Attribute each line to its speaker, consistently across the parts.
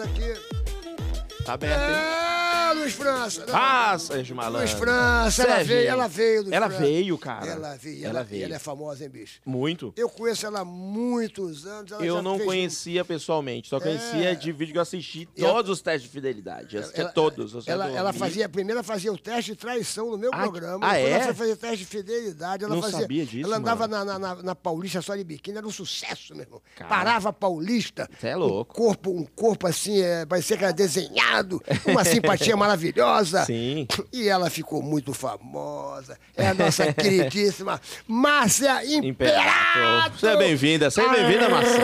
Speaker 1: aqui.
Speaker 2: Tá aberto, hein?
Speaker 1: Ah, Luiz França. Não,
Speaker 2: Ah, Sérgio
Speaker 1: Luiz
Speaker 2: Malandro.
Speaker 1: França, ela
Speaker 2: Sérgio.
Speaker 1: veio, ela veio. Luiz
Speaker 2: Ela
Speaker 1: França.
Speaker 2: veio, cara.
Speaker 1: Ela veio,
Speaker 2: Ela
Speaker 1: ela,
Speaker 2: veio.
Speaker 1: ela é famosa, hein, bicho?
Speaker 2: Muito.
Speaker 1: Eu conheço ela há muitos anos. ela
Speaker 2: Eu
Speaker 1: já um-
Speaker 2: não
Speaker 1: fez-
Speaker 2: conhecia pessoalmente, só conhecia de vídeo que eu assisti
Speaker 1: Eu-
Speaker 2: todos os testes de fidelidade. Eu assistia
Speaker 1: Ela-
Speaker 2: É todos. eu só
Speaker 1: Ela, ela
Speaker 2: dormi.
Speaker 1: fazia, primeiro ela fazia o teste de traição no meu
Speaker 2: Ah,
Speaker 1: programa.
Speaker 2: ah,
Speaker 1: depois
Speaker 2: é?
Speaker 1: Ela foi fazer teste de fidelidade. Ela
Speaker 2: Não
Speaker 1: fazia-
Speaker 2: sabia disso,
Speaker 1: Ela andava
Speaker 2: mano.
Speaker 1: na, na, na- na Paulista só de biquíni, era um sucesso, meu irmão.
Speaker 2: Cara.
Speaker 1: Parava a Paulista.
Speaker 2: Cê é louco.
Speaker 1: Um corpo, um corpo assim, é, parecia que era desenhado, uma simpatia maravilhosa.
Speaker 2: Sim.
Speaker 1: E ela ficou muito famosa. É a nossa queridíssima Márcia Imperato.
Speaker 2: Imperato. Seja bem-vinda, seja bem-vinda, Márcia.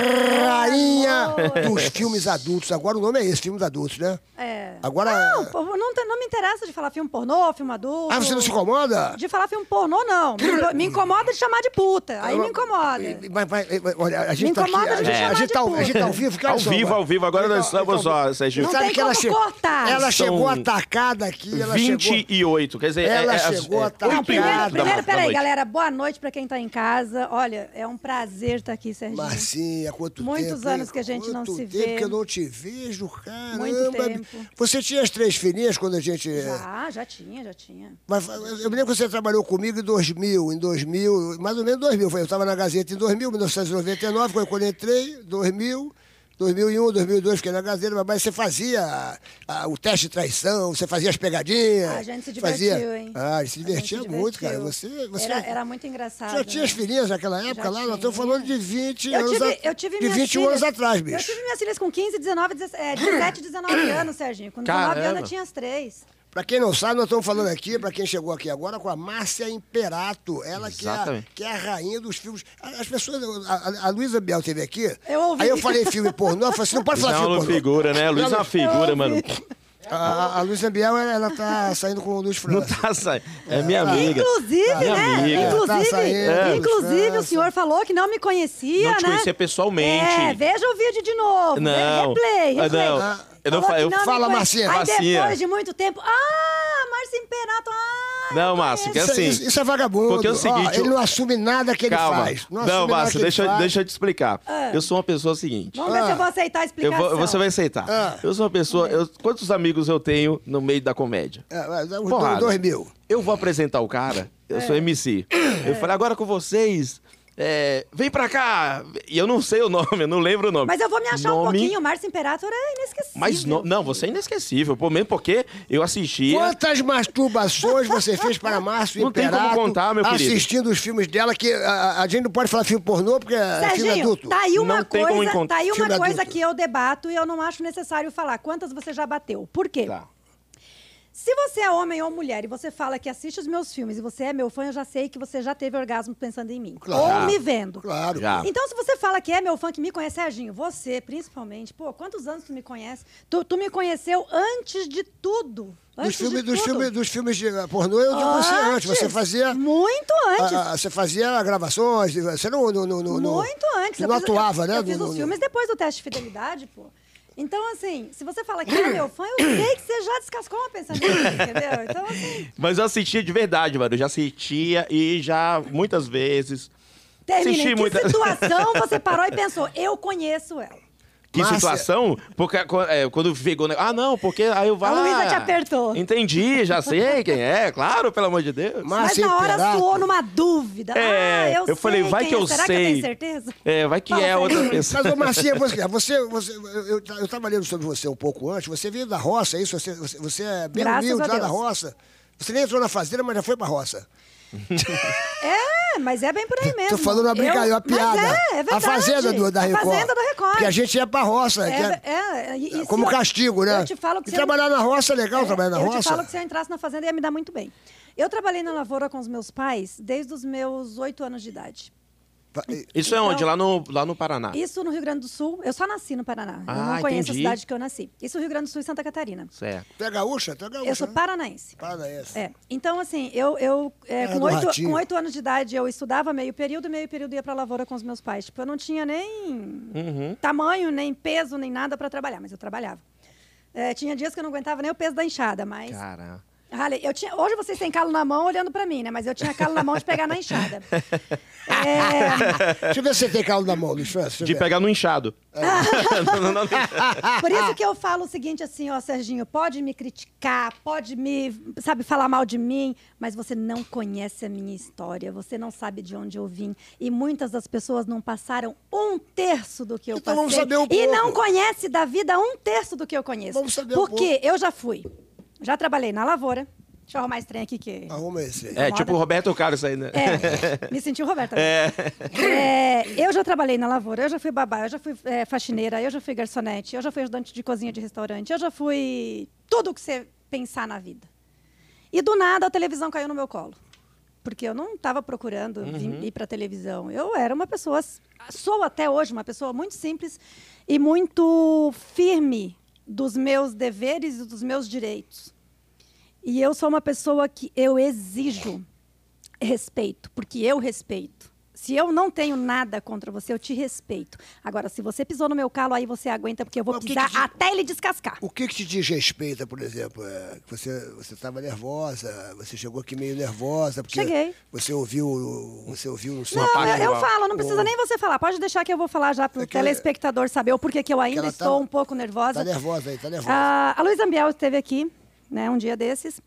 Speaker 1: Rainha
Speaker 3: Oi.
Speaker 1: dos filmes adultos. Agora o nome é esse, filmes adultos, né?
Speaker 3: É.
Speaker 1: Agora-
Speaker 3: Não, pô, não, te- não me interessa de falar filme pornô, filme adulto.
Speaker 1: Ah, você não se incomoda?
Speaker 3: De falar filme pornô, não. Me inco- Me incomoda de chamar de puta. Aí me incomoda.
Speaker 1: Mas, mas, mas, olha, a gente
Speaker 3: Me
Speaker 1: tá aqui.
Speaker 3: incomoda
Speaker 1: A
Speaker 3: de
Speaker 1: gente,
Speaker 3: chamar
Speaker 1: a gente
Speaker 3: de
Speaker 1: tá, ao-
Speaker 3: puta.
Speaker 1: a gente tá ao vivo, cara.
Speaker 2: Ao
Speaker 1: só,
Speaker 2: vivo,
Speaker 1: vai.
Speaker 2: ao vivo. Agora nós
Speaker 1: Então,
Speaker 2: estamos,
Speaker 1: então,
Speaker 2: ó, Sérgio.
Speaker 3: Não
Speaker 1: sabe
Speaker 3: tem
Speaker 1: que ela
Speaker 3: como
Speaker 1: chegou-
Speaker 3: cortar.
Speaker 1: Ela
Speaker 2: São
Speaker 1: chegou atacada aqui, ela chegou.
Speaker 2: 28, quer dizer...
Speaker 1: Ela
Speaker 2: é,
Speaker 1: chegou
Speaker 2: é,
Speaker 1: atacada.
Speaker 3: Não,
Speaker 2: oito e um da
Speaker 3: primeiro, primeiro
Speaker 2: noite.
Speaker 3: peraí, galera. Boa noite pra quem tá em casa. Olha, é um prazer estar aqui, Serginho.
Speaker 1: Marcinha, quanto
Speaker 3: Muitos
Speaker 1: tempo.
Speaker 3: anos
Speaker 1: hein?
Speaker 3: que a gente não
Speaker 1: Quanto
Speaker 3: se
Speaker 1: tempo
Speaker 3: vê.
Speaker 1: que eu não te vejo, caramba.
Speaker 3: Muito tempo.
Speaker 1: Você tinha as três filhinhas quando a gente. eh,
Speaker 3: Já, já tinha, já tinha.
Speaker 1: Mas eu me lembro que você trabalhou comigo em 2000, em 2000, mais ou menos 2000. foi- Eu estava na Gazeta em 2000, 1999, foi quando eu entrei, 2000, 2001, 2002 fiquei na Gazeta, mas- mas você fazia ah, o teste de traição, você fazia as pegadinhas.
Speaker 3: Ah, A gente se divertiu,
Speaker 1: É, fazia...
Speaker 3: hein?
Speaker 1: Ah, a gente se divertia
Speaker 3: A gente se
Speaker 1: muito, cara.
Speaker 3: divertiu.
Speaker 1: Você, você
Speaker 3: Era, era muito engraçado.
Speaker 1: já tinha
Speaker 3: né?
Speaker 1: as filhinhas naquela época
Speaker 3: Já
Speaker 1: lá? Nós
Speaker 3: tinha.
Speaker 1: estamos falando de 20
Speaker 3: Eu
Speaker 1: anos
Speaker 3: tive,
Speaker 1: atrás.
Speaker 3: eu tive
Speaker 1: De
Speaker 3: minhas
Speaker 1: 21
Speaker 3: filhas-
Speaker 1: anos atrás,
Speaker 3: Eu
Speaker 1: bicho.
Speaker 3: tive minhas filhas com 15, 19, 17, é, 17 19 anos, Serginho. Com 19
Speaker 2: Caramba.
Speaker 3: anos eu tinha as três.
Speaker 1: Pra quem não sabe, nós estamos falando aqui, pra quem chegou aqui agora, com a Márcia Imperato. Ela que é, a,
Speaker 2: Exatamente.
Speaker 1: que é a rainha dos filmes. As pessoas. A, a- a Luísa Biel teve aqui.
Speaker 3: Eu ouvi.
Speaker 1: Aí eu falei filme pornô, eu falei assim, não pode
Speaker 2: Luiz
Speaker 1: falar
Speaker 2: é uma
Speaker 1: filme pornô.
Speaker 2: figura, né? Luiz é uma figura, mano.
Speaker 1: A, a- a Luísa Biel, ela, ela tá saindo com o Luiz
Speaker 2: Não
Speaker 1: França.
Speaker 2: tá saindo. É minha amiga.
Speaker 3: Inclusive,
Speaker 2: minha
Speaker 3: né?
Speaker 2: Amiga.
Speaker 1: Tá
Speaker 3: Inclusive,
Speaker 1: saindo, É.
Speaker 3: inclusive
Speaker 1: França.
Speaker 3: o senhor falou que não me conhecia,
Speaker 2: Não te
Speaker 3: né?
Speaker 2: conhecia pessoalmente.
Speaker 3: É, veja o vídeo de novo.
Speaker 2: Não.
Speaker 3: Re- Replay,
Speaker 2: Ah,
Speaker 3: replay.
Speaker 2: não.
Speaker 3: Falou
Speaker 2: Eu não
Speaker 3: que
Speaker 2: fa- eu-
Speaker 3: me
Speaker 1: Fala,
Speaker 3: conhe-
Speaker 1: Marcinha.
Speaker 3: Aí
Speaker 2: Marcinha.
Speaker 3: depois de muito tempo, ah, Marcinho Imperato, ah.
Speaker 2: Não,
Speaker 3: eu
Speaker 2: Márcio,
Speaker 3: conheço.
Speaker 2: que assim,
Speaker 1: isso, isso é vagabundo.
Speaker 2: porque é o seguinte,
Speaker 1: Ó, ele
Speaker 2: eu-
Speaker 1: não assume nada que ele
Speaker 2: Calma.
Speaker 1: faz. Não, assume
Speaker 2: Não,
Speaker 1: nada
Speaker 2: Márcio,
Speaker 1: que ele
Speaker 2: deixa, eu-
Speaker 1: faz.
Speaker 2: deixa eu te explicar.
Speaker 3: Ah.
Speaker 2: Eu sou uma pessoa seguinte.
Speaker 3: Vamos ver se eu vou aceitar a
Speaker 2: Eu vou-
Speaker 3: explicação.
Speaker 2: você vai aceitar.
Speaker 1: Ah.
Speaker 2: Eu sou uma pessoa. eu- quantos amigos eu tenho no meio da comédia?
Speaker 1: É, é, os
Speaker 2: Porrada.
Speaker 1: dois- dois mil.
Speaker 2: Eu vou apresentar o cara, eu
Speaker 3: É.
Speaker 2: sou MC. Eu falei, agora com vocês. é, vem pra cá! E eu não sei o nome, eu não lembro o nome.
Speaker 3: Mas eu vou me achar um
Speaker 2: Nome,
Speaker 3: pouquinho. O Márcio Imperator é inesquecível.
Speaker 2: Mas no- não, você é inesquecível. Pô, mesmo porque eu assistia.
Speaker 1: Quantas masturbações você fez para Márcio
Speaker 2: é- Não tem como
Speaker 1: Imperato?
Speaker 2: contar, meu querido.
Speaker 1: Assistindo os filmes dela, que a, a- a gente não pode falar filme pornô, porque é filme
Speaker 3: Serginho,
Speaker 1: adulto.
Speaker 3: tá aí uma
Speaker 2: Não tem como
Speaker 3: coisa,
Speaker 2: encont-
Speaker 3: tá aí
Speaker 1: filme
Speaker 3: uma coisa
Speaker 1: adulto.
Speaker 3: que eu debato e eu não acho necessário falar. Quantas você já bateu? Por quê?
Speaker 2: Tá.
Speaker 3: Se você é homem ou mulher e você fala que assiste os meus filmes e você é meu fã, eu já sei que você já teve orgasmo pensando em mim.
Speaker 1: Claro.
Speaker 3: Ou
Speaker 2: Já.
Speaker 3: me vendo.
Speaker 1: Claro.
Speaker 2: Já.
Speaker 3: Então, se você fala que é meu fã, que me conhece, Serginho, você, principalmente, pô, quantos anos tu me conhece? Tu, tu me conheceu antes de tudo.
Speaker 1: Dos
Speaker 3: Antes
Speaker 1: filmes,
Speaker 3: de
Speaker 1: dos,
Speaker 3: tudo.
Speaker 1: filmes, dos filmes de eh, pornô, eu digo você antes. Você fazia. ah,
Speaker 3: Muito antes.
Speaker 1: a- a- você fazia gravações, você não. não, não, não- não-
Speaker 3: Muito antes.
Speaker 1: Não
Speaker 3: Eu fiz-
Speaker 1: atuava,
Speaker 3: eu,
Speaker 1: né?
Speaker 3: Eu fiz
Speaker 1: no-
Speaker 3: os
Speaker 1: no-
Speaker 3: filmes depois do teste de fidelidade, pô. Então, assim, se você fala que é meu fã, eu sei que você já descascou uma pensamento, entendeu? Então, assim,
Speaker 2: Mas eu assistia de verdade, mano. Eu já assistia e já muitas vezes.
Speaker 3: termina.
Speaker 2: Assisti
Speaker 3: Em que
Speaker 2: muita-
Speaker 3: situação você parou e pensou, eu conheço ela.
Speaker 2: Que
Speaker 1: Márcia.
Speaker 2: situação? Porque é, quando pegou. o negócio, Ah, não, porque aí eu vá.
Speaker 3: Luísa te apertou.
Speaker 2: Entendi, já sei quem é, claro, pelo amor de Deus.
Speaker 3: Mas
Speaker 1: Márcia
Speaker 3: na hora
Speaker 1: Imperato.
Speaker 3: suou numa dúvida.
Speaker 2: É,
Speaker 3: ah, eu,
Speaker 2: eu falei,
Speaker 3: sei
Speaker 2: vai
Speaker 3: quem
Speaker 2: que
Speaker 3: é.
Speaker 2: eu
Speaker 3: Será que eu
Speaker 2: sei.
Speaker 3: tenho certeza?
Speaker 2: É, vai que
Speaker 3: Fala, então
Speaker 2: é outra
Speaker 3: Sérgio.
Speaker 2: pessoa.
Speaker 1: Mas, ô Marcinha, você, você, você- eu, eu tava lendo sobre você um pouco antes. Você veio da roça, é isso? Você, você, você é bem
Speaker 3: Graças
Speaker 1: humilde
Speaker 3: a
Speaker 1: lá da
Speaker 3: Deus.
Speaker 1: roça. Você nem entrou na fazenda, mas já foi pra roça.
Speaker 3: É, mas é bem por aí mesmo.
Speaker 1: Tô falando uma brincadeira,
Speaker 3: Eu-
Speaker 1: uma piada.
Speaker 3: Mas é, é verdade.
Speaker 1: A fazenda do, da Record.
Speaker 3: A fazenda do Record.
Speaker 1: Porque a gente ia pra roça. que
Speaker 3: É,
Speaker 1: é-
Speaker 3: é, e- e
Speaker 1: como
Speaker 3: se eu-
Speaker 1: castigo, né?
Speaker 3: Eu te falo que
Speaker 1: e
Speaker 3: se eu-
Speaker 1: trabalhar na roça é legal, trabalhar na
Speaker 3: eu
Speaker 1: roça.
Speaker 3: te falo que se eu entrasse na fazenda ia me dar muito bem. Eu trabalhei na lavoura com os meus pais desde os meus oito anos de idade.
Speaker 2: Isso é
Speaker 3: Então-
Speaker 2: onde? Lá no, lá no
Speaker 1: Ah.
Speaker 2: Paraná.
Speaker 3: Isso no Rio Grande do Sul. Eu só nasci no Paraná. eu
Speaker 2: Ah,
Speaker 3: não conheço
Speaker 2: entendi.
Speaker 3: a cidade que eu nasci. Isso Rio Grande do Sul e Santa Catarina.
Speaker 2: Certo.
Speaker 1: Tu é gaúcha? Tu é gaúcha,
Speaker 3: Eu sou
Speaker 1: né?
Speaker 3: paranaense.
Speaker 1: Paranaense.
Speaker 3: É. Então, assim, eu, eu é,
Speaker 1: Era Ah,
Speaker 3: com,
Speaker 1: do
Speaker 3: oito,
Speaker 1: Ratinho.
Speaker 3: com oito anos de idade, eu estudava meio período, meio período ia pra lavoura com os meus pais. Tipo, eu não tinha nem
Speaker 1: Uhum.
Speaker 3: tamanho, nem peso, nem nada pra trabalhar, mas eu trabalhava. É, tinha dias que eu não aguentava nem o peso da enxada, mas
Speaker 2: Cara.
Speaker 3: Halley, eu tinha, hoje vocês têm calo na mão olhando pra mim, né? Mas eu tinha calo na mão de pegar na enxada. É,
Speaker 1: Deixa eu ver se você tem calo na mão, Luiz França. deixa eu
Speaker 2: De
Speaker 1: ver.
Speaker 2: pegar no inchado. não, não, não, não.
Speaker 3: por isso que eu falo o seguinte assim, ó, Serginho, pode me criticar, pode me, sabe, falar mal de mim, mas você não conhece a minha história, você não sabe de onde eu vim. E muitas das pessoas não passaram um terço do que eu
Speaker 1: Então
Speaker 3: passei.
Speaker 1: vamos saber um
Speaker 3: e
Speaker 1: pouco.
Speaker 3: não conhece da vida um terço do que eu conheço.
Speaker 1: Vamos saber um
Speaker 3: Porque eu já fui, já trabalhei na lavoura, deixa eu arrumar esse trem aqui que...
Speaker 1: Arruma esse aí.
Speaker 2: É, tipo o Roberto Carlos aí, né?
Speaker 3: É, me senti o Roberto. agora. É, eu já trabalhei na lavoura, eu já fui babá, eu já fui é, faxineira, eu já fui garçonete, eu já fui ajudante de cozinha de restaurante, eu já fui tudo que você pensar na vida. E do nada a televisão caiu no meu colo. Porque eu não estava procurando vir-
Speaker 1: Uhum.
Speaker 3: ir para televisão. Eu era uma pessoa, sou até hoje uma pessoa muito simples e muito firme dos meus deveres e dos meus direitos. E eu sou uma pessoa que eu exijo respeito, porque eu respeito. Se eu não tenho nada contra você, eu te respeito. Agora, se você pisou no meu calo, aí você aguenta, porque eu vou
Speaker 1: Mas o que
Speaker 3: pisar
Speaker 1: que te-
Speaker 3: até ele descascar.
Speaker 1: O que, que te desrespeita, por exemplo? É, que você você estava nervosa, você chegou aqui meio nervosa, porque
Speaker 3: Cheguei.
Speaker 1: você ouviu. Você ouviu um som.
Speaker 3: Não,
Speaker 2: parte
Speaker 3: eu, eu
Speaker 2: do-
Speaker 3: falo, não precisa nem você falar. Pode deixar que eu vou falar já pro
Speaker 1: É que-
Speaker 3: telespectador saber o porquê que eu ainda
Speaker 1: ela tá-
Speaker 3: estou um pouco nervosa.
Speaker 1: Tá nervosa aí, tá nervosa.
Speaker 3: Ah, a Luísa Ambiel esteve aqui, né, um dia desses.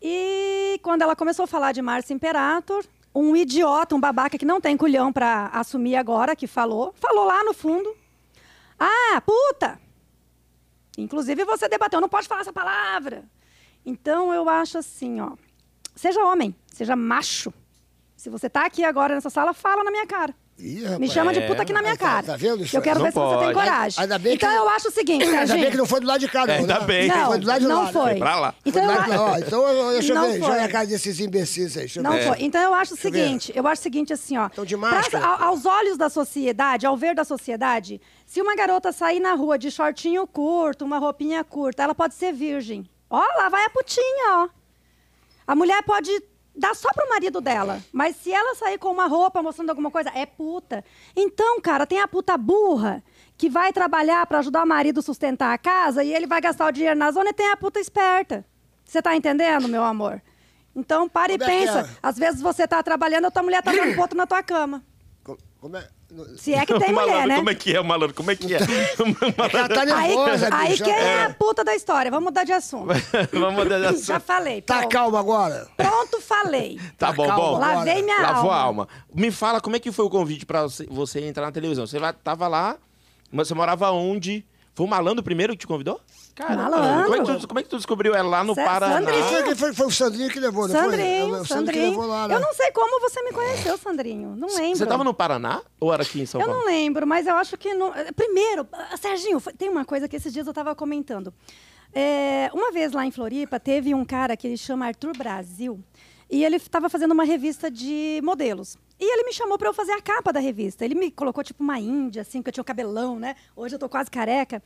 Speaker 3: E quando ela começou a falar de Márcio Imperator, um idiota, um babaca que não tem culhão pra assumir agora, que falou, falou lá no fundo. Ah, puta! Inclusive você debateu, não pode falar essa palavra. Então eu acho assim, ó. Seja homem, seja macho. Se você tá aqui agora nessa sala, fala na minha cara.
Speaker 1: Ih, rapaz.
Speaker 3: Me chama de
Speaker 2: é,
Speaker 3: puta aqui na minha
Speaker 1: mas tá-
Speaker 3: cara.
Speaker 1: tá vendo isso?
Speaker 3: Eu quero
Speaker 2: Não
Speaker 3: ver se você tem
Speaker 2: pode.
Speaker 3: coragem.
Speaker 1: Ainda bem que-
Speaker 3: então eu acho o seguinte,
Speaker 1: Ainda bem
Speaker 3: Serginho.
Speaker 1: que não foi do lado de cá, não.
Speaker 2: Ainda
Speaker 1: né?
Speaker 2: bem.
Speaker 1: Foi
Speaker 3: Não,
Speaker 1: do lado de
Speaker 3: não
Speaker 1: lá.
Speaker 3: foi.
Speaker 1: Né?
Speaker 2: Pra lá.
Speaker 1: Foi
Speaker 3: Então,
Speaker 1: do
Speaker 3: eu
Speaker 1: lado de lá. Ó,
Speaker 3: a-
Speaker 1: então, eu- deixa eu
Speaker 3: Não
Speaker 1: ver. Deixa eu
Speaker 3: foi.
Speaker 1: ver a cara desses imbecis aí. Deixa eu
Speaker 3: não
Speaker 2: É.
Speaker 1: ver.
Speaker 3: foi. Então eu acho o
Speaker 1: eu ver.
Speaker 3: seguinte, eu acho o seguinte assim, ó.
Speaker 1: Tão de máscara.
Speaker 3: Pra- a- aos olhos da sociedade, ao ver da sociedade, se uma garota sair na rua de shortinho curto, uma roupinha curta, ela pode ser virgem. Ó, lá vai a putinha, ó. A mulher pode dar só pro marido dela, mas se ela sair com uma roupa mostrando alguma coisa, é puta. Então, cara, tem a puta burra que vai trabalhar pra ajudar o marido a sustentar a casa e ele vai gastar o dinheiro na zona e tem a puta esperta. Você tá entendendo, meu amor? Então, para
Speaker 1: Como
Speaker 3: e
Speaker 1: é que
Speaker 3: pensa.
Speaker 1: é?
Speaker 3: Às vezes você tá trabalhando, a tua mulher tá dando ponto na tua cama.
Speaker 1: Co- Como é?
Speaker 3: Se é que tem
Speaker 2: malandro,
Speaker 3: mulher, né?
Speaker 2: Como é que é, malandro? Como é que é?
Speaker 1: Ela tá
Speaker 3: Aí,
Speaker 1: nervosa,
Speaker 3: aí
Speaker 1: bicho.
Speaker 3: quem é
Speaker 1: É.
Speaker 3: a puta da história? Vamos mudar de assunto.
Speaker 2: Vamos mudar de
Speaker 3: Já
Speaker 2: assunto.
Speaker 3: falei.
Speaker 1: Tá
Speaker 3: pronto.
Speaker 1: calma agora.
Speaker 3: Pronto, falei.
Speaker 2: Tá bom,
Speaker 1: Calma,
Speaker 2: bom.
Speaker 1: lá
Speaker 3: Lavei minha
Speaker 2: Lavou
Speaker 3: alma.
Speaker 2: a alma. Me fala como é que foi o convite pra você- você entrar na televisão. Você lá- tava lá, mas você morava onde? Foi o malandro primeiro que te convidou? Caramba,
Speaker 3: Malandro.
Speaker 2: Como é, que tu, como é que tu descobriu? É lá no
Speaker 3: Sa-
Speaker 2: Paraná.
Speaker 1: Quem
Speaker 3: Sandrinho.
Speaker 1: foi, quem foi, foi o Sandrinho que levou, não foi? É
Speaker 3: Ah.
Speaker 1: o
Speaker 3: Sandrinho,
Speaker 1: Sandrinho que
Speaker 3: Sandrinho.
Speaker 1: levou lá, né?
Speaker 3: Eu não sei como você me conheceu, Sandrinho. Não lembro.
Speaker 2: Você tava no então, Paraná ou era aqui em São
Speaker 3: Eu
Speaker 2: Paulo?
Speaker 3: não lembro, mas eu acho que. não- Primeiro, ah, Serginho, foi- tem uma coisa que esses dias eu estava comentando. É, uma vez lá em Floripa, teve um cara que ele chama Arthur Brasil, e ele estava fazendo uma revista de modelos. E ele me chamou para eu fazer a capa da revista. Ele me colocou tipo uma índia, assim, porque eu tinha o cabelão, né? Hoje eu tô quase careca.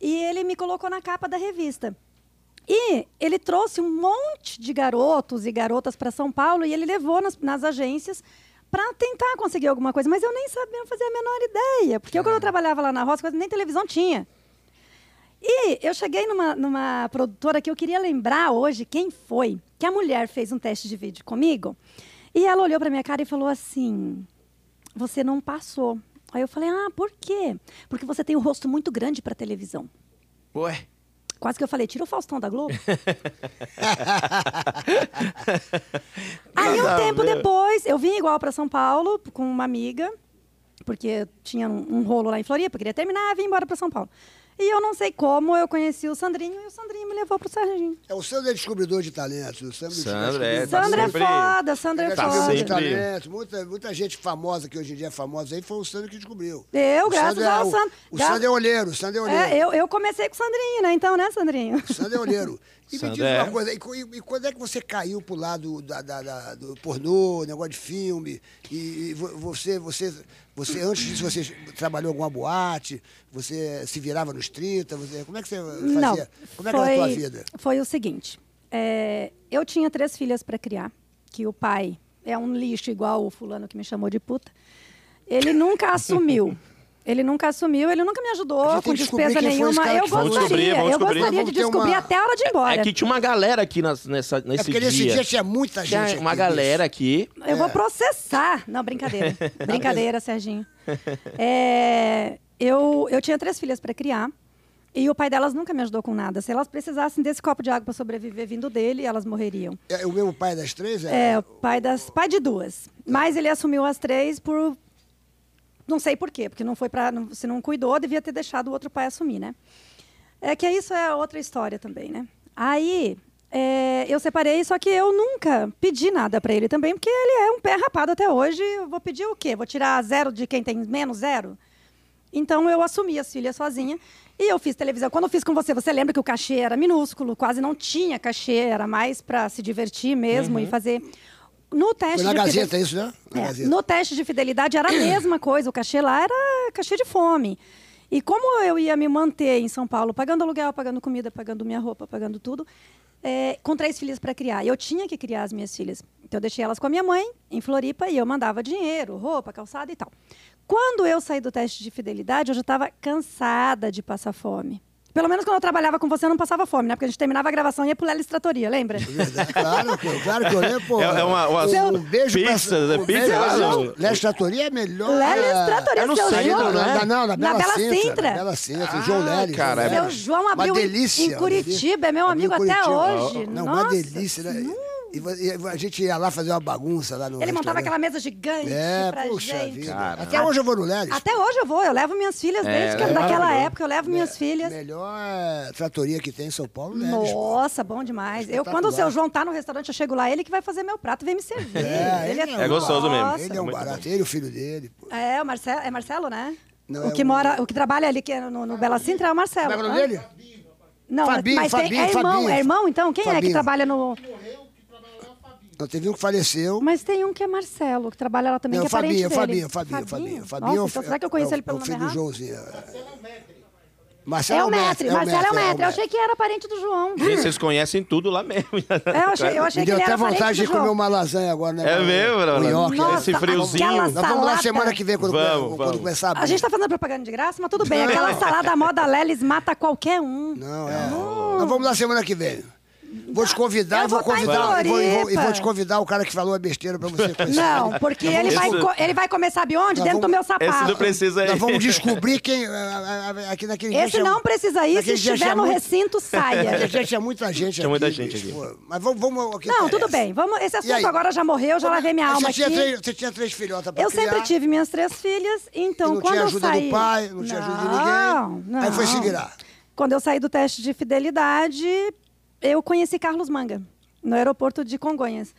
Speaker 3: E ele me colocou na capa da revista. E ele trouxe um monte de garotos e garotas para São Paulo e ele levou nas, nas agências para tentar conseguir alguma coisa. Mas eu nem sabia, não fazia a menor ideia. Porque eu, quando eu trabalhava lá na roça, quase nem televisão tinha. E eu cheguei numa, numa produtora que eu queria lembrar hoje quem foi, que a mulher fez um teste de vídeo comigo. E ela olhou para minha cara e falou assim: Você não passou. Aí eu falei: Ah, por quê? Porque você tem um rosto muito grande para televisão.
Speaker 2: Ué.
Speaker 3: Quase que eu falei, tira o Faustão da Globo. Aí,
Speaker 2: Nada a
Speaker 3: um tempo
Speaker 2: ver.
Speaker 3: depois, eu vim igual para São Paulo com uma amiga, porque eu tinha um, um rolo lá em Floripa, queria terminar, vim embora para São Paulo. E eu não sei como, eu conheci o Sandrinho e o Sandrinho me levou pro Serginho.
Speaker 1: É o Sandro é descobridor de talentos. O Sandro,
Speaker 2: Sandro,
Speaker 1: é descobridor
Speaker 2: é, tá
Speaker 1: de
Speaker 3: Sandra é
Speaker 2: sempre-
Speaker 3: foda, Sandra é
Speaker 2: tá
Speaker 3: foda.
Speaker 1: descobridor de
Speaker 2: sempre-
Speaker 1: talentos. Muita, muita gente famosa que hoje em dia é famosa aí foi o Sandro que descobriu.
Speaker 3: Eu,
Speaker 1: O
Speaker 3: graças
Speaker 1: Sandro é
Speaker 3: ao
Speaker 1: o-
Speaker 3: Sandro.
Speaker 1: O
Speaker 3: Gra-
Speaker 1: Sandro é olheiro, o Sandro é olheiro.
Speaker 3: É, eu, eu comecei com o Sandrinho, né? Então, né, Sandrinho?
Speaker 1: Sandro é olheiro. E me diz
Speaker 2: Sandro é.
Speaker 1: uma coisa, e, co- e- e quando é que você caiu pro lado da, da- da- do pornô, negócio de filme? E, e vo- você, você, você, antes disso, você trabalhou em alguma boate? Você se virava nos 30? Você, como é que você fazia?
Speaker 3: Não.
Speaker 1: como é que
Speaker 3: foi,
Speaker 1: era a tua vida?
Speaker 3: Foi o seguinte: é, eu tinha três filhas para criar, que o pai é um lixo igual o fulano que me chamou de puta. Ele nunca assumiu. Ele nunca assumiu, ele nunca me
Speaker 1: A
Speaker 3: ajudou
Speaker 1: gente
Speaker 3: com
Speaker 1: tem que
Speaker 3: despesa
Speaker 1: descobrir quem foi esse
Speaker 3: nenhuma.
Speaker 1: cara
Speaker 3: Eu
Speaker 1: que falou.
Speaker 2: Vamos
Speaker 3: gostaria,
Speaker 2: descobrir, vamos
Speaker 3: eu
Speaker 2: descobrir.
Speaker 3: gostaria de
Speaker 1: Vamos ter uma-
Speaker 3: descobrir até a hora de ir embora.
Speaker 2: É que tinha uma galera aqui nas- nessa,
Speaker 1: É
Speaker 2: nesse
Speaker 1: porque
Speaker 2: dia.
Speaker 1: nesse dia. tinha muita
Speaker 2: Tinha
Speaker 1: gente. aqui,
Speaker 2: uma
Speaker 1: bicho.
Speaker 2: galera aqui.
Speaker 3: Eu vou processar. Não, brincadeira. brincadeira, Serginho. É, eu, eu tinha três filhas para criar. E o pai delas nunca me ajudou com nada. Se elas precisassem desse copo de água para sobreviver vindo dele, elas morreriam.
Speaker 1: É, o mesmo pai das três?
Speaker 3: É, o pai, das, pai de duas. Mas ele assumiu as três por. Não sei por quê, porque não foi para. Se não cuidou, devia ter deixado o outro pai assumir, né? É que isso é outra história também, né? Aí é, eu separei, só que eu nunca pedi nada para ele também, porque ele é um pé rapado até hoje. Eu vou pedir o quê? Vou tirar zero de quem tem menos zero? Então eu assumi as filhas sozinha e eu fiz televisão. Quando eu fiz com você, você lembra que o cachê era minúsculo, quase não tinha cachê, era mais para se divertir mesmo e fazer. No teste
Speaker 1: Uhum. Foi na
Speaker 3: de fide-
Speaker 1: Gazeta isso, né? Na
Speaker 3: é,
Speaker 1: Gazeta.
Speaker 3: no teste de fidelidade era a mesma coisa, o cachê lá era cachê de fome. E como eu ia me manter em São Paulo, pagando aluguel, pagando comida, pagando minha roupa, pagando tudo, é, com três filhas para criar. E Eu tinha que criar as minhas filhas. Então eu deixei elas com a minha mãe, em Floripa, e eu mandava dinheiro, roupa, calçada e tal. Quando eu saí do teste de fidelidade, eu já estava cansada de passar fome. Pelo menos quando eu trabalhava com você, eu não passava fome, né? Porque a gente terminava a gravação e ia pro Lelis Tratoria, lembra?
Speaker 1: Claro que, claro que eu lembro, pô.
Speaker 2: É- é uma- uma-
Speaker 1: um, um beijo
Speaker 2: pizza,
Speaker 1: pra...
Speaker 2: é
Speaker 1: um
Speaker 2: pizza,
Speaker 1: beijo-
Speaker 2: lá,
Speaker 1: Não,
Speaker 2: não.
Speaker 1: Léo Tratoria é melhor.
Speaker 3: Lelis
Speaker 1: é-
Speaker 3: Tratoria,
Speaker 2: é no
Speaker 3: seu
Speaker 2: centro,
Speaker 3: João.
Speaker 2: não é?
Speaker 1: Na, não, na Bela,
Speaker 3: Bela
Speaker 1: Sintra.
Speaker 3: Sintra.
Speaker 1: Na Bela Sintra,
Speaker 2: Ah,
Speaker 1: João Lelis.
Speaker 2: cara, é
Speaker 1: né?
Speaker 2: verdade.
Speaker 3: Seu João
Speaker 1: Uma
Speaker 3: abriu em-
Speaker 1: delícia,
Speaker 3: em
Speaker 1: uma
Speaker 3: Curitiba, é meu
Speaker 1: Abriu em
Speaker 3: amigo até
Speaker 1: Curitiba.
Speaker 3: hoje.
Speaker 1: Não,
Speaker 3: Nossa.
Speaker 1: uma delícia, né? E vo- E, a gente ia lá fazer uma bagunça lá no
Speaker 3: Ele montava
Speaker 1: restaurante.
Speaker 3: aquela mesa gigante
Speaker 1: É,
Speaker 3: pra
Speaker 1: puxa
Speaker 3: gente.
Speaker 1: vida.
Speaker 2: Cara.
Speaker 1: Até hoje eu vou no Lelis.
Speaker 3: Até hoje eu vou, eu levo minhas filhas desde
Speaker 2: É,
Speaker 3: que
Speaker 2: é
Speaker 3: daquela
Speaker 2: maravilhoso.
Speaker 3: época, eu levo minhas filhas.
Speaker 1: Melhor é, tratoria que tem em São Paulo, Lelis. pô.
Speaker 3: Nossa, bom demais. Eu, quando o seu João tá no restaurante, eu chego lá, ele que vai fazer meu prato e vem me servir.
Speaker 1: É, ele é um-
Speaker 2: É gostoso mesmo.
Speaker 3: Nossa.
Speaker 1: Ele é um
Speaker 2: Muito
Speaker 1: barato, ele e o filho dele. Pô.
Speaker 3: É, o Marcelo, é Marcelo, né?
Speaker 1: Não,
Speaker 3: o
Speaker 1: é
Speaker 3: que
Speaker 1: o-
Speaker 3: mora, o que trabalha ali que é no, no Bela Sintra é o Marcelo.
Speaker 1: Como é o
Speaker 3: Hã?
Speaker 1: nome dele?
Speaker 3: Não,
Speaker 1: Fabinho,
Speaker 3: mas tem-
Speaker 1: Fabinho,
Speaker 3: é irmão,
Speaker 1: Fabinho.
Speaker 3: é irmão então? Quem é que
Speaker 1: Fabinho.
Speaker 3: trabalha no
Speaker 1: Não, teve um que faleceu.
Speaker 3: Mas tem um que é Marcelo, que trabalha lá também,
Speaker 1: Não,
Speaker 3: que é parente
Speaker 1: Fabinho,
Speaker 3: dele.
Speaker 1: Fabinho, Fabinho, Fabinho, Fabinho. é o
Speaker 3: Nossa, então
Speaker 1: fi-
Speaker 3: será que eu conheço
Speaker 1: é o-
Speaker 3: ele pelo
Speaker 1: é o
Speaker 3: nome
Speaker 1: filho do
Speaker 3: errado?
Speaker 1: Joãozinho.
Speaker 3: É
Speaker 1: Marcelo
Speaker 3: o Mestre, Marcelo é o Mestre. Eu achei que era parente do João.
Speaker 2: Gente, vocês conhecem tudo lá mesmo.
Speaker 3: É, eu achei, eu achei
Speaker 1: Me
Speaker 3: que
Speaker 1: deu
Speaker 3: ele
Speaker 1: até
Speaker 3: era
Speaker 1: vontade
Speaker 3: parente
Speaker 1: de
Speaker 3: do João.
Speaker 1: comer uma lasanha agora, né?
Speaker 2: É
Speaker 1: com-
Speaker 2: mesmo, Bruno?
Speaker 1: com nhoque,
Speaker 2: Nossa,
Speaker 1: esse
Speaker 2: friozinho.
Speaker 3: aquela
Speaker 1: né? Nós vamos lá
Speaker 3: salada.
Speaker 1: semana que vem, quando,
Speaker 2: Vamos,
Speaker 1: quando
Speaker 2: vamos.
Speaker 1: começar abrir.
Speaker 3: A gente tá fazendo propaganda de graça, mas tudo bem. Aquela salada moda Lelis mata qualquer um.
Speaker 1: Não, é. Nós vamos lá semana que vem. Vou te convidar,
Speaker 3: Eu
Speaker 1: vou
Speaker 3: vou tá em
Speaker 1: convidar e vou, e vou- e vou te
Speaker 3: Floripa.
Speaker 1: convidar o cara que falou a besteira pra você conhecer.
Speaker 3: Não, porque ele vai,
Speaker 2: Esse-
Speaker 3: co- ele vai comer sabe onde?
Speaker 1: Nós
Speaker 3: Dentro do
Speaker 1: vamos-
Speaker 3: meu
Speaker 2: Esse
Speaker 3: sapato.
Speaker 2: não precisa aí.
Speaker 1: Nós vamos descobrir quem. a- a- a- Aqui naquele
Speaker 3: Esse
Speaker 1: dia
Speaker 3: não
Speaker 1: tinha-
Speaker 3: precisa ir. Se
Speaker 1: naquele dia
Speaker 3: estiver
Speaker 1: tinha
Speaker 3: no
Speaker 1: muito-
Speaker 3: recinto,
Speaker 1: Naquele
Speaker 3: saia.
Speaker 1: dia É, tinha muita gente
Speaker 2: Tinha
Speaker 1: aqui,
Speaker 2: muita gente
Speaker 1: bicho,
Speaker 2: aqui.
Speaker 1: pô. Mas vamos, vamos ao que
Speaker 3: Não, tudo
Speaker 1: interessa.
Speaker 3: bem. Vamos, esse
Speaker 1: E aí?
Speaker 3: assunto agora já morreu, já lavei minha
Speaker 1: Mas
Speaker 3: alma
Speaker 1: você tinha
Speaker 3: aqui.
Speaker 1: três- você tinha três filhotas pra
Speaker 3: Eu
Speaker 1: criar,
Speaker 3: sempre tive minhas três filhas,
Speaker 1: e
Speaker 3: então
Speaker 1: não
Speaker 3: quando
Speaker 1: tinha
Speaker 3: eu
Speaker 1: ajuda
Speaker 3: saí...
Speaker 1: do pai, não tinha ajuda de ninguém.
Speaker 3: Não,
Speaker 1: Aí foi se
Speaker 3: não.
Speaker 1: virar.
Speaker 3: Quando eu saí do teste de fidelidade, eu conheci Carlos Manga, no aeroporto de Congonhas.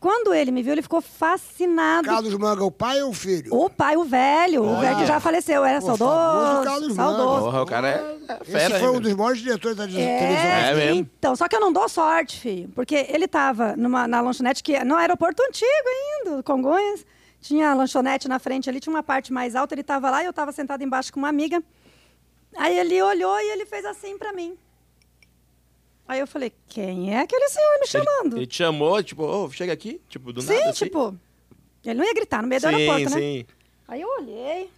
Speaker 3: Quando ele me viu, ele ficou fascinado.
Speaker 1: Carlos Manga, o pai ou o filho?
Speaker 3: um O pai, o velho, o velho que já faleceu, era
Speaker 1: Pô, famoso Carlos
Speaker 3: saudoso, saudoso.
Speaker 2: Porra, o cara é- é fera.
Speaker 1: Esse foi
Speaker 2: hein,
Speaker 1: um dos maiores diretores da televisão.
Speaker 3: É,
Speaker 2: É mesmo.
Speaker 3: então, só que eu não dou sorte, filho. Porque ele tava numa, na lanchonete, que no aeroporto antigo ainda, Congonhas. Tinha a lanchonete na frente ali, tinha uma parte mais alta, ele tava lá e eu tava sentada embaixo com uma amiga. Aí ele olhou e ele fez assim pra mim. Aí eu falei, quem é aquele senhor me
Speaker 2: Ele-
Speaker 3: chamando?
Speaker 2: Ele te chamou, tipo, ô, chega aqui, tipo, do
Speaker 3: sim,
Speaker 2: nada. assim.
Speaker 3: tipo, ele não ia gritar no meio do
Speaker 2: Sim,
Speaker 3: aeroporto, né?
Speaker 2: sim.
Speaker 3: Aí eu olhei.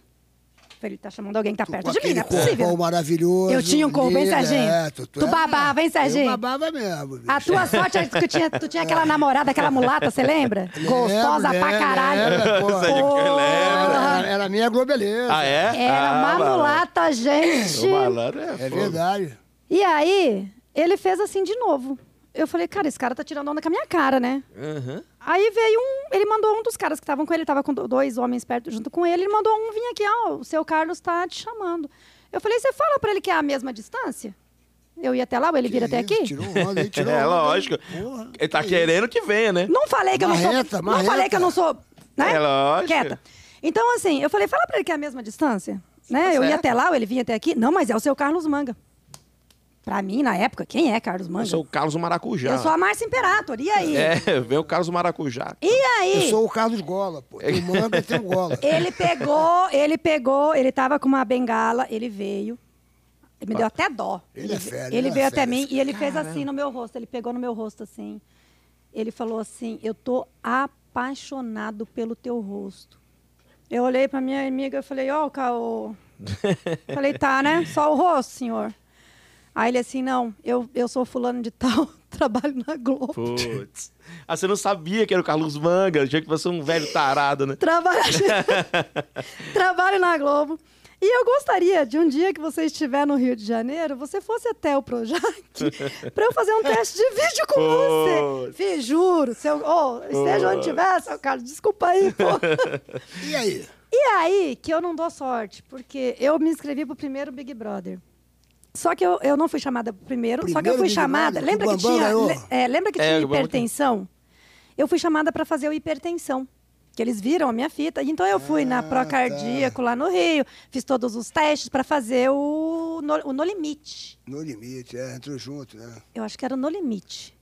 Speaker 3: Falei, ele tá chamando alguém que tá
Speaker 1: Com
Speaker 3: perto de mim,
Speaker 1: aquele
Speaker 3: não é
Speaker 1: corpão
Speaker 3: possível.
Speaker 1: maravilhoso.
Speaker 3: Eu tinha um corpo, hein,
Speaker 1: lindo,
Speaker 3: Serginho?
Speaker 1: é,
Speaker 3: Tu
Speaker 1: é-
Speaker 3: babava, hein, Serginho?
Speaker 1: Eu babava mesmo. bicho.
Speaker 3: A tua sorte é que tu tinha, tu tinha aquela namorada, aquela mulata, você lembra? Gostosa
Speaker 1: lembro,
Speaker 3: pra caralho.
Speaker 1: lembro, pô.
Speaker 2: Essa de-
Speaker 3: Porra.
Speaker 1: Era, era a minha globeleza.
Speaker 2: Ah, é?
Speaker 3: Era
Speaker 2: ah,
Speaker 3: uma
Speaker 2: malandro.
Speaker 3: mulata,
Speaker 2: O
Speaker 3: gente.
Speaker 2: malandro é,
Speaker 1: É
Speaker 2: fogo.
Speaker 1: verdade.
Speaker 3: E aí, ele fez assim de novo. Eu falei, cara, esse cara tá tirando onda com a minha cara, né?
Speaker 2: Aham.
Speaker 3: Aí veio um, ele mandou um dos caras que estavam com ele, tava com do- dois homens perto junto com ele, ele mandou um vir aqui, ó, o seu Carlos tá te chamando. Eu falei, você fala pra ele que é a mesma distância? Eu ia até lá, ou ele vira até
Speaker 1: Isso,
Speaker 3: aqui?
Speaker 1: Tirou onda, hein? Tirou
Speaker 2: É,
Speaker 1: onda, hein?
Speaker 2: lógico.
Speaker 1: Porra,
Speaker 2: Ele tá
Speaker 1: que
Speaker 2: querendo que venha, né?
Speaker 3: Não falei que eu não
Speaker 1: Marreta,
Speaker 3: sou.
Speaker 1: marreta.
Speaker 3: Não falei que eu não sou. Né?
Speaker 2: É lógico.
Speaker 3: Quieta. Então, assim, eu falei, fala pra ele que é a mesma distância. Né? eu ia
Speaker 2: Tá certo.
Speaker 3: até lá, ou ele vinha até aqui. Não, mas é o seu Carlos Manga. Pra mim, na época, quem é Carlos Manga?
Speaker 2: Eu sou o Carlos Maracujá.
Speaker 3: Eu sou a Márcia Imperator. E aí?
Speaker 2: É, vem o Carlos Maracujá.
Speaker 3: E aí?
Speaker 1: Eu sou o Carlos Gola, pô. Tem o manga e tem o Gola.
Speaker 3: Ele pegou, ele pegou, ele tava com uma bengala, ele veio. Ele me deu até dó.
Speaker 1: Ele é fera,
Speaker 3: Ele,
Speaker 1: ele é
Speaker 3: veio
Speaker 1: fera,
Speaker 3: até mim
Speaker 1: esse
Speaker 3: e ele fez assim no meu rosto, ele pegou no meu rosto assim. Ele falou assim: "Eu tô apaixonado pelo teu rosto". Eu olhei pra minha amiga e falei: "Ó, o Ca- o Falei, tá, né? Só o rosto, senhor. Aí ele assim, não, eu, eu sou fulano de tal, trabalho na Globo.
Speaker 2: Putz. Ah, você não sabia que era o Carlos Manga, achei que você é um velho tarado, né?
Speaker 3: Trabalho, trabalho na Globo. E eu gostaria de um dia que você estiver no Rio de Janeiro, você fosse até o Projac para eu fazer um teste de vídeo com
Speaker 2: Pô.
Speaker 3: você. Fih, juro, seu, oh, esteja onde estiver, seu Carlos, desculpa aí, pô.
Speaker 1: E aí?
Speaker 3: E é aí que eu não dou sorte, porque eu me inscrevi pro primeiro Big Brother. Só que eu, eu não fui chamada pro primeiro, só que eu
Speaker 1: Primeiro
Speaker 3: fui
Speaker 1: Big
Speaker 3: chamada.
Speaker 1: Brother?
Speaker 3: Lembra
Speaker 1: O
Speaker 3: que,
Speaker 1: Bambam
Speaker 3: tinha,
Speaker 1: ganhou?
Speaker 3: le- é, lembra que
Speaker 2: É,
Speaker 3: tinha
Speaker 2: o Bambam
Speaker 3: hipertensão? Eu fui chamada para fazer o hipertensão. Que eles viram a minha fita. Então eu fui na
Speaker 1: Ah,
Speaker 3: Procardíaco lá no Rio, fiz todos os testes para fazer o no, o no Limite.
Speaker 1: No limite, é, entrou junto, né?
Speaker 3: Eu acho que era o No Limite.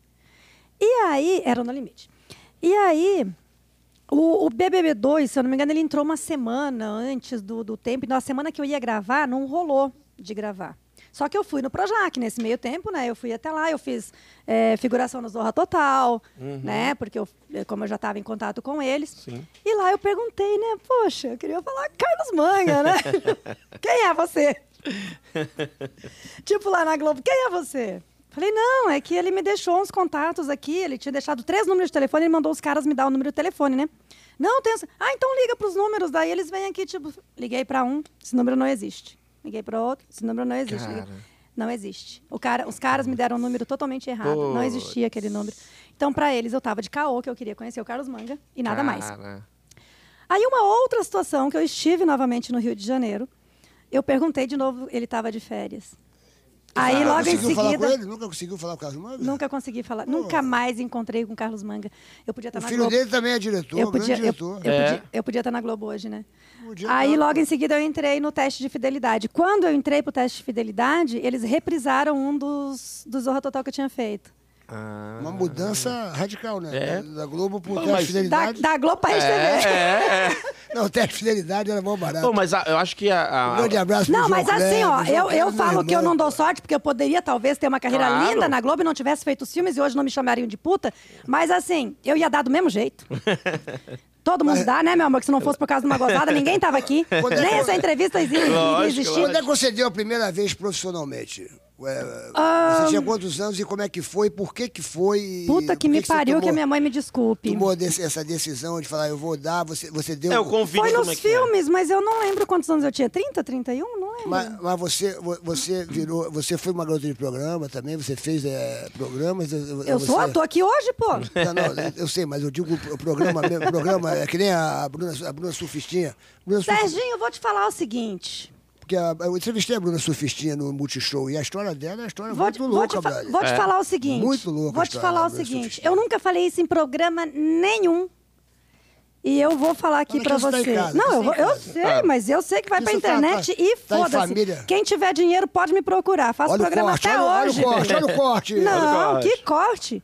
Speaker 3: E aí, era o No Limite. E aí, o, o BBB2, se eu não me engano, ele entrou uma semana antes do, do tempo. Então, a semana que eu ia gravar, não rolou de gravar. Só que eu fui no Projac nesse meio tempo, né? Eu fui até lá, eu fiz eh, figuração no Zorra Total, né? Porque, eu, eh, como eu já estava em contato com eles.
Speaker 2: Sim.
Speaker 3: E lá eu perguntei, né? Poxa, eu queria falar Carlos Manga, né? Quem é você? tipo lá na Globo, quem é você? Falei, não, é que ele me deixou uns contatos aqui, ele tinha deixado três números de telefone, ele mandou os caras me dar o número de telefone, né? Não, tem. essa- Ah, então liga pros números, daí eles vêm aqui, tipo, liguei pra um, esse número não existe. Liguei pra outro, esse número não existe.
Speaker 2: Cara.
Speaker 3: Liguei- Não existe. O cara, os caras me deram um número totalmente errado, não existia aquele número. Então, pra eles, eu tava de caô, que eu queria conhecer o Carlos Manga e nada mais.
Speaker 2: Cara.
Speaker 3: Aí uma outra situação que eu estive novamente no Rio de Janeiro, eu perguntei de novo, ele estava de férias. Aí
Speaker 2: Ah,
Speaker 3: logo em
Speaker 1: conseguiu falar com
Speaker 3: seguida,
Speaker 1: ele? Nunca conseguiu falar com o Carlos Manga?
Speaker 3: nunca consegui falar, nunca mais encontrei com o Carlos Manga. Eu podia estar
Speaker 1: O
Speaker 3: na
Speaker 1: filho
Speaker 3: Globo.
Speaker 1: dele também é diretor,
Speaker 3: tá eu
Speaker 1: grande
Speaker 3: podia, eu,
Speaker 1: diretor.
Speaker 3: eu
Speaker 2: É.
Speaker 3: podia, eu podia estar na Globo hoje, né?
Speaker 1: Podia
Speaker 3: Aí
Speaker 1: estar,
Speaker 3: logo
Speaker 1: pô.
Speaker 3: em seguida eu entrei no teste de fidelidade. Quando eu entrei pro teste de fidelidade, eles reprisaram um dos dos Zorra Total que eu tinha feito.
Speaker 2: Ah.
Speaker 1: Uma mudança radical, né?
Speaker 2: É.
Speaker 1: Da, da Globo pro
Speaker 2: Pô,
Speaker 1: teste
Speaker 2: mas-
Speaker 1: de
Speaker 3: Da,
Speaker 1: fidelidade.
Speaker 3: da Globo pra Rede
Speaker 2: É,
Speaker 3: TV.
Speaker 2: é, é.
Speaker 1: Não, o teste de fidelidade era bom barato.
Speaker 2: Pô, mas a- eu acho que a. a-
Speaker 1: Um grande abraço pro
Speaker 3: Não,
Speaker 1: João
Speaker 3: mas assim,
Speaker 1: Kleber,
Speaker 3: ó,
Speaker 1: João
Speaker 3: eu,
Speaker 1: Kleber,
Speaker 3: eu
Speaker 1: meu
Speaker 3: falo que eu
Speaker 1: irmão.
Speaker 3: não dou sorte, porque eu poderia talvez ter uma carreira
Speaker 2: Claro.
Speaker 3: linda na Globo e não tivesse feito os filmes e hoje não me chamariam de puta. Mas assim, eu ia dar do mesmo jeito. Todo mundo dá, né, meu amor? Que se não fosse por causa de uma gozada, ninguém tava aqui.
Speaker 1: Quando é que-
Speaker 3: Nem essa entrevista existe,
Speaker 2: Lógico,
Speaker 3: iria existir.
Speaker 1: Quando é que você deu a primeira vez profissionalmente? Ué, Você tinha quantos anos e como é que foi? Por que que foi?
Speaker 3: Ah, Puta que
Speaker 1: Por
Speaker 3: me
Speaker 1: você
Speaker 3: pariu, que
Speaker 1: tomou-
Speaker 3: a minha mãe me desculpe.
Speaker 1: Tomou desse- essa decisão de falar, eu vou dar, você, você deu...
Speaker 2: É o convite.
Speaker 3: Foi
Speaker 2: como
Speaker 3: nos
Speaker 2: é que é?
Speaker 3: filmes, mas eu não lembro quantos anos eu tinha. 30, 31? Não lembro.
Speaker 1: Mas, mas você, vo- você virou, você foi uma garota de programa também, você fez eh, programas...
Speaker 3: Eu sou
Speaker 1: você-
Speaker 3: ator aqui hoje, pô.
Speaker 1: Não, não, eu sei, mas eu digo o programa mesmo, programa, é que nem a Bruna, a Bruna Surfistinha. Bruna Surf-
Speaker 3: Serginho, eu vou te falar o seguinte.
Speaker 1: porque a- eu entrevistei a Bruna Surfistinha no Multishow e a história dela é uma história
Speaker 3: Vou, te-
Speaker 1: muito
Speaker 3: vou
Speaker 1: louca,
Speaker 3: te, fa-
Speaker 1: brother.
Speaker 3: vou te
Speaker 2: É.
Speaker 3: falar o seguinte.
Speaker 1: Muito louca
Speaker 3: Vou
Speaker 1: a
Speaker 3: te
Speaker 1: história
Speaker 3: falar
Speaker 1: da
Speaker 3: o
Speaker 1: Bruna
Speaker 3: seguinte.
Speaker 1: Surfista.
Speaker 3: Eu nunca falei isso em programa nenhum. E eu vou falar aqui
Speaker 1: Fala
Speaker 3: pra
Speaker 1: que você tá
Speaker 3: você.
Speaker 1: em casa,
Speaker 3: não,
Speaker 1: você
Speaker 3: eu,
Speaker 1: em
Speaker 3: vou- eu
Speaker 1: casa.
Speaker 3: sei,
Speaker 2: Ah.
Speaker 3: mas eu sei que vai
Speaker 1: Isso
Speaker 3: pra
Speaker 1: tá-
Speaker 3: internet
Speaker 1: tá-
Speaker 3: e
Speaker 1: tá em
Speaker 3: foda-se.
Speaker 1: família.
Speaker 3: Quem tiver dinheiro pode me procurar. Faço
Speaker 1: Olha o
Speaker 3: programa
Speaker 1: corte,
Speaker 3: até
Speaker 1: olha, olha
Speaker 3: hoje.
Speaker 1: o corte, olha o corte.
Speaker 3: Não,
Speaker 2: Olha o corte.
Speaker 3: que corte.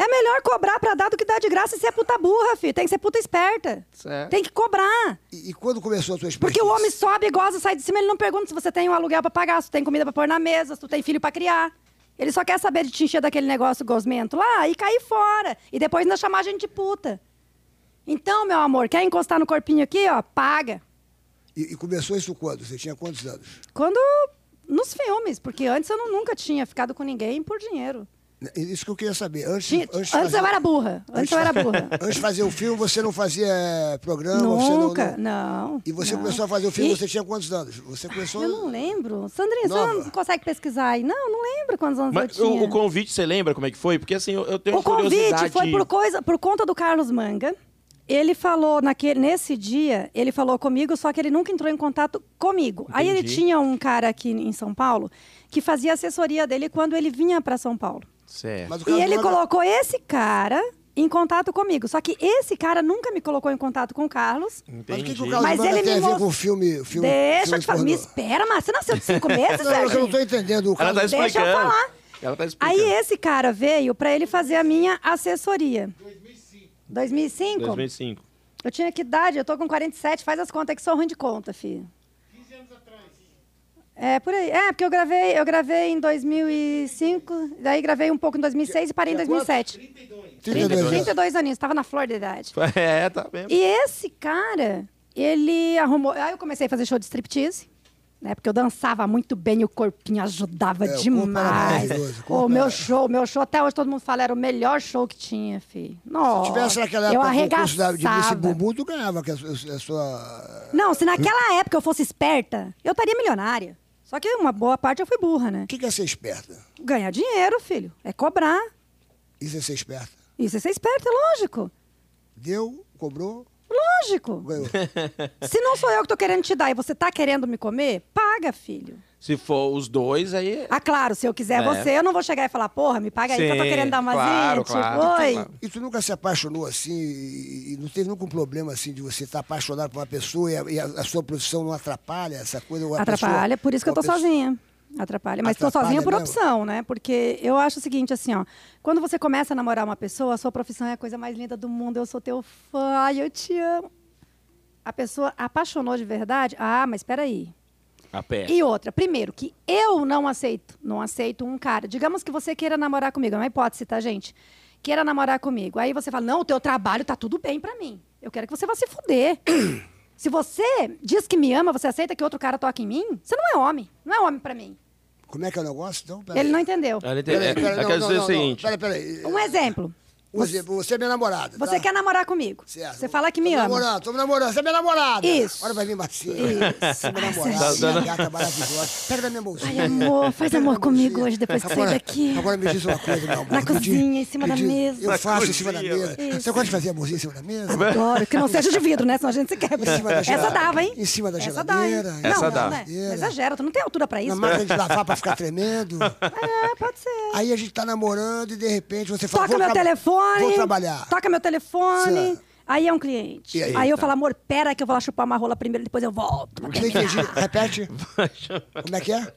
Speaker 3: É melhor cobrar pra dar do que dar de graça e ser puta burra, filho. Tem que ser puta esperta.
Speaker 2: Certo.
Speaker 3: Tem que cobrar.
Speaker 1: E, e quando começou a sua expertise?
Speaker 3: Porque o homem sobe, goza, sai de cima, ele não pergunta se você tem um aluguel pra pagar, se tem comida pra pôr na mesa, se tu tem filho pra criar. Ele só quer saber de te encher daquele negócio gosmento lá e cair fora. E depois ainda chamar a gente de puta. Então, meu amor, quer encostar no corpinho aqui, ó? Paga.
Speaker 1: E, e começou isso quando? Você tinha quantos anos?
Speaker 3: Quando. Nos filmes, porque antes eu não- nunca tinha ficado com ninguém por dinheiro.
Speaker 1: Né, Isso que eu queria saber. Antes,
Speaker 3: Tinha-
Speaker 1: antes
Speaker 3: antes
Speaker 1: de fazer-
Speaker 3: eu era burra. Antes eu era burra.
Speaker 1: Antes de fazer o filme, você não fazia eh, programa? você não-
Speaker 3: Nunca,
Speaker 1: não-
Speaker 3: não.
Speaker 1: E você
Speaker 3: não.
Speaker 1: começou a fazer o filme,
Speaker 3: E- Ah,
Speaker 1: você tinha quantos anos? Você começou...
Speaker 3: Eu não lembro. Sandrinha, você
Speaker 1: Nova.
Speaker 3: não consegue pesquisar aí? Não, não lembro quantos anos
Speaker 2: Mas
Speaker 3: eu
Speaker 2: o,
Speaker 3: tinha.
Speaker 2: o convite, você lembra como é que foi? Porque assim, eu, eu tenho
Speaker 3: O
Speaker 2: uma curiosidade.
Speaker 3: convite foi por, coisa, por conta do Carlos Manga. Ele falou, naquele, nesse dia, ele falou comigo, só que ele nunca entrou em contato comigo. Aí ele
Speaker 2: Entendi.
Speaker 3: tinha um cara aqui em São Paulo que fazia assessoria dele quando ele vinha para São Paulo.
Speaker 2: Certo.
Speaker 1: Mas o
Speaker 3: E
Speaker 1: Carlos
Speaker 3: ele
Speaker 1: Manga-
Speaker 3: colocou esse cara em contato comigo. Só que esse cara nunca me colocou em contato com o Carlos.
Speaker 1: Mas o que,
Speaker 2: Entendi.
Speaker 1: que o Carlos
Speaker 3: Mas
Speaker 1: Manga
Speaker 3: ele
Speaker 1: tem
Speaker 3: me
Speaker 1: a ver
Speaker 3: most-
Speaker 1: com o filme, filme
Speaker 3: Deixa eu
Speaker 1: filme
Speaker 3: te falar. Me
Speaker 1: pornô?
Speaker 3: espera, mas você nasceu de cinco meses,
Speaker 1: Não,
Speaker 2: é
Speaker 1: eu não
Speaker 3: Serginho?
Speaker 1: estou entendendo. O
Speaker 2: Ela
Speaker 1: Carlos...
Speaker 2: tá explicando.
Speaker 3: Deixa eu falar.
Speaker 2: Ela tá explicando.
Speaker 3: Aí esse cara veio para ele fazer a minha assessoria. 2005. 2005?
Speaker 2: 2005.
Speaker 3: Eu tinha que idade? Eu tô com 47, faz as contas que sou ruim de conta, filho. 15 anos atrás. É, por aí. É, porque eu gravei, eu gravei em 2005, daí gravei um pouco em 2006 e parei em 2007.
Speaker 1: 32 anos.
Speaker 3: 32 aninhos, estava na flor da idade.
Speaker 2: É, tá mesmo.
Speaker 3: E esse cara, ele arrumou... Aí eu comecei a fazer show de striptease. né? Porque eu dançava muito bem, o corpinho ajudava
Speaker 1: É, o corpo era
Speaker 3: demais.
Speaker 1: maravilhoso, o
Speaker 3: O,
Speaker 1: corpo
Speaker 3: meu
Speaker 1: era-
Speaker 3: show, meu show, até hoje todo mundo fala, era o melhor show que tinha, fi. Nossa,
Speaker 1: Se tivesse naquela
Speaker 3: eu
Speaker 1: época concurso da-
Speaker 3: arregaçava.
Speaker 1: de Miss Bumbum, tu ganhava que é a, su- a sua...
Speaker 3: Não, se naquela época eu fosse esperta, eu estaria milionária. Só que uma boa parte eu fui burra, né?
Speaker 1: O que que é ser esperta?
Speaker 3: Ganhar dinheiro, filho, é cobrar.
Speaker 1: Isso é ser esperta.
Speaker 3: Isso é ser esperta, é lógico.
Speaker 1: Deu, cobrou,
Speaker 3: Lógico.
Speaker 1: ganhou.
Speaker 3: Se não sou eu que tô querendo te dar e você tá querendo me comer, paga, filho.
Speaker 2: Se for os dois, aí.
Speaker 3: Ah, claro, se eu quiser
Speaker 2: É.
Speaker 3: você, eu não vou chegar e falar, porra, me paga aí que eu tô
Speaker 2: Sim,
Speaker 3: querendo dar uma
Speaker 2: claro,
Speaker 3: zite.
Speaker 2: claro,
Speaker 3: Oi.
Speaker 2: claro.
Speaker 1: E tu nunca se apaixonou assim, e, e não teve nunca um problema assim de você estar apaixonado por uma pessoa e a, e a- a sua profissão não atrapalha essa coisa? Ou a
Speaker 3: Atrapalha,
Speaker 1: pessoa-
Speaker 3: por isso que eu
Speaker 1: ou
Speaker 3: tô
Speaker 1: a pessoa-
Speaker 3: sozinha. Atrapalha. Mas tô
Speaker 1: Atrapalha
Speaker 3: sozinha por
Speaker 1: mesmo?
Speaker 3: opção, né? Porque eu acho o seguinte, assim, ó. Quando você começa a namorar uma pessoa, a sua profissão é a coisa mais linda do mundo. Eu sou teu fã, ai, eu te amo. A pessoa apaixonou de verdade? Ah, mas peraí.
Speaker 2: A pé.
Speaker 1: É.
Speaker 3: E outra, primeiro, que eu não aceito. Não aceito um cara. Digamos que você queira namorar comigo, é uma hipótese, tá, gente? Queira namorar comigo. Aí você fala: não, o teu trabalho tá tudo bem pra mim. Eu quero que você vá se fuder. se você diz que me ama, você aceita que outro cara toque em mim? Você não é homem. Não é homem pra mim.
Speaker 1: Como é que é o negócio? Então,
Speaker 3: Ele não entendeu.
Speaker 2: Ela entende-
Speaker 1: Peraí, peraí,
Speaker 2: ela
Speaker 1: não,
Speaker 2: quer
Speaker 1: não,
Speaker 2: é, dizer
Speaker 1: não,
Speaker 2: o seguinte.
Speaker 1: Peraí, peraí.
Speaker 3: Um exemplo.
Speaker 1: Um exemplo, Você é minha namorada.
Speaker 3: Você
Speaker 1: tá?
Speaker 3: quer namorar comigo.
Speaker 1: Certo.
Speaker 3: Você fala que me
Speaker 1: Tô
Speaker 3: ama.
Speaker 1: namorando, tô namorando, você é minha namorada.
Speaker 3: Isso.
Speaker 1: Olha pra mim, Marcinha.
Speaker 3: Isso.
Speaker 1: Você é minha
Speaker 3: Tá
Speaker 1: namorada, minha gata maravilhosa. Pega da minha bolsinha.
Speaker 3: Ai, amor, faz
Speaker 1: Pega da
Speaker 3: amor
Speaker 1: minha bolsinha.
Speaker 3: comigo hoje, depois que sair
Speaker 1: Agora-
Speaker 3: daqui.
Speaker 1: Agora me diz uma coisa, meu amor.
Speaker 3: Na
Speaker 1: Me diz-
Speaker 3: cozinha, em cima
Speaker 1: me
Speaker 3: da
Speaker 1: diz-
Speaker 3: mesa.
Speaker 1: Eu
Speaker 2: Na
Speaker 1: faço em cima da
Speaker 2: cozinha,
Speaker 1: mesa.
Speaker 3: velho.
Speaker 1: Você gosta de fazer amorzinho em cima da mesa?
Speaker 3: Adoro, que não seja de vidro, né? Senão a gente se quebra.
Speaker 1: Em cima da
Speaker 3: Essa
Speaker 1: geladeira.
Speaker 3: dava, hein?
Speaker 1: Em cima da
Speaker 3: Essa
Speaker 1: geladeira,
Speaker 3: Dá, hein?
Speaker 1: em
Speaker 2: cima
Speaker 3: não,
Speaker 2: da
Speaker 3: não, né?
Speaker 1: geladeira.
Speaker 3: Exagera, tu não tem altura pra
Speaker 1: Na
Speaker 3: isso.
Speaker 1: máquina de lavar pra ficar tremendo.
Speaker 3: É, pode ser.
Speaker 1: Aí a gente tá namorando e de repente você fala.
Speaker 3: Toca
Speaker 1: "Vou
Speaker 3: meu
Speaker 1: tra-
Speaker 3: telefone.
Speaker 1: Vou trabalhar.
Speaker 3: Toca meu telefone.
Speaker 1: Certo.
Speaker 3: Aí é um cliente.
Speaker 1: E aí,
Speaker 3: eu
Speaker 2: tá.
Speaker 3: falo, amor, pera que eu vou lá chupar uma rola primeiro, depois eu volto. pra
Speaker 1: Não entendi.
Speaker 3: terminar.
Speaker 1: Repete. Como é que é?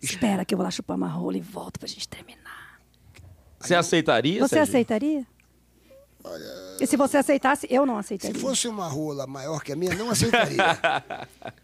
Speaker 3: Espera que eu vou lá chupar uma rola e volto pra gente terminar.
Speaker 2: Você aceitaria?
Speaker 3: Você
Speaker 2: Serginho?
Speaker 3: aceitaria? E se você aceitasse, eu não aceitaria.
Speaker 1: Se fosse uma rola maior que a minha, não aceitaria.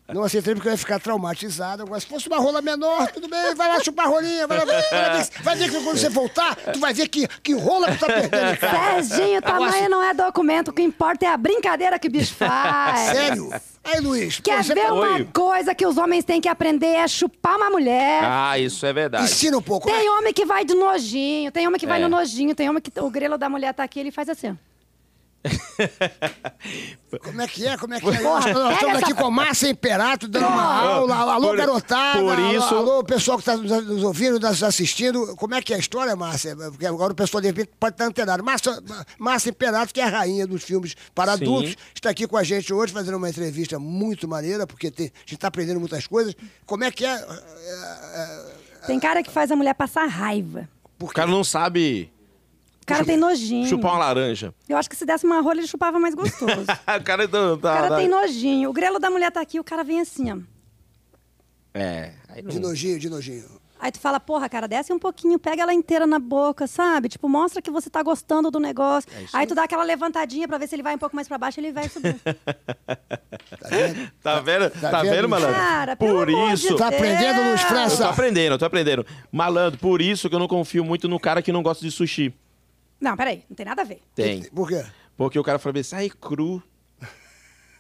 Speaker 1: Não aceitaria porque eu ia ficar traumatizado. Agora, se fosse uma rola menor, tudo bem, vai lá chupar a rolinha. Vai, lá, vai, ver, que- vai ver que quando você voltar, tu vai ver que, que rola que tu tá perdendo, cara.
Speaker 3: Serginho, tamanho não é documento. O que importa é a brincadeira que o bicho faz.
Speaker 1: Sério? Aí, Luiz,
Speaker 3: Quer
Speaker 1: pô, você
Speaker 3: ver é uma
Speaker 2: Oi.
Speaker 3: coisa que os homens têm que aprender é chupar uma mulher.
Speaker 2: Ah, isso é verdade.
Speaker 1: ensina um pouco. né?
Speaker 3: Tem homem que vai de nojinho, tem homem que vai
Speaker 2: É.
Speaker 3: no nojinho, tem homem que o grelo da mulher tá aqui, ele faz assim. ó.
Speaker 1: Como é que é? Como é que é?
Speaker 3: Porra,
Speaker 1: Nós nós
Speaker 3: pega
Speaker 1: estamos
Speaker 3: essa-
Speaker 1: aqui com a Márcia Imperato, dando uma aula. Alô,
Speaker 2: Por-
Speaker 1: garotada.
Speaker 2: por
Speaker 1: Alô,
Speaker 2: isso-
Speaker 1: Alô, pessoal que está nos nos ouvindo, tá nos assistindo. Como é que é a história, Márcia? Porque agora o pessoal de repente pode estar antenado. Márcia, Márcia Imperato, que é a rainha dos filmes para
Speaker 2: Sim.
Speaker 1: adultos, está aqui com a gente hoje, fazendo uma entrevista muito maneira, porque tem- a gente está aprendendo muitas coisas. Como é que é?
Speaker 3: Tem cara que faz a mulher passar raiva.
Speaker 2: O cara não sabe
Speaker 3: O cara tem nojinho.
Speaker 2: chupar uma laranja.
Speaker 3: Eu acho que se desse uma rola, ele chupava mais gostoso. O
Speaker 2: o cara não tá.
Speaker 3: cara
Speaker 2: tá-
Speaker 3: tem nojinho. O grelo da mulher tá aqui, o cara vem assim, ó.
Speaker 2: É. Aí não...
Speaker 1: De nojinho, de nojinho.
Speaker 3: Aí tu fala, porra, cara, desce um pouquinho, pega ela inteira na boca, sabe? Tipo, mostra que você tá gostando do negócio.
Speaker 2: É
Speaker 3: aí tu dá aquela levantadinha pra ver se ele vai um pouco mais pra baixo, ele vai subir.
Speaker 1: Tá vendo?
Speaker 2: Tá vendo? Tá,
Speaker 1: Tá
Speaker 2: vendo,
Speaker 1: vendo?
Speaker 2: malandro?
Speaker 3: Cara, pelo
Speaker 2: por
Speaker 3: amor de
Speaker 2: isso.
Speaker 3: Deus.
Speaker 1: Tá aprendendo, Luiz
Speaker 2: Eu tô
Speaker 1: França?
Speaker 2: aprendendo, eu tô aprendendo. Malandro, por isso que eu não confio muito no cara que não gosta de sushi.
Speaker 3: Não, peraí, não tem nada a ver.
Speaker 2: Tem.
Speaker 1: Por quê?
Speaker 2: Porque o cara fala bem, sai cru.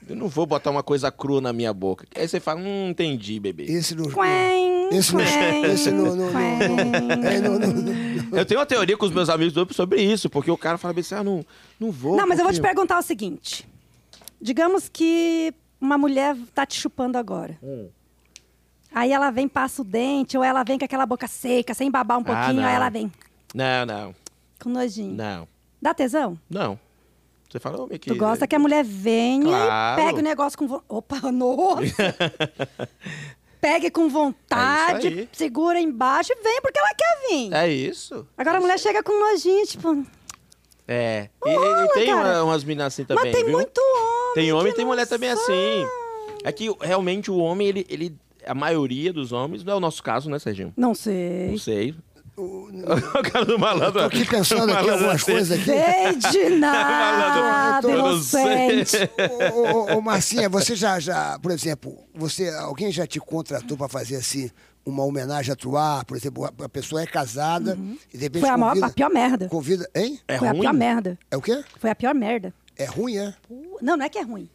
Speaker 2: Eu não vou botar uma coisa crua na minha boca. Aí você fala, hum, entendi, bebê.
Speaker 1: Esse não.
Speaker 3: Quen,
Speaker 1: Esse não. é-
Speaker 3: quen,
Speaker 1: Esse não. não-
Speaker 3: quen.
Speaker 1: não- é, não- não- não-
Speaker 2: Eu tenho uma teoria com os meus amigos do- sobre isso, porque o cara fala bem assim, ah, não, não vou.
Speaker 3: Não, mas eu vou te
Speaker 2: porque-
Speaker 3: perguntar o seguinte. Digamos que uma mulher tá te chupando agora. Aí ela vem, passa o dente, ou ela vem com aquela boca seca, sem babar um
Speaker 2: Ah,
Speaker 3: pouquinho,
Speaker 2: não.
Speaker 3: aí ela vem
Speaker 2: Não, não,
Speaker 3: com nojinho.
Speaker 2: não,
Speaker 3: Dá tesão?
Speaker 2: não. Você fala, ô, meu
Speaker 3: Tu gosta que a mulher venha
Speaker 2: Claro.
Speaker 3: e pegue o negócio com... vo- Opa, nossa! pegue com vontade,
Speaker 2: É isso aí.
Speaker 3: segura embaixo e vem porque ela quer vir.
Speaker 2: É isso.
Speaker 3: Agora a mulher chega com nojinho, tipo...
Speaker 2: É. E, e
Speaker 3: rola,
Speaker 2: tem uma-
Speaker 3: cara.
Speaker 2: umas meninas assim também,
Speaker 3: mas tem
Speaker 2: viu?
Speaker 3: muito homem
Speaker 2: Tem homem e
Speaker 3: que
Speaker 2: tem
Speaker 3: não
Speaker 2: mulher também
Speaker 3: sabe.
Speaker 2: assim. É que realmente o homem, ele, ele. A maioria dos homens, não é o nosso caso, né, Serginho?
Speaker 3: Não sei.
Speaker 2: Não sei. O cara do malandro.
Speaker 1: Tô aqui pensando
Speaker 2: do
Speaker 1: aqui
Speaker 2: malandro
Speaker 1: algumas
Speaker 2: assim.
Speaker 1: coisas aqui.
Speaker 3: Sei de nada,
Speaker 1: Malandro, eu
Speaker 2: tô-
Speaker 3: inocente.
Speaker 1: ô, ô, ô, Marcinha, você já, já, por exemplo, você, alguém já te contratou para fazer assim uma homenagem a Truá? Por exemplo, a, a pessoa é casada e de repente
Speaker 3: Uhum. Foi a, maior,
Speaker 1: convida,
Speaker 3: a pior merda.
Speaker 1: convida, hein?
Speaker 2: É
Speaker 3: Foi a
Speaker 2: ruim?
Speaker 3: pior merda.
Speaker 1: É o quê?
Speaker 3: Foi a pior merda.
Speaker 1: É ruim, é?
Speaker 3: Pô, Não, não é que é ruim.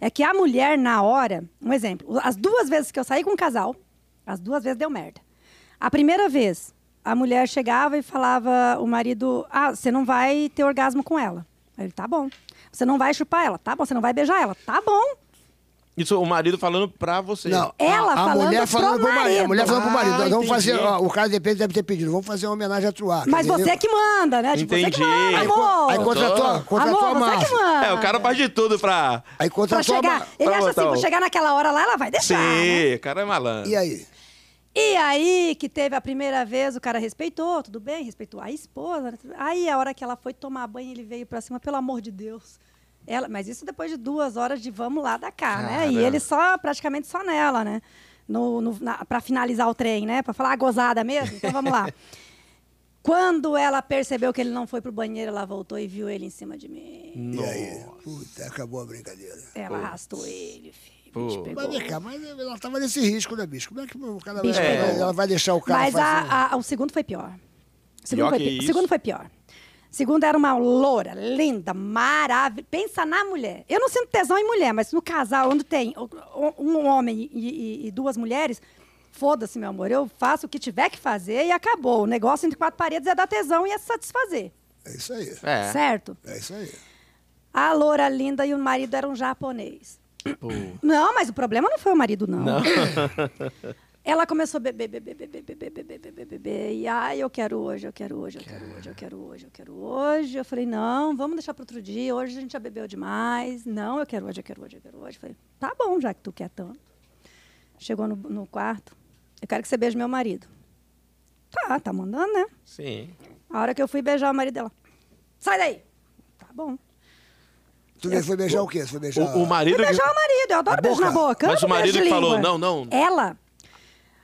Speaker 3: É que a mulher, na hora, um exemplo, as duas vezes que eu saí com um casal, as duas vezes deu merda. A primeira vez, a mulher chegava e falava, o marido, ah, você não vai ter orgasmo com ela. Aí ele, tá bom. Você não vai chupar ela, tá bom. Você não vai beijar ela, tá bom.
Speaker 2: Isso o marido falando pra você.
Speaker 1: Não, a,
Speaker 3: Ela
Speaker 1: a
Speaker 3: falando
Speaker 1: mulher
Speaker 3: pro
Speaker 1: falando pro marido.
Speaker 3: marido.
Speaker 1: A mulher falando pro marido.
Speaker 2: Ah,
Speaker 1: Nós vamos
Speaker 2: entendi.
Speaker 1: fazer, ó, o cara depende deve ter pedido. Vamos fazer uma homenagem a Truá.
Speaker 3: Mas você que manda, né? Tipo, você que
Speaker 2: Entendi.
Speaker 3: manda,
Speaker 2: Aí
Speaker 1: Aí, co-
Speaker 3: amor.
Speaker 1: aí contratou,
Speaker 2: Amor,
Speaker 1: contratou
Speaker 3: amor,
Speaker 1: a
Speaker 3: você que
Speaker 1: Márcia.
Speaker 3: manda.
Speaker 2: É, o cara faz de tudo pra.
Speaker 1: Aí
Speaker 3: Pra
Speaker 1: contratou a
Speaker 3: chegar,
Speaker 1: Márcia.
Speaker 3: ele
Speaker 2: pra
Speaker 3: acha
Speaker 2: botar
Speaker 3: assim, pra
Speaker 2: o-
Speaker 3: chegar naquela hora lá, ela vai
Speaker 2: tá Sim,
Speaker 3: deixar. né?
Speaker 2: o cara é malandro.
Speaker 1: E aí?
Speaker 3: E aí, que teve a primeira vez, o cara respeitou, tudo bem, respeitou a esposa. né? Aí, a hora que ela foi tomar banho, ele veio pra cima, pelo amor de Deus. Ela, mas isso depois de duas horas de vamos lá da cá, né? E
Speaker 2: Caramba.
Speaker 3: ele só, praticamente só nela, né? No, no, na- pra finalizar o trem, né? Pra falar, ah, gozada mesmo? Então vamos lá. Quando ela percebeu que ele não foi pro banheiro, ela voltou e viu ele em cima de mim.
Speaker 2: Hum.
Speaker 1: E aí? Puta, acabou a brincadeira.
Speaker 3: Ela arrastou ele, filho.
Speaker 2: Pô.
Speaker 3: bicho pegou.
Speaker 1: Mas vem cá, mas ela tava nesse risco, né, bicho? Como é que o cara vai,
Speaker 3: Bicho,
Speaker 2: é.
Speaker 1: ela vai deixar o cara
Speaker 3: Mas
Speaker 1: fazer?
Speaker 3: a- a- o segundo foi pior. O segundo,
Speaker 2: um- Pior
Speaker 3: foi,
Speaker 2: que
Speaker 3: pi- o
Speaker 2: isso?
Speaker 3: segundo foi pior. O segundo era uma loura, linda, maravilhosa. Pensa na mulher. Eu não sinto tesão em mulher, mas no casal, onde tem o- o- um homem e, e- e duas mulheres, foda-se, meu amor. Eu faço o que tiver que fazer e acabou. O negócio entre quatro paredes é dar tesão e é satisfazer.
Speaker 1: É isso aí.
Speaker 2: É.
Speaker 3: Certo?
Speaker 1: É isso aí.
Speaker 3: A loura linda e o marido eram japonês.
Speaker 2: Pô.
Speaker 3: Não, mas o problema não foi o marido, não. Ela começou a beber, beber, beber, beber, beber, beber, beber. E ai, eu quero hoje, eu quero hoje, eu quero hoje, eu quero hoje, eu quero hoje. Eu falei, não, vamos deixar para outro dia. Hoje a gente já bebeu demais. Não, eu quero hoje, eu quero hoje, eu quero hoje. Eu falei, tá bom, já que tu quer tanto. Chegou no, no quarto, eu quero que você beije meu marido. Tá, tá mandando, né?
Speaker 2: Sim.
Speaker 3: A hora que eu fui beijar o marido dela, sai daí! Tá bom.
Speaker 1: Tu foi beijar o quê? Você foi beijar...
Speaker 2: O, o
Speaker 3: Fui
Speaker 2: marido. que-
Speaker 3: beijar o marido, eu adoro beijo na boca.
Speaker 2: Mas
Speaker 3: amo
Speaker 2: o marido
Speaker 3: beijo de
Speaker 2: que falou,
Speaker 3: língua.
Speaker 2: não, não.
Speaker 3: Ela,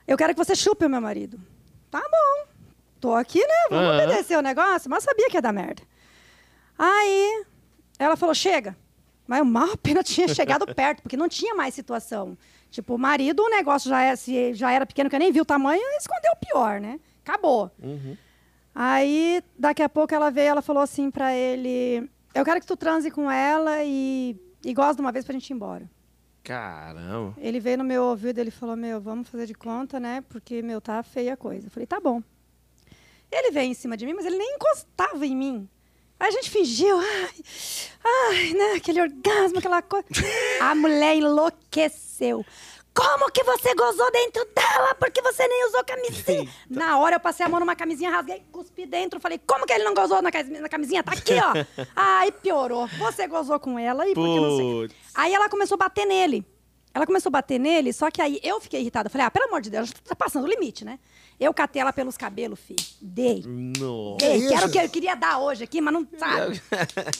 Speaker 3: eu quero que você chupe o meu marido. Tá bom, tô aqui, né? Vamos
Speaker 2: Aham.
Speaker 3: obedecer o negócio, mas sabia que ia dar merda. Aí, ela falou, chega. Mas eu mal apenas tinha chegado perto, porque não tinha mais situação. Tipo, o marido, o negócio já, é, se já era pequeno, que eu nem vi o tamanho, escondeu o pior, né? Acabou.
Speaker 2: Uhum.
Speaker 3: Aí, daqui a pouco, ela veio e ela falou assim pra ele: Eu quero que tu transe com ela e, e goze de uma vez pra gente ir embora.
Speaker 2: Caramba.
Speaker 3: Ele veio no meu ouvido ele falou: Meu, vamos fazer de conta, né? Porque, meu, tá feia a coisa. Eu falei: Tá bom. Ele veio em cima de mim, mas ele nem encostava em mim. Aí a gente fingiu, ai, ai, né? Aquele orgasmo, aquela coisa. A mulher enlouqueceu. Como que você gozou dentro dela? Porque você nem usou camisinha. Na hora eu passei a mão numa camisinha, rasguei, cuspi dentro. Falei, como que ele não gozou na camisinha? Na camisinha? Tá aqui, ó. Ai, piorou. Você gozou com ela e porque não sei. o quê.
Speaker 2: Putz.
Speaker 3: Aí ela começou a bater nele. Ela começou a bater nele, só que aí eu fiquei irritada. Falei, ah, pelo amor de Deus, tá passando o limite, né? Eu catei ela pelos cabelos, filho. Dei.
Speaker 2: Não.
Speaker 3: Ei,
Speaker 1: Que
Speaker 3: que era
Speaker 1: isso?
Speaker 3: o que eu queria dar hoje aqui, mas não sabe.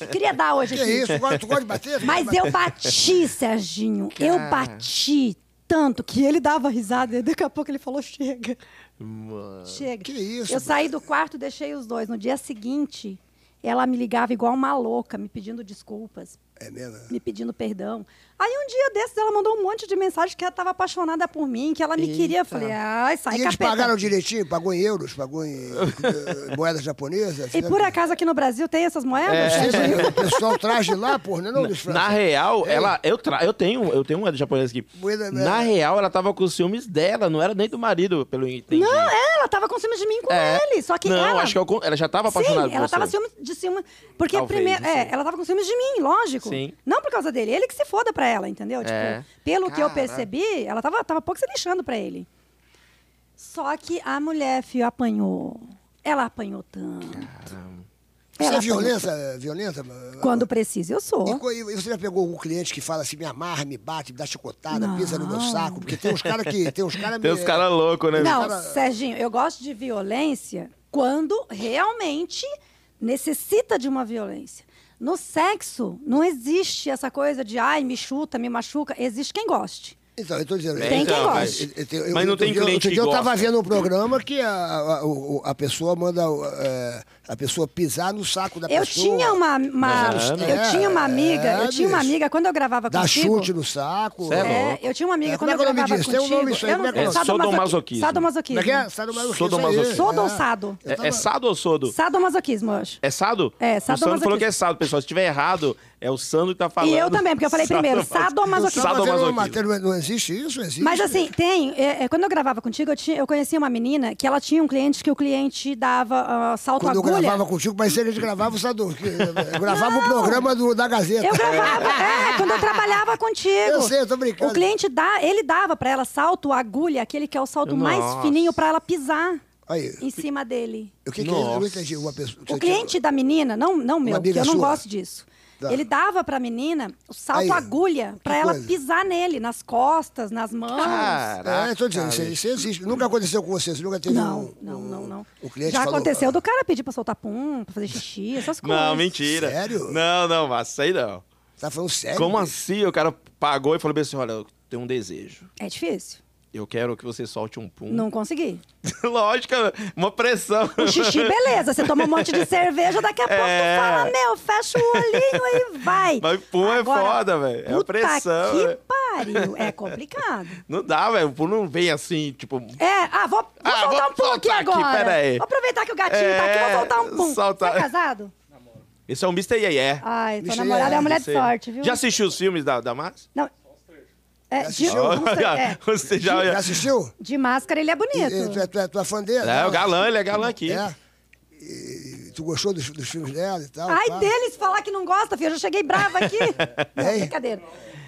Speaker 3: Eu queria dar hoje
Speaker 1: Que é
Speaker 3: aqui.
Speaker 1: isso? Tu gosta- Tu gosta de bater?
Speaker 3: Mas eu bati, Serginho. Eu bati tanto que ele dava risada e daqui a pouco ele falou: chega,
Speaker 2: Mano.
Speaker 3: chega.
Speaker 1: Que isso,
Speaker 3: Eu saí do quarto, deixei os dois. No dia seguinte, ela me ligava igual uma louca, me pedindo desculpas,
Speaker 1: É mesmo?
Speaker 3: me pedindo perdão. Aí um dia desses ela mandou um monte de mensagem que ela estava apaixonada por mim, que ela me queria. Eu Falei: ai, sai
Speaker 1: e eles
Speaker 3: capeta.
Speaker 1: pagaram direitinho? Pagou em euros? Pagou em eh, moeda japonesa?
Speaker 3: E por É. acaso aqui no Brasil tem essas moedas?
Speaker 2: É.
Speaker 1: Sim,
Speaker 3: Serginho?
Speaker 1: sim, O pessoal traz de lá, porra, não é não, Luiz França?
Speaker 2: Na real, ela. Eu, tra... eu tenho eu tenho uma japonesa aqui.
Speaker 1: Buena, né?
Speaker 2: Na real, ela tava com ciúmes dela, não era nem do marido, pelo entendi.
Speaker 3: Não, ela tava com ciúmes de mim com
Speaker 2: É.
Speaker 3: ele. Só que
Speaker 2: Não,
Speaker 3: ela.
Speaker 2: acho que é o con- ela já tava apaixonada
Speaker 3: Sim,
Speaker 2: por
Speaker 3: ela
Speaker 2: você.
Speaker 3: tava ciúmes de ciúme. Porque
Speaker 2: Talvez,
Speaker 3: primeiro.
Speaker 2: não sei.
Speaker 3: É, ela tava com ciúmes de mim, lógico.
Speaker 2: Sim.
Speaker 3: Não por causa dele. Ele que se foda pra ela, entendeu?
Speaker 2: É.
Speaker 3: Tipo, pelo que eu
Speaker 2: Caraca.
Speaker 3: percebi, ela tava, tava pouco se lixando pra ele. Só que a mulher, fio, apanhou. Ela apanhou tanto.
Speaker 2: Caramba.
Speaker 1: Você é
Speaker 3: Ela
Speaker 1: violenta? violenta?
Speaker 3: Quando precisa, eu sou.
Speaker 1: E co- E você já pegou algum cliente que fala assim, me amarra, me bate, me dá chicotada,
Speaker 3: Não.
Speaker 1: pisa no meu saco? Porque tem uns caras que... Tem uns caras...
Speaker 2: Tem uns caras loucos, né?
Speaker 3: Não,
Speaker 1: cara-
Speaker 3: Serginho, eu gosto de violência quando realmente necessita de uma violência. No sexo, não existe essa coisa de ai, me chuta, me machuca. Existe quem goste.
Speaker 1: Então, eu tô dizendo...
Speaker 2: Tem
Speaker 3: quem
Speaker 1: mas-
Speaker 2: goste.
Speaker 1: eu- eu- um
Speaker 2: Mas não
Speaker 1: outro
Speaker 2: tem
Speaker 1: dia-
Speaker 2: cliente
Speaker 1: Outro
Speaker 2: que
Speaker 1: dia eu tava
Speaker 2: gosta.
Speaker 1: vendo um programa que a, a, o- o- a pessoa manda... é, A pessoa pisar no saco da
Speaker 3: Eu
Speaker 1: pessoa.
Speaker 3: tinha uma, uma-
Speaker 2: Não,
Speaker 3: eu
Speaker 1: não.
Speaker 3: tinha uma
Speaker 1: É,
Speaker 3: amiga, eu tinha uma
Speaker 1: bicho.
Speaker 3: amiga quando eu gravava
Speaker 1: Dar
Speaker 3: contigo.
Speaker 1: chute no saco.
Speaker 2: Cê é louco.
Speaker 3: É, eu tinha uma amiga
Speaker 1: É,
Speaker 3: quando
Speaker 1: como é
Speaker 3: eu
Speaker 1: que é o nome
Speaker 3: gravava
Speaker 1: disso? Tem um
Speaker 3: contigo.
Speaker 1: nome isso aí,
Speaker 3: eu
Speaker 1: como é que é o
Speaker 3: não-
Speaker 1: nome?
Speaker 2: Sadomasoquismo.
Speaker 1: Como é que é?
Speaker 3: Sadomasoquismo.
Speaker 1: Sadomasoquismo.
Speaker 2: Sodomasoquismo.
Speaker 3: Sodo ou sado?
Speaker 1: Eu
Speaker 2: É,
Speaker 1: tava-
Speaker 2: é sado ou sodo?
Speaker 3: Sadomasoquismo, eu acho.
Speaker 2: É sado?
Speaker 3: É,
Speaker 2: O Sandro falou
Speaker 3: sadomasoquismo.
Speaker 2: que é sado, pessoal. Se tiver errado, é o Sandro que tá falando.
Speaker 3: E eu também, porque eu falei primeiro, sadomasoquismo.
Speaker 1: Tá fazendo uma
Speaker 2: Sadomasoquismo.
Speaker 1: matéria, Não existe isso? Existe.
Speaker 3: Mas assim, tem. é, é, quando eu gravava contigo, eu, tinha, eu conhecia uma menina que ela tinha um cliente que o cliente dava ah, salto
Speaker 1: Quando eu
Speaker 3: agulha.
Speaker 1: gravava contigo, parecia que a gente gravava o Sadu. que- eu Gravava o programa do, da Gazeta.
Speaker 3: Eu gravava, é, quando eu trabalhava contigo.
Speaker 1: Eu sei, eu tô brincando.
Speaker 3: O cliente dá, ele dava pra ela salto, agulha, aquele que é o salto
Speaker 2: Nossa.
Speaker 3: mais fininho pra ela pisar
Speaker 1: Aí,
Speaker 3: em cima dele.
Speaker 1: o que que é isso? Eu não
Speaker 2: Nossa.
Speaker 1: entendi uma pessoa.
Speaker 3: O cliente da menina, não, não meu, porque
Speaker 1: amiga
Speaker 3: eu não
Speaker 1: sua.
Speaker 3: gosto disso.
Speaker 1: Tá.
Speaker 3: Ele dava pra menina o salto
Speaker 1: Aí,
Speaker 3: agulha pra ela
Speaker 1: coisa.
Speaker 3: pisar nele, nas costas, nas mãos.
Speaker 2: Caraca,
Speaker 1: É, tô dizendo, isso,
Speaker 2: velho.
Speaker 1: isso existe. Nunca aconteceu com você, você nunca teve
Speaker 3: Não,
Speaker 1: um-
Speaker 3: não, não, não.
Speaker 1: O cliente
Speaker 3: Já
Speaker 1: falou,
Speaker 3: aconteceu
Speaker 1: ah.
Speaker 3: do cara pedir pra soltar pum, pra fazer xixi, essas coisas.
Speaker 2: Não, mentira.
Speaker 1: assim? Sério?
Speaker 2: Não, não, mas isso aí não.
Speaker 1: Tá falando sério?
Speaker 2: Como
Speaker 1: bicho?
Speaker 2: assim? O cara pagou e falou bem assim: olha, eu tenho um desejo.
Speaker 3: É difícil.
Speaker 2: Eu quero que você solte um pum.
Speaker 3: Não consegui.
Speaker 2: Lógica, uma pressão.
Speaker 3: O xixi, beleza. Você toma um monte de cerveja, daqui a pouco
Speaker 2: É.
Speaker 3: tu fala, meu, fecha o olhinho e vai.
Speaker 2: Mas pum é foda, velho. É a
Speaker 3: puta
Speaker 2: pressão,
Speaker 3: que
Speaker 2: velho.
Speaker 3: pariu. É complicado.
Speaker 2: Não dá, velho. O pum não vem assim, tipo.
Speaker 3: É, ah, vou, vou
Speaker 2: Ah,
Speaker 3: soltar
Speaker 2: vou
Speaker 3: um pum aqui
Speaker 2: soltar aqui,
Speaker 3: agora.
Speaker 2: peraí.
Speaker 3: Vou aproveitar que o gatinho tá
Speaker 2: É,
Speaker 3: aqui, vou soltar um pum.
Speaker 2: solta-
Speaker 3: Você é casado?
Speaker 2: Esse é o Mr. Yeye.
Speaker 3: Ai, tua
Speaker 1: Isso aí
Speaker 3: namorada
Speaker 1: é-
Speaker 3: é uma mulher
Speaker 2: Esse
Speaker 3: de
Speaker 2: aí.
Speaker 3: sorte, viu?
Speaker 2: Já assistiu os filmes da, da Márcia?
Speaker 3: Não. É, de,
Speaker 1: assistiu?
Speaker 3: de- é,
Speaker 2: Você já.
Speaker 1: Já assistiu?
Speaker 3: de máscara ele é bonito.
Speaker 1: E- e- Tu é, tu é, tu é fã dele?
Speaker 2: É,
Speaker 1: né?
Speaker 2: o galã, ele é galã aqui.
Speaker 1: É. E- e tu gostou dos, dos filmes dela e tal?
Speaker 3: Ai,
Speaker 1: pá?
Speaker 3: deles falar que não gosta, filho. Eu já cheguei brava aqui. Não,
Speaker 1: Ei.
Speaker 3: brincadeira.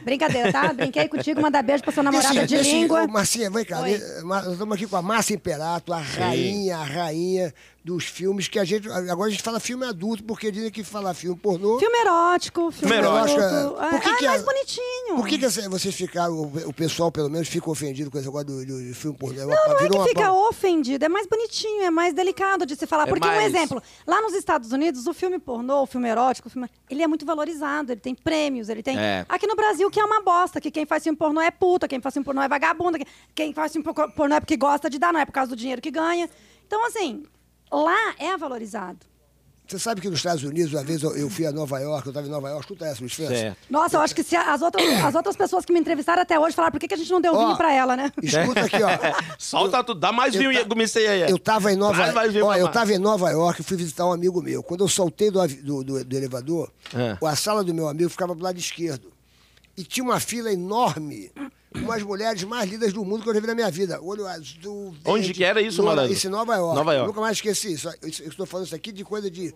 Speaker 3: Brincadeira, tá? Brinquei contigo, mandar beijo pra sua namorada
Speaker 1: Esse-
Speaker 3: de
Speaker 1: esse-
Speaker 3: língua.
Speaker 1: assim, ô, Marcinha, vem cá.
Speaker 3: Oi.
Speaker 1: eh, Ma- Nós estamos aqui com a Márcia Imperato, a rainha, a rainha dos filmes que a gente. Agora a gente fala filme adulto, porque dizem que falar filme pornô.
Speaker 3: Filme erótico, filme
Speaker 2: Filme erótico,
Speaker 3: erótico.
Speaker 1: é.
Speaker 3: Ah,
Speaker 1: Por que
Speaker 3: ah,
Speaker 1: que
Speaker 3: é
Speaker 1: é-
Speaker 3: mais bonitinho.
Speaker 1: Por que, é que essa- vocês ficaram, o o pessoal pelo menos, fica ofendido com esse negócio do, do- do filme pornô?
Speaker 2: Tá
Speaker 3: Não, não é que fica ofendido, é mais bonitinho, é mais delicado de se falar.
Speaker 2: É
Speaker 3: Porque, um
Speaker 2: mais-
Speaker 3: exemplo, lá nos Estados Unidos, o filme pornô, o filme erótico, o filme- ele é muito valorizado, ele tem prêmios, ele tem.
Speaker 2: É.
Speaker 3: Aqui no Brasil, que é uma bosta, que quem faz filme pornô é puta, quem faz filme pornô é vagabunda, que- quem faz filme porco- pornô é porque gosta de dar, não é por causa do dinheiro que ganha. Então, assim, lá é valorizado.
Speaker 1: Você sabe que nos Estados Unidos, uma vez eu, eu fui a Nova York, eu estava em Nova York, escuta essa, Luiz França.
Speaker 2: Certo.
Speaker 3: Nossa, eu acho que se a- as outras, as outras pessoas que me entrevistaram até hoje falaram por que, que a gente não deu
Speaker 1: Ó,
Speaker 3: vinho pra ela, né?
Speaker 1: Escuta aqui, ó.
Speaker 2: Solta tudo, dá mais vinho, tá... Mr. Yeye.
Speaker 1: Eu estava em Nova
Speaker 2: Traz mais
Speaker 1: York.
Speaker 2: vinho pra
Speaker 1: eu
Speaker 2: Márcia.
Speaker 1: tava em Nova York e fui visitar um amigo meu. Quando eu soltei do, avi- do, do- do elevador,
Speaker 2: É.
Speaker 1: a sala do meu amigo ficava do lado esquerdo. E tinha uma fila enorme. Umas mulheres mais lindas do mundo que eu já vi na minha vida. Olho azul.
Speaker 2: Onde
Speaker 1: verde,
Speaker 2: que era isso,
Speaker 1: loura.
Speaker 2: malandro?
Speaker 1: Isso em Nova York.
Speaker 2: Nova York.
Speaker 1: Nunca mais esqueci isso. Isso- Eu estou falando isso aqui de coisa de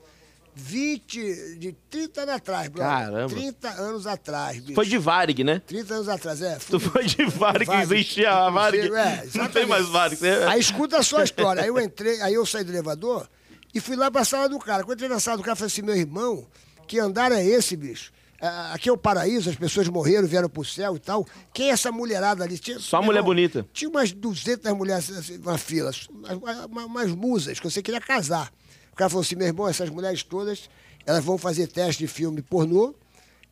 Speaker 1: 20, de 30 anos atrás, brother.
Speaker 2: Caramba.
Speaker 1: 30 anos atrás, bicho.
Speaker 2: Foi de Varig, né?
Speaker 1: 30 anos atrás, é.
Speaker 2: Tu foi de Varig, existia a Varig. não tem mais né? é- Varig. você-
Speaker 1: Aí escuta só a história. Aí eu entrei, aí eu saí do elevador e fui lá pra sala do cara. Quando eu entrei na sala do cara, eu falei assim, meu irmão, que andar é esse, bicho? Ah, Aqui é o paraíso, as pessoas morreram, vieram pro céu e tal. Quem é essa mulherada ali? Tinha,
Speaker 2: Só
Speaker 1: meu
Speaker 2: mulher bonita.
Speaker 1: Tinha umas 200 mulheres assim, na fila, umas, umas- umas musas que você queria casar. O cara falou assim, meu irmão, essas mulheres todas, elas vão fazer teste de filme pornô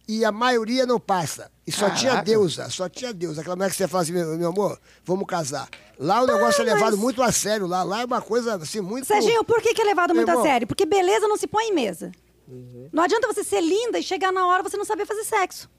Speaker 1: e a maioria não passa. E só tinha
Speaker 2: Caraca.
Speaker 1: deusa, é, só tinha deusa. Aquela mulher que você fala assim, meu, meu amor, vamos casar. Lá o negócio é levado muito a sério. Lá, lá é uma coisa assim, muito...
Speaker 3: Serginho, por que, que é levado muito
Speaker 1: Irmão. Uhum.
Speaker 3: a sério? Porque beleza não se põe em mesa. Não adianta você ser linda e chegar na hora você não saber fazer sexo.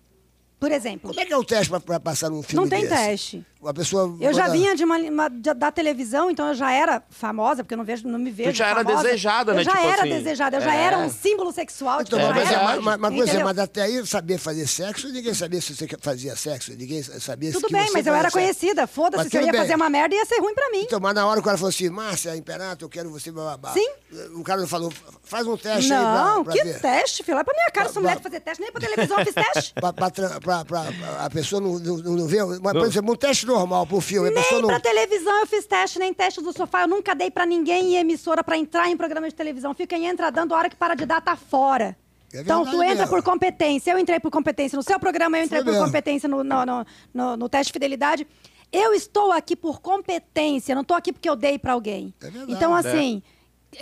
Speaker 3: Por exemplo.
Speaker 1: Como é que é o teste pra, pra passar num filme
Speaker 3: Não tem
Speaker 1: desse?
Speaker 3: teste.
Speaker 1: Uma pessoa...
Speaker 3: Eu já
Speaker 1: manda-
Speaker 3: vinha de uma, uma- de- da televisão, então eu já era famosa, porque eu não, vejo, não me vejo.
Speaker 2: já era
Speaker 3: famosa.
Speaker 2: desejada, né?
Speaker 3: Eu já
Speaker 2: Tipo
Speaker 3: era
Speaker 2: assim,
Speaker 3: desejada, eu já
Speaker 2: é.
Speaker 3: era um símbolo sexual.
Speaker 1: Então,
Speaker 3: tipo,
Speaker 2: É
Speaker 3: eu já
Speaker 1: mas,
Speaker 3: era,
Speaker 1: mas, mas, mas, pois é,
Speaker 3: entendeu?
Speaker 1: mas até aí saber fazer sexo, ninguém sabia se você fazia sexo, ninguém sabia se
Speaker 3: Tudo
Speaker 1: que
Speaker 3: bem,
Speaker 1: assim, você
Speaker 3: mas eu
Speaker 1: fazia
Speaker 3: era
Speaker 1: sexo.
Speaker 3: conhecida. Foda-se,
Speaker 1: Mas
Speaker 3: se eu
Speaker 1: tudo
Speaker 3: ia
Speaker 1: bem.
Speaker 3: fazer uma merda, ia ser ruim pra mim.
Speaker 1: Então, mas na hora o cara falou assim, Márcia, Imperato, eu quero você bababá.
Speaker 3: Sim.
Speaker 1: O cara não falou, faz um teste aí pra,
Speaker 3: não,
Speaker 1: pra
Speaker 3: que
Speaker 1: ver. Tá,
Speaker 3: teste, filho. Olha pra minha cara, eu sou
Speaker 1: Ba-
Speaker 3: mulher de fazer teste, nem pra televisão eu fiz teste.
Speaker 1: Pra, pra tra- pra- pra- pra- a pessoa não, não, não vê. Mas, por exemplo, um teste normal pro filme. A pessoa
Speaker 3: Nem
Speaker 1: não.
Speaker 3: pra televisão eu fiz teste, nem teste do sofá. Eu nunca dei pra ninguém em emissora pra entrar em programa de televisão. Fica quem entra dando, a hora que para de dar, tá fora.
Speaker 1: É
Speaker 3: então,
Speaker 1: verdade
Speaker 3: tu entra
Speaker 1: mesmo.
Speaker 3: por competência. Eu entrei por competência no seu programa, eu entrei
Speaker 1: Foi
Speaker 3: por
Speaker 1: mesmo.
Speaker 3: competência no, no, no, no- no teste de fidelidade. Eu estou aqui por competência, não estou aqui porque eu dei pra alguém.
Speaker 1: É verdade.
Speaker 3: então, assim,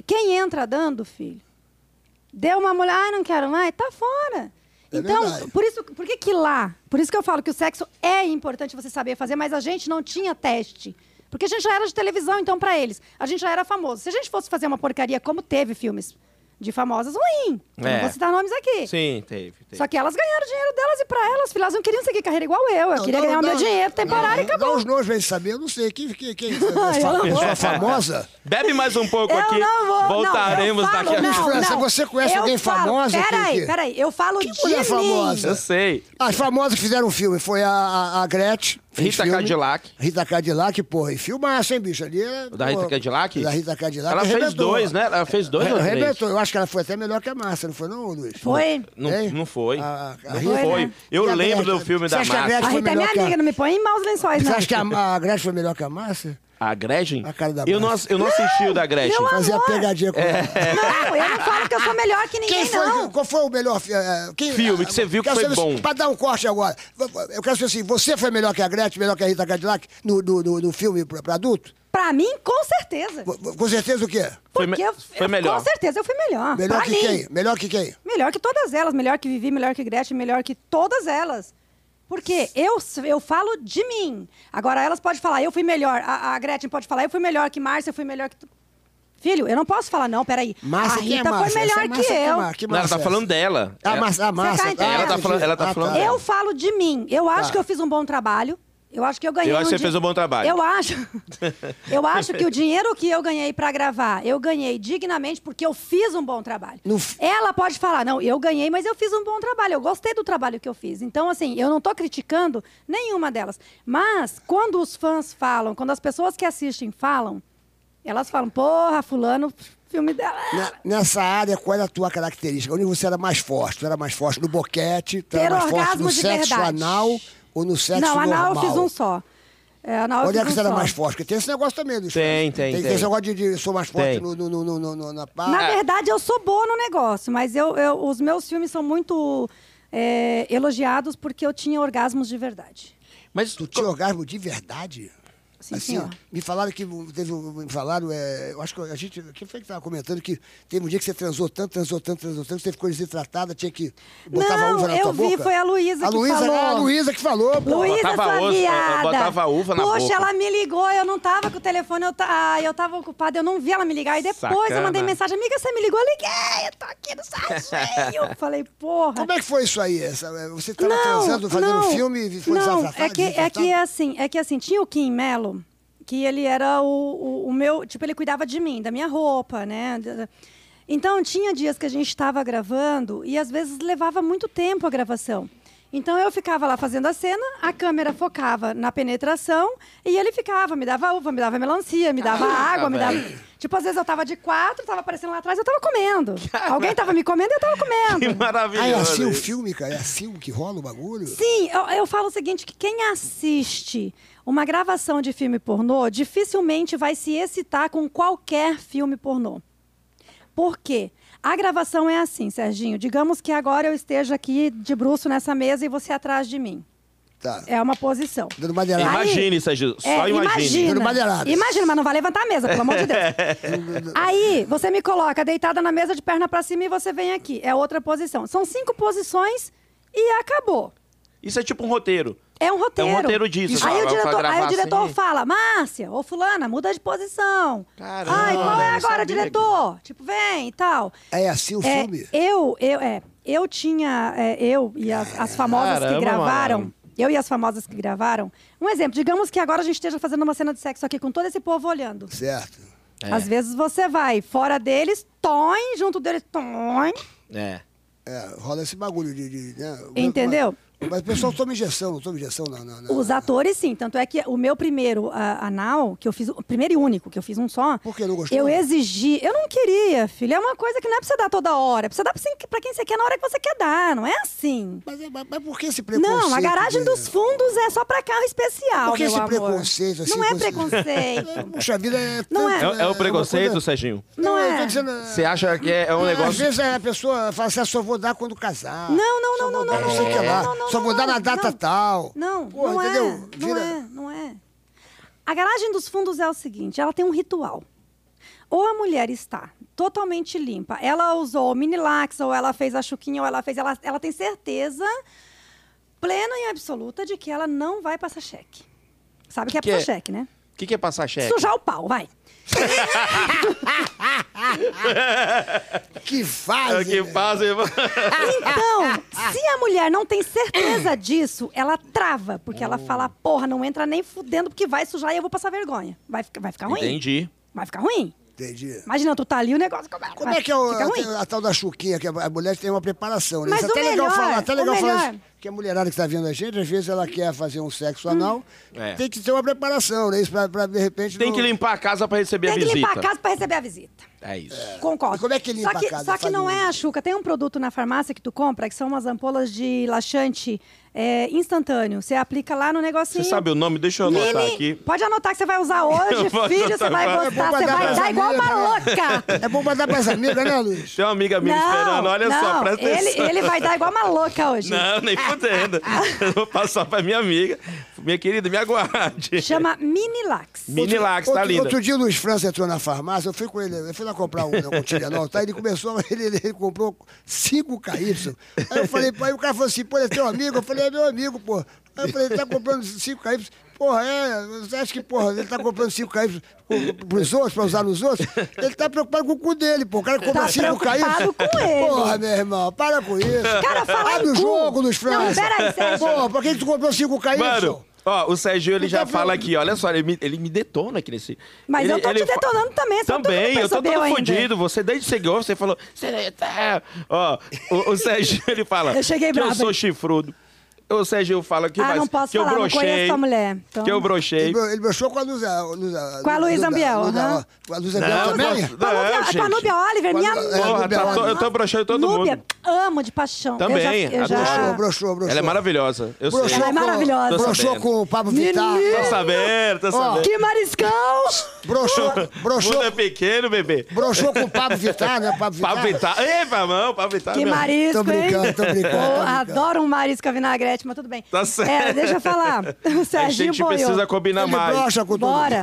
Speaker 3: quem entra dando, filho, deu uma mulher, ai, não quero mais, tá fora.
Speaker 1: É
Speaker 3: então,
Speaker 1: verdade.
Speaker 3: por isso, por que que lá? Por isso que eu falo que o sexo é importante você saber fazer, mas a gente não tinha teste. Porque a gente já era de televisão, então, pra eles. A gente já era famoso. Se a gente fosse fazer uma porcaria como teve filmes de famosas ruim.
Speaker 2: É.
Speaker 3: Não vou citar nomes aqui.
Speaker 2: Sim, teve. teve.
Speaker 3: Só que elas ganharam o dinheiro delas e pra elas, filhas, não queriam seguir carreira igual eu. Eu
Speaker 1: Não,
Speaker 3: queria
Speaker 1: dá-
Speaker 3: ganhar o
Speaker 1: dá-
Speaker 3: meu dinheiro temporário e
Speaker 1: dá-
Speaker 3: acabou.
Speaker 1: Dá os nomes pra gente saber, eu não sei. Quem, quem, quem
Speaker 3: Ai, eu não vou.
Speaker 1: é famosa?
Speaker 2: Bebe mais um pouco
Speaker 3: Eu
Speaker 2: aqui.
Speaker 3: não vou. não,
Speaker 2: Voltaremos
Speaker 3: eu falo,
Speaker 2: daqui a
Speaker 3: não,
Speaker 1: França,
Speaker 3: não.
Speaker 1: você conhece alguém famosa,
Speaker 3: Peraí,
Speaker 1: Kiki?
Speaker 3: peraí. Eu falo
Speaker 1: Que
Speaker 3: de
Speaker 1: mulher
Speaker 3: mim.
Speaker 1: famosa?
Speaker 2: Eu sei.
Speaker 1: As famosas que fizeram filme foi a, a, a Gretchen. fez
Speaker 2: Rita
Speaker 1: filme.
Speaker 2: Cadillac.
Speaker 1: Rita Cadillac, porra. E filmaço, hein, bicho? Ali é,
Speaker 2: O da Rita
Speaker 1: pô,
Speaker 2: Cadillac?
Speaker 1: Da Rita Cadillac.
Speaker 2: Ela fez
Speaker 1: arrebentou.
Speaker 2: dois, né? Ela fez dois ou três?
Speaker 1: Arrebentou. Eu acho que ela foi até melhor que a Márcia, não foi não, Luiz?
Speaker 3: Foi.
Speaker 2: Não,
Speaker 1: Hein?
Speaker 2: não foi.
Speaker 1: A- a- a
Speaker 2: não
Speaker 1: Rita-
Speaker 2: foi.
Speaker 3: né?
Speaker 2: Eu
Speaker 1: E a
Speaker 2: lembro
Speaker 1: Gretchen?
Speaker 2: do filme
Speaker 1: Você
Speaker 2: da
Speaker 1: acha que a
Speaker 2: Márcia.
Speaker 3: A
Speaker 1: Foi
Speaker 3: Rita é
Speaker 1: melhor
Speaker 3: minha
Speaker 1: que a-
Speaker 3: amiga, não me põe em maus lençóis,
Speaker 1: Você
Speaker 3: não.
Speaker 1: acha que a, a Gretchen foi melhor que a Márcia?
Speaker 2: A Gretchen?
Speaker 1: A cara da
Speaker 2: eu, não, ass- eu não assisti o da Gretchen.
Speaker 3: Meu
Speaker 1: Fazia
Speaker 3: amor.
Speaker 1: pegadinha
Speaker 2: É.
Speaker 1: com ela.
Speaker 3: Não, eu não falo que eu sou melhor que ninguém,
Speaker 1: Quem foi,
Speaker 3: não.
Speaker 1: qual foi o melhor fi- eh, quem-
Speaker 2: Filme que você viu que
Speaker 1: quero
Speaker 2: foi
Speaker 1: saber
Speaker 2: bom.
Speaker 1: se- Pra dar um corte agora. Eu quero saber assim, você foi melhor que a Gretchen, melhor que a Rita Cadillac no, no, no- no filme pra, pra adulto?
Speaker 3: Pra mim, com certeza.
Speaker 1: Vo- vo- Com certeza o quê?
Speaker 2: Foi me-
Speaker 3: Porque eu,
Speaker 2: foi
Speaker 3: eu-
Speaker 2: melhor.
Speaker 3: Com certeza eu fui melhor.
Speaker 1: Melhor
Speaker 3: pra
Speaker 1: que
Speaker 3: mim.
Speaker 1: quem? Melhor que quem?
Speaker 3: Melhor que todas elas. Melhor que Vivi, melhor que Gretchen, melhor que todas elas. Porque eu, eu falo de mim. Agora, elas podem falar, eu fui melhor. A, a Gretchen pode falar, eu fui melhor que Márcia, eu fui melhor que... tu." Filho, eu não posso falar, não, peraí. a
Speaker 1: quem é
Speaker 3: Rita foi
Speaker 1: Márcia? Essa
Speaker 3: melhor
Speaker 1: é
Speaker 3: que
Speaker 1: Márcia, quem é
Speaker 3: eu.
Speaker 1: Márcia? Que
Speaker 2: Não, ela
Speaker 1: Márcia
Speaker 2: tá
Speaker 1: é
Speaker 2: falando dela.
Speaker 1: essa? A
Speaker 2: É-
Speaker 1: Márcia, a Márcia.
Speaker 3: entendendo? Ela tá
Speaker 2: falando- ela tá falando dela.
Speaker 3: Eu falo de mim. Eu acho
Speaker 1: Tá.
Speaker 3: que eu fiz um bom trabalho. Eu acho que eu ganhei.
Speaker 2: Eu acho que você
Speaker 3: di-
Speaker 2: fez um bom trabalho.
Speaker 3: Eu acho. eu acho que o dinheiro que eu ganhei pra gravar, eu ganhei dignamente porque eu fiz um bom trabalho.
Speaker 1: No f-
Speaker 3: Ela pode falar, não, eu ganhei, mas eu fiz um bom trabalho. Eu gostei do trabalho que eu fiz. Então, assim, eu não tô criticando nenhuma delas. Mas quando os fãs falam, quando as pessoas que assistem falam, elas falam, porra, fulano, filme dela.
Speaker 1: Na- nessa área, qual era a tua característica? Onde você era mais forte? Tu era mais forte no boquete? Tu
Speaker 3: Ter
Speaker 1: era mais forte
Speaker 3: orgasmo
Speaker 1: no
Speaker 3: de
Speaker 1: sexo
Speaker 3: verdade.
Speaker 1: anal ou no sexo
Speaker 3: não,
Speaker 1: normal?
Speaker 3: anal eu fiz um só. É, anal eu
Speaker 1: Onde é
Speaker 3: fiz
Speaker 1: que
Speaker 3: um
Speaker 1: você era
Speaker 3: só.
Speaker 1: mais forte? Porque tem esse negócio também, Luiz.
Speaker 2: Tem, tem,
Speaker 1: Tem,
Speaker 2: tem.
Speaker 1: esse negócio de, de sou mais forte
Speaker 2: Tem.
Speaker 1: no, no, no, no- no- na parte.
Speaker 3: Na verdade, eu sou boa no negócio, mas eu, eu- os meus filmes são muito é, elogiados porque eu tinha orgasmos de verdade.
Speaker 2: Mas
Speaker 1: Tu tinha orgasmo de verdade?
Speaker 3: Sim,
Speaker 1: assim,
Speaker 3: senhor.
Speaker 1: me falaram que teve um- me falaram, é, eu acho que a gente, quem foi que estava comentando que teve um dia que você transou tanto, transou tanto, transou tanto, que você ficou desidratada, tinha que botava
Speaker 3: Não,
Speaker 1: uva na
Speaker 3: eu
Speaker 1: tua
Speaker 3: vi,
Speaker 1: boca.
Speaker 3: foi a Luísa
Speaker 1: a
Speaker 3: que
Speaker 1: Luísa, né?
Speaker 3: falou.
Speaker 1: A Luísa que falou, pô.
Speaker 3: Luísa,
Speaker 2: botava
Speaker 3: sua
Speaker 2: osso,
Speaker 3: viada!
Speaker 2: botava uva na
Speaker 3: Poxa,
Speaker 2: boca.
Speaker 3: ela me ligou, eu não tava com o telefone, eu, ta- ah, eu tava ocupada, eu não vi ela me ligar. E depois
Speaker 2: Sacana.
Speaker 3: eu mandei mensagem, amiga, você me ligou? Eu liguei, eu tô aqui no sarginho. Falei, porra.
Speaker 1: Como é que foi isso aí? Essa, é, você estava transando, fazendo
Speaker 3: não,
Speaker 1: filme e foi
Speaker 3: não,
Speaker 1: desatratada?
Speaker 3: é que, é que assim, é que assim, tinha o Kim Mello, que ele era o, o, o meu, tipo, ele cuidava de mim, da minha roupa, né? Então, tinha dias que a gente estava gravando e às vezes levava muito tempo a gravação. Então eu ficava lá fazendo a cena, a câmera focava na penetração e ele ficava, me dava uva, me dava melancia, me dava
Speaker 1: Ah,
Speaker 3: água, me dava.
Speaker 2: velho.
Speaker 3: Tipo, às vezes eu tava de quatro, tava aparecendo lá atrás, eu tava comendo. Alguém tava me comendo e eu tava comendo.
Speaker 2: que maravilhoso.
Speaker 1: Ah, é assim o filme, cara? É assim que rola o bagulho?
Speaker 3: Sim, eu, eu falo o seguinte: que quem assiste uma gravação de filme pornô dificilmente vai se excitar com qualquer filme pornô. Por quê? A gravação é assim, Serginho. Digamos que agora eu esteja aqui de bruço nessa mesa e você atrás de mim.
Speaker 1: Tá.
Speaker 3: É uma posição.
Speaker 1: Dando madeirada.
Speaker 2: Imagine, Sérgio. Só
Speaker 3: É,
Speaker 2: imagine.
Speaker 1: Dando madeirada.
Speaker 3: Imagina, mas não vai levantar a mesa, pelo amor de Deus. Aí, você me coloca deitada na mesa de perna pra cima e você vem aqui. É outra posição. São cinco posições e acabou.
Speaker 2: Isso é tipo um roteiro.
Speaker 3: É um roteiro.
Speaker 2: É um roteiro disso, pra-
Speaker 3: Aí, o
Speaker 2: pra
Speaker 3: diretor,
Speaker 2: gravar
Speaker 3: aí o
Speaker 2: assim.
Speaker 3: diretor fala, Márcia, ô fulana, muda de posição.
Speaker 2: Caramba,
Speaker 3: Ai, qual é
Speaker 2: eu
Speaker 3: agora,
Speaker 2: sabia
Speaker 3: diretor? Tipo, vem e tal.
Speaker 1: É assim o
Speaker 3: É,
Speaker 1: filme?
Speaker 3: eu, eu, é, eu tinha, é, eu e as, as famosas
Speaker 2: Caramba,
Speaker 3: que gravaram,
Speaker 2: mano.
Speaker 3: eu e as famosas que gravaram, um exemplo, digamos que agora a gente esteja fazendo uma cena de sexo aqui com todo esse povo olhando.
Speaker 1: Certo.
Speaker 2: É.
Speaker 3: Às vezes você vai fora deles, toim, junto deles, toim.
Speaker 2: É.
Speaker 1: É, rola esse bagulho de. de, né? Mas-
Speaker 3: Entendeu?
Speaker 1: Mas, mas o pessoal toma injeção, não toma injeção na. na, na-
Speaker 3: Os atores, sim. Tanto é que o meu primeiro ah, anal, que eu fiz, o primeiro e único, que eu fiz um só.
Speaker 1: Por que não gostou?
Speaker 3: Eu exigi. Eu não queria, filho. É uma coisa que não é pra você dar toda hora. É pra você dar pra, você- pra quem você quer na hora que você quer dar. Não é assim.
Speaker 1: Mas, mas, mas por que esse preconceito?
Speaker 3: Não, a garagem
Speaker 1: de-
Speaker 3: dos fundos é só pra carro especial.
Speaker 1: Por que
Speaker 3: meu
Speaker 1: esse
Speaker 3: amor.
Speaker 1: preconceito assim?
Speaker 3: Não é
Speaker 1: com esse-
Speaker 3: preconceito.
Speaker 1: Puxa vida, é.
Speaker 3: Não é.
Speaker 1: tanto,
Speaker 2: É, é o
Speaker 1: uma
Speaker 2: preconceito,
Speaker 1: coisa-
Speaker 2: Serginho?
Speaker 3: Não
Speaker 1: eu
Speaker 3: é.
Speaker 1: tô dizendo, é-
Speaker 2: Você acha que é é
Speaker 3: Ah,
Speaker 1: Às
Speaker 2: um negócio.
Speaker 1: vezes é, a pessoa fala assim, ah, só vou dar quando casar.
Speaker 3: Não, não,
Speaker 1: Só
Speaker 3: não,
Speaker 1: vou
Speaker 3: não,
Speaker 1: dar
Speaker 3: não,
Speaker 1: não sei o
Speaker 3: não, é.
Speaker 1: que lá.
Speaker 3: não, não,
Speaker 1: Só vou
Speaker 3: não,
Speaker 1: dar na
Speaker 3: não,
Speaker 1: data
Speaker 3: não.
Speaker 1: tal.
Speaker 3: Não,
Speaker 1: Pô,
Speaker 3: não,
Speaker 1: entendeu?
Speaker 3: é, não
Speaker 1: Vira-
Speaker 3: é, não é. A garagem dos fundos é o seguinte, ela tem um ritual. Ou a mulher está totalmente limpa, ela usou o minilax, ou ela fez a chuquinha, ou ela fez... Ela, ela tem certeza plena e absoluta de que ela não vai passar cheque. Sabe o que é
Speaker 2: Que é-
Speaker 3: passar cheque, né?
Speaker 2: O que, que é passar cheque?
Speaker 3: Sujar o pau, vai.
Speaker 1: Que
Speaker 2: É
Speaker 1: fase!
Speaker 2: que
Speaker 1: né?
Speaker 2: faz, é irmão.
Speaker 3: Então, se a mulher não tem certeza disso, ela trava, porque
Speaker 1: Oh.
Speaker 3: ela fala, porra, não entra nem fudendo, porque vai sujar e eu vou passar vergonha. Vai, ficar- vai ficar ruim?
Speaker 2: Entendi.
Speaker 3: Vai ficar ruim.
Speaker 1: Entendi.
Speaker 3: Imagina, tu tá ali, o negócio começa.
Speaker 1: Como
Speaker 3: vai
Speaker 1: é que é o-
Speaker 3: ficar ruim.
Speaker 1: a, a tal da chuquinha, que a, a mulher tem uma preparação, né?
Speaker 3: Mas
Speaker 1: Isso
Speaker 3: o
Speaker 1: até legal
Speaker 3: melhor,
Speaker 1: falar, até
Speaker 3: o
Speaker 1: legal falar
Speaker 3: melhor. Hum.
Speaker 1: isso, que a mulherada que está vendo a gente, às vezes ela quer fazer um sexo anal,
Speaker 2: É.
Speaker 1: tem que ter uma preparação, né? Isso pra, pra, de repente...
Speaker 2: Tem
Speaker 1: não-
Speaker 2: que limpar a casa pra receber
Speaker 3: Tem
Speaker 2: a
Speaker 3: que
Speaker 2: visita.
Speaker 3: limpar a casa pra receber a visita.
Speaker 2: É isso.
Speaker 3: Concordo.
Speaker 1: E como é que limpa
Speaker 3: só que,
Speaker 1: a casa?
Speaker 3: Só que
Speaker 1: Faz
Speaker 3: não
Speaker 1: um-
Speaker 3: é a Xuca. Tem um produto na farmácia que tu compra, que são umas ampolas de laxante é, instantâneo. Você aplica lá no negocinho.
Speaker 2: Você sabe o nome? Deixa eu
Speaker 3: Mini,
Speaker 2: anotar aqui.
Speaker 3: Pode anotar que você vai usar hoje,
Speaker 2: Eu vou
Speaker 3: filho.
Speaker 2: anotar
Speaker 3: Você vai
Speaker 2: agora.
Speaker 1: É
Speaker 3: gostar,
Speaker 1: bom
Speaker 3: você
Speaker 1: guardar
Speaker 3: vai
Speaker 1: pras
Speaker 3: dar igual uma
Speaker 1: amigas,
Speaker 3: louca.
Speaker 1: É bom mandar pras amigas, né, Luiz?
Speaker 2: Tem uma amiga minha esperando. Olha só,
Speaker 3: não,
Speaker 2: presta
Speaker 3: ele,
Speaker 2: atenção.
Speaker 3: ele vai dar igual uma louca hoje.
Speaker 2: Não, nem fudendo. eu vou passar pra minha amiga. Minha querida, me aguarde.
Speaker 3: Chama Minilax.
Speaker 2: Minilax, tá
Speaker 1: outro,
Speaker 2: linda.
Speaker 1: Outro dia o Luiz França entrou na farmácia, eu fui com ele, eu fui lá comprar um, um Tilenol, tá? Ele começou, ele, ele comprou 5KY. Aí eu falei, pô, aí o cara falou assim, pô, ele é teu amigo? Eu falei, é meu amigo, pô. Aí eu falei, ele tá comprando 5KY. Porra, é, você acha que, porra, ele tá comprando 5KY pro- pros outros, pra usar nos outros? Ele tá preocupado com o cu dele, pô. O cara compra
Speaker 3: Tá
Speaker 1: 5KY.
Speaker 3: preocupado com ele.
Speaker 1: Porra, meu irmão, para com isso.
Speaker 3: Cara, fala
Speaker 1: Abre
Speaker 3: em
Speaker 1: o
Speaker 3: cu.
Speaker 1: jogo, Luiz França.
Speaker 3: Não, peraí, Sérgio.
Speaker 1: Pô, pra que tu comprou 5KY?
Speaker 2: Mano, ó, o Sérgio, ele
Speaker 1: Não
Speaker 2: já
Speaker 1: tá
Speaker 2: fala
Speaker 1: vendo?
Speaker 2: aqui, olha só, ele me, ele me detona aqui nesse...
Speaker 3: Mas
Speaker 2: ele,
Speaker 3: eu tô te
Speaker 2: ele fa-
Speaker 3: detonando também, só tu não
Speaker 2: Também, eu tô
Speaker 3: percebeu
Speaker 2: todo
Speaker 3: ainda.
Speaker 2: fodido. Você, desde que você chegou, você falou... "Cê tá-" Ó, o, o Sérgio, ele fala...
Speaker 3: Eu cheguei
Speaker 2: que eu
Speaker 3: brava,
Speaker 2: sou
Speaker 3: hein?
Speaker 2: chifrudo. O Sérgio fala que,
Speaker 3: Ah,
Speaker 2: vai-
Speaker 3: não posso
Speaker 2: que eu
Speaker 3: falar, não
Speaker 2: brochei.
Speaker 3: conheço tua mulher. Então-
Speaker 2: Que eu
Speaker 1: Ele,
Speaker 2: brochei.
Speaker 1: bro- ele broxou com a Luz, a Luz,
Speaker 3: Com a Luísa Ambiel, aham.
Speaker 1: Com a Luz Ambiel também?
Speaker 2: não.
Speaker 3: Com a Núbia-
Speaker 2: É, gente.
Speaker 3: com a Núbia Oliver, minha
Speaker 1: Porra,
Speaker 3: amiga.
Speaker 2: Porra, tá to- eu tô broxando todo
Speaker 3: Núbia,
Speaker 2: mundo.
Speaker 3: amo de paixão.
Speaker 2: Também,
Speaker 3: Eu já, eu
Speaker 2: adoro.
Speaker 3: já...
Speaker 1: Broxou, broxou.
Speaker 2: Ela é maravilhosa. Eu sei.
Speaker 3: Ela é
Speaker 1: com-
Speaker 3: maravilhosa.
Speaker 2: Tô
Speaker 1: Broxou
Speaker 2: sabendo.
Speaker 1: com o Pablo Vittar.
Speaker 2: Tô sabendo, tô sabendo.
Speaker 3: Que mariscão!
Speaker 2: Tá
Speaker 1: Broxou,
Speaker 2: O mundo
Speaker 1: broxou,
Speaker 2: é pequeno, bebê.
Speaker 1: broxou com o Pablo Vittar, né? Pablo Vittar.
Speaker 2: Pra Vittar. Ei, mamão, pra Vittar.
Speaker 3: Que
Speaker 2: meu.
Speaker 3: marisco,
Speaker 1: Tô brincando,
Speaker 3: hein?
Speaker 1: tô brincando, tô
Speaker 3: Eu
Speaker 1: brincando.
Speaker 3: adoro um marisco a vinagrete, mas tudo bem.
Speaker 2: Tá certo.
Speaker 3: É, deixa eu falar. O
Speaker 2: A
Speaker 3: Serginho
Speaker 2: gente
Speaker 3: boiou.
Speaker 2: precisa
Speaker 1: Ele
Speaker 2: combinar mais.
Speaker 1: broxa com tudo.
Speaker 3: Bora.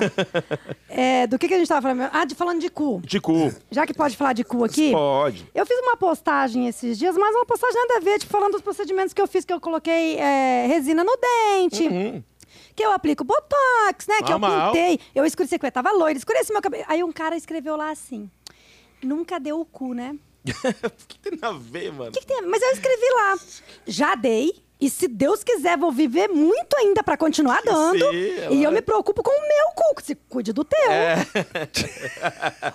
Speaker 3: É, do que, que a gente tava falando? mesmo? Ah, de, falando de cu.
Speaker 2: De cu.
Speaker 3: Já que pode falar de cu aqui.
Speaker 2: Pode.
Speaker 3: Eu fiz uma postagem esses dias, mas uma postagem nada a ver, tipo, falando dos procedimentos que eu fiz, que eu coloquei é, resina no dente. Que eu aplico botox, né? Que
Speaker 2: Uhum. Normal.
Speaker 3: eu pintei. Eu escureci, eu tava loira, escureci meu cabelo. Aí um cara escreveu lá assim: Nunca deu o cu, né?
Speaker 2: O que tem a ver, mano?
Speaker 3: que que tem? Mas eu escrevi lá. Já dei. E se Deus quiser, vou viver muito ainda pra continuar dando.
Speaker 2: Sim, é
Speaker 3: e
Speaker 2: ela-
Speaker 3: eu me preocupo com o meu cu. Se cuide do teu.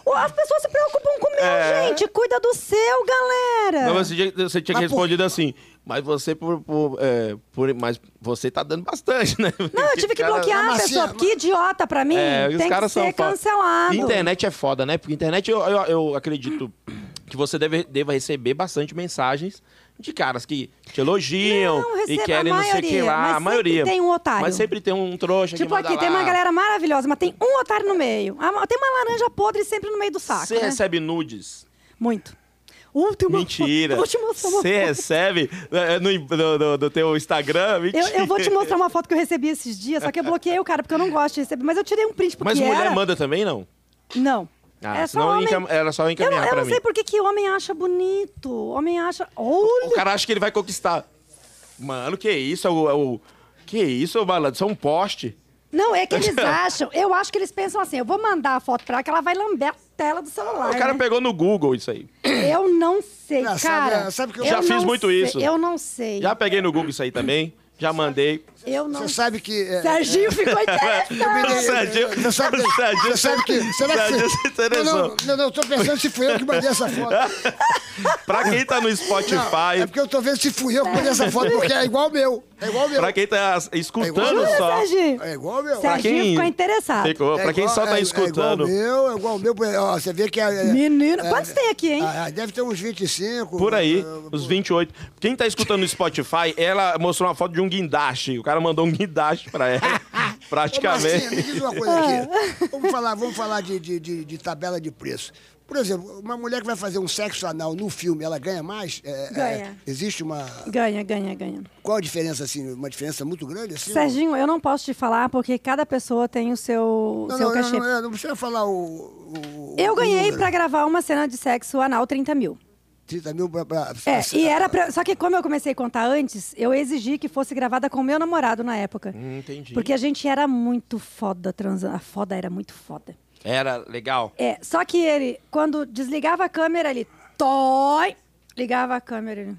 Speaker 3: Ou As pessoas se preocupam com o meu,
Speaker 2: É.
Speaker 3: gente. Cuida do seu, galera.
Speaker 2: Não, você tinha, você tinha que
Speaker 1: Mas por-
Speaker 2: respondido assim. Mas você por, por, é, por- Mas você tá dando bastante, né?
Speaker 3: Não, Ah, eu tive que
Speaker 2: Cara,
Speaker 3: bloquear a
Speaker 1: Mas,
Speaker 3: pessoa.
Speaker 1: Marcinha,
Speaker 3: porque idiota pra mim.
Speaker 2: É, os
Speaker 3: tem que
Speaker 2: caras são
Speaker 3: ser
Speaker 2: foda.
Speaker 3: cancelado.
Speaker 2: Internet é foda, né? Porque internet eu, eu, eu acredito que você deve, deva receber bastante mensagens de caras que te elogiam
Speaker 3: Não,
Speaker 2: e
Speaker 3: recebo
Speaker 2: querem
Speaker 3: a
Speaker 2: não sei o que
Speaker 3: maioria,
Speaker 2: lá.
Speaker 3: mas
Speaker 2: A maioria.
Speaker 3: sempre tem um otário.
Speaker 2: Mas sempre tem um trouxa que
Speaker 3: Tipo,
Speaker 2: manda
Speaker 3: aqui tem
Speaker 2: lá.
Speaker 3: uma galera maravilhosa, mas tem um otário no meio. Ah, Tem uma laranja podre sempre no meio do saco.
Speaker 2: Você
Speaker 3: né?
Speaker 2: recebe nudes.
Speaker 3: Muito. Uh, tem uma
Speaker 2: Mentira.
Speaker 3: foto- Eu vou te mostrar uma
Speaker 2: Você
Speaker 3: foto.
Speaker 2: recebe é, no, no, no- no teu Instagram? Mentira.
Speaker 3: Eu, eu vou te mostrar uma foto que eu recebi esses dias, só que eu bloqueei o cara, porque eu não gosto de receber. Mas eu tirei um print porque
Speaker 2: Mas mulher
Speaker 3: era...
Speaker 2: manda também, não?
Speaker 3: Não.
Speaker 2: Ah,
Speaker 3: é só
Speaker 2: senão
Speaker 3: homem...
Speaker 2: encam- era só um
Speaker 3: Eu, não-
Speaker 2: encaminhar
Speaker 3: eu
Speaker 2: pra
Speaker 3: não
Speaker 2: mim.
Speaker 3: sei por que que homem acha bonito. Homem acha... Olha!
Speaker 2: O cara acha que ele vai conquistar. Mano, que isso? É o, é o- Que isso, ô malandro? Isso é um poste.
Speaker 3: Não, é que eles acham... Eu acho que eles pensam assim, eu vou mandar a foto pra ela, que ela vai lamber a tela do celular,
Speaker 2: O cara
Speaker 3: né?
Speaker 2: pegou no Google isso aí.
Speaker 3: Eu não sei,
Speaker 1: Ah, sabe-
Speaker 3: cara.
Speaker 1: sabe que eu-
Speaker 2: Já fiz
Speaker 3: não
Speaker 2: muito
Speaker 3: sei,
Speaker 2: isso.
Speaker 3: Eu não sei.
Speaker 2: Já peguei no Google isso aí também. Já mandei.
Speaker 3: Eu não
Speaker 1: Você sabe que... é,
Speaker 3: Serginho ficou
Speaker 1: é,
Speaker 3: interessado.
Speaker 2: Sérgio-
Speaker 1: Você sabe,
Speaker 2: Sérgio-
Speaker 1: você sabe que... Será que...
Speaker 2: Sérgio
Speaker 1: foi-
Speaker 2: se interessou.
Speaker 1: Não, não, não, não, eu tô pensando se fui eu que mandei essa foto.
Speaker 2: Pra quem tá no Spotify,
Speaker 1: É porque eu tô vendo se fui eu que mandei essa foto, porque é igual o meu. É igual o meu.
Speaker 2: pra quem tá escutando
Speaker 1: Jura,
Speaker 3: Olha,
Speaker 2: só.
Speaker 3: Serginho.
Speaker 1: É igual o meu.
Speaker 2: Pra
Speaker 3: Serginho
Speaker 2: quem-
Speaker 3: ficou interessado.
Speaker 2: Ficou.
Speaker 1: É
Speaker 2: Pra quem
Speaker 1: igual-
Speaker 2: só
Speaker 1: é-
Speaker 2: tá
Speaker 1: É igual
Speaker 2: escutando.
Speaker 1: o meu, é igual o meu. Ó, você vê que é. é-
Speaker 3: Menino, quantos tem aqui, hein?
Speaker 1: Ah, deve ter uns 25.
Speaker 2: Por
Speaker 3: né,
Speaker 2: aí,
Speaker 1: eh,
Speaker 2: os 28. Quem tá escutando no Spotify, ela mostrou uma foto de um guindaste. O cara mandou um guindaste pra ela.
Speaker 3: assim?
Speaker 1: Ô, Marcinha, me
Speaker 2: praticamente.
Speaker 1: diz uma coisa aqui. Vamos falar, vamos falar de, de, de- de tabela de preço. Por exemplo, uma mulher que vai fazer um sexo anal no filme, ela ganha mais? É, é,
Speaker 3: Ganha.
Speaker 1: existe uma.
Speaker 3: Ganha, ganha, ganha.
Speaker 1: Qual a diferença, assim? Uma diferença muito grande, assim?
Speaker 3: Serginho, eu não posso te falar porque cada pessoa tem o seu,
Speaker 1: Não,
Speaker 3: seu
Speaker 1: não, não,
Speaker 3: cachê.
Speaker 1: não, é, não precisa falar o. o-
Speaker 3: Eu
Speaker 1: o
Speaker 3: ganhei
Speaker 1: número.
Speaker 3: pra gravar uma cena de sexo anal 30 mil.
Speaker 1: 30 mil pra. pra-
Speaker 3: É,
Speaker 1: pra-
Speaker 3: e era pra... Só que como eu comecei a contar antes, eu exigi que fosse gravada com meu namorado na época.
Speaker 2: Hum, Entendi.
Speaker 3: Porque a gente era muito foda transando. A foda era muito foda.
Speaker 2: Era legal.
Speaker 3: É, só que ele, quando desligava a câmera, ele toi, ligava a câmera, ele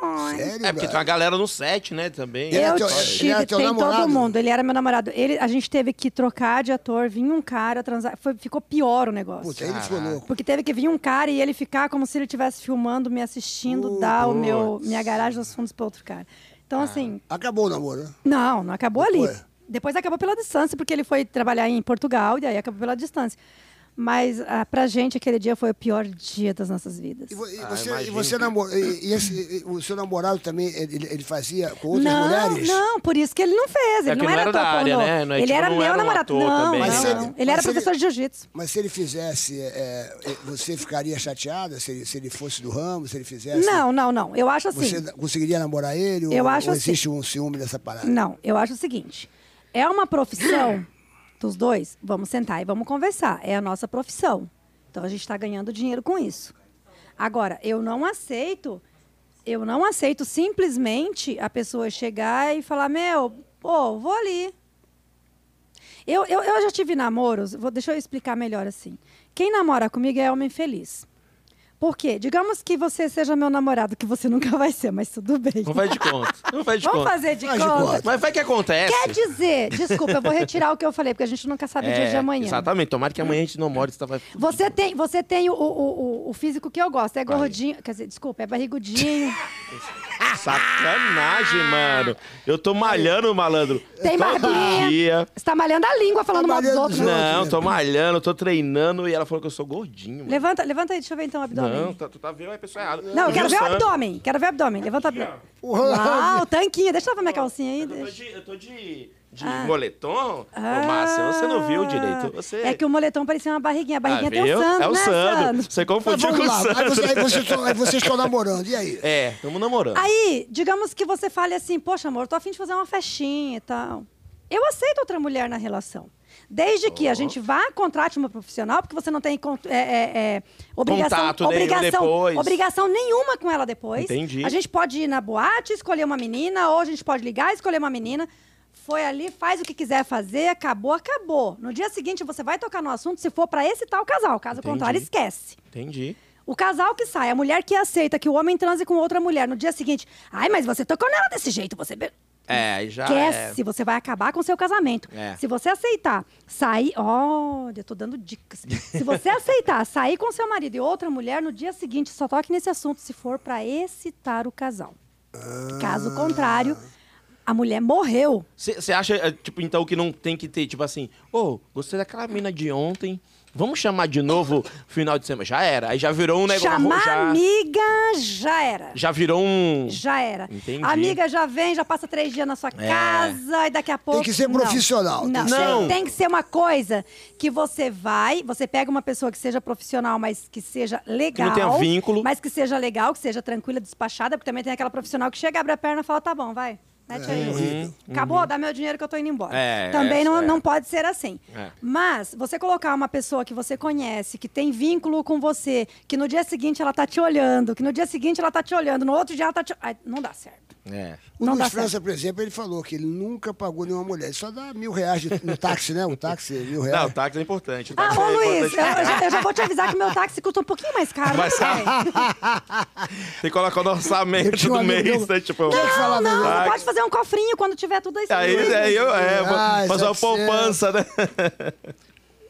Speaker 3: toi.
Speaker 1: Sério,
Speaker 2: É porque tem
Speaker 1: brother?
Speaker 2: uma galera no set, né, também.
Speaker 1: Ele era
Speaker 3: Eu
Speaker 1: teu- ele era
Speaker 3: tive,
Speaker 1: teu
Speaker 3: tem
Speaker 1: namorado?
Speaker 3: todo mundo. Ele era meu namorado. Ele, a gente teve que trocar de ator, vinha um cara, transar, foi- ficou pior o negócio.
Speaker 1: Puta, aí ele é ficou
Speaker 2: Caraca.
Speaker 1: louco.
Speaker 3: Porque teve que vir um cara e ele ficar como se ele estivesse filmando, me assistindo, dar o meu, minha garagem nos fundos para outro cara. Então, assim,
Speaker 1: Acabou o namoro, né?
Speaker 3: não, não acabou ali.
Speaker 1: Ué.
Speaker 3: Depois acabou pela distância, porque ele foi trabalhar em Portugal e aí acabou pela distância. Mas ah, pra gente aquele dia foi o pior dia das nossas vidas.
Speaker 1: E, vo- e
Speaker 2: Ah,
Speaker 1: você, e
Speaker 2: imagino.
Speaker 1: você namorou. E, e esse- e o seu namorado também, ele, ele fazia com outras
Speaker 3: Não,
Speaker 1: mulheres?
Speaker 3: não, por isso que ele não fez. Ele
Speaker 2: É que
Speaker 3: não
Speaker 2: não
Speaker 3: era,
Speaker 2: era da
Speaker 3: ator
Speaker 2: área,
Speaker 3: pornô.
Speaker 2: né? Não é
Speaker 3: ele
Speaker 2: tipo,
Speaker 3: era
Speaker 2: não
Speaker 3: meu
Speaker 2: era um
Speaker 3: namorado.
Speaker 2: ator
Speaker 3: não,
Speaker 2: também,
Speaker 1: Mas né?
Speaker 3: não.
Speaker 1: ele-
Speaker 3: Ele, era
Speaker 1: mas ele-
Speaker 3: professor de jiu-jitsu.
Speaker 1: Mas se ele fizesse, é, é, você ficaria chateada? Se ele, se ele fosse do ramo, se ele fizesse?
Speaker 3: Não, não, não. Eu acho assim.
Speaker 1: É, Você conseguiria namorar ele?
Speaker 3: Eu
Speaker 1: ou,
Speaker 3: acho
Speaker 1: ou
Speaker 3: assim.
Speaker 1: existe um ciúme dessa parada?
Speaker 3: Não, eu acho o seguinte: é uma profissão dos dois, vamos sentar e vamos conversar. É a nossa profissão. Então a gente está ganhando dinheiro com isso. Agora, eu não aceito, eu não aceito simplesmente a pessoa chegar e falar, meu, pô, vou ali. Eu, eu, eu já tive namoros, vou, deixa eu explicar melhor assim. Quem namora comigo é homem feliz. Por quê? Digamos que você seja meu namorado, que você nunca vai ser, mas tudo bem.
Speaker 2: Não faz de conta. Não faz de
Speaker 3: Vamos
Speaker 2: conta.
Speaker 3: fazer de
Speaker 1: Faz de
Speaker 3: conta.
Speaker 1: conta.
Speaker 2: Mas vai que acontece.
Speaker 3: Quer dizer, desculpa, eu vou retirar o que eu falei, porque a gente nunca sabe o
Speaker 2: É,
Speaker 3: dia de amanhã.
Speaker 2: Exatamente. Tomara que amanhã a gente não more. Você tava...
Speaker 3: Você tem, você tem o, o- o- o físico que eu gosto, é gordinho. Quer dizer, desculpa, é barrigudinho. Ah!
Speaker 2: Sacanagem, mano. Eu tô malhando, malandro.
Speaker 3: Tem
Speaker 2: Todo
Speaker 3: barbinha.
Speaker 2: dia.
Speaker 3: Você tá malhando a língua falando mal dos
Speaker 1: Malhando
Speaker 3: outros.
Speaker 1: os outros.
Speaker 2: Não, tô malhando, tô treinando. E ela falou que eu sou gordinho, mano.
Speaker 3: Levanta, levanta aí, deixa eu ver então o abdômen.
Speaker 2: Não,
Speaker 3: Não,
Speaker 2: tá, tu tá vendo a pessoa errada.
Speaker 3: eu quero
Speaker 2: vi
Speaker 3: ver o
Speaker 2: sangue.
Speaker 3: abdômen. Quero ver o abdômen. Levanta o abdômen. Uau, tanquinho. Deixa eu ver minha calcinha aí.
Speaker 2: Eu tô
Speaker 3: deixa.
Speaker 2: de, eu tô de, de
Speaker 3: Ah.
Speaker 2: moletom, ô Márcia. Você não viu direito. Você...
Speaker 3: É que o moletom parecia uma barriguinha. A barriguinha
Speaker 2: Ah,
Speaker 3: tem
Speaker 2: viu?
Speaker 3: o Sandro,
Speaker 2: É o
Speaker 3: né,
Speaker 2: Sandro.
Speaker 3: Sandro?
Speaker 2: Você
Speaker 1: Mas
Speaker 2: confundiu
Speaker 1: vamos
Speaker 2: com o
Speaker 1: lá, aí,
Speaker 2: Sandro.
Speaker 1: você, aí, vocês estão, aí vocês estão namorando, e aí?
Speaker 2: É, tamo namorando.
Speaker 3: Aí, digamos que você fale assim, poxa, amor, tô afim de fazer uma festinha e tal. Eu aceito outra mulher na relação. Desde que a gente vá, contrate uma profissional, porque você não tem con- é, é, é, obrigação,
Speaker 2: Contato nenhum
Speaker 3: obrigação,
Speaker 2: depois.
Speaker 3: obrigação nenhuma com ela depois.
Speaker 2: Entendi.
Speaker 3: A gente pode ir na boate, escolher uma menina, ou a gente pode ligar e escolher uma menina. Foi ali, faz o que quiser fazer, acabou, acabou. No dia seguinte, você vai tocar no assunto se for para esse tal casal. Caso
Speaker 2: Entendi.
Speaker 3: contrário, esquece.
Speaker 2: Entendi.
Speaker 3: O casal que sai, a mulher que aceita que o homem transe com outra mulher no dia seguinte. Ai, mas você tocou nela desse jeito, você. be-"
Speaker 2: É, aí já é.
Speaker 3: Esquece, você vai acabar com o seu casamento.
Speaker 2: É.
Speaker 3: Se você aceitar sair. Olha, eu tô dando dicas. Se você aceitar sair com seu marido e outra mulher no dia seguinte, só toque nesse assunto se for pra excitar o casal. Caso contrário, a mulher morreu.
Speaker 2: Você acha, eh, tipo, então, que não tem que ter, tipo assim, ô, gostei daquela mina de ontem, vamos chamar de novo final de semana. Já era. Aí já virou um negócio.
Speaker 3: Chamar
Speaker 2: Já,
Speaker 3: amiga já era.
Speaker 2: já virou um.
Speaker 3: Já era.
Speaker 2: Entendi.
Speaker 3: A amiga já vem, já passa três dias na sua casa e daqui a pouco.
Speaker 1: que ser
Speaker 3: Não.
Speaker 1: profissional, tem
Speaker 3: Não,
Speaker 1: que
Speaker 2: ser- Não.
Speaker 3: Tem, tem que ser uma coisa que você vai, você pega uma pessoa que seja profissional, mas que seja legal.
Speaker 2: tenha vínculo.
Speaker 3: Mas que seja legal, que seja tranquila, despachada, porque também tem aquela profissional que chega, abre a perna e fala: tá bom, vai.
Speaker 1: É,
Speaker 3: Mete aí. Acabou,
Speaker 2: Uhum.
Speaker 3: dá meu dinheiro que eu tô indo embora.
Speaker 2: É,
Speaker 3: Também
Speaker 2: essa
Speaker 3: não,
Speaker 2: é.
Speaker 3: não pode ser assim.
Speaker 2: É.
Speaker 3: Mas você colocar uma pessoa que você conhece, que tem vínculo com você, que no dia seguinte ela tá te olhando, que no dia seguinte ela tá te olhando, no outro dia ela tá te. Ai, não dá certo.
Speaker 2: É.
Speaker 1: O
Speaker 3: Não
Speaker 1: Luiz
Speaker 3: dá
Speaker 1: França, por exemplo, ele falou que ele nunca pagou nenhuma mulher. Ele só dá mil reais de- no táxi, né? O táxi, mil
Speaker 2: Não,
Speaker 1: reais.
Speaker 2: o táxi é importante. o
Speaker 3: Ah,
Speaker 2: táxi
Speaker 3: ô
Speaker 2: é
Speaker 3: Luiz,
Speaker 2: importante.
Speaker 3: eu, eu já, eu já vou te avisar que meu táxi custa um pouquinho mais caro.
Speaker 2: Vai
Speaker 3: né?
Speaker 2: Tem que colocar no
Speaker 1: Eu
Speaker 2: orçamento
Speaker 1: tinha um
Speaker 2: do
Speaker 1: amigo
Speaker 2: mês,
Speaker 1: meu-
Speaker 2: né? Tipo,
Speaker 1: Tinha que falar
Speaker 3: Não,
Speaker 1: mesmo.
Speaker 3: você
Speaker 2: Táxi.
Speaker 3: pode fazer um cofrinho quando tiver tudo isso.
Speaker 2: aí, aí eu, é, vou
Speaker 1: Ah,
Speaker 2: fazer uma
Speaker 1: isso é
Speaker 2: poupança, né?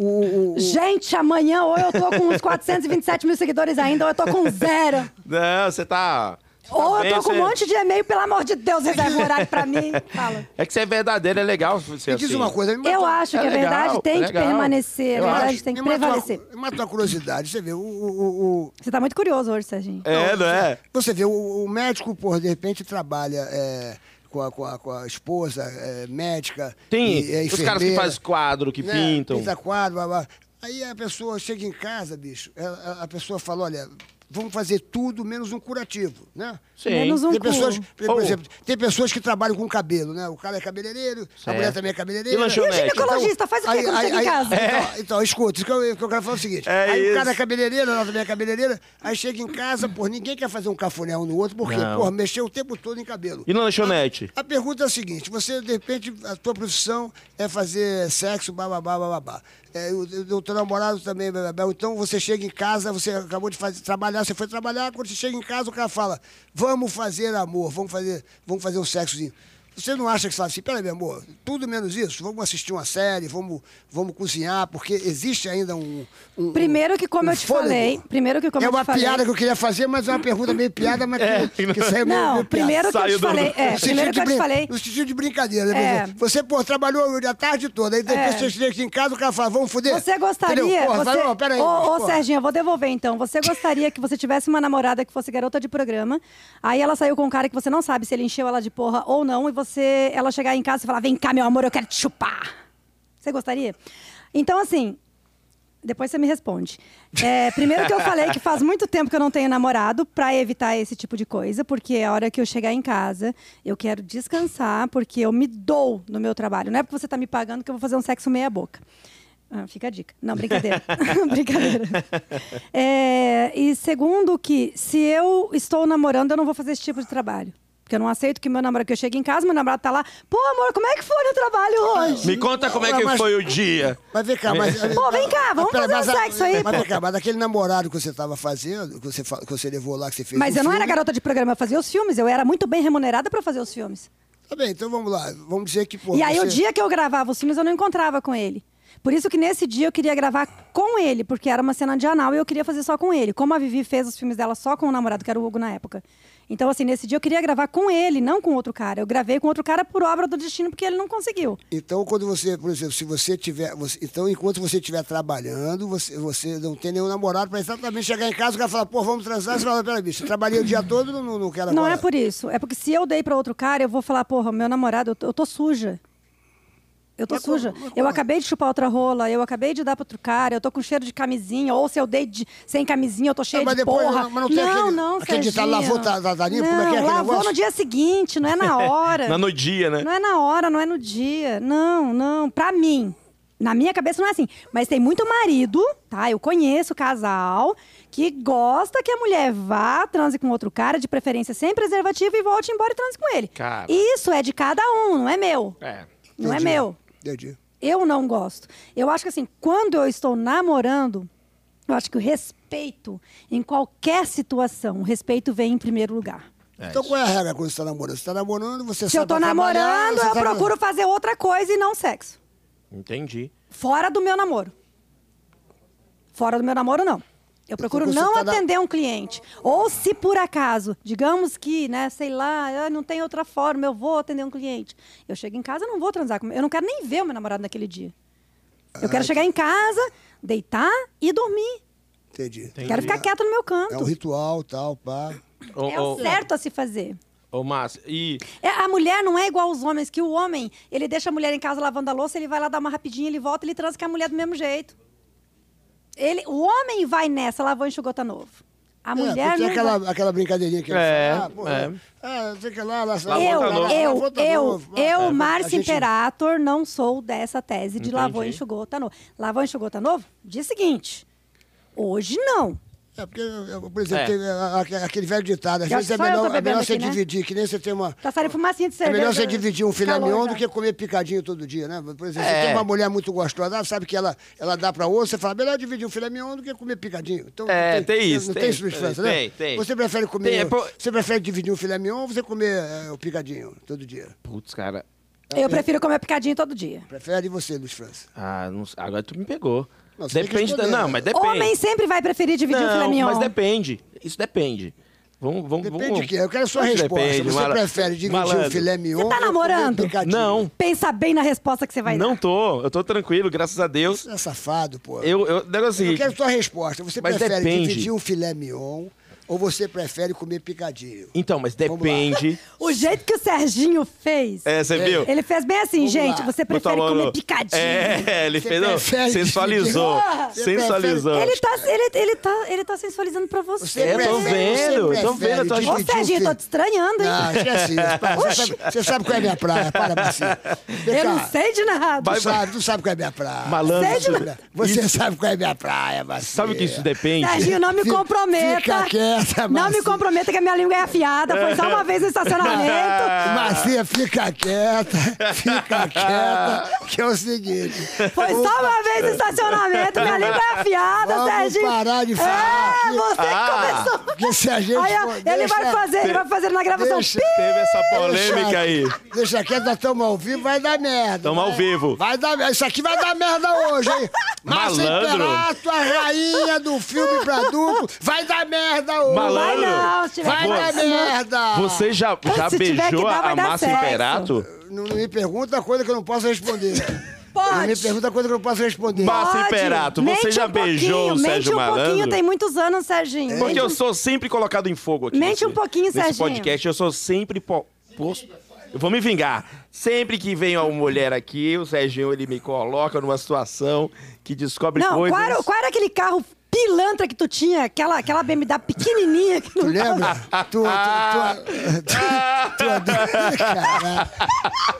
Speaker 1: O- o-
Speaker 3: Gente, amanhã ou eu tô com uns 427 mil seguidores ainda, ou eu tô com zero.
Speaker 2: Não, você tá. você tá
Speaker 3: ou eu
Speaker 2: bem,
Speaker 3: tô com
Speaker 2: você-
Speaker 3: um monte de e-mail, pelo amor de Deus, reserva o horário pra mim. Fala.
Speaker 2: É que você é verdadeiro, é legal. Você
Speaker 1: me diz uma coisa. Me
Speaker 3: Eu
Speaker 1: mata-
Speaker 3: acho
Speaker 2: É
Speaker 3: que a
Speaker 2: legal,
Speaker 3: verdade tem
Speaker 2: é
Speaker 3: que
Speaker 2: legal.
Speaker 3: permanecer, a
Speaker 2: Eu
Speaker 3: verdade
Speaker 2: acho.
Speaker 3: tem que
Speaker 1: me mata uma-
Speaker 3: prevalecer.
Speaker 1: Me mata uma curiosidade. Você vê, o, o- o- o-
Speaker 3: Você tá muito curioso hoje, Serginho.
Speaker 2: É, não é?
Speaker 1: você vê o, o médico, pô, de repente trabalha é, com, a, com a- com a esposa, é, médica.
Speaker 2: Tem
Speaker 1: e é
Speaker 2: os caras que
Speaker 1: enfermeira.
Speaker 2: fazem quadro, que
Speaker 1: né?
Speaker 2: pintam.
Speaker 1: Pinta quadro, blá, blá. Aí a pessoa chega em casa, bicho, ela- a, a pessoa fala, olha, vamos fazer tudo menos um curativo, né?
Speaker 2: Sim.
Speaker 3: Menos um
Speaker 1: Tem
Speaker 3: cu.
Speaker 1: pessoas, por
Speaker 2: Ou-
Speaker 1: exemplo, tem pessoas que trabalham com cabelo, né? O cara é cabeleireiro, a
Speaker 2: Certo.
Speaker 1: mulher também é cabeleireira.
Speaker 2: E lanchonete? E o
Speaker 3: ginecologista faz o quê quando chega em casa?
Speaker 1: Então, então, escuta, isso que eu, que eu quero falar é o seguinte.
Speaker 2: É
Speaker 1: aí
Speaker 2: isso.
Speaker 1: o cara é cabeleireiro, ela também é cabeleireira, aí chega em casa, pô, ninguém quer fazer um cafuné um no outro, porque,
Speaker 2: Não.
Speaker 1: pô, mexeu o tempo todo em cabelo.
Speaker 2: E na lanchonete?
Speaker 1: A pergunta é a seguinte: você, de repente, a tua profissão é fazer sexo, bababá, bababá. É, eu, eu, eu tô namorado também, bababá. Então você chega em casa, você acabou de fazer, trabalhar, você foi trabalhar, quando você chega em casa, o cara fala: vamos fazer amor, vamos fazer, vamos fazer um sexozinho. Você não acha que você fala assim, peraí, meu amor, tudo menos isso? Vamos assistir uma série, vamos, vamos cozinhar, porque existe ainda um. um-
Speaker 3: Primeiro que, como
Speaker 1: um
Speaker 3: eu te
Speaker 1: fôlego.
Speaker 3: falei, primeiro que, como
Speaker 1: é
Speaker 3: eu te
Speaker 1: uma
Speaker 3: falei-
Speaker 1: piada que eu queria fazer, mas é uma pergunta meio piada, mas que, que saiu meio,
Speaker 3: Não,
Speaker 1: meio piada.
Speaker 3: primeiro que eu
Speaker 2: Saiu
Speaker 3: te
Speaker 2: do-
Speaker 3: falei. É,
Speaker 1: No sentido
Speaker 3: primeiro
Speaker 1: de
Speaker 3: que eu te
Speaker 1: brin-
Speaker 3: falei.
Speaker 1: No sentido de brincadeira. né?
Speaker 3: É.
Speaker 1: Por exemplo, Você, pô, trabalhou a tarde toda, aí depois
Speaker 3: É.
Speaker 1: você chega aqui em casa, o cara fala, vamos foder.
Speaker 3: Você gostaria.
Speaker 1: Entendeu? Porra,
Speaker 3: você...
Speaker 1: fala, "Não, peraí,
Speaker 3: Ô,
Speaker 1: mas,
Speaker 3: ô,
Speaker 1: porra."
Speaker 3: Serginho, eu vou devolver então. Você gostaria que você tivesse uma namorada que fosse garota de programa, aí ela saiu com um cara que você não sabe se ele encheu ela de porra ou não, e você ela chegar em casa e falar: vem cá, meu amor, eu quero te chupar. Você gostaria? Então, assim. Depois você me responde. É, primeiro que eu falei que faz muito tempo que eu não tenho namorado pra evitar esse tipo de coisa, porque a hora que eu chegar em casa, eu quero descansar, porque eu me dou no meu trabalho. Não é porque você tá me pagando que eu vou fazer um sexo meia boca. Ah, fica a dica. Não, brincadeira. brincadeira. É, e segundo que, se eu estou namorando, eu não vou fazer esse tipo de trabalho. Porque eu não aceito que meu namorado, que eu chegue em casa, meu namorado tá lá. Pô, amor, como é que foi no trabalho hoje?
Speaker 2: Me conta como é que
Speaker 1: Mas-
Speaker 2: foi o dia.
Speaker 1: Mas vem cá, mas.
Speaker 3: Pô, vem cá, vamos
Speaker 1: Pera,
Speaker 3: fazer um
Speaker 1: mas a-
Speaker 3: sexo aí,
Speaker 1: Mas
Speaker 3: pô.
Speaker 1: vem cá, mas daquele namorado que você tava fazendo, que você, fa- que você levou lá, que você fez.
Speaker 3: Mas
Speaker 1: um
Speaker 3: eu não era
Speaker 1: filme,
Speaker 3: garota de programa, eu fazia os filmes. Eu era muito bem remunerada pra fazer os filmes.
Speaker 1: Tá bem, então vamos lá. Vamos dizer que, pô.
Speaker 3: e aí,
Speaker 1: você...
Speaker 3: o dia que eu gravava os filmes, eu não encontrava com ele. Por isso que nesse dia eu queria gravar com ele, porque era uma cena de anal e eu queria fazer só com ele. Como a Vivi fez os filmes dela só com o namorado, que era o Hugo na época. Então, assim, nesse dia eu queria gravar com ele, não com outro cara. Eu gravei com outro cara por obra do destino, porque ele não conseguiu.
Speaker 1: Então, quando você, por exemplo, se você tiver. você- então, enquanto você estiver trabalhando, você, você não tem nenhum namorado para exatamente chegar em casa e o cara falar, pô, vamos transar, você fala, peraí, bicho, trabalhei o dia todo, não, não quero
Speaker 3: Não
Speaker 1: agora.
Speaker 3: é por isso. É porque se eu dei pra outro cara, eu vou falar, porra, meu namorado, eu tô, eu tô suja. Eu tô
Speaker 1: Mas como-
Speaker 3: suja.
Speaker 1: mas como?
Speaker 3: Eu acabei de chupar outra rola, eu acabei de dar pra outro cara, eu tô com cheiro de camisinha, ou se eu dei de- sem camisinha, eu tô cheia
Speaker 1: mas
Speaker 3: de
Speaker 1: depois,
Speaker 3: porra.
Speaker 1: não- mas não tem aquele-
Speaker 3: não,
Speaker 1: aquele ditado,
Speaker 3: Serginho.
Speaker 1: lavou, tá- tá- tá limpo, como é que é
Speaker 3: Não,
Speaker 1: aquele
Speaker 3: lavou
Speaker 1: negócio?
Speaker 3: no dia seguinte, não é na hora.
Speaker 2: Na no dia, né?
Speaker 3: Não é na hora, não é no dia. Não, não. Pra mim, na minha cabeça não é assim. Mas tem muito marido, tá? Eu conheço casal que gosta que a mulher vá, transe com outro cara, de preferência sem preservativo, e volte embora e transe com ele.
Speaker 2: Cara.
Speaker 3: Isso é de cada um, não é meu.
Speaker 2: É.
Speaker 3: Não é
Speaker 1: Entendi.
Speaker 3: meu.
Speaker 1: Entendi.
Speaker 3: Eu não gosto. Eu acho que assim, quando eu estou namorando, eu acho que o respeito em qualquer situação, o respeito vem em primeiro lugar.
Speaker 2: É
Speaker 1: Então
Speaker 2: isso.
Speaker 1: qual é a regra quando você está namorando? Você está namorando, você
Speaker 3: Se eu tô namorando, eu procuro fazer outra coisa e não sexo.
Speaker 2: Entendi.
Speaker 3: Fora do meu namoro. Fora do meu namoro, não. Eu procuro
Speaker 1: Então, você
Speaker 3: não
Speaker 1: tá na-
Speaker 3: atender um cliente. Ou se por acaso, digamos que, né, sei lá, ah, não tem outra forma, eu vou atender um cliente. Eu chego em casa, eu não vou transar com Eu não quero nem ver o meu namorado naquele dia. Eu
Speaker 1: Ah,
Speaker 3: quero chegar em casa, deitar e dormir.
Speaker 1: Entendi.
Speaker 3: Quero ficar quieta no meu canto.
Speaker 1: É um ritual, tal, pá.
Speaker 2: Ô,
Speaker 3: É o
Speaker 2: ô,
Speaker 3: certo a se fazer.
Speaker 2: ô, Márcio, e
Speaker 3: É, a mulher não é igual aos homens, que o homem, ele deixa a mulher em casa lavando a louça, ele vai lá dar uma rapidinha, ele volta, ele transa com a mulher do mesmo jeito. Ele, o homem vai nessa, lavou, enxugou, tá novo. A mulher
Speaker 1: é, tem
Speaker 3: não
Speaker 1: aquela,
Speaker 3: vai.
Speaker 1: aquela brincadeirinha que
Speaker 2: É,
Speaker 1: fala, ah, pô,
Speaker 2: é.
Speaker 1: ah, não sei o que lá, lá,
Speaker 2: Lavou,
Speaker 3: Eu,
Speaker 2: tá novo.
Speaker 3: eu, eu,
Speaker 1: Ah,
Speaker 3: eu, Márcio
Speaker 1: Márcio
Speaker 3: Imperator, não sou dessa tese de
Speaker 2: Entendi.
Speaker 3: lavou, enxugou, tá novo. Lavou, enxugou, tá novo? Dia seguinte. Hoje não.
Speaker 1: É, porque, eu- eu, por exemplo,
Speaker 2: É.
Speaker 1: tem, ah, aque- aquele velho ditado, às
Speaker 3: Eu
Speaker 1: vezes é
Speaker 3: acho que só eu tô
Speaker 1: melhor, é
Speaker 3: bebendo
Speaker 1: melhor você
Speaker 3: aqui, né?
Speaker 1: dividir, que nem você tem uma...
Speaker 3: Tá saindo fumacinha de
Speaker 1: É
Speaker 3: cerveja.
Speaker 1: melhor você dividir um filé
Speaker 3: calor
Speaker 1: mignon
Speaker 3: já.
Speaker 1: do que comer picadinho todo dia, né? Por exemplo,
Speaker 2: É.
Speaker 1: você tem uma mulher muito gostosa, sabe que ela, ela dá pra outra, você fala, melhor dividir um filé mignon do que comer picadinho. Então,
Speaker 2: É,
Speaker 1: não
Speaker 2: tem isso,
Speaker 1: Não tem,
Speaker 2: tem,
Speaker 1: substância,
Speaker 2: tem,
Speaker 1: né?
Speaker 2: tem.
Speaker 1: Você prefere comer...
Speaker 2: Tem, é por-
Speaker 1: Você prefere dividir um filé mignon ou você comer é, o picadinho todo dia?
Speaker 2: Putz, cara.
Speaker 3: Eu prefiro comer picadinho todo dia.
Speaker 1: Prefere você, Luiz França?
Speaker 2: Ah, não sei, agora tu me pegou.
Speaker 1: Não, você tem que
Speaker 2: depende da-
Speaker 1: escolher,
Speaker 2: Não,
Speaker 1: né?
Speaker 2: mas depende.
Speaker 3: Homem sempre vai preferir dividir o filé
Speaker 2: não,
Speaker 3: mignon.
Speaker 2: mas depende. Isso depende. Vamos, vamos,
Speaker 1: Depende
Speaker 2: vamos...
Speaker 1: de quê? Eu quero a sua
Speaker 2: Isso
Speaker 1: resposta.
Speaker 2: depende,
Speaker 1: você
Speaker 2: mala-
Speaker 1: prefere dividir
Speaker 2: malandro.
Speaker 1: um filé mignon
Speaker 3: Você tá
Speaker 1: ou comer
Speaker 3: namorando?
Speaker 1: picadinho?
Speaker 2: Não,
Speaker 3: Pensa bem na resposta que você vai
Speaker 2: não
Speaker 3: dar.
Speaker 2: tô. Eu tô tranquilo, graças a Deus.
Speaker 1: Você é safado, pô.
Speaker 2: Eu, eu, o negócio é o
Speaker 1: Eu
Speaker 2: seguinte,
Speaker 1: quero sua resposta. Você
Speaker 2: Mas
Speaker 1: prefere
Speaker 2: depende.
Speaker 1: dividir um filé mignon Ou você prefere comer picadinho?
Speaker 2: Então, mas
Speaker 1: Vamos lá.
Speaker 2: depende.
Speaker 3: O jeito que o Serginho fez.
Speaker 2: É, você viu?
Speaker 3: Ele fez bem assim,
Speaker 1: Vamos
Speaker 3: gente.
Speaker 1: lá.
Speaker 2: Botou
Speaker 3: Você
Speaker 2: a
Speaker 3: prefere
Speaker 2: mão
Speaker 3: comer
Speaker 2: no-
Speaker 3: picadinho.
Speaker 2: É, ele
Speaker 1: Você
Speaker 2: fez. não,
Speaker 1: prefere-
Speaker 2: sensualizou.
Speaker 1: Porra! Você
Speaker 2: Sensualizou.
Speaker 1: prefere-
Speaker 3: Ele tá, ele, ele, tá, ele tá sensualizando pra você.
Speaker 1: Você
Speaker 2: Eu tô
Speaker 1: você
Speaker 2: vendo, tô
Speaker 1: prefere
Speaker 2: vendo, tô
Speaker 1: dividir
Speaker 3: Ô,
Speaker 2: achando-
Speaker 1: o
Speaker 3: Serginho, tô
Speaker 1: filho-
Speaker 3: te estranhando, hein?
Speaker 1: Não, esquece isso. para, Você sabe, você sabe qual é a minha praia. Para, Marcinho. Vem
Speaker 3: eu
Speaker 1: cá,
Speaker 3: não sei de nada.
Speaker 1: Tu
Speaker 2: Vai-
Speaker 1: sabe, tu sabe qual é a minha praia. né?
Speaker 2: Malandro.
Speaker 3: Sério?
Speaker 2: isso-
Speaker 1: Você
Speaker 2: isso-
Speaker 1: sabe qual é a minha praia, Marcinho.
Speaker 2: sabe que isso depende?
Speaker 3: Serginho, não me
Speaker 1: Fica-
Speaker 3: comprometa.
Speaker 1: fica quieta,
Speaker 3: não me
Speaker 1: Marcinho.
Speaker 3: comprometa que a minha língua é afiada. Foi só uma vez no estacionamento.
Speaker 1: Marcinha, fica quieta, fica quieta, que é o seguinte.
Speaker 3: Foi só uma vez no estacionamento. Minha língua é afiada,
Speaker 1: Vamos
Speaker 3: Serginho.
Speaker 1: parar de falar
Speaker 3: É,
Speaker 1: aqui.
Speaker 3: você
Speaker 2: Ah.
Speaker 3: que começou.
Speaker 1: Porque se a gente.
Speaker 3: Aí, ó,
Speaker 1: for-
Speaker 3: ele
Speaker 1: deixa-
Speaker 3: vai fazer, ele vai fazer na gravação.
Speaker 1: deixa-
Speaker 3: Pi!
Speaker 2: Teve essa
Speaker 1: deixa-
Speaker 2: polêmica aí.
Speaker 1: Deixa quieto, nós estamos ao vivo, vai dar merda.
Speaker 2: Tamo ao
Speaker 1: vai-
Speaker 2: vivo.
Speaker 1: Vai dar merda. Isso aqui vai dar merda hoje, hein? Márcia
Speaker 2: Malandro.
Speaker 1: Imperato, a rainha do filme pra adulto, vai dar merda hoje.
Speaker 3: Vai
Speaker 2: Malandro.
Speaker 3: não, se tiver
Speaker 1: Vai
Speaker 3: que
Speaker 1: dar
Speaker 3: dar-
Speaker 1: merda.
Speaker 2: Você já, já
Speaker 3: Se tiver que
Speaker 2: beijou
Speaker 3: dar, vai
Speaker 2: a
Speaker 3: dar
Speaker 2: Márcia
Speaker 3: sexo.
Speaker 2: Imperato?
Speaker 1: Não não me pergunta coisa que eu não posso responder. Não me
Speaker 3: Pode.
Speaker 1: pergunta coisa que eu não posso responder.
Speaker 2: Ba-
Speaker 3: Pode.
Speaker 2: Imperato, você
Speaker 3: Mente
Speaker 2: já
Speaker 3: um pouquinho,
Speaker 2: beijou o
Speaker 3: mente
Speaker 2: Sérgio
Speaker 3: um pouquinho,
Speaker 2: Malandro? É.
Speaker 3: tem muitos anos, Serginho.
Speaker 2: Porque
Speaker 3: Mente
Speaker 2: eu
Speaker 3: um-
Speaker 2: sou sempre colocado em fogo aqui.
Speaker 3: Mente
Speaker 2: nesse-
Speaker 3: um pouquinho,
Speaker 2: nesse
Speaker 3: Serginho.
Speaker 2: podcast, eu sou sempre po- posto... Eu vou me vingar. Sempre que vem uma mulher aqui, o Serginho, ele me coloca numa situação que descobre
Speaker 3: Não,
Speaker 2: coisas...
Speaker 3: qual era, qual era aquele carro pilantra que tu tinha? Aquela, aquela BMW pequenininha. Que
Speaker 1: Tu
Speaker 3: não...
Speaker 1: lembra? Tu, tu, tu, tu, tu andava- Caralho.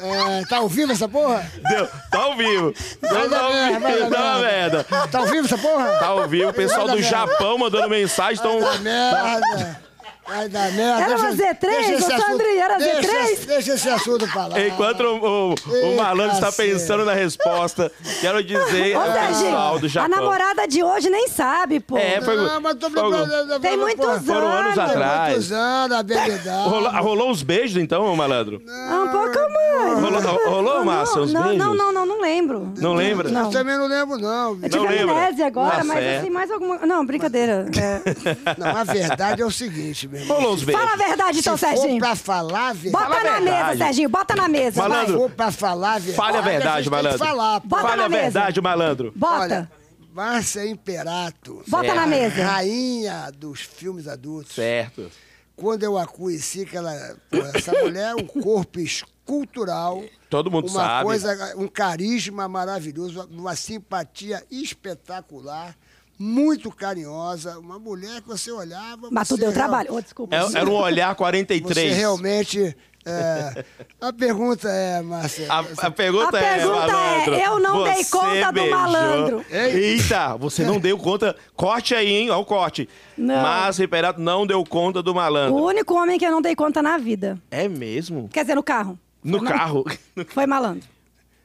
Speaker 1: É, tá ao vivo essa porra?
Speaker 2: Deu, tá ao vivo. Não,
Speaker 1: dar
Speaker 2: tá ao
Speaker 1: é merda, vai
Speaker 2: vivo,
Speaker 1: dar
Speaker 2: tá uma merda.
Speaker 1: Tá ao vivo essa porra?
Speaker 2: Tá ao vivo, o pessoal
Speaker 1: Vai
Speaker 2: do
Speaker 1: dar merda.
Speaker 2: Japão mandando mensagem, estão...
Speaker 1: Vai dar merda. Vai dar merda.
Speaker 3: Era uma
Speaker 1: Deixa-
Speaker 3: Z três?
Speaker 1: deixa esse
Speaker 3: O
Speaker 1: assunto-
Speaker 3: Sandrinho era
Speaker 1: deixa
Speaker 3: Z3?
Speaker 1: esse- Deixa esse assunto pra lá.
Speaker 2: Enquanto o, o, o
Speaker 1: Ei,
Speaker 2: malandro está
Speaker 1: cacete.
Speaker 2: pensando na resposta, quero dizer
Speaker 3: Ô,
Speaker 2: ao pessoal do
Speaker 3: Serginho, a
Speaker 2: Japão.
Speaker 3: namorada de hoje nem sabe, pô.
Speaker 2: É, foi-
Speaker 1: Não, mas tô
Speaker 2: foi-
Speaker 1: lembrando-
Speaker 3: Tem muitos
Speaker 1: porra,
Speaker 2: Foram anos
Speaker 3: anos
Speaker 1: Tem
Speaker 2: atrás.
Speaker 1: muitos anos, a verdade.
Speaker 2: Rola- rolou uns beijos, então, ô malandro?
Speaker 3: Ah, Um pouco mais.
Speaker 2: Rolou- rolou,
Speaker 3: Não,
Speaker 2: Márcia, uns
Speaker 3: não,
Speaker 2: beijos?
Speaker 3: Não, não, não, não lembro.
Speaker 2: Não lembra?
Speaker 3: Não.
Speaker 1: Eu também não lembro, não.
Speaker 3: Eu
Speaker 1: bicho.
Speaker 3: tive
Speaker 2: Não lembra?
Speaker 3: amnésia agora,
Speaker 2: Tá
Speaker 3: mas
Speaker 2: certo.
Speaker 3: assim, mais alguma... Não, brincadeira. É.
Speaker 1: Não, a verdade é o seguinte, meu irmão.
Speaker 2: Rolou uns beijos.
Speaker 3: Fala a verdade, então,
Speaker 1: Se for
Speaker 3: Serginho.
Speaker 1: pra falar a verdade.
Speaker 3: Bota
Speaker 2: Fala a
Speaker 3: na mesa,
Speaker 2: verdade.
Speaker 3: Serginho, bota na mesa, vai.
Speaker 1: Se
Speaker 2: Malandro.
Speaker 1: for pra falar a verdade.
Speaker 2: Fale a verdade,
Speaker 1: gente tem que
Speaker 2: malandro.
Speaker 1: falar, pô.
Speaker 3: Bota
Speaker 2: Fale
Speaker 3: na
Speaker 2: a
Speaker 3: mesa.
Speaker 2: verdade, malandro.
Speaker 3: Bota,
Speaker 1: Olha, Márcia Imperato.
Speaker 3: bota
Speaker 2: Certo.
Speaker 3: na mesa.
Speaker 1: Rainha dos filmes adultos.
Speaker 2: É. Certo.
Speaker 1: Quando eu a conheci, que ela, pô, essa mulher, um corpo escultural.
Speaker 2: Todo mundo
Speaker 1: uma
Speaker 2: sabe.
Speaker 1: Coisa, um carisma maravilhoso, uma simpatia espetacular, muito carinhosa. Uma mulher que você olhava.
Speaker 3: Mas tu
Speaker 1: você
Speaker 3: deu
Speaker 1: real-
Speaker 3: trabalho. Ô, desculpa.
Speaker 2: É- Era um olhar
Speaker 1: Você
Speaker 2: 43.
Speaker 1: realmente. é, a pergunta é, Márcia.
Speaker 2: A, a pergunta,
Speaker 3: A pergunta é,
Speaker 2: é, malandro,
Speaker 3: eu não dei
Speaker 2: você
Speaker 3: conta do
Speaker 2: beijou-
Speaker 3: malandro.
Speaker 2: Eita, você não deu conta. Corte aí, hein? Olha o corte.
Speaker 3: Não.
Speaker 2: Mas Imperato não deu conta do
Speaker 3: O
Speaker 2: malandro.
Speaker 3: único homem que eu não dei conta na vida.
Speaker 2: É mesmo?
Speaker 3: Quer dizer, no carro.
Speaker 2: No carro.
Speaker 3: Foi malandro.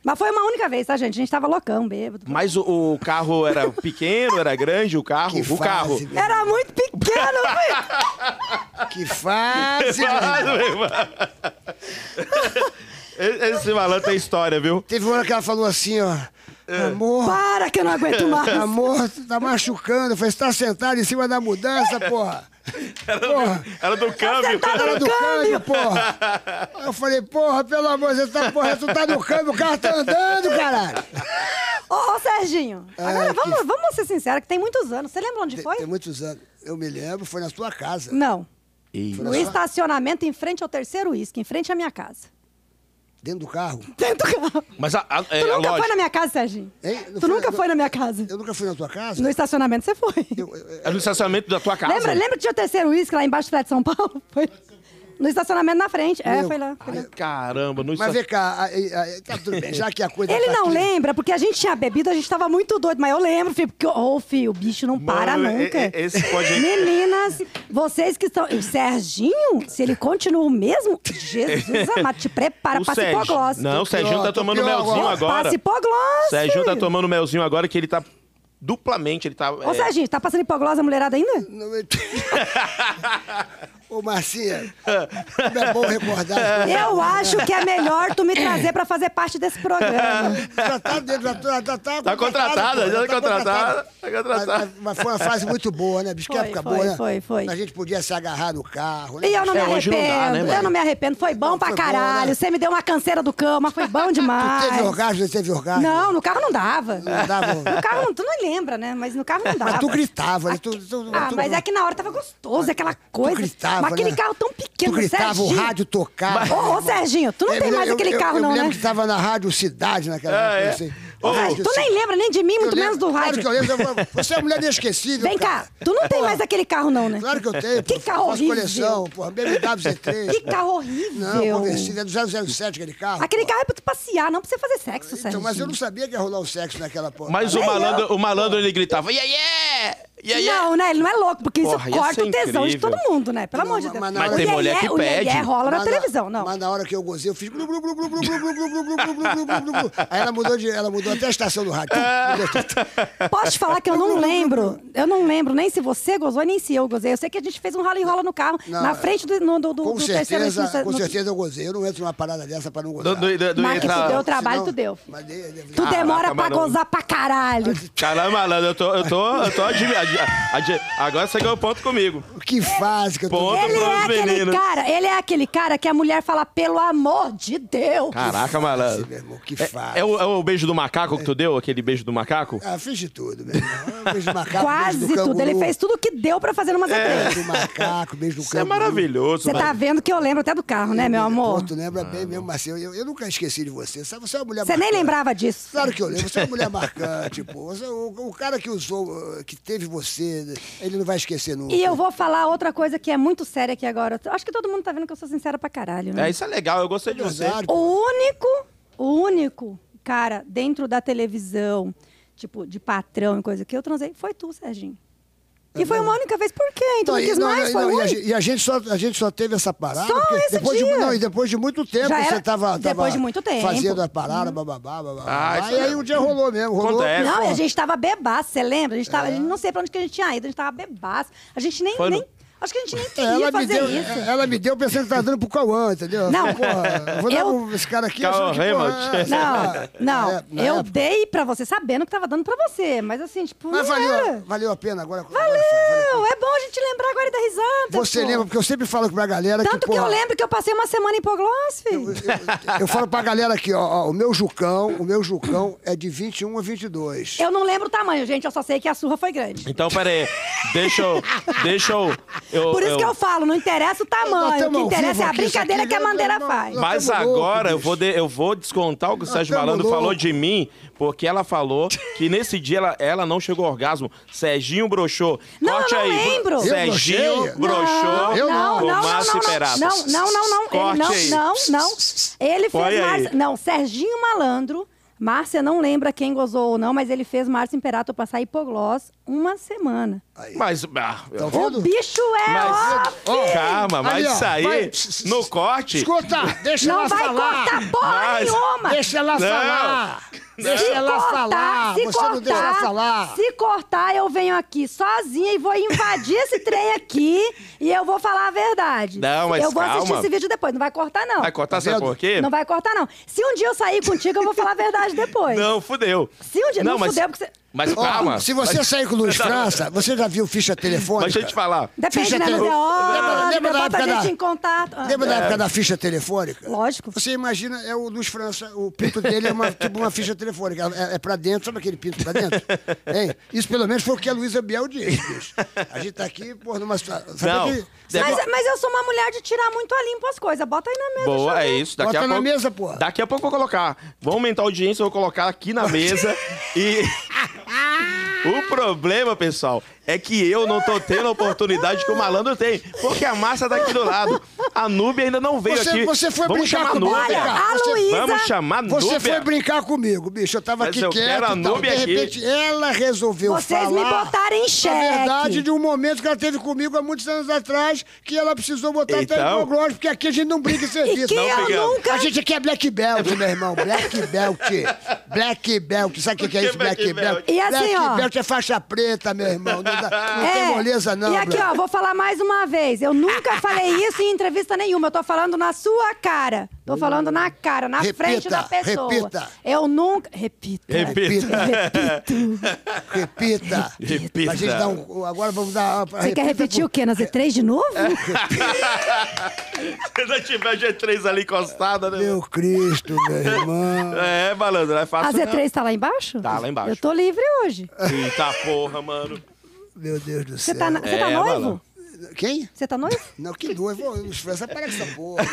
Speaker 3: Mas foi uma única vez, tá, gente? A gente tava loucão, bêbado.
Speaker 2: Mas o, o carro era pequeno, era grande, o carro?
Speaker 1: Que
Speaker 2: o
Speaker 1: fase,
Speaker 2: carro.
Speaker 1: meu.
Speaker 3: Era muito pequeno, velho.
Speaker 1: Que fase, meu irmão.
Speaker 2: Esse esse malandro tem história, viu?
Speaker 1: Teve uma hora que ela falou assim, ó.
Speaker 2: É.
Speaker 1: Amor,
Speaker 3: Para que eu não aguento mais.
Speaker 1: amor, tu tá machucando. Eu falei, você tá sentado em cima da mudança, porra. Porra.
Speaker 2: Era do câmbio.
Speaker 3: Tá
Speaker 1: Cara
Speaker 3: no
Speaker 1: do câmbio, porra! Aí eu falei, porra, pelo amor de Deus, tá, porra, tu tá no câmbio, o carro tá andando, caralho!
Speaker 3: Ô, ô, Serginho, agora
Speaker 1: Ai,
Speaker 3: vamos, vamos ser sinceros, que tem muitos anos. Você lembra onde
Speaker 1: É, Tem,
Speaker 3: foi?
Speaker 1: tem muitos anos. Eu me lembro, foi na sua casa.
Speaker 3: Não.
Speaker 2: Ih,
Speaker 1: Olha
Speaker 3: No
Speaker 1: só.
Speaker 3: estacionamento em frente ao terceiro uísque, em frente à minha casa.
Speaker 1: Dentro do carro.
Speaker 3: Dentro do carro.
Speaker 2: Mas a, a, é,
Speaker 3: Tu
Speaker 2: a
Speaker 3: nunca foi
Speaker 2: lógica.
Speaker 3: na minha casa, Serginho?
Speaker 1: Hein? Não
Speaker 3: Tu
Speaker 1: foi-
Speaker 3: nunca
Speaker 1: não-
Speaker 3: foi na minha casa?
Speaker 1: Eu nunca fui na tua casa?
Speaker 3: No estacionamento você foi.
Speaker 1: Eu- eu-
Speaker 2: Era É no estacionamento da tua casa.
Speaker 3: Lembra, lembra que tinha o terceiro uísque lá embaixo do Fred de São Paulo? Foi. No estacionamento na frente. É,
Speaker 1: Meu.
Speaker 3: foi lá. foi lá.
Speaker 2: Ai, caramba, no
Speaker 1: Mas
Speaker 2: estacionamento.
Speaker 1: vem cá, aí- aí- tá tudo bem, já que a coisa.
Speaker 3: Ele
Speaker 1: tá
Speaker 3: não
Speaker 1: aqui-
Speaker 3: lembra, porque a gente tinha bebido, a gente tava muito doido. Mas eu lembro, filho, porque, ô, filho, o bicho não para
Speaker 2: Mano,
Speaker 3: nunca.
Speaker 2: e- e- esse pode-
Speaker 3: Meninas, vocês que estão. O Serginho, se ele continua o mesmo, Jesus amado, te prepara,
Speaker 2: O
Speaker 3: passa
Speaker 2: Sérgio-
Speaker 3: hipoglose.
Speaker 2: Não, o Serginho
Speaker 1: pior,
Speaker 2: tá
Speaker 1: tô
Speaker 2: tomando
Speaker 1: pior
Speaker 2: melzinho
Speaker 1: agora.
Speaker 2: agora.
Speaker 3: Passa hipoglose.
Speaker 2: Serginho tá
Speaker 3: filho.
Speaker 2: tomando melzinho agora que ele tá duplamente, ele tá...
Speaker 3: Ô,
Speaker 2: é,
Speaker 3: Serginho, tá passando hipoglose a mulherada ainda?
Speaker 1: Não, eu- Ô, Marcinha, como é bom recordar.
Speaker 3: Eu acho que é melhor tu me trazer pra fazer parte desse programa.
Speaker 1: Já tá dentro, já, tô- já tá.
Speaker 2: Tá contratada,
Speaker 1: pô,
Speaker 2: já tá contratada. Tá contratada.
Speaker 1: Mas, mas foi uma fase muito boa, né? Bicho, que
Speaker 3: Foi,
Speaker 1: época
Speaker 3: foi,
Speaker 1: boa, né?
Speaker 3: foi, foi.
Speaker 1: A gente podia se agarrar no carro, né?
Speaker 3: E eu não me
Speaker 2: É, hoje
Speaker 3: arrependo.
Speaker 2: não dá, né, mãe?
Speaker 3: eu não me arrependo. Foi bom pra
Speaker 1: foi bom,
Speaker 3: caralho.
Speaker 1: né?
Speaker 3: Você me deu uma canseira do cão, mas foi bom demais.
Speaker 1: Teve orgasmo, você teve orgasmo?
Speaker 3: Não, no carro não dava.
Speaker 1: Não dava. né?
Speaker 3: No carro, não- tu não lembra, né? Mas no carro não dava.
Speaker 1: Mas tu gritava, né?
Speaker 3: Aqui-
Speaker 1: Tu- tu-
Speaker 3: ah,
Speaker 1: tu-
Speaker 3: mas é que na hora tava gostoso, aquela coisa.
Speaker 1: gritava,
Speaker 3: mas aquele
Speaker 1: né?
Speaker 3: carro tão
Speaker 1: Tu
Speaker 3: pequeno,
Speaker 1: gritava, o
Speaker 3: Serginho.
Speaker 1: rádio tocava. É,
Speaker 3: Ô, ô, Serginho, tu não
Speaker 1: Eu
Speaker 3: tem
Speaker 1: me
Speaker 3: mais
Speaker 1: lembro-
Speaker 3: aquele
Speaker 1: eu-
Speaker 3: carro,
Speaker 1: eu,
Speaker 3: não,
Speaker 1: me
Speaker 3: né?
Speaker 1: lembro que tava na Rádio Cidade naquela
Speaker 2: Ah,
Speaker 1: época,
Speaker 2: é?
Speaker 1: não sei.
Speaker 2: Ô,
Speaker 1: Rádio
Speaker 3: Tu nem
Speaker 1: Cidade.
Speaker 3: lembra nem de mim, muito
Speaker 1: assim. Eu
Speaker 3: menos do
Speaker 1: lembro,
Speaker 3: rádio.
Speaker 1: Claro que eu lembro. eu- Você é uma mulher inesquecível.
Speaker 3: Vem cá,
Speaker 1: cara.
Speaker 3: tu não tem mais aquele carro, não, né?
Speaker 1: Claro que eu tenho.
Speaker 3: Que
Speaker 1: pô,
Speaker 3: carro
Speaker 1: faço
Speaker 3: horrível.
Speaker 1: coleção, porra. BMW Z3.
Speaker 3: Que carro horrível.
Speaker 1: Não, conversível. É do 007 aquele carro.
Speaker 3: Aquele
Speaker 1: porra.
Speaker 3: carro é pra tu passear, não pra você fazer sexo, Sérgio.
Speaker 1: Então, mas eu não sabia que ia rolar o sexo naquela porra.
Speaker 2: Mas o
Speaker 3: Nem eu.
Speaker 2: malandro, o malandro ele gritava, yeah, yeah! Yeah, yeah!
Speaker 3: Não, né? Ele não é louco, porque
Speaker 2: Porra,
Speaker 3: isso
Speaker 2: ia
Speaker 3: corta
Speaker 2: ser
Speaker 3: o tesão de
Speaker 2: incrível.
Speaker 3: todo mundo, né? Pelo
Speaker 1: Não,
Speaker 3: amor de
Speaker 1: mas-
Speaker 3: Deus.
Speaker 1: mas na hora-
Speaker 3: O
Speaker 1: Mas tem
Speaker 2: mulher
Speaker 3: iê-iê-
Speaker 2: que
Speaker 3: o iê-iê
Speaker 2: pede.
Speaker 3: rola na
Speaker 1: Mas é-
Speaker 3: televisão, não.
Speaker 1: Mas na hora que eu gozei, eu fiz. glu, glu, glu, glu, glu, glu, glu, glu, glu, glu, glu, glu, glu, glu. Aí ela mudou, de, ela mudou até a estação do rádio. Mudou tudo.
Speaker 3: Posso te falar que eu não lembro. Eu não lembro nem se você gozou e nem se eu gozei. Eu sei que a gente fez um ralo e rola no carro,
Speaker 1: Não,
Speaker 3: na frente do, no, do, do,
Speaker 1: Com
Speaker 3: do terceiro...
Speaker 1: certeza,
Speaker 3: no-
Speaker 1: com certeza eu gozei. Eu não entro numa parada dessa pra não
Speaker 2: Do,
Speaker 1: gozar.
Speaker 2: do, do, do,
Speaker 3: Mas que tu
Speaker 2: entra-
Speaker 3: deu trabalho, tu deu.
Speaker 1: Mas dei- dei-
Speaker 3: Tu demora
Speaker 2: Ah, Caraca,
Speaker 3: pra
Speaker 2: mano.
Speaker 3: gozar pra caralho.
Speaker 2: Caramba, malandro, eu tô, eu tô, eu tô admi- ad- ad- Agora você ganhou ponto comigo.
Speaker 1: Que fase que eu tô.
Speaker 2: Pô.
Speaker 3: Ele é
Speaker 2: pros
Speaker 3: aquele
Speaker 2: meninos.
Speaker 3: cara, ele é aquele cara que a mulher fala, pelo amor de Deus.
Speaker 2: Caraca,
Speaker 1: Sim,
Speaker 2: malandro.
Speaker 1: meu irmão, que fase.
Speaker 2: É o, é o beijo do macaco que tu deu, aquele beijo do macaco?
Speaker 1: Ah, fiz de tudo, meu irmão. Beijo do macaco,
Speaker 3: Quase
Speaker 1: beijo do
Speaker 3: tudo. Ele
Speaker 1: canguru,
Speaker 3: fez tudo o que deu pra fazer
Speaker 2: É.
Speaker 3: numa Z3.
Speaker 1: Beijo do macaco, beijo do
Speaker 2: Isso é
Speaker 1: canguru.
Speaker 2: maravilhoso,
Speaker 3: Você tá
Speaker 2: mano.
Speaker 3: vendo que eu lembro até do carro, né,
Speaker 1: é
Speaker 3: meu amor?
Speaker 1: Pô, tu lembra
Speaker 2: Ah.
Speaker 1: bem mesmo, Marcelo. Eu, eu nunca esqueci de você. Sabe, você é uma mulher
Speaker 3: Você nem
Speaker 1: marcante.
Speaker 3: lembrava disso.
Speaker 1: Claro que eu lembro. Você é uma mulher marcante, pô. Você- é o, o cara que usou, eh, que teve você, ele não vai esquecer nunca.
Speaker 3: E eu vou falar outra coisa que é muito séria aqui agora. Acho que todo mundo tá vendo que eu sou sincera pra caralho, né?
Speaker 2: É, isso é legal, eu gostei de você.
Speaker 1: Verdade.
Speaker 3: O único, o único cara dentro da televisão, tipo, de patrão e coisa que eu transei, foi tu, Serginho. E foi uma única vez. Por quê? Então não
Speaker 1: e,
Speaker 3: quis
Speaker 1: não, não,
Speaker 3: mais, foi
Speaker 1: e, a,
Speaker 3: ruim.
Speaker 1: gente- e a gente só, a gente só teve essa parada.
Speaker 3: Só
Speaker 1: porque
Speaker 3: esse
Speaker 1: depois
Speaker 3: dia.
Speaker 1: De, não, e depois de muito tempo
Speaker 3: Já
Speaker 1: você
Speaker 3: era-
Speaker 1: tava,
Speaker 3: depois
Speaker 1: tava
Speaker 3: de muito tempo.
Speaker 1: fazendo a parada, bababá, bababá.
Speaker 2: Ah, isso
Speaker 1: e aí
Speaker 2: é-
Speaker 1: um dia rolou mesmo. Rolou.
Speaker 2: Acontece.
Speaker 3: Não, e
Speaker 1: pô,
Speaker 3: a gente tava bebaço, você lembra? A gente
Speaker 1: É.
Speaker 3: tava, a gente não sei pra onde que a gente tinha ido, a gente tava bebaço. A gente nem,
Speaker 2: Foi no-
Speaker 3: nem- acho que a gente nem queria
Speaker 1: Ela me,
Speaker 3: fazer
Speaker 1: deu,
Speaker 3: isso.
Speaker 1: ela me deu pensando que tava dando pro Cauã, entendeu?
Speaker 3: Não.
Speaker 1: Porra, vou dar
Speaker 3: Eu-
Speaker 1: pro- esse cara aqui.
Speaker 2: Cauã
Speaker 1: achando que, porra,
Speaker 2: Raymond.
Speaker 1: é,
Speaker 3: Não, não.
Speaker 1: é, na
Speaker 3: eu
Speaker 1: época.
Speaker 3: dei pra você sabendo que tava dando pra você. Mas assim, tipo,
Speaker 1: Mas
Speaker 3: não era.
Speaker 1: valeu, valeu a pena agora. Valeu!
Speaker 3: Não, é bom a gente lembrar agora e dar risada.
Speaker 1: Você
Speaker 3: pô.
Speaker 1: lembra, porque eu sempre falo pra galera
Speaker 3: Tanto
Speaker 1: que,
Speaker 3: que eu
Speaker 1: porra,
Speaker 3: lembro que eu passei uma semana em Pogloss, filho.
Speaker 1: Eu falo pra galera aqui, ó, ó, o meu Jucão, o meu Jucão é de 21 a 22.
Speaker 3: Eu não lembro o tamanho, gente. Eu só sei que a surra foi grande.
Speaker 2: Então, peraí, deixa eu. Deixa eu. eu-
Speaker 3: Por isso que eu falo, não interessa o tamanho. O
Speaker 1: tamo
Speaker 3: que
Speaker 1: ao
Speaker 3: interessa
Speaker 1: vivo
Speaker 3: é a
Speaker 1: aqui, isso
Speaker 3: brincadeira
Speaker 1: aqui
Speaker 3: que a
Speaker 1: não-
Speaker 3: Mandeira
Speaker 1: não-
Speaker 3: faz.
Speaker 1: não-
Speaker 2: Mas
Speaker 1: Nós tamo louco,
Speaker 2: agora eu
Speaker 1: bicho.
Speaker 2: vou, de- eu vou descontar o que o Sérgio
Speaker 1: tamo
Speaker 2: Malandro falou
Speaker 1: louco.
Speaker 2: de mim, porque ela falou que nesse dia ela, ela não chegou ao orgasmo. Serginho broxou.
Speaker 3: Não,
Speaker 2: Corte
Speaker 3: eu não
Speaker 2: aí.
Speaker 3: lembro. Eu
Speaker 2: Serginho
Speaker 1: broxei?
Speaker 2: broxou.
Speaker 1: eu
Speaker 3: Ah,
Speaker 1: não.
Speaker 3: não, não, não,
Speaker 2: Tomás
Speaker 3: não,
Speaker 2: Perato.
Speaker 3: não, não, não, não, não, ele
Speaker 2: Corte
Speaker 3: não,
Speaker 2: aí.
Speaker 3: não, não, ele
Speaker 2: Põe
Speaker 3: fez
Speaker 2: aí.
Speaker 3: Márcia, não, Serginho Malandro, Márcia não lembra quem gozou ou não, mas ele fez Márcia Imperato passar hipoglós uma semana.
Speaker 2: Mas. Ah,
Speaker 1: Tá
Speaker 3: O
Speaker 1: vendo?
Speaker 3: bicho é
Speaker 2: mas
Speaker 3: Então, ó,
Speaker 1: Ó,
Speaker 2: calma, mas
Speaker 1: ali, ó,
Speaker 2: isso aí,
Speaker 1: vai.
Speaker 2: no corte.
Speaker 1: Escuta, deixa
Speaker 3: não
Speaker 1: ela
Speaker 3: vai
Speaker 1: falar.
Speaker 3: cortar porra
Speaker 2: Mas-
Speaker 3: nenhuma.
Speaker 1: Deixa ela
Speaker 2: Não.
Speaker 1: falar.
Speaker 3: Se
Speaker 1: Deixa ela
Speaker 3: cortar,
Speaker 1: falar.
Speaker 3: se
Speaker 1: Você
Speaker 3: cortar,
Speaker 1: não deixa ela falar.
Speaker 3: Se cortar, eu venho aqui sozinha e vou invadir esse trem aqui e eu vou falar a verdade.
Speaker 2: Não, mas
Speaker 3: Eu vou assistir
Speaker 2: calma.
Speaker 3: esse vídeo depois, não vai cortar não.
Speaker 2: Vai cortar,
Speaker 1: Tá
Speaker 2: sabe
Speaker 1: vendo?
Speaker 2: por quê?
Speaker 3: Não vai cortar não. Se um dia eu sair contigo, eu vou falar a verdade depois.
Speaker 2: Não, fudeu.
Speaker 3: Se um dia não,
Speaker 2: mas,
Speaker 3: fudeu, porque você...
Speaker 2: Mas
Speaker 1: Ó,
Speaker 2: calma.
Speaker 1: se você sair com o Luiz França, você já viu ficha telefônica?
Speaker 2: Mas deixa eu te falar.
Speaker 3: Depende,
Speaker 1: Ficha
Speaker 3: né? Mas
Speaker 1: tele-
Speaker 3: é
Speaker 1: Lembra-
Speaker 3: óbvio,
Speaker 1: lembra da
Speaker 3: bota a
Speaker 1: época
Speaker 3: gente
Speaker 1: da-
Speaker 3: em contato. Ah,
Speaker 1: Lembra
Speaker 2: É.
Speaker 1: da época da ficha telefônica?
Speaker 3: Lógico.
Speaker 1: Você imagina, é o Luiz França, o pinto dele é uma, tipo uma ficha telefônica. É, é pra dentro, sabe aquele pinto pra dentro? Hein? Isso pelo menos foi o que a Luísa Biel disse, bicho. A gente tá aqui, pô, numa situação. sabe
Speaker 2: Não.
Speaker 1: que-
Speaker 2: Deve-
Speaker 3: Mas, mas eu sou uma mulher de tirar muito a limpo as coisas. Bota aí na mesa.
Speaker 2: Boa,
Speaker 3: deixa
Speaker 2: é
Speaker 3: eu ver.
Speaker 2: isso. Daqui
Speaker 1: Bota
Speaker 2: a
Speaker 1: na
Speaker 2: pouco,
Speaker 1: mesa, porra.
Speaker 2: Daqui a pouco eu vou colocar. Vou aumentar a audiência, eu vou colocar aqui na mesa. e. o problema, pessoal, é que eu não tô tendo a oportunidade que o malandro tem. Porque a massa tá aqui do lado. A Núbia ainda não veio
Speaker 1: Você-
Speaker 2: aqui.
Speaker 1: você foi
Speaker 2: Vamos
Speaker 1: brincar
Speaker 2: chamar
Speaker 1: com
Speaker 2: a Núbia.
Speaker 1: Olha,
Speaker 3: a
Speaker 1: Você-
Speaker 3: Luísa...
Speaker 2: Vamos chamar a Núbia.
Speaker 1: Você foi brincar comigo, bicho. Eu tava
Speaker 2: Mas
Speaker 1: aqui
Speaker 2: eu
Speaker 1: quieto.
Speaker 2: quero a
Speaker 1: e tal.
Speaker 2: Nube
Speaker 1: De
Speaker 2: aqui.
Speaker 1: repente, ela resolveu
Speaker 3: Vocês
Speaker 1: falar.
Speaker 3: me botaram em
Speaker 1: A
Speaker 3: xeque.
Speaker 1: verdade de um momento que ela teve comigo há muitos anos atrás, que ela precisou botar até
Speaker 2: Então?
Speaker 1: em prognóstico, porque aqui a gente não brinca em serviço.
Speaker 3: E que
Speaker 2: Não,
Speaker 3: eu
Speaker 2: obrigado.
Speaker 3: nunca...
Speaker 1: A gente aqui é Black Belt, meu irmão. Black Belt. Black Belt. Sabe o que, que é
Speaker 2: que
Speaker 1: isso, Black,
Speaker 2: Black
Speaker 1: Belt?
Speaker 2: Belt?
Speaker 3: E assim,
Speaker 1: Black
Speaker 3: ó.
Speaker 1: Belt é faixa preta, meu irmão. Não moleza, não tem moleza, não.
Speaker 3: E aqui,
Speaker 1: brother.
Speaker 3: ó, vou falar mais uma vez. Eu nunca falei isso em entrevista nenhuma. Eu tô falando na sua cara. Tô falando na cara, na
Speaker 1: Repita,
Speaker 3: frente da pessoa.
Speaker 1: repita.
Speaker 3: Eu nunca. Repito.
Speaker 2: Repita.
Speaker 1: Repita.
Speaker 2: Repita.
Speaker 1: A gente dá um, agora vamos dar.
Speaker 3: Você quer repetir o quê? Na Z3 de novo?
Speaker 1: É.
Speaker 2: Se ainda tiver a G3 ali encostada, né?
Speaker 1: Meu Cristo, meu irmão.
Speaker 2: É, malandro, não é
Speaker 3: A
Speaker 2: fácil.
Speaker 3: Z3 tá lá embaixo?
Speaker 2: Tá lá embaixo.
Speaker 3: Eu tô livre hoje.
Speaker 2: não. Eita porra, mano.
Speaker 1: Meu Deus do
Speaker 3: Você
Speaker 1: céu.
Speaker 3: tá, na- você tá
Speaker 2: É,
Speaker 3: noivo?
Speaker 2: malandro.
Speaker 1: Quem?
Speaker 3: Você tá noivo?
Speaker 1: Não, que noivo. Expressa para essa porra.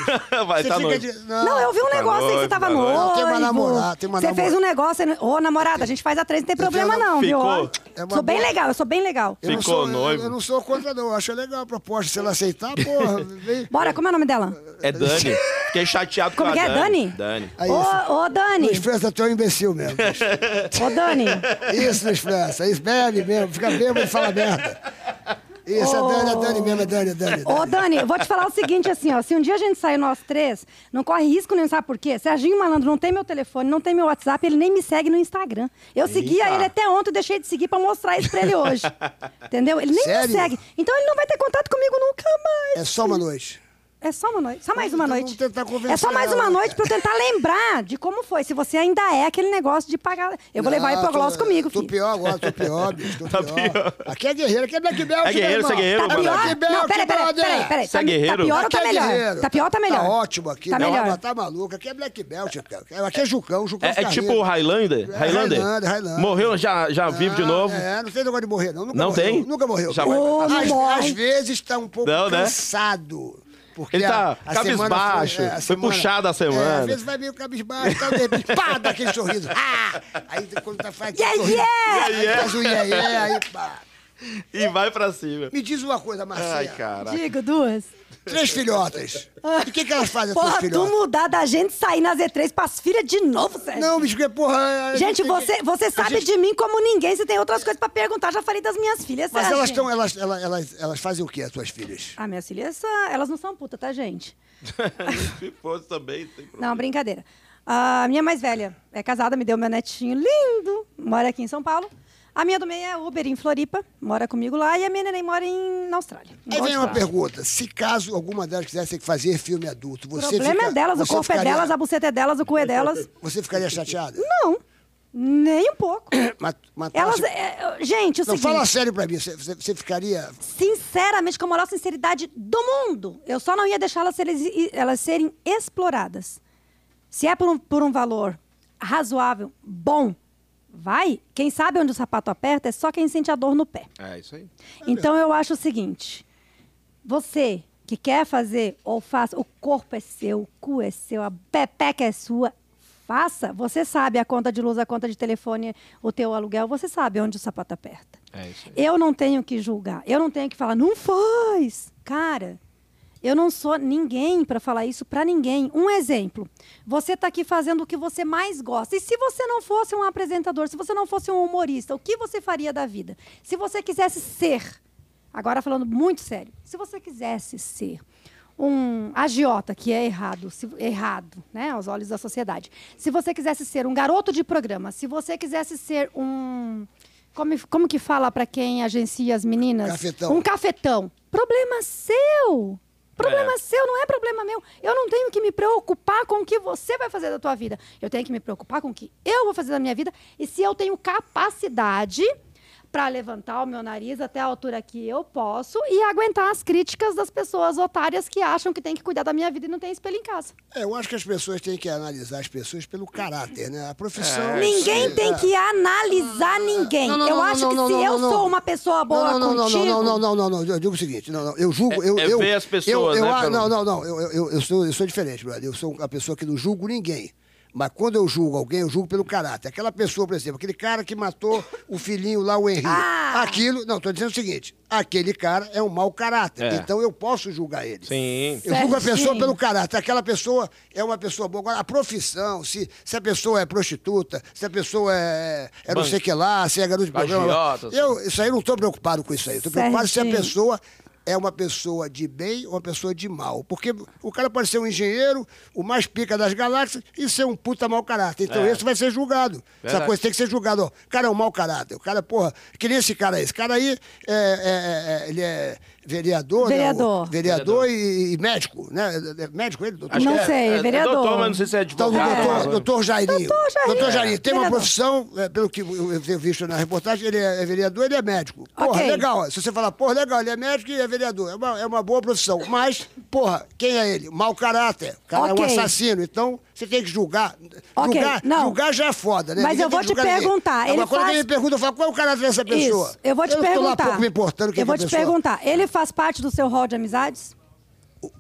Speaker 2: Vai,
Speaker 1: Você
Speaker 2: tá
Speaker 1: fica
Speaker 2: noivo.
Speaker 1: de-
Speaker 3: Não, eu vi um
Speaker 2: Tá
Speaker 3: negócio aí que você
Speaker 2: noivo,
Speaker 3: tava
Speaker 2: tá
Speaker 3: noivo.
Speaker 2: noivo.
Speaker 1: Não, tem uma namorada, tem uma
Speaker 3: Você
Speaker 1: namorada.
Speaker 3: fez um negócio. aí no- Ô, namorada, a gente faz a 3, não tem problema
Speaker 1: uma-
Speaker 3: não, viu?
Speaker 2: Ficou.
Speaker 3: Ó,
Speaker 1: É uma
Speaker 3: Sou bem
Speaker 1: boa-
Speaker 3: legal, eu sou bem legal.
Speaker 1: Eu não
Speaker 2: Ficou
Speaker 1: sou- eu-
Speaker 2: noivo.
Speaker 1: Eu não sou contra, não. Eu acho legal a proposta. Se ela aceitar, porra, vem.
Speaker 3: Bora, como é o nome dela?
Speaker 2: É Dani. Fiquei chateado
Speaker 3: Como
Speaker 2: com
Speaker 3: que
Speaker 2: a
Speaker 3: é, Dani?
Speaker 2: Ah, Dani.
Speaker 1: Aí,
Speaker 3: Ô, ô, Dani.
Speaker 1: Não expressa até um imbecil mesmo.
Speaker 3: Ô, Dani.
Speaker 1: Isso, não expressa. Isso, bebe mesmo. Fica bêbado e fala merda. Isso, é Dani, é Dani mesmo, é Dani, é Dani. é Dani.
Speaker 3: Ô, Dani, eu vou te falar o seguinte, assim, ó. Se um dia a gente sair nós três, não corre risco nenhum, sabe por quê? Serginho Malandro não tem meu telefone, não tem meu WhatsApp, ele nem me segue no Instagram. Eu seguia ele até ontem, eu deixei de seguir pra mostrar isso pra ele hoje. Entendeu? Ele nem
Speaker 1: Sério?
Speaker 3: me segue. Então ele não vai ter contato comigo nunca mais.
Speaker 1: É só uma noite.
Speaker 3: É só uma noite. Só mais
Speaker 1: Então
Speaker 3: uma
Speaker 1: vamos
Speaker 3: noite.
Speaker 1: tentar convencer
Speaker 3: é só mais uma
Speaker 1: ela.
Speaker 3: noite pra eu tentar lembrar de como foi. Se você ainda é aquele negócio de pagar. Eu vou levar ele
Speaker 1: Ah,
Speaker 3: pro
Speaker 1: tô-
Speaker 3: Gloss comigo,
Speaker 1: Tô
Speaker 3: filho.
Speaker 1: pior agora, tô pior, bicho, tô pior.
Speaker 2: Tá pior.
Speaker 1: Aqui é guerreiro, aqui é Black Belt,
Speaker 2: É guerreiro,
Speaker 1: meu irmão.
Speaker 2: você é guerreiro,
Speaker 1: Tá
Speaker 2: mano.
Speaker 1: pior? Black Belt,
Speaker 3: Não, peraí, peraí,
Speaker 1: brother.
Speaker 3: peraí, peraí.
Speaker 2: Você é
Speaker 3: Tá, tá
Speaker 2: guerreiro?
Speaker 3: pior ou
Speaker 1: Aqui
Speaker 3: tá
Speaker 1: é
Speaker 3: melhor?
Speaker 1: guerreiro.
Speaker 3: Tá pior ou tá melhor?
Speaker 1: Tá ótimo aqui.
Speaker 3: Tá
Speaker 1: né?
Speaker 3: melhor.
Speaker 1: Tá maluco, aqui é Black Belt, cara. Aqui é Jucão, Jucão
Speaker 2: É, é
Speaker 1: fica
Speaker 2: tipo
Speaker 1: rindo.
Speaker 2: o Highlander?
Speaker 1: É,
Speaker 2: Highlander?
Speaker 1: Highlander, Highlander.
Speaker 2: Morreu, já, já vive de novo.
Speaker 1: É, não tem negócio de morrer, não. Nunca
Speaker 2: Não
Speaker 1: morreu,
Speaker 2: tem?
Speaker 1: Nunca morreu.
Speaker 2: Já vai-
Speaker 3: Ô,
Speaker 1: às,
Speaker 3: não morre.
Speaker 1: às vezes tá um pouco
Speaker 2: Não, né?
Speaker 1: cansado. Porque
Speaker 2: Ele tá
Speaker 1: a- a semana
Speaker 2: cabisbaixo,
Speaker 1: é, a
Speaker 2: foi puxado a
Speaker 1: é,
Speaker 2: semana.
Speaker 1: às vezes vai meio cabisbaixo, tá, de repente, pá, dá aquele sorriso. Ah! Aí quando tá fazendo
Speaker 3: Yeah,
Speaker 1: sorriso,
Speaker 3: yeah!
Speaker 1: aí faz o yeah, yeah, aí pá.
Speaker 2: E vai pra cima.
Speaker 1: Me diz uma coisa, Marcia.
Speaker 2: Ai, cara.
Speaker 3: Digo, duas.
Speaker 1: Três filhotas. E o que, que elas fazem, as
Speaker 3: Ah. Porra,
Speaker 1: tuas
Speaker 3: tu
Speaker 1: filhotas?
Speaker 3: mudar da gente sair na Z3 pras filhas de novo, Sérgio.
Speaker 1: Não, bicho, porque, porra. é, a
Speaker 3: Gente,
Speaker 1: tem que-
Speaker 3: você, você sabe de mim como ninguém. Você tem outras coisas pra perguntar. Já falei das minhas filhas,
Speaker 1: Mas
Speaker 3: Sérgio.
Speaker 1: elas, tão, elas, elas, elas, elas fazem o quê, as tuas filhas?
Speaker 3: Ah, minhas filhas, ah, elas não são puta, tá, gente?
Speaker 2: Se fosse também, tem problema.
Speaker 3: Não, brincadeira. A minha mais velha é casada, me deu meu netinho lindo, mora aqui em São Paulo. A minha do meio é Uber, em Floripa, mora comigo lá. E a minha neném mora em, na Austrália.
Speaker 1: Aí vem uma
Speaker 3: Australia.
Speaker 1: pergunta: se caso alguma delas quisesse fazer filme adulto,
Speaker 3: O
Speaker 1: você
Speaker 3: problema
Speaker 1: fica-
Speaker 3: é delas, o
Speaker 1: você
Speaker 3: corpo
Speaker 1: ficaria-
Speaker 3: é delas, a buceta é delas, o cu é delas.
Speaker 1: Você ficaria chateada?
Speaker 3: Não, nem um pouco.
Speaker 1: Mas, mas
Speaker 3: Elas.
Speaker 1: você-
Speaker 3: é, é, gente, o
Speaker 1: Não,
Speaker 3: seguinte.
Speaker 1: fala sério pra mim, você, você- você ficaria.
Speaker 3: Sinceramente, com a maior sinceridade do mundo, eu só não ia deixá-las serem, elas serem exploradas. Se é por um, por um valor razoável, bom, vai. Quem sabe onde o sapato aperta é só quem sente a dor no pé.
Speaker 2: É isso aí.
Speaker 3: Então eu acho o seguinte: você que quer fazer ou faça, o corpo é seu, o cu é seu, a pepeca é sua, faça. Você sabe a conta de luz, a conta de telefone, o teu aluguel, você sabe onde o sapato aperta.
Speaker 2: É isso aí.
Speaker 3: Eu não tenho que julgar, eu não tenho que falar, não faz. Cara, eu não sou ninguém para falar isso para ninguém. Um exemplo. Você está aqui fazendo o que você mais gosta. E se você não fosse um apresentador, se você não fosse um humorista, o que você faria da vida? Se você quisesse ser, agora falando muito sério, se você quisesse ser um agiota, que é errado, se- errado, né, aos olhos da sociedade. Se você quisesse ser um garoto de programa, se você quisesse ser um como, como que fala para quem agencia as meninas?
Speaker 1: Cafetão.
Speaker 3: Um cafetão. Problema seu. Problema seu, não é problema meu. Eu não tenho que me preocupar com o que você vai fazer da tua vida. Eu tenho que me preocupar com o que eu vou fazer da minha vida e se eu tenho capacidade para levantar o meu nariz até a altura que eu posso e aguentar as críticas das pessoas otárias que acham que tem que cuidar da minha vida e não tem espelho em casa.
Speaker 1: É, eu acho que as pessoas têm que analisar as pessoas pelo caráter, né? A profissão.
Speaker 3: Ninguém tem que analisar ninguém.
Speaker 1: Não, não,
Speaker 3: eu
Speaker 1: não,
Speaker 3: acho
Speaker 1: não,
Speaker 3: que
Speaker 1: não,
Speaker 3: se
Speaker 1: não,
Speaker 3: eu
Speaker 1: não,
Speaker 3: sou
Speaker 1: não.
Speaker 3: uma pessoa boa
Speaker 1: não, não, não,
Speaker 3: contigo,
Speaker 1: não, não, não, não, não, não, eu digo o seguinte, não, não, eu julgo, eu,
Speaker 2: É- é
Speaker 1: eu
Speaker 2: ver as pessoas,
Speaker 1: eu, eu,
Speaker 2: né,
Speaker 1: ah,
Speaker 2: pelo-
Speaker 1: Não, não, não, eu, eu, eu sou, eu sou diferente, brother. Eu sou uma pessoa que não julgo ninguém. Mas quando eu julgo alguém, eu julgo pelo caráter. Aquela pessoa, por exemplo, aquele cara que matou o filhinho lá, o Henrique.
Speaker 3: Ah!
Speaker 1: Aquilo, não, tô dizendo o seguinte, aquele cara é um mau caráter,
Speaker 2: É.
Speaker 1: então eu posso julgar ele.
Speaker 2: Sim.
Speaker 1: Eu julgo a pessoa
Speaker 3: Serginho.
Speaker 1: pelo caráter. Aquela pessoa é uma pessoa boa. Agora, a profissão, se, se a pessoa é prostituta, se a pessoa é, é não
Speaker 2: Ban-
Speaker 1: sei o que lá, se é garoto de programa.
Speaker 2: Agiota,
Speaker 1: Eu, isso aí eu não estou preocupado com isso aí. Estou preocupado se a
Speaker 3: Serginho.
Speaker 1: pessoa é uma pessoa de bem ou uma pessoa de mal. Porque o cara pode ser um engenheiro, o mais pica das galáxias, e ser um puta mau caráter. Então
Speaker 2: É.
Speaker 1: esse vai ser julgado.
Speaker 2: Verdade.
Speaker 1: Essa coisa tem que ser julgada. Ó, O cara é um mau caráter. O cara, porra, que nem esse cara aí. Esse cara aí, é, é, é, é, ele é vereador, né? O-
Speaker 3: Vereador.
Speaker 1: vereador e, e médico, né? É Médico ele, doutor?
Speaker 3: Acho Não
Speaker 2: que
Speaker 3: sei, vereador.
Speaker 2: Doutor, mas não sei se é
Speaker 1: Então,
Speaker 2: advogado.
Speaker 1: o doutor,
Speaker 2: mas-
Speaker 1: doutor Jairinho.
Speaker 3: Doutor Jairinho.
Speaker 1: tem uma
Speaker 3: Vereador.
Speaker 1: profissão, é, pelo que eu eu tenho visto na reportagem, ele é é vereador, ele é médico. Porra,
Speaker 3: Ok.
Speaker 1: legal. Se você falar, porra, legal, ele é médico e é vereador. É uma, é uma boa profissão. Mas, porra, quem é ele? Mau caráter. O cara é um
Speaker 3: Ok.
Speaker 1: assassino. Então, você tem que julgar.
Speaker 3: Ok,
Speaker 1: Julgar,
Speaker 3: não.
Speaker 1: julgar já é foda, né?
Speaker 3: Mas eu
Speaker 1: tem
Speaker 3: vou
Speaker 1: que
Speaker 3: te
Speaker 1: julgar ninguém.
Speaker 3: perguntar,
Speaker 1: Agora,
Speaker 3: ele
Speaker 1: quando
Speaker 3: faz-
Speaker 1: alguém me pergunta, eu falo, qual é o caráter dessa pessoa?
Speaker 3: Isso. Eu vou te
Speaker 1: Eu tô lá
Speaker 3: perguntar.
Speaker 1: pouco me importando quem
Speaker 3: eu vou
Speaker 1: é a
Speaker 3: te
Speaker 1: pessoa.
Speaker 3: perguntar. Ele faz parte do seu hall de amizades?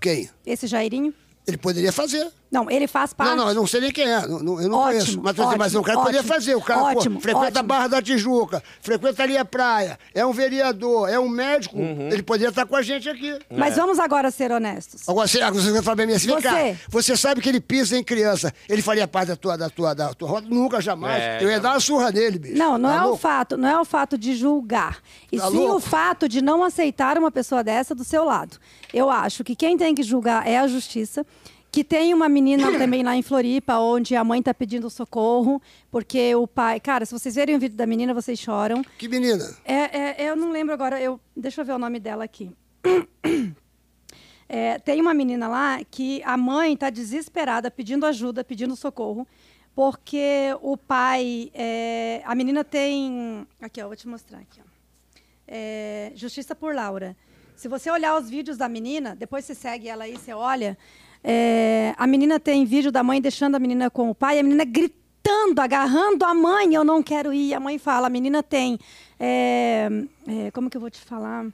Speaker 1: Quem?
Speaker 3: Esse Jairinho?
Speaker 1: Ele poderia fazer.
Speaker 3: Não, ele faz parte.
Speaker 1: Não, não, eu não sei nem quem é. não- não- eu não
Speaker 3: Ótimo,
Speaker 1: conheço. Mas, assim,
Speaker 3: ótimo,
Speaker 1: mas o cara poderia
Speaker 3: ótimo,
Speaker 1: fazer. O cara pô,
Speaker 3: ótimo,
Speaker 1: frequenta a
Speaker 3: ótimo.
Speaker 1: Barra da Tijuca, frequenta ali a praia, é um vereador, é um médico. Ele poderia estar com a gente aqui.
Speaker 3: Mas vamos agora ser honestos.
Speaker 1: Agora, você, agora você vai falar pra mim assim, vem cá,
Speaker 3: Você.
Speaker 1: você sabe que ele pisa em criança. Ele faria parte da tua, da tua, da tua roda? Nunca, jamais.
Speaker 2: É,
Speaker 1: eu ia
Speaker 2: não.
Speaker 1: dar uma surra nele, bicho.
Speaker 3: Não, não
Speaker 1: Tá
Speaker 3: é o
Speaker 1: louco?
Speaker 3: fato, não é o fato de julgar. E
Speaker 1: Tá
Speaker 3: sim
Speaker 1: louco?
Speaker 3: o fato de não aceitar uma pessoa dessa do seu lado. Eu acho que quem tem que julgar é a justiça. Que tem uma menina também lá em Floripa, onde a mãe tá pedindo socorro, porque o pai. Cara, se vocês verem o vídeo da menina, vocês choram.
Speaker 1: Que menina.
Speaker 3: É, é, eu não lembro agora, eu, deixa eu ver o nome dela aqui. É, tem uma menina lá que a mãe está desesperada, pedindo ajuda, pedindo socorro, porque o pai. é, a menina tem. Aqui, ó, eu vou te mostrar aqui. Ó. É, Justiça por Laura. Se você olhar os vídeos da menina, depois você segue ela aí, você olha. é, a menina tem vídeo da mãe deixando a menina com o pai, a menina gritando, agarrando a mãe, eu não quero ir. A mãe fala, a menina tem. é, é, como que eu vou te falar?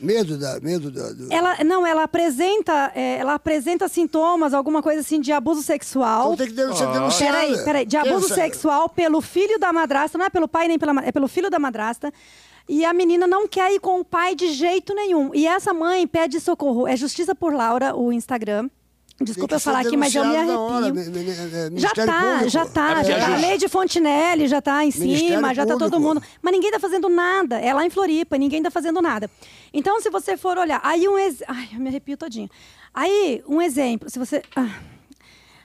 Speaker 1: Medo da. Medo da do...
Speaker 3: Ela não, ela apresenta, é, ela apresenta sintomas, alguma coisa assim de abuso sexual.
Speaker 1: Então tem que denun- ser
Speaker 2: Ah.
Speaker 1: denunciada.
Speaker 3: Peraí, peraí, de
Speaker 1: Quem é
Speaker 3: abuso
Speaker 1: sabe?
Speaker 3: sexual pelo filho da madrasta, não é pelo pai nem pela ma- é pelo filho da madrasta. E a menina não quer ir com o pai de jeito nenhum. E essa mãe pede socorro. É Justiça por Laura, o Instagram.
Speaker 1: Tem
Speaker 3: Desculpa
Speaker 1: que
Speaker 3: eu
Speaker 1: ser
Speaker 3: falar aqui, mas eu me
Speaker 1: denunciado na hora,
Speaker 3: arrepio.
Speaker 1: me- me- é,
Speaker 3: Já
Speaker 1: Ministério
Speaker 3: tá,
Speaker 1: Público. É,
Speaker 2: porque
Speaker 3: já tá, já
Speaker 2: a
Speaker 3: tá. A
Speaker 2: justi-
Speaker 3: lei de Fontinelli já tá em
Speaker 1: Ministério
Speaker 3: cima, já tá todo
Speaker 1: Público.
Speaker 3: mundo. Mas ninguém tá fazendo nada. É lá em Floripa, ninguém tá fazendo nada. Então, se você for olhar, aí um ex... Ai, eu me arrepio todinha. Aí, um exemplo, se você. ah.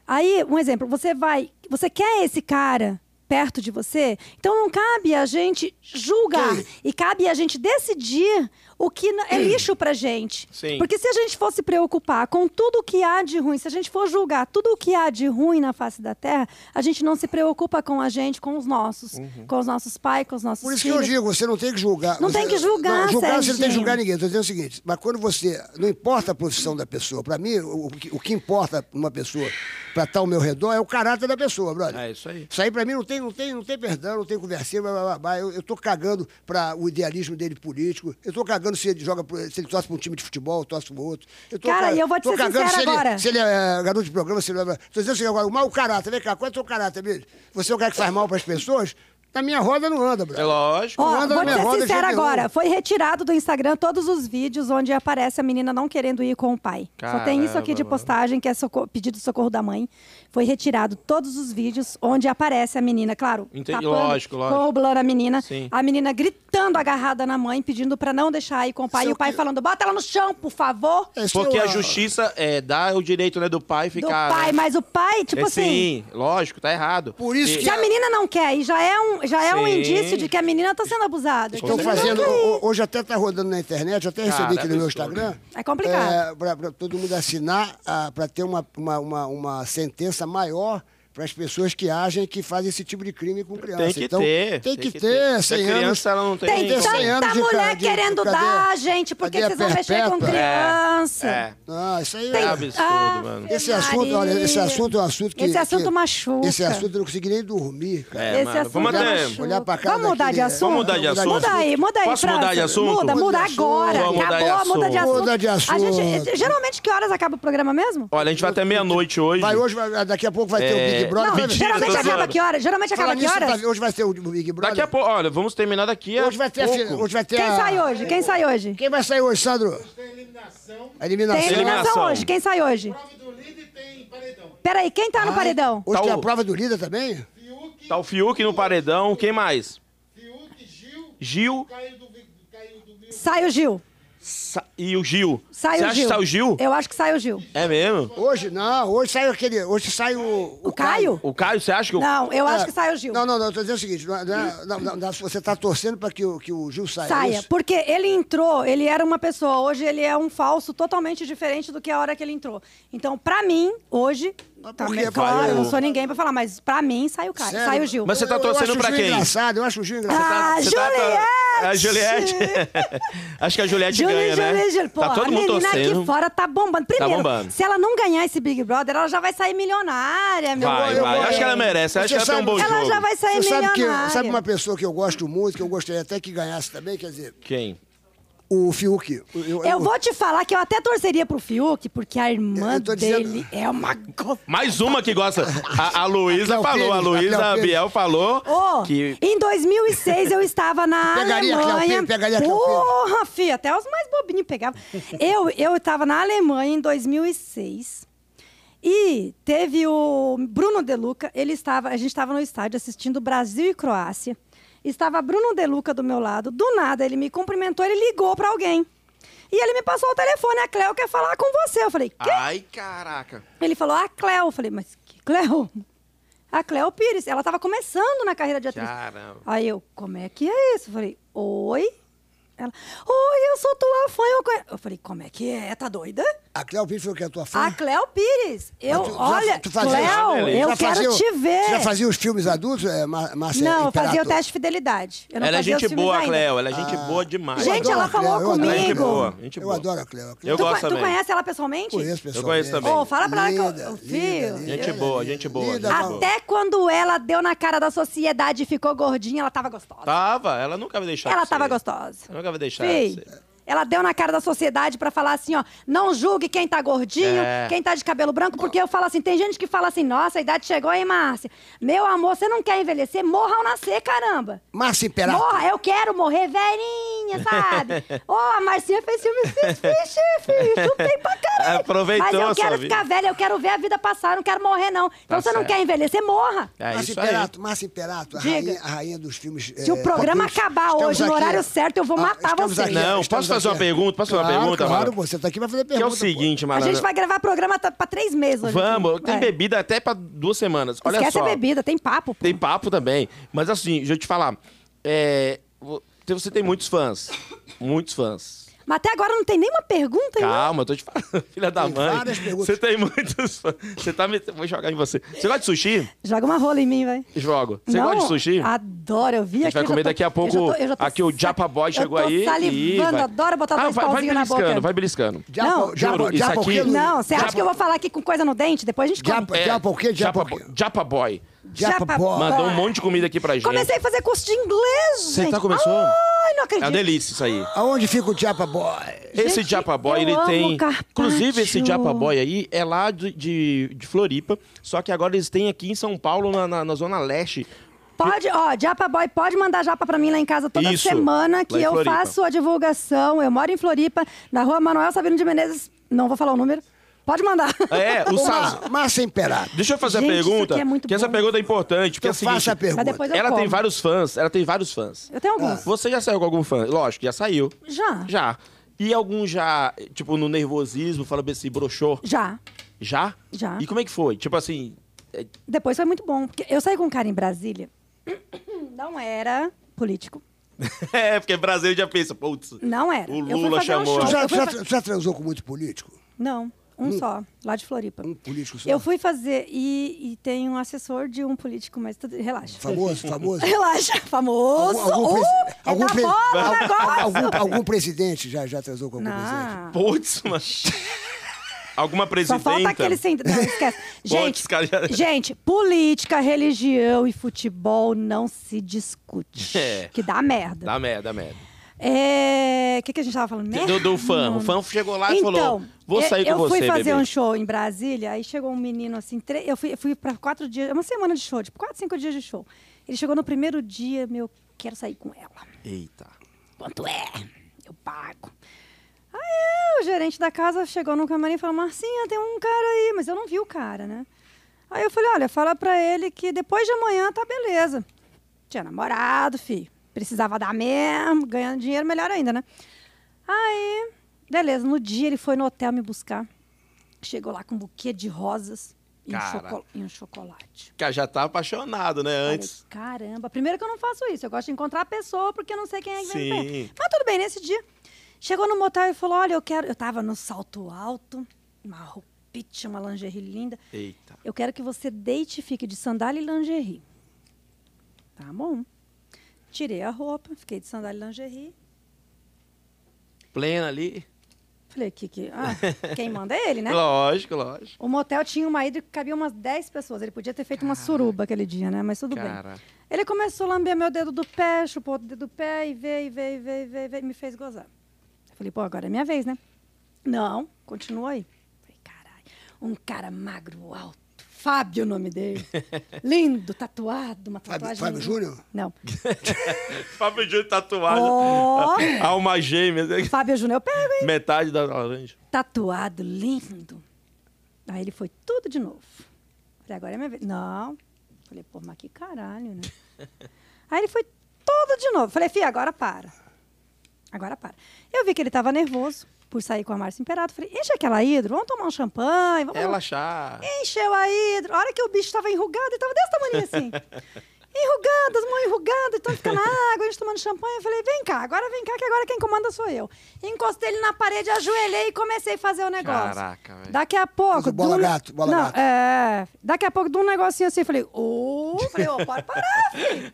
Speaker 3: Aí, um exemplo, você vai. Você quer esse cara perto de você? Então não cabe a gente julgar.
Speaker 1: Sim.
Speaker 3: E cabe a gente decidir o que n- é lixo pra gente.
Speaker 2: Sim.
Speaker 3: Porque se a gente for se preocupar com tudo o que há de ruim, se a gente for julgar tudo o que há de ruim na face da Terra, a gente não se preocupa com a gente, com os nossos. Com os nossos pais, com os nossos
Speaker 1: Uhum. Por isso que
Speaker 3: filhos.
Speaker 1: eu digo, você não tem que julgar.
Speaker 3: Não
Speaker 1: Você-
Speaker 3: tem que julgar,
Speaker 1: Não, julgar você não tem que
Speaker 3: Serginho.
Speaker 1: julgar ninguém. Estou dizendo o seguinte, mas quando você. Não importa a profissão da pessoa. Para mim, o, o que, o que importa pra uma pessoa para estar ao meu redor é o caráter da pessoa, brother.
Speaker 2: É, isso aí.
Speaker 1: Isso aí pra mim não tem, não tem, não tem perdão, não tem conversinha, blá, blá, blá, blá. Eu, eu tô cagando pra o idealismo dele político. Eu tô cagando se ele joga, pro- se ele torce pra um time de futebol, torce pro outro. Eu tô
Speaker 3: Cara,
Speaker 1: ca-
Speaker 3: e eu vou te
Speaker 1: tô
Speaker 3: ser
Speaker 1: cagando
Speaker 3: sincera
Speaker 1: se ele,
Speaker 3: agora.
Speaker 1: Se ele é garoto de programa, se ele é... Tô dizendo assim agora, o mau caráter, vem cá, qual é o teu caráter, bicho? Você é um cara que faz mal pras pessoas? Na minha roda não anda, brother.
Speaker 2: É lógico.
Speaker 3: Ó,
Speaker 1: Manda na
Speaker 3: vou te
Speaker 1: minha
Speaker 3: ser
Speaker 1: roda,
Speaker 3: sincera
Speaker 1: GPU.
Speaker 3: agora.
Speaker 2: um.
Speaker 3: Foi retirado do Instagram todos os vídeos onde aparece a menina não querendo ir com o pai. Só tem isso aqui
Speaker 2: Caramba,
Speaker 3: de
Speaker 2: mano.
Speaker 3: postagem, que é soco- pedido de socorro da mãe. Foi retirado todos os vídeos onde aparece a menina, claro.
Speaker 2: Entendi, lógico, lógico.
Speaker 3: Corroborando a menina.
Speaker 2: Sim.
Speaker 3: A menina gritando agarrada na mãe, pedindo pra não deixar ir com o pai.
Speaker 1: Seu
Speaker 3: e o pai
Speaker 1: que-
Speaker 3: falando: bota ela no chão, por favor.
Speaker 1: Esse
Speaker 2: Porque
Speaker 1: é o-
Speaker 2: a justiça é, dá o direito né, do pai
Speaker 3: Do
Speaker 2: ficar.
Speaker 3: pai,
Speaker 2: né?
Speaker 3: mas o pai, tipo
Speaker 2: É,
Speaker 3: assim.
Speaker 2: Sim, lógico, tá errado.
Speaker 1: Por isso
Speaker 2: E-
Speaker 1: que-
Speaker 3: Se a menina não quer e já é um, já é um
Speaker 2: Sim. um
Speaker 3: indício de que a menina tá sendo abusada.
Speaker 1: Estão
Speaker 3: entendeu?
Speaker 1: fazendo. ho- Hoje até está rodando na internet, eu até recebi
Speaker 2: Cara,
Speaker 1: aqui no meu
Speaker 2: absurdo.
Speaker 1: Instagram.
Speaker 3: É complicado.
Speaker 1: Para todo mundo assinar, para ter uma, uma, uma, uma sentença maior para as pessoas que agem que fazem esse tipo de crime com criança.
Speaker 2: Tem que
Speaker 1: então,
Speaker 2: ter,
Speaker 1: Tem que
Speaker 2: tem que
Speaker 1: ter,
Speaker 2: ter.
Speaker 1: 100
Speaker 2: Se a criança,
Speaker 1: anos.
Speaker 2: ela não tem
Speaker 1: que ter
Speaker 3: tanta
Speaker 1: 100 anos de ca- de-
Speaker 3: mulher Então, tá querendo
Speaker 1: cadê-
Speaker 3: dar, gente. Por que
Speaker 1: cadê a
Speaker 3: vocês vão mexer com
Speaker 1: perpétua?
Speaker 3: criança?
Speaker 2: É.
Speaker 1: Não, isso aí
Speaker 2: É
Speaker 1: é.
Speaker 2: absurdo,
Speaker 3: Ah,
Speaker 2: mano.
Speaker 1: Esse assunto, olha, esse assunto é um assunto que.
Speaker 3: Esse assunto
Speaker 1: que-
Speaker 3: machuca.
Speaker 1: Esse assunto eu não consegui nem dormir, cara.
Speaker 2: É,
Speaker 3: Esse
Speaker 2: mano,
Speaker 3: assunto
Speaker 2: vamos
Speaker 3: é
Speaker 2: até-
Speaker 3: machuca.
Speaker 1: Olhar pra cara
Speaker 3: Vamos mudar de
Speaker 1: daquele-
Speaker 3: assunto?
Speaker 2: Vamos mudar de assunto?
Speaker 3: Muda aí, muda aí,
Speaker 2: Posso
Speaker 3: França.
Speaker 2: mudar de assunto?
Speaker 3: Muda,
Speaker 1: Muda
Speaker 3: muda
Speaker 1: de assunto.
Speaker 3: agora.
Speaker 2: Vamos mudar de
Speaker 3: Acabou, muda de
Speaker 2: assunto.
Speaker 3: assunto.
Speaker 1: Muda de
Speaker 3: A gente, eh,
Speaker 1: assunto.
Speaker 3: geralmente, que horas acaba o programa mesmo?
Speaker 2: Olha, a gente vai até meia-noite hoje.
Speaker 1: Vai hoje, vai- daqui a pouco vai ter
Speaker 2: É,
Speaker 1: o Big Brother.
Speaker 3: Não,
Speaker 1: vai
Speaker 2: mentira,
Speaker 3: geralmente
Speaker 2: tô
Speaker 3: acaba
Speaker 2: zoando.
Speaker 3: que horas? Geralmente
Speaker 1: Falar
Speaker 3: acaba que
Speaker 1: nisso,
Speaker 3: horas?
Speaker 1: tá- hoje vai ter o Big Brother.
Speaker 2: Daqui a pouco, olha, vamos terminar daqui a
Speaker 1: Hoje vai ter, a,
Speaker 2: pouco.
Speaker 1: fi- hoje vai ter
Speaker 3: Quem
Speaker 1: a-
Speaker 3: sai hoje? Quem sai hoje?
Speaker 1: Quem vai sair hoje, Sandro? A eliminação.
Speaker 3: Tem eliminação
Speaker 2: Eliminação.
Speaker 3: hoje. Quem sai hoje? Peraí, quem tá no paredão?
Speaker 1: Hoje
Speaker 2: Tá
Speaker 1: tem a
Speaker 2: o-
Speaker 1: prova do líder também?
Speaker 2: Tá o Fiuk no paredão, quem mais? Fiuk, Gil. Gil,
Speaker 3: Sai o Gil.
Speaker 2: Sa- e o Gil.
Speaker 3: Sai
Speaker 2: Você
Speaker 3: o
Speaker 2: acha
Speaker 3: Gil.
Speaker 2: que sai o Gil?
Speaker 3: Eu acho que sai o Gil.
Speaker 2: É mesmo?
Speaker 1: Hoje não, hoje sai aquele. Hoje sai o.
Speaker 3: O Caio?
Speaker 2: O Caio, você acha que o.
Speaker 3: Não, eu acho
Speaker 1: É.
Speaker 3: que sai o Gil.
Speaker 1: Não, não, não. Eu tô dizendo o seguinte: não, não, não, não, não, você tá torcendo para que, o- que o Gil saia. é
Speaker 3: Saia,
Speaker 1: isso?
Speaker 3: porque ele entrou, ele era uma pessoa, hoje ele é um falso totalmente diferente do que a hora que ele entrou. Então, pra mim, hoje,
Speaker 1: Mas
Speaker 3: tá
Speaker 1: por
Speaker 3: bem
Speaker 1: quê?
Speaker 3: claro,
Speaker 1: Vai,
Speaker 3: eu não
Speaker 1: eu-
Speaker 3: sou ninguém pra falar, mas pra mim sai o cara,
Speaker 1: Sério?
Speaker 3: sai o Gil.
Speaker 2: Mas você tá
Speaker 1: Eu- eu
Speaker 2: torcendo
Speaker 1: acho o
Speaker 2: pra
Speaker 1: Gil
Speaker 2: quem?
Speaker 1: engraçado, eu acho o Gil engraçado.
Speaker 3: Ah,
Speaker 2: Você tá-
Speaker 3: Juliette!
Speaker 2: A Juliette. acho que a Juliette
Speaker 3: Julie,
Speaker 2: ganha, né?
Speaker 3: Julie, Julie, pô,
Speaker 2: tá
Speaker 3: a
Speaker 2: todo mundo
Speaker 3: menina
Speaker 2: torcendo.
Speaker 3: aqui fora tá bombando. Primeiro,
Speaker 2: bombando.
Speaker 3: se ela não ganhar esse Big Brother, ela já vai sair milionária, meu
Speaker 2: Vai,
Speaker 3: amor.
Speaker 2: vai. Acho que ela merece. Acho
Speaker 1: Você
Speaker 2: que ela tem um
Speaker 1: sabe-
Speaker 2: bom
Speaker 3: Ela
Speaker 2: jogo.
Speaker 3: já vai sair
Speaker 1: Você sabe, que,
Speaker 3: milionária.
Speaker 1: sabe uma pessoa que eu gosto muito, que eu gostaria até que ganhasse também? Quer dizer,
Speaker 2: Quem?
Speaker 1: o Fiuk. Eu, eu-
Speaker 2: é
Speaker 3: Eu vou te falar que eu até torceria pro Fiuk, porque a irmã
Speaker 1: Eu tô dizendo-
Speaker 3: dele é uma go-
Speaker 2: Mais uma que gosta. A, a Luísa
Speaker 1: Cleo
Speaker 2: falou,
Speaker 1: Pires,
Speaker 2: a
Speaker 1: a Cleo
Speaker 2: Luísa
Speaker 1: Pires.
Speaker 2: Biel falou
Speaker 3: Ô,
Speaker 2: que.
Speaker 3: Em 2006 eu estava na
Speaker 1: Pegaria a Cleo
Speaker 3: Alemanha.
Speaker 1: Pires, pegaria a Cleo Pires.
Speaker 3: Porra, filha, até os mais bobinhos pegavam. eu eu estava na Alemanha em 2006. E teve o Bruno De Luca, ele estava, a gente estava no estádio assistindo Brasil e Croácia. Estava Bruno De Luca do meu lado. Do nada ele me cumprimentou, ele ligou para alguém. E ele me passou o telefone, a Cleo quer falar com você. Eu falei: "Quê?"
Speaker 2: Ai, caraca.
Speaker 3: Ele falou, a Cleo. Eu falei, mas que Cleo? A Cleo Pires. Ela tava começando na carreira de atriz.
Speaker 2: Caramba.
Speaker 3: Aí eu, como é que é isso? Eu falei, oi? Ela, oi, eu sou tua fã. Eu, conhe-" eu falei, como é que é? Tá doida?
Speaker 1: A Cléo Pires foi o que? A tua fã?
Speaker 3: A Cleo Pires. Eu,
Speaker 1: Ah. Tu- tu já-
Speaker 3: Então, olha,
Speaker 1: tu fazia-
Speaker 3: Cleo,
Speaker 2: Beleza.
Speaker 3: eu
Speaker 1: já
Speaker 3: quero
Speaker 1: fazia o-
Speaker 3: te ver.
Speaker 1: Você já fazia os filmes adultos, é, Mar- Márcia?
Speaker 3: não, eu fazia o
Speaker 1: Imperator?
Speaker 3: teste de fidelidade. Eu não
Speaker 2: Ela é
Speaker 3: fazia os
Speaker 2: gente
Speaker 3: filmes
Speaker 2: boa, a
Speaker 3: ainda.
Speaker 2: Cleo. Ela é
Speaker 1: Ah.
Speaker 2: gente boa demais.
Speaker 1: Eu
Speaker 3: Gente,
Speaker 1: adoro
Speaker 3: ela
Speaker 1: a Cléo,
Speaker 3: falou
Speaker 1: eu adoro a
Speaker 2: comigo. Gente
Speaker 1: Cléo.
Speaker 2: boa, gente
Speaker 1: Eu
Speaker 2: boa.
Speaker 1: adoro a Cleo. a Cléo.
Speaker 2: Eu
Speaker 3: Tu,
Speaker 2: gosto
Speaker 3: co- tu
Speaker 2: também.
Speaker 3: conhece ela pessoalmente?
Speaker 1: conheço pessoalmente.
Speaker 2: conheço também. Ô,
Speaker 3: fala pra ela que eu-
Speaker 1: Linda,
Speaker 3: eu vi,
Speaker 1: linda,
Speaker 3: eu-
Speaker 2: Gente
Speaker 1: linda,
Speaker 2: boa,
Speaker 1: linda,
Speaker 2: gente boa,
Speaker 1: linda,
Speaker 2: gente
Speaker 1: Cléo.
Speaker 2: boa.
Speaker 3: Até quando ela deu na cara da sociedade e ficou gordinha, ela tava gostosa.
Speaker 2: Tava, ela nunca vai deixar.
Speaker 3: Ela
Speaker 2: de
Speaker 3: tava
Speaker 2: ser.
Speaker 3: gostosa.
Speaker 2: Ela nunca vai deixar. de
Speaker 3: Fih,
Speaker 2: ser.
Speaker 3: ela deu na cara da sociedade pra falar assim, ó, não julgue quem tá gordinho,
Speaker 2: É.
Speaker 3: quem tá de cabelo branco, porque eu falo assim, tem gente que fala assim, nossa, a idade chegou, hein, Márcia? Meu amor, você não quer envelhecer? Morra ao nascer, caramba!
Speaker 1: Márcia Imperator.
Speaker 3: Morra, eu quero morrer velhinha, sabe? Ó, a Marcinha fez filme, fiz, fiz, filho, chutei pra caralho.
Speaker 2: Aproveitou
Speaker 3: Mas eu
Speaker 2: a sua
Speaker 3: quero
Speaker 2: vida.
Speaker 3: ficar velha, eu quero ver a vida passar, eu não quero morrer, não. Então
Speaker 2: Tá
Speaker 3: você não
Speaker 2: certo.
Speaker 3: quer envelhecer? Morra!
Speaker 2: É
Speaker 1: Márcia
Speaker 2: isso aí.
Speaker 1: Imperato, Márcia Imperato, a
Speaker 3: Diga.
Speaker 1: rainha, a rainha dos filmes. eh,
Speaker 3: Se o programa acabar hoje, no horário certo, eu vou
Speaker 1: Ah,
Speaker 3: matar você.
Speaker 2: Não, posso fazer uma pergunta? Posso fazer uma pergunta,
Speaker 1: Claro,
Speaker 2: Mara?
Speaker 1: você tá aqui pra fazer
Speaker 2: Que é
Speaker 1: pergunta.
Speaker 2: o seguinte,
Speaker 3: A
Speaker 2: malandro.
Speaker 3: gente vai gravar programa tá- pra três meses hoje.
Speaker 2: Vamos, tem
Speaker 3: É.
Speaker 2: bebida até pra duas semanas. Olha
Speaker 3: Esquece
Speaker 2: só.
Speaker 3: a bebida, tem papo. Pô.
Speaker 2: Tem papo também. Mas assim, deixa eu te falar. É, vo- você tem muitos fãs. Muitos fãs.
Speaker 3: Mas até agora não tem nenhuma pergunta, hein?
Speaker 2: Calma, eu tô te falando, filha da
Speaker 1: Tem
Speaker 2: mãe.
Speaker 1: várias perguntas.
Speaker 2: Você tem muitos fãs. Você tá me. Vou jogar em você. Você gosta de sushi?
Speaker 3: Joga uma rola em mim, vai.
Speaker 2: Jogo. Você gosta de sushi?
Speaker 3: Adoro, eu vi
Speaker 2: A
Speaker 3: aqui.
Speaker 2: gente vai
Speaker 3: eu já
Speaker 2: comer
Speaker 3: tô-
Speaker 2: daqui a
Speaker 3: eu já
Speaker 2: pouco.
Speaker 3: tô- eu já tô
Speaker 2: aqui o
Speaker 3: sa-
Speaker 2: Japa Boy chegou aí.
Speaker 3: Eu tô salivando,
Speaker 2: vai-
Speaker 3: adoro botar
Speaker 2: ah,
Speaker 3: dois
Speaker 2: vai, vai
Speaker 3: pauzinhos na
Speaker 2: beliscando,
Speaker 3: boca.
Speaker 2: vai beliscando.
Speaker 1: Japa,
Speaker 3: Não,
Speaker 1: japa,
Speaker 2: juro,
Speaker 1: japa
Speaker 2: isso
Speaker 1: o quê?
Speaker 2: aqui-
Speaker 1: Luiz?
Speaker 3: Não, você acha
Speaker 2: Japa-
Speaker 3: que eu vou falar aqui com coisa no dente? Depois a gente come.
Speaker 1: Japa- Japa o quê? Japa o quê?
Speaker 2: É, Japa Boy.
Speaker 1: Japa
Speaker 3: Japa-
Speaker 1: Boy.
Speaker 2: Mandou um monte de comida aqui pra gente.
Speaker 3: Comecei a fazer curso de inglês,
Speaker 2: Você
Speaker 3: gente.
Speaker 2: tá começou?
Speaker 3: Ai, não
Speaker 2: É
Speaker 3: acredito.
Speaker 2: uma delícia isso aí.
Speaker 1: Aonde fica o Japa Boy?
Speaker 2: Esse
Speaker 3: Gente,
Speaker 2: Japa Boy,
Speaker 3: eu
Speaker 2: ele
Speaker 3: amo
Speaker 2: tem.
Speaker 3: carpaccio.
Speaker 2: Inclusive, esse Japa Boy aí é lá de, de, de Floripa, só que agora eles têm aqui em São Paulo, na, na- na Zona Leste.
Speaker 3: Pode, ó, Japa Boy, pode mandar japa pra mim lá em casa toda
Speaker 2: Isso,
Speaker 3: semana, que
Speaker 2: lá em
Speaker 3: eu
Speaker 2: Floripa.
Speaker 3: faço a divulgação. Eu moro em Floripa, na rua Manuel Sabino de Menezes. Não vou falar o número. Pode mandar.
Speaker 2: É, o
Speaker 1: Ô,
Speaker 2: Saz.
Speaker 1: Mar- Márcia Imperato.
Speaker 2: Deixa eu fazer
Speaker 3: Gente,
Speaker 2: a
Speaker 3: isso aqui
Speaker 2: pergunta.
Speaker 3: é muito
Speaker 2: que essa
Speaker 3: bom.
Speaker 2: pergunta é importante, porque é
Speaker 1: Eu
Speaker 2: o seguinte.
Speaker 1: faço a pergunta.
Speaker 3: Mas depois eu
Speaker 2: Ela tem
Speaker 3: como.
Speaker 2: vários fãs, ela tem vários fãs.
Speaker 3: Eu tenho alguns.
Speaker 2: Você já saiu com algum fã? Lógico, já saiu.
Speaker 3: Já.
Speaker 2: Já. E algum já, tipo, no nervosismo, fala bem assim, broxou?
Speaker 3: Já.
Speaker 2: Já?
Speaker 3: Já.
Speaker 2: E como é que foi? Tipo assim. é-
Speaker 3: Depois foi muito bom. Porque eu saí com um cara em Brasília. Não era político.
Speaker 2: É, porque Brasil já pensa, putz.
Speaker 3: Não era.
Speaker 2: O
Speaker 3: Eu fui
Speaker 2: Lula
Speaker 3: fazer um
Speaker 2: chamou.
Speaker 1: Tu
Speaker 3: show.
Speaker 1: já,
Speaker 3: Eu fui
Speaker 1: já-
Speaker 3: fa-
Speaker 1: tu já transou com muito político?
Speaker 3: Não, um só, lá de Floripa.
Speaker 1: Um político só?
Speaker 3: Eu fui fazer e, e tem um assessor de um político, mas tudo, relaxa.
Speaker 1: Famoso, famoso?
Speaker 3: Relaxa, famoso. Algum, algum, uh,
Speaker 1: presi-
Speaker 3: é da
Speaker 1: pre-
Speaker 3: bola o
Speaker 1: algum-
Speaker 3: negócio.
Speaker 1: algum- algum presidente já, já transou com algum presidente?
Speaker 3: Não.
Speaker 2: Putz, mano. Alguma
Speaker 3: Só
Speaker 2: presidenta.
Speaker 3: falta aquele centro. Não, esquece.
Speaker 2: Putz,
Speaker 3: Gente,
Speaker 2: cara, já-
Speaker 3: gente, política, religião e futebol não se discute.
Speaker 2: É.
Speaker 3: Que dá merda.
Speaker 2: Dá merda, dá merda.
Speaker 3: É. O que, que a gente tava falando? Merda?
Speaker 2: Do, do fã. O
Speaker 3: Não.
Speaker 2: fã chegou lá e
Speaker 3: então,
Speaker 2: falou: Vou
Speaker 3: eu-
Speaker 2: sair com
Speaker 3: eu
Speaker 2: você,
Speaker 3: fui fazer
Speaker 2: bebê.
Speaker 3: um show em Brasília, aí chegou um menino assim, tre- eu fui, eu fui para quatro dias, uma semana de show, tipo quatro, cinco dias de show. Ele chegou no primeiro dia, meu, quero sair com ela.
Speaker 2: Eita.
Speaker 3: Quanto é? Eu pago. Aí o gerente da casa chegou no camarim e falou, Marcinha, tem um cara aí, mas eu não vi o cara, né? Aí eu falei, olha, fala pra ele que depois de amanhã tá beleza. Tinha namorado, filho. Precisava dar mesmo, ganhando dinheiro, melhor ainda, né? Aí Beleza, no dia ele foi no hotel me buscar. Chegou lá com um buquê de rosas e, um,
Speaker 2: Cara.
Speaker 3: choco- e um chocolate.
Speaker 2: Cara, já tá apaixonado, né? Antes.
Speaker 3: Falei, caramba, primeiro que eu não faço isso. Eu gosto de encontrar a pessoa porque eu não sei quem é que vem
Speaker 2: Sim.
Speaker 3: perto. Mas tudo bem, nesse dia. Chegou no motel e falou: olha, eu quero. Eu tava no salto alto, uma roupite, uma lingerie linda.
Speaker 2: Eita.
Speaker 3: Eu quero que você deite e fique de sandália e lingerie. Tá bom. Tirei a roupa, fiquei de sandália e lingerie.
Speaker 2: Plena ali.
Speaker 3: Falei, que, que... Ah, quem manda é ele, né?
Speaker 2: Lógico, lógico.
Speaker 3: O motel tinha uma hidra que cabia umas 10 pessoas. Ele podia ter feito uma suruba aquele dia, né? Mas tudo
Speaker 2: Cara.
Speaker 3: bem. Ele começou a lamber meu dedo do pé, chupou o dedo do pé e veio, e veio, e veio, e veio, e veio, e me fez gozar. Eu falei, pô, agora é minha vez, né? Não, continua aí. Falei, caralho, um cara magro, alto. Fábio, é o nome dele. Lindo, tatuado, uma
Speaker 1: Fábio-
Speaker 3: tatuagem.
Speaker 1: Fábio Júnior?
Speaker 3: Não.
Speaker 2: Fábio Júnior tatuagem.
Speaker 3: Ó.
Speaker 2: Alma gêmea. né?
Speaker 3: Fábio Júnior, eu pego, hein?
Speaker 2: Metade da laranja.
Speaker 3: tatuado, lindo. Aí ele foi tudo de novo. Falei, agora é minha vez. Não. Falei, pô, mas que caralho, né? Aí ele foi todo de novo. Falei, filha, agora para. Agora para. Eu vi que ele tava nervoso por sair com a Márcia Imperato. Falei, enche aquela hidro, vamos tomar um champanhe, vamos
Speaker 2: Ela achar.
Speaker 3: Encheu a hidro. A hora que o bicho estava enrugado, ele estava desse tamanho assim. Enrugado, as mãos enrugadas, então ficando na água, a gente tomando champanhe. Eu falei, vem cá, agora vem cá, que agora quem comanda sou eu. Encostei ele na parede, ajoelhei e comecei a fazer o negócio.
Speaker 2: Caraca, velho.
Speaker 3: Daqui a pouco.
Speaker 1: Mas o bola
Speaker 3: do-
Speaker 1: gato, bola
Speaker 3: Não,
Speaker 1: gato.
Speaker 3: É. Daqui a pouco, de um negocinho assim, eu falei, ô, falei, ô, pode parar, filho.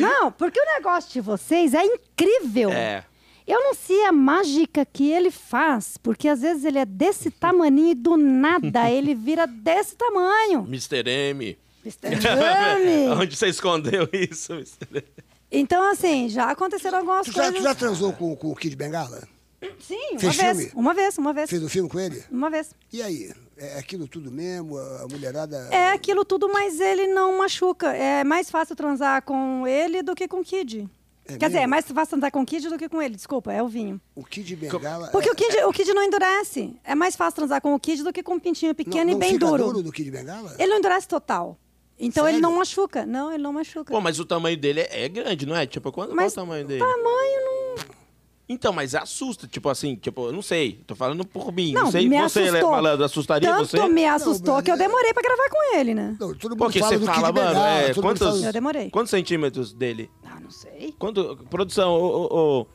Speaker 3: Não, porque o negócio de vocês é incrível.
Speaker 2: É.
Speaker 3: Eu não sei a mágica que ele faz, porque às vezes ele é desse tamaninho e do nada ele vira desse tamanho.
Speaker 2: Mr. M.
Speaker 3: Mr. Jamie.
Speaker 2: Onde você escondeu isso, Mr. M?
Speaker 3: Então, assim, já aconteceram algumas
Speaker 1: Tu já, tu
Speaker 3: coisas.
Speaker 1: já transou com, com o Kid Bengala?
Speaker 3: Sim, uma
Speaker 1: Fez
Speaker 3: vez,
Speaker 1: filme?
Speaker 3: uma vez, uma vez,
Speaker 1: Fez um filme com ele?
Speaker 3: uma vez.
Speaker 1: E aí? É aquilo tudo mesmo? A mulherada.
Speaker 3: É aquilo tudo, mas ele não machuca. É mais fácil transar com ele do que com o Kid. Quer dizer, é
Speaker 1: mesmo?
Speaker 3: mais fácil transar com o Kid do que com ele, desculpa, é o vinho.
Speaker 1: O Kid Bengala. é-
Speaker 3: Porque o Kid, o Kid não endurece. É mais fácil transar com o Kid do que com um pintinho
Speaker 1: não,
Speaker 3: pequeno
Speaker 1: não
Speaker 3: e bem
Speaker 1: fica
Speaker 3: duro.
Speaker 1: duro do Kid Bengala?
Speaker 3: Ele não endurece total. Então ele não
Speaker 1: Sério?
Speaker 3: machuca. Não, ele não machuca.
Speaker 2: Pô, mas o tamanho dele é, é grande, não é? Tipo, qual, qual
Speaker 3: Mas
Speaker 2: o tamanho dele?
Speaker 3: tamanho não.
Speaker 2: Então, mas assusta, tipo assim, tipo, eu não sei. Tô falando por mim. Não,
Speaker 3: Não,
Speaker 2: sei
Speaker 3: me
Speaker 2: você, né,
Speaker 3: assustou.
Speaker 2: malandro, assustaria
Speaker 3: Tanto
Speaker 2: você?
Speaker 3: me assustou
Speaker 1: Não,
Speaker 3: que eu
Speaker 1: Brandon, é-
Speaker 3: demorei pra gravar com ele, né?
Speaker 1: Não, todo mundo
Speaker 2: Porque
Speaker 1: fala
Speaker 2: você
Speaker 1: do
Speaker 2: fala,
Speaker 1: Kid
Speaker 2: mano,
Speaker 1: Bengala.
Speaker 2: é,
Speaker 1: todo mundo
Speaker 2: quantos,
Speaker 1: fala-
Speaker 3: Eu demorei.
Speaker 2: quantos centímetros dele?
Speaker 3: Ah, não sei.
Speaker 2: Quanto, produção, ô, ô, ô,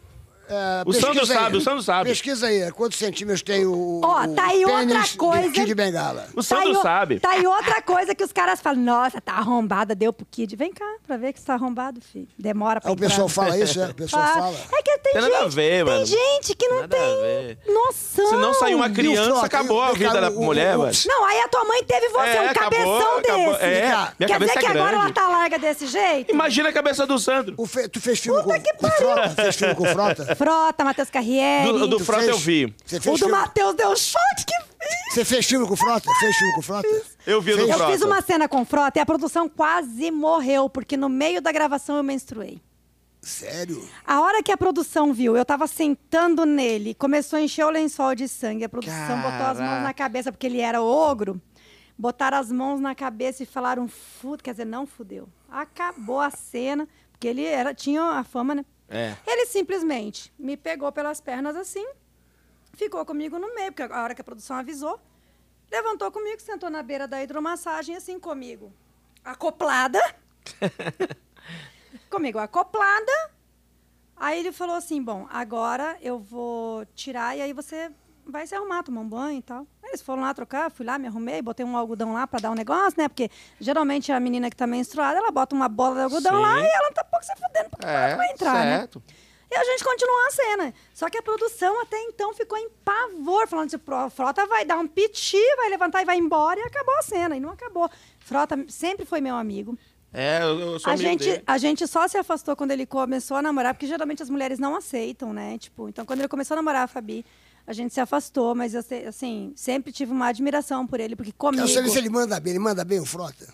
Speaker 1: É,
Speaker 2: O Sandro
Speaker 1: pesquisa aí.
Speaker 2: sabe, o Sandro sabe.
Speaker 1: Pesquisa aí, quantos centímetros tem o.
Speaker 3: Ó,
Speaker 1: o
Speaker 3: tá aí outra
Speaker 1: pênis do
Speaker 3: coisa.
Speaker 1: Kid Bengala.
Speaker 2: o Sandro
Speaker 3: aí o-
Speaker 2: sabe.
Speaker 3: Tá aí outra coisa que os caras falam: nossa, tá arrombada, deu pro Kid. Vem cá pra ver que você tá arrombado, filho. Demora pra
Speaker 1: Ah, o pessoal
Speaker 3: entrar.
Speaker 1: fala isso, é? O pessoal fala.
Speaker 3: É que tem,
Speaker 2: Tem
Speaker 3: gente.
Speaker 2: nada a ver,
Speaker 3: tem
Speaker 2: mano.
Speaker 3: gente que não
Speaker 2: Nada a ver.
Speaker 3: tem noção.
Speaker 2: Se não sair uma
Speaker 1: E o
Speaker 2: criança,
Speaker 1: Frota?
Speaker 2: acabou a
Speaker 1: E o-
Speaker 2: vida da
Speaker 1: o- o-
Speaker 2: mulher,
Speaker 1: o-
Speaker 2: velho.
Speaker 3: Não, aí a tua mãe teve você,
Speaker 2: É,
Speaker 3: um
Speaker 2: acabou,
Speaker 3: cabeção
Speaker 2: acabou.
Speaker 3: desse.
Speaker 2: É, minha
Speaker 3: Quer
Speaker 2: cabeça
Speaker 3: dizer
Speaker 2: é
Speaker 3: que agora
Speaker 2: grande.
Speaker 3: ela tá larga desse jeito?
Speaker 2: Imagina a cabeça do Sandro.
Speaker 1: O Fe- Tu fez filme
Speaker 3: Puta
Speaker 1: com,
Speaker 3: que
Speaker 1: com
Speaker 3: pariu.
Speaker 1: Frota? Fez filme com Frota?
Speaker 3: Frota, Matheus Carriere.
Speaker 2: Do- do
Speaker 1: Tu
Speaker 2: Frota
Speaker 1: fez-
Speaker 2: eu vi.
Speaker 1: Você
Speaker 3: O
Speaker 1: fez,
Speaker 3: do
Speaker 1: filme,
Speaker 3: Matheus deu choque que
Speaker 1: você fez filme com Frota? Fez filme com Frota?
Speaker 2: Eu vi o do
Speaker 1: Fez-
Speaker 3: Eu
Speaker 2: Frota.
Speaker 3: fiz uma cena com Frota e a produção quase morreu, porque no meio da gravação eu menstruei.
Speaker 1: Sério?
Speaker 3: A hora que a produção viu, eu tava sentando nele, começou a encher o lençol de sangue. A produção botou as mãos na
Speaker 2: Caraca.
Speaker 3: cabeça, porque ele era ogro. Botaram as mãos na cabeça e falaram, fudeu, quer dizer, não fudeu. Acabou a cena, porque ele era, tinha a fama, né?
Speaker 2: É.
Speaker 3: Ele simplesmente me pegou pelas pernas assim, ficou comigo no meio, porque a hora que a produção avisou, levantou comigo, sentou na beira da hidromassagem, assim comigo, acoplada.
Speaker 2: É,
Speaker 3: comigo, acoplada. Aí ele falou assim: bom, agora eu vou tirar e aí você vai se arrumar, tomar um banho e tal. Aí Eles foram lá trocar, fui lá, me arrumei, botei um algodão lá pra dar um negócio, né? Porque geralmente a menina que tá menstruada, ela bota uma bola de algodão
Speaker 2: Sim.
Speaker 3: lá e ela tá pouco se fudendo porque ela
Speaker 2: É,
Speaker 3: vai entrar, né?
Speaker 2: certo.
Speaker 3: E a gente continuou a cena. Só que a produção até então ficou em pavor, falando assim, "Pro- Frota vai dar um piti, vai levantar e vai embora, e acabou a cena. E não acabou. Frota sempre foi meu amigo.
Speaker 2: É, eu, eu sou
Speaker 3: A
Speaker 2: amigo
Speaker 3: gente,
Speaker 2: dele.
Speaker 3: a gente só se afastou quando ele começou a namorar, porque geralmente as mulheres não aceitam, né? Tipo, então quando ele começou a namorar a Fabi, a gente se afastou, mas eu sei- assim, sempre tive uma admiração por ele, porque comigo...
Speaker 1: Eu sei nem se ele manda bem. Ele manda bem o Frota?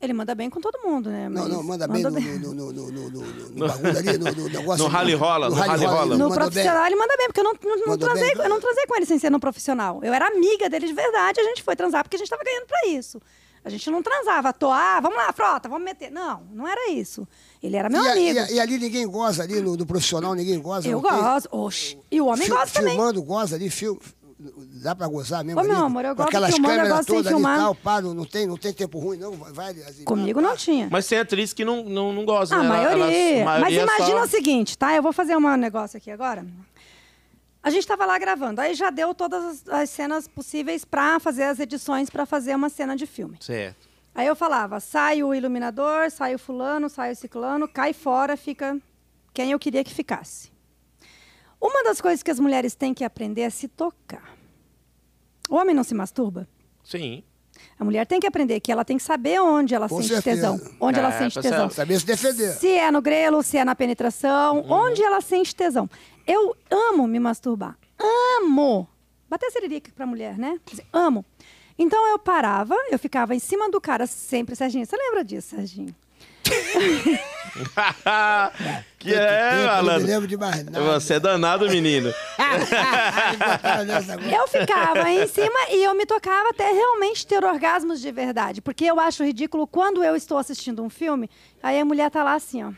Speaker 3: Ele manda bem com todo mundo, né?
Speaker 1: Não,
Speaker 3: Mas
Speaker 1: não, manda bem, No, no, no, no, no, no, no bagulho ali, no, no negócio.
Speaker 2: No rally rola, no rally rola.
Speaker 1: ele mandou
Speaker 3: No
Speaker 1: bem.
Speaker 3: profissional ele manda bem, porque eu não, não- não
Speaker 1: Mandou
Speaker 3: transei,
Speaker 1: bem?
Speaker 3: eu não transei com ele sem ser no profissional. Eu era amiga dele de verdade, a gente foi transar porque a gente tava ganhando pra isso. A gente não transava à toa, ah, vamos lá, frota, vamos meter. Não, não era isso. Ele era meu
Speaker 1: e, a-
Speaker 3: amigo.
Speaker 1: e a- e ali ninguém goza ali no, do profissional, ninguém goza.
Speaker 3: Eu
Speaker 1: não tem?
Speaker 3: gosto. Oxi. E o homem
Speaker 1: Fi-
Speaker 3: gosta também.
Speaker 1: Filmando, goza ali, filme. Dá pra gozar mesmo?
Speaker 3: Ô,
Speaker 1: ali,
Speaker 3: meu amor, eu
Speaker 1: com
Speaker 3: gosto
Speaker 1: aquelas
Speaker 3: filmando, eu
Speaker 1: câmeras
Speaker 3: gosto de
Speaker 1: todas ali e
Speaker 3: filmar.
Speaker 1: Tal, pá, não, não tem, não tem tempo ruim, não. Vai, vai, assim,
Speaker 3: Comigo não tinha.
Speaker 2: Mas tem atriz que não, não, não gosta,
Speaker 3: A
Speaker 2: né? Ela-
Speaker 3: maioria.
Speaker 2: elas- a maioria
Speaker 3: Mas imagina
Speaker 2: só-
Speaker 3: o seguinte, tá? Eu vou fazer um negócio aqui agora. A gente estava lá gravando, aí já deu todas as, as cenas possíveis para fazer as edições, para fazer uma cena de filme.
Speaker 2: Certo.
Speaker 3: Aí eu falava, sai o iluminador, sai o fulano, sai o ciclano, cai fora, fica quem eu queria que ficasse. Uma das coisas que as mulheres têm que aprender é se tocar. O homem não se masturba.
Speaker 2: Sim.
Speaker 3: A mulher tem que aprender que ela tem que saber onde ela
Speaker 1: Com
Speaker 3: sente
Speaker 1: certeza.
Speaker 3: tesão. Onde ela
Speaker 2: É,
Speaker 3: sente
Speaker 2: tá
Speaker 3: tesão.
Speaker 2: certo.
Speaker 1: Saber se defender.
Speaker 3: Se é no grelo, se é na penetração, onde ela sente tesão. Eu amo me masturbar. Amo! Bater seririca pra mulher, né? Quer dizer, amo. Então eu parava, eu ficava em cima do cara sempre. Serginho, você lembra disso, Serginho?
Speaker 2: que é,
Speaker 1: Não me
Speaker 2: malandro?
Speaker 1: lembro de mais nada.
Speaker 2: Você é danado, menino.
Speaker 1: Botaram nessa agora.
Speaker 3: Eu ficava em cima e eu me tocava até realmente ter orgasmos de verdade. Porque eu acho ridículo quando eu estou assistindo um filme, aí a mulher tá lá assim, ó.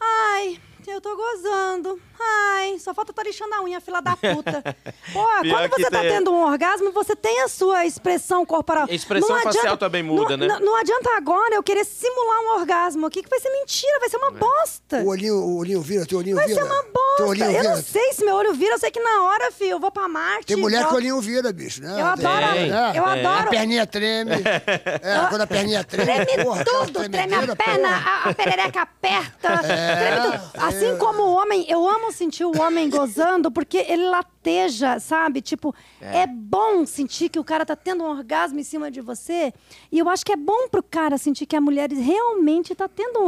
Speaker 3: Ai, eu tô gozando. Ai, só falta tá lixando a unha, fila da puta. Pô,
Speaker 2: Pior
Speaker 3: quando
Speaker 2: que
Speaker 3: você tá
Speaker 2: tem.
Speaker 3: tendo um orgasmo, você tem a sua expressão corporal.
Speaker 2: A expressão facial também muda,
Speaker 3: não-
Speaker 2: né?
Speaker 3: Não, não adianta agora eu querer simular um orgasmo aqui, que vai ser mentira, vai ser
Speaker 2: É.
Speaker 3: uma bosta.
Speaker 1: O olhinho, o olhinho vira, teu olhinho
Speaker 3: Vai
Speaker 1: vira.
Speaker 3: ser uma
Speaker 1: Teu
Speaker 3: bosta.
Speaker 1: olhinho
Speaker 3: Eu
Speaker 1: vira.
Speaker 3: não sei se meu olho vira, eu sei que na hora, filho, eu vou pra Marte.
Speaker 1: Tem mulher que o
Speaker 3: volto.
Speaker 1: olhinho vira, bicho, né?
Speaker 3: Eu adoro,
Speaker 1: Tem,
Speaker 2: eu
Speaker 1: né?
Speaker 3: adoro.
Speaker 1: A perninha treme. É, quando a perninha treme.
Speaker 3: Treme
Speaker 1: porra, aquela
Speaker 3: tudo, treme a
Speaker 1: tremedeira,
Speaker 3: perna, a, a perereca aperta,
Speaker 1: É,
Speaker 3: treme tudo. Assim como o homem, eu amo sentir o homem gozando porque ele lateja, sabe? Tipo, é. bom sentir que o cara tá tendo um orgasmo em cima de você. E eu acho que é bom pro cara sentir que a mulher realmente tá tendo um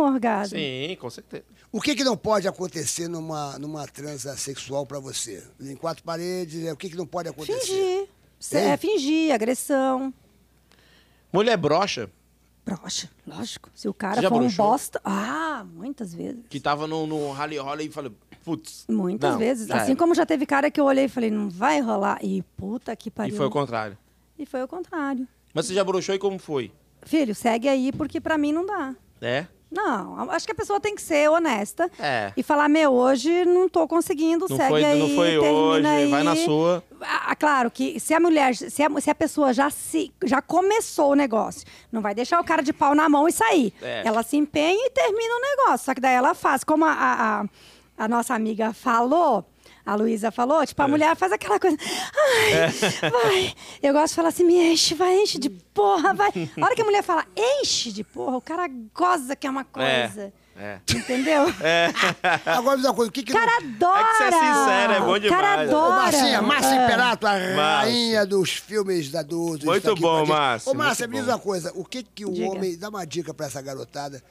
Speaker 3: orgasmo.
Speaker 2: Sim, com certeza.
Speaker 1: O que, que não pode acontecer numa, numa transa sexual pra você? Em quatro paredes, é, o que, que não pode acontecer?
Speaker 3: Fingir. Se-
Speaker 1: Hein?
Speaker 3: É, fingir, agressão.
Speaker 2: Mulher broxa,
Speaker 3: Broxa, lógico. Se o cara
Speaker 2: Você já
Speaker 3: for um
Speaker 2: broxou?
Speaker 3: bosta. Ah, muitas vezes.
Speaker 2: que tava no, no Rally Holly e falei, putz.
Speaker 3: Muitas
Speaker 2: não, é."
Speaker 3: vezes.
Speaker 2: já
Speaker 3: assim
Speaker 2: era.
Speaker 3: como já teve cara que eu olhei e falei, não vai rolar. E puta que
Speaker 2: E
Speaker 3: pariu.
Speaker 2: foi o contrário.
Speaker 3: E foi o contrário.
Speaker 2: Mas você já broxou e como foi?
Speaker 3: Filho, segue aí, porque pra mim não dá.
Speaker 2: É?
Speaker 3: Não, acho que a pessoa tem que ser honesta
Speaker 2: É.
Speaker 3: e falar, meu, hoje não tô conseguindo,
Speaker 2: Não
Speaker 3: segue
Speaker 2: foi- não
Speaker 3: aí,
Speaker 2: foi
Speaker 3: termina
Speaker 2: hoje,
Speaker 3: aí.
Speaker 2: vai na sua.
Speaker 3: Ah, claro que se a mulher, se a, se a pessoa já se, já começou o negócio, não vai deixar o cara de pau na mão e sair.
Speaker 2: É.
Speaker 3: Ela se empenha e termina o negócio. Só que daí ela faz, como a, a, a- a nossa amiga falou. A Luísa falou,
Speaker 2: É.
Speaker 3: tipo, a mulher faz aquela coisa. Ai, vai. Eu gosto de falar assim, me enche, vai, enche de porra, vai. A hora que a mulher fala, enche de porra, o cara goza que é uma coisa.
Speaker 2: É.
Speaker 3: Entendeu? Ah,
Speaker 1: Agora, me diz uma coisa, o que, que
Speaker 3: O cara
Speaker 1: não...
Speaker 3: adora.
Speaker 2: É que você é sincera, é bom
Speaker 3: O cara
Speaker 2: demais. Ô,
Speaker 3: adora.
Speaker 1: Marcinha, Márcia
Speaker 3: Ah.
Speaker 1: Imperato, a
Speaker 2: Márcia.
Speaker 1: rainha dos filmes da do, do
Speaker 2: Muito
Speaker 1: isso aqui
Speaker 2: bom,
Speaker 1: pra gente.
Speaker 2: Márcia,
Speaker 1: Ô, Márcia,
Speaker 2: muito
Speaker 1: me diz
Speaker 2: bom.
Speaker 1: uma coisa, o que que o
Speaker 3: Diga.
Speaker 1: homem... Dá uma dica pra essa garotada.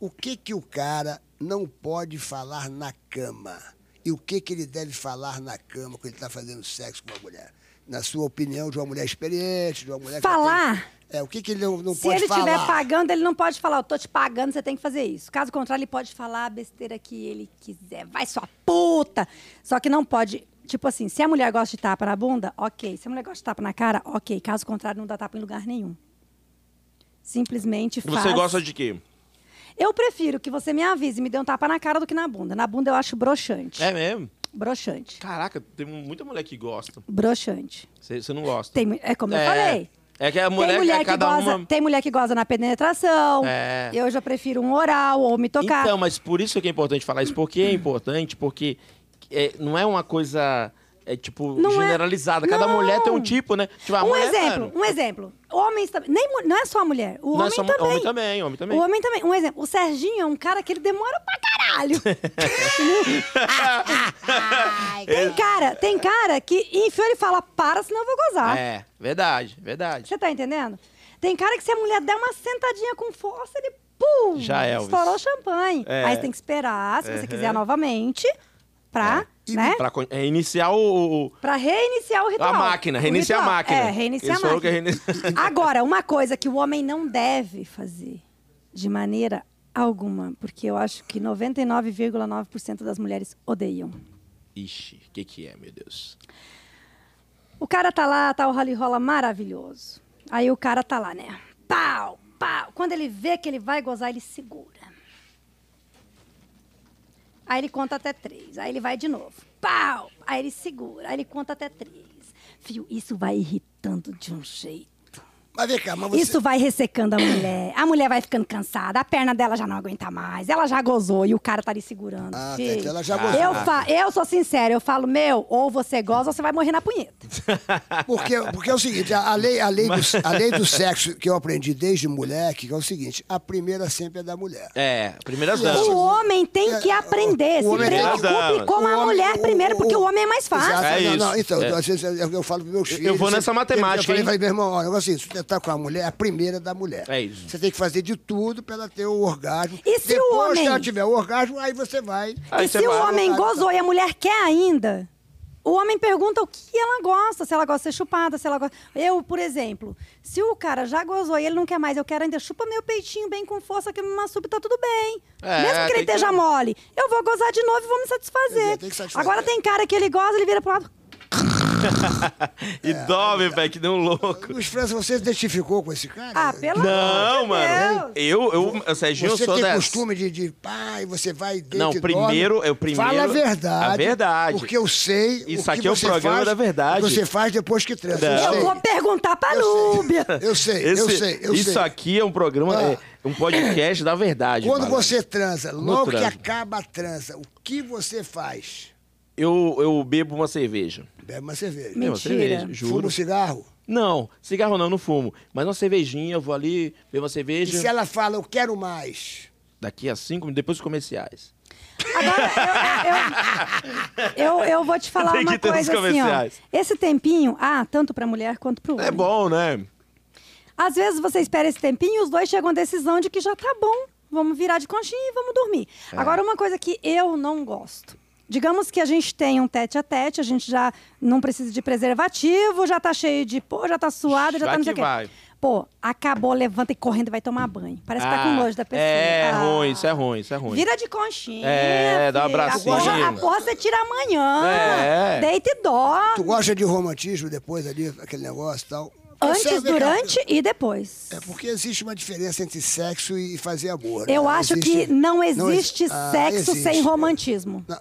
Speaker 1: O que que o cara não pode falar na cama? E o que que ele deve falar na cama quando ele tá fazendo sexo com uma mulher? Na sua opinião, de uma mulher experiente, de uma mulher... que já
Speaker 3: Falar?
Speaker 1: tem- É, o que que ele não, não
Speaker 3: Se
Speaker 1: pode
Speaker 3: ele
Speaker 1: falar?
Speaker 3: estiver pagando, ele não pode falar, eu tô te pagando, você tem que fazer isso. Caso contrário, ele pode falar a besteira que ele quiser. Vai, sua puta! Só que não pode. Tipo assim, se a mulher gosta de tapa na bunda, ok. Se a mulher gosta de tapa na cara, ok. Caso contrário, não dá tapa em lugar nenhum. Simplesmente faz.
Speaker 2: Você gosta de quê?
Speaker 3: Eu prefiro que você me avise e me dê um tapa na cara do que na bunda. Na bunda eu acho broxante.
Speaker 2: É mesmo?
Speaker 3: Broxante.
Speaker 2: Caraca, tem muita mulher que gosta.
Speaker 3: Broxante.
Speaker 2: Você você não gosta.
Speaker 3: Tem, mu- é como eu
Speaker 2: É.
Speaker 3: falei.
Speaker 2: É que a mulher,
Speaker 3: tem mulher
Speaker 2: é cada
Speaker 3: que goza,
Speaker 2: uma...
Speaker 3: tem mulher que goza na penetração.
Speaker 2: É.
Speaker 3: Eu já prefiro um oral ou me tocar.
Speaker 2: Então, mas por isso que é importante falar isso. Por que é importante? Porque é, não é uma coisa, é, tipo,
Speaker 3: Não é-
Speaker 2: generalizada. Cada
Speaker 3: Não.
Speaker 2: mulher tem um tipo, né? Tipo, a
Speaker 3: um
Speaker 2: mulher,
Speaker 3: exemplo,
Speaker 2: mano,
Speaker 3: um exemplo. Homens também. Nem, mu- não é só a mulher. O
Speaker 2: não é
Speaker 3: homem,
Speaker 2: só mu-
Speaker 3: também.
Speaker 2: homem também, homem também.
Speaker 3: O homem também. Um exemplo. O Serginho é um cara que ele demora pra caralho. tem cara, tem cara que enfia ele e fala, para, senão eu vou gozar.
Speaker 2: É, verdade, verdade.
Speaker 3: Você tá entendendo? Tem cara que se a mulher der uma sentadinha com força, ele pum!
Speaker 2: Já, é, Elvis.
Speaker 3: Estourou o champanhe.
Speaker 2: É. Uhum.
Speaker 3: Aí você tem que esperar, se você quiser novamente, pra,
Speaker 1: É. E
Speaker 3: né?
Speaker 2: Pra con- é, iniciar o, o-
Speaker 3: Pra reiniciar o ritual.
Speaker 2: a máquina,
Speaker 3: O
Speaker 2: reiniciar a
Speaker 3: ritual.
Speaker 2: máquina.
Speaker 3: É, reiniciar
Speaker 2: Eles
Speaker 3: a
Speaker 2: falaram
Speaker 3: máquina.
Speaker 2: que reinici-
Speaker 3: Agora, uma coisa que o homem não deve fazer de maneira alguma, porque eu acho que 99,9% das mulheres odeiam.
Speaker 2: Ixi, o que que é, meu Deus?
Speaker 3: O cara tá lá, tá o rally rola maravilhoso. Aí o cara tá lá, né? Pau, pau. Quando ele vê que ele vai gozar, ele segura. Aí ele conta até três. Aí ele vai de novo. Pau! Aí ele segura. Aí ele conta até três. Fio, isso vai irritando de um jeito.
Speaker 1: Mas vem cá, mas você.
Speaker 3: Isso vai ressecando a mulher. A mulher vai ficando cansada, a perna dela já não aguenta mais, ela já gozou e o cara tá ali segurando.
Speaker 1: Ah, tá,
Speaker 3: Filho,
Speaker 1: então ela já gozou.
Speaker 3: Eu, fa- eu sou sincera, eu falo, meu, ou você goza ou você vai morrer na punheta.
Speaker 1: Porque, porque é o seguinte, a a lei, a, lei do, a lei do sexo que eu aprendi desde moleque, que é o seguinte, a primeira sempre é da mulher.
Speaker 2: É, primeiras
Speaker 3: O
Speaker 2: damas.
Speaker 3: homem tem que
Speaker 1: É,
Speaker 3: aprender,
Speaker 1: o
Speaker 3: se
Speaker 1: homem-
Speaker 3: preocupe
Speaker 2: Exato.
Speaker 3: com a
Speaker 1: O homem-
Speaker 3: mulher
Speaker 1: o-
Speaker 3: primeiro, porque o homem é mais
Speaker 1: Exato.
Speaker 3: fácil.
Speaker 2: É
Speaker 1: não,
Speaker 2: isso.
Speaker 1: não, então,
Speaker 2: É.
Speaker 1: às vezes é o que eu falo pros meus filhos.
Speaker 2: vou nessa
Speaker 1: sempre-
Speaker 2: matemática,
Speaker 1: Eu falei,
Speaker 2: hein?
Speaker 1: falei, meu irmão, olha, o negócio é assim, se você tá com a mulher, a primeira é da mulher.
Speaker 2: É isso.
Speaker 1: Você tem que fazer de tudo pra ela ter o orgasmo.
Speaker 3: E se o
Speaker 1: Depois
Speaker 3: homem-
Speaker 1: que ela tiver o orgasmo, aí você vai.
Speaker 2: Aí
Speaker 3: e
Speaker 2: você
Speaker 3: se o
Speaker 2: vai-
Speaker 3: homem
Speaker 1: Ah, tá.
Speaker 3: gozou e a mulher quer ainda, o homem pergunta o que ela gosta, se ela gosta de ser chupada, se ela gosta. Eu, por exemplo, se o cara já gozou e ele não quer mais, eu quero ainda chupa meu peitinho bem com força que eu me masturbe, tá tudo bem.
Speaker 2: É,
Speaker 3: Mesmo que ele
Speaker 2: tem que-
Speaker 3: esteja mole, eu vou gozar de novo e vou me
Speaker 1: Quer
Speaker 3: satisfazer.
Speaker 1: dizer, tem que satisfazer.
Speaker 3: Agora tem cara que ele goza, ele vira pro lado. É.
Speaker 2: E dorme, velho, que nem um louco.
Speaker 1: Luiz França, você se identificou com esse cara?
Speaker 3: Ah, pelo amor
Speaker 2: Não,
Speaker 3: de
Speaker 2: mano.
Speaker 3: Deus.
Speaker 2: Eu, eu, eu, Serginho, eu
Speaker 1: Você
Speaker 2: sou
Speaker 1: tem
Speaker 2: dessa.
Speaker 1: costume de, de pai, você vai dentro
Speaker 2: Não,
Speaker 1: e
Speaker 2: primeiro-
Speaker 1: dorme.
Speaker 2: eu primeiro-
Speaker 1: Fala a verdade.
Speaker 2: a verdade.
Speaker 1: Porque eu sei
Speaker 2: Isso
Speaker 1: o que
Speaker 2: aqui é o
Speaker 1: você
Speaker 2: programa
Speaker 1: faz,
Speaker 2: da verdade.
Speaker 1: o que você faz depois que transa.
Speaker 2: Não.
Speaker 1: Eu
Speaker 3: Eu
Speaker 1: sei.
Speaker 3: vou perguntar pra
Speaker 1: Eu sei.
Speaker 3: Núbia.
Speaker 1: Eu sei, eu
Speaker 2: Esse-
Speaker 1: sei, eu
Speaker 2: isso
Speaker 1: sei.
Speaker 2: aqui é um programa,
Speaker 1: Ah.
Speaker 2: é um podcast da verdade.
Speaker 1: Quando
Speaker 2: malandro.
Speaker 1: você transa, logo que
Speaker 2: transo.
Speaker 1: acaba a transa, o que você faz?
Speaker 2: Eu, eu bebo uma cerveja.
Speaker 1: Bebe uma cerveja.
Speaker 3: Mentira.
Speaker 2: Uma cerveja,
Speaker 1: Fuma
Speaker 2: juro.
Speaker 1: um cigarro.
Speaker 2: Não, cigarro não, não fumo. Mas uma cervejinha, eu vou ali, bebo uma
Speaker 1: E
Speaker 2: cerveja.
Speaker 1: se ela fala, eu quero mais?
Speaker 2: Daqui a cinco minutos, depois dos comerciais.
Speaker 3: Agora, eu, eu, eu, eu vou te falar
Speaker 2: Tem que
Speaker 3: uma
Speaker 2: ter nos
Speaker 3: coisa assim, ó.
Speaker 2: comerciais.
Speaker 3: Esse tempinho, ah, tanto pra mulher quanto pro homem.
Speaker 2: É bom, né?
Speaker 3: Às vezes você espera esse tempinho e os dois chegam à decisão de que já tá bom, vamos virar de conchinha e vamos dormir.
Speaker 2: É.
Speaker 3: Agora, uma coisa que eu não gosto. Digamos que a gente tem um tete a tete, a gente já não precisa de preservativo, já tá cheio de pô, já tá suado, já,
Speaker 2: Vai
Speaker 3: tá não sei
Speaker 2: que
Speaker 3: o quê.
Speaker 2: vai.
Speaker 3: Pô, acabou, levanta e correndo e vai tomar banho. Parece que tá com
Speaker 2: Ah,
Speaker 3: nojo da pessoa.
Speaker 2: É,
Speaker 3: Ah.
Speaker 2: ruim, isso é ruim, isso é ruim.
Speaker 3: Vira de conchinha.
Speaker 2: É, dá um
Speaker 3: filha.
Speaker 2: abracinho.
Speaker 3: A porra, a porra você tira amanhã.
Speaker 2: É.
Speaker 3: Deita e dorme.
Speaker 1: Tu gosta de romantismo depois ali, aquele negócio e tal? Você
Speaker 3: Antes,
Speaker 1: vê que-
Speaker 3: durante e depois.
Speaker 1: É porque existe uma diferença entre sexo e fazer amor. né?
Speaker 3: Eu acho
Speaker 1: Existe-
Speaker 3: que não
Speaker 1: exi-
Speaker 3: existe
Speaker 1: Ah,
Speaker 3: sexo
Speaker 1: existe.
Speaker 3: sem romantismo.
Speaker 1: Não,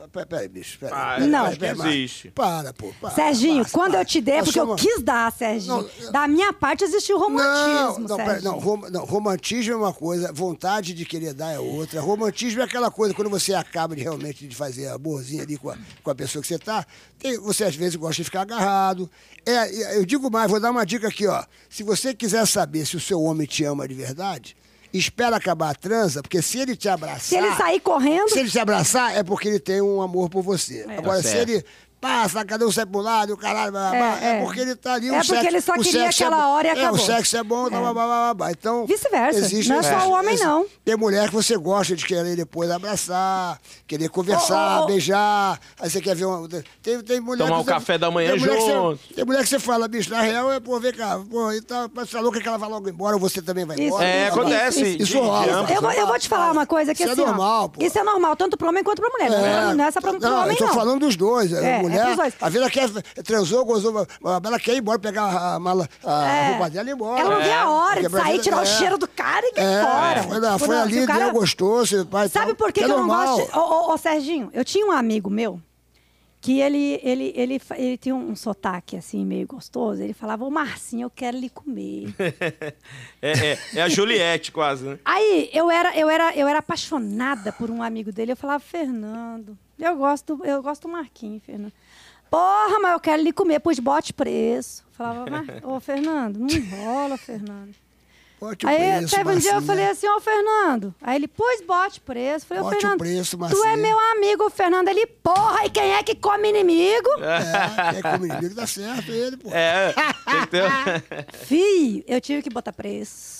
Speaker 1: não, pe- Peraí, bicho. Peraí,
Speaker 2: Ah,
Speaker 1: peraí,
Speaker 3: não.
Speaker 1: peraí, peraí, Marcos.
Speaker 2: Existe.
Speaker 1: Para, pô. Para,
Speaker 3: Serginho,
Speaker 1: Marcos,
Speaker 3: quando
Speaker 1: para.
Speaker 3: eu te der,
Speaker 1: Nós
Speaker 3: porque eu
Speaker 1: somos-
Speaker 3: quis dar, Serginho.
Speaker 1: Ah, Não,
Speaker 3: da minha parte existiu romantismo,
Speaker 1: não, pera-
Speaker 3: Serginho.
Speaker 1: não, rom- não, romantismo é uma coisa, vontade de querer dar é outra. Romantismo é aquela coisa quando você acaba de realmente de fazer amorzinho ali com a, com a pessoa que você tá. tem- você às vezes gosta de ficar agarrado. É, é, eu digo mais, vou dar uma dica aqui, ó. Se você quiser saber se o seu homem te ama de verdade, espera acabar a transa, porque se ele te abraçar.
Speaker 3: Se ele sair correndo,
Speaker 1: Se ele te abraçar, é porque ele tem um amor por você.
Speaker 3: É.
Speaker 1: Agora,
Speaker 2: Tá
Speaker 1: se
Speaker 2: certo.
Speaker 1: ele passa, cadê um sai pro lado, o caralho, blá, blá, blá, é,
Speaker 3: É, é.
Speaker 1: porque ele tá ali.
Speaker 3: É
Speaker 1: o
Speaker 3: porque
Speaker 1: sexo-
Speaker 3: ele só
Speaker 1: o
Speaker 3: queria
Speaker 1: sexo é
Speaker 3: aquela
Speaker 1: bom.
Speaker 3: hora e
Speaker 1: É,
Speaker 3: acabou.
Speaker 1: O sexo é bom, blá, blá, blá, blá, blá. Então,
Speaker 3: Vice-versa.
Speaker 1: existe
Speaker 3: Não é
Speaker 1: esse-
Speaker 3: só o homem,
Speaker 1: esse-
Speaker 3: não.
Speaker 1: Tem mulher que você gosta de querer depois abraçar, querer conversar,
Speaker 3: Ô, ô, ô.
Speaker 1: beijar. Aí você quer ver uma... Tem, tem mulher
Speaker 2: Tomar
Speaker 1: que
Speaker 2: o
Speaker 1: você-
Speaker 2: café da manhã
Speaker 1: tem mulher que você-
Speaker 2: junto.
Speaker 1: tem mulher que você fala, bicho, na real é, pô, vem cá, pô, então, mas você tá louca que ela vai logo embora, ou você também vai
Speaker 3: Isso,
Speaker 1: embora.
Speaker 2: É,
Speaker 1: blá, blá, blá.
Speaker 2: acontece.
Speaker 1: Isso,
Speaker 2: de- de
Speaker 1: rola.
Speaker 2: ambos,
Speaker 3: Eu vou, eu vou te falar uma coisa que
Speaker 1: Isso é
Speaker 3: assim, ó,
Speaker 1: normal, pô.
Speaker 3: Isso é normal, tanto pro homem quanto pra mulher. Não é- não é só pra, pro
Speaker 1: não,
Speaker 3: homem,
Speaker 1: eu tô
Speaker 3: não.
Speaker 1: falando dos dois.
Speaker 3: É,
Speaker 1: a
Speaker 3: é
Speaker 1: mulher,
Speaker 3: pros dois.
Speaker 1: a vida quer, transou, gozou, mas ela quer ir embora, pegar a mala, a
Speaker 3: É.
Speaker 1: roupa dela e ir embora. É.
Speaker 3: Ela não vê a hora de
Speaker 1: Porque a
Speaker 3: sair,
Speaker 1: brasileira-
Speaker 3: tirar o
Speaker 1: é.
Speaker 3: cheiro do cara e ir
Speaker 1: É,
Speaker 3: embora.
Speaker 1: Foi, lá,
Speaker 3: Tipo,
Speaker 1: foi
Speaker 3: não, se
Speaker 1: ali,
Speaker 3: o cara-
Speaker 1: deu, gostou. se- Pai,
Speaker 3: Sabe
Speaker 1: tal,
Speaker 3: por que,
Speaker 1: é
Speaker 3: que eu não
Speaker 1: normal.
Speaker 3: gosto? de- Ô, ô, ô, Serginho, eu tinha um amigo meu que ele, ele, ele, fa- ele tinha um sotaque assim, meio gostoso. Ele falava, ô Marcinho, eu quero lhe comer.
Speaker 2: É, é, é a Juliette, quase, né?
Speaker 3: Aí eu era, eu, era, eu era apaixonada por um amigo dele. Eu falava, Fernando, eu gosto, eu gosto do Marquinhos, Fernando. Porra, mas eu quero lhe comer, pois bote preço. Falava, "Mar- ô Fernando, não rola, Fernando.
Speaker 1: Bote o
Speaker 3: aí
Speaker 1: preço,
Speaker 3: teve um dia eu
Speaker 1: Marcinha.
Speaker 3: falei assim, ô Fernando. Aí ele, pois bote preço. Falei, ô
Speaker 1: Bote o
Speaker 3: Fernando,
Speaker 1: preço,
Speaker 3: tu
Speaker 1: Marcinha."
Speaker 3: é meu amigo, ô, Fernando. Ele, porra, e quem é que come inimigo?
Speaker 1: É, quem é como inimigo dá certo ele, pô.
Speaker 2: É, tem que ter...
Speaker 3: Fih, eu tive que botar preço.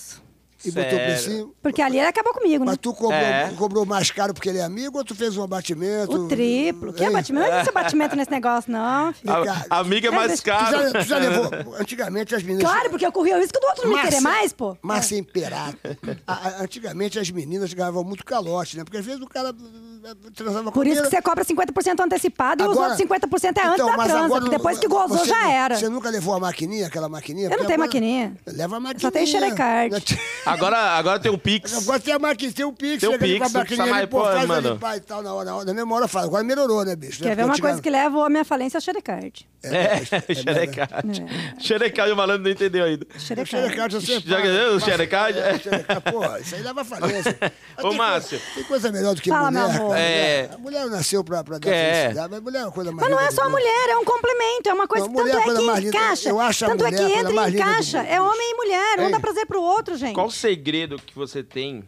Speaker 1: E botou o
Speaker 2: Sério.
Speaker 1: precinho.
Speaker 3: Porque ali ele acabou comigo, né?
Speaker 1: Mas tu cobrou,
Speaker 2: É.
Speaker 1: cobrou mais caro porque ele é amigo ou tu fez um abatimento?
Speaker 3: O triplo. Que
Speaker 1: Hein?
Speaker 3: abatimento? Não existe abatimento nesse negócio, não, filho.
Speaker 2: A, amiga é mais
Speaker 3: Mas-
Speaker 1: Tu
Speaker 2: cara.
Speaker 1: já, tu já levou. Antigamente as meninas.
Speaker 3: Claro, porque eu corria o risco do outro não me
Speaker 1: Márcia-
Speaker 3: querer mais, pô.
Speaker 1: Márcia Imperato. A- a- antigamente as meninas ganhavam muito calote, né? Porque às vezes o cara hum, transava com
Speaker 3: Por isso que
Speaker 1: mina.
Speaker 3: você cobra 50% antecipado
Speaker 1: Agora-
Speaker 3: e os outros 50% é antes
Speaker 1: Então,
Speaker 3: da
Speaker 1: mas
Speaker 3: transa.
Speaker 1: agora
Speaker 3: porque
Speaker 1: não-
Speaker 3: depois que gozou,
Speaker 1: você
Speaker 3: já
Speaker 1: nu-
Speaker 3: era.
Speaker 1: Você nunca levou a maquininha, aquela maquininha?
Speaker 3: Eu não
Speaker 1: Porque
Speaker 3: tenho
Speaker 1: agora-
Speaker 3: maquininha.
Speaker 1: Leva a maquininha.
Speaker 3: tenho xerecard.
Speaker 2: Agora, agora tem o Pix.
Speaker 1: Agora tem a maquininha, tem o Pix,
Speaker 2: Tem o
Speaker 1: chega ali
Speaker 2: Pix,
Speaker 1: com a maquininha,
Speaker 2: precisa
Speaker 1: ali,
Speaker 2: mais-
Speaker 1: pô,
Speaker 2: pô,
Speaker 1: faz
Speaker 2: mano.
Speaker 1: ali, pai, e tal, na hora, na hora, na mesma hora faz. Agora melhorou, né, bicho?
Speaker 3: Quer ver uma coisa que leva a minha falência à xerecard.
Speaker 2: É, xerecade. Xerecade, o malandro não entendeu ainda.
Speaker 3: Xerecard.
Speaker 1: Xerecard, você
Speaker 2: Já ganhou o xerecard?
Speaker 1: É, xerecard, Pô, isso aí leva falência. Mas tem
Speaker 2: Ô,
Speaker 1: coisa-
Speaker 2: Márcio.
Speaker 1: Tem coisa melhor do que
Speaker 3: Fala, meu
Speaker 1: mulher.
Speaker 3: amor.
Speaker 1: cara.
Speaker 2: É.
Speaker 1: A mulher nasceu pra, pra dar
Speaker 2: É.
Speaker 1: felicidade, mas mulher é uma coisa mais
Speaker 3: Mas não
Speaker 1: linda
Speaker 3: é
Speaker 1: do
Speaker 3: só a
Speaker 1: mundo.
Speaker 3: mulher, é um complemento, é uma coisa
Speaker 1: Não,
Speaker 3: que tanto
Speaker 1: mulher é a coisa
Speaker 3: é
Speaker 1: mais
Speaker 3: que
Speaker 1: linda.
Speaker 3: encaixa.
Speaker 1: Eu acho a
Speaker 3: tanto é
Speaker 1: mulher
Speaker 3: que
Speaker 1: a coisa
Speaker 3: entra
Speaker 1: mais
Speaker 3: e
Speaker 1: linda do
Speaker 3: encaixa.
Speaker 1: mundo,
Speaker 3: É
Speaker 1: bicho.
Speaker 3: homem e mulher, um
Speaker 1: Hein?
Speaker 3: dá prazer pro outro, gente.
Speaker 2: Qual o segredo que você tem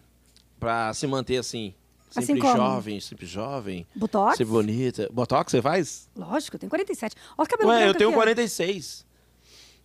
Speaker 2: pra se manter assim?
Speaker 3: Assim
Speaker 2: Sempre
Speaker 3: como?
Speaker 2: jovem, sempre jovem.
Speaker 3: Botox?
Speaker 2: Sempre bonita. Botox você faz?
Speaker 3: Lógico, eu tenho 47. Olha o cabelo
Speaker 2: Ué,
Speaker 3: branco
Speaker 2: eu tenho
Speaker 3: aqui, ó.
Speaker 2: 46.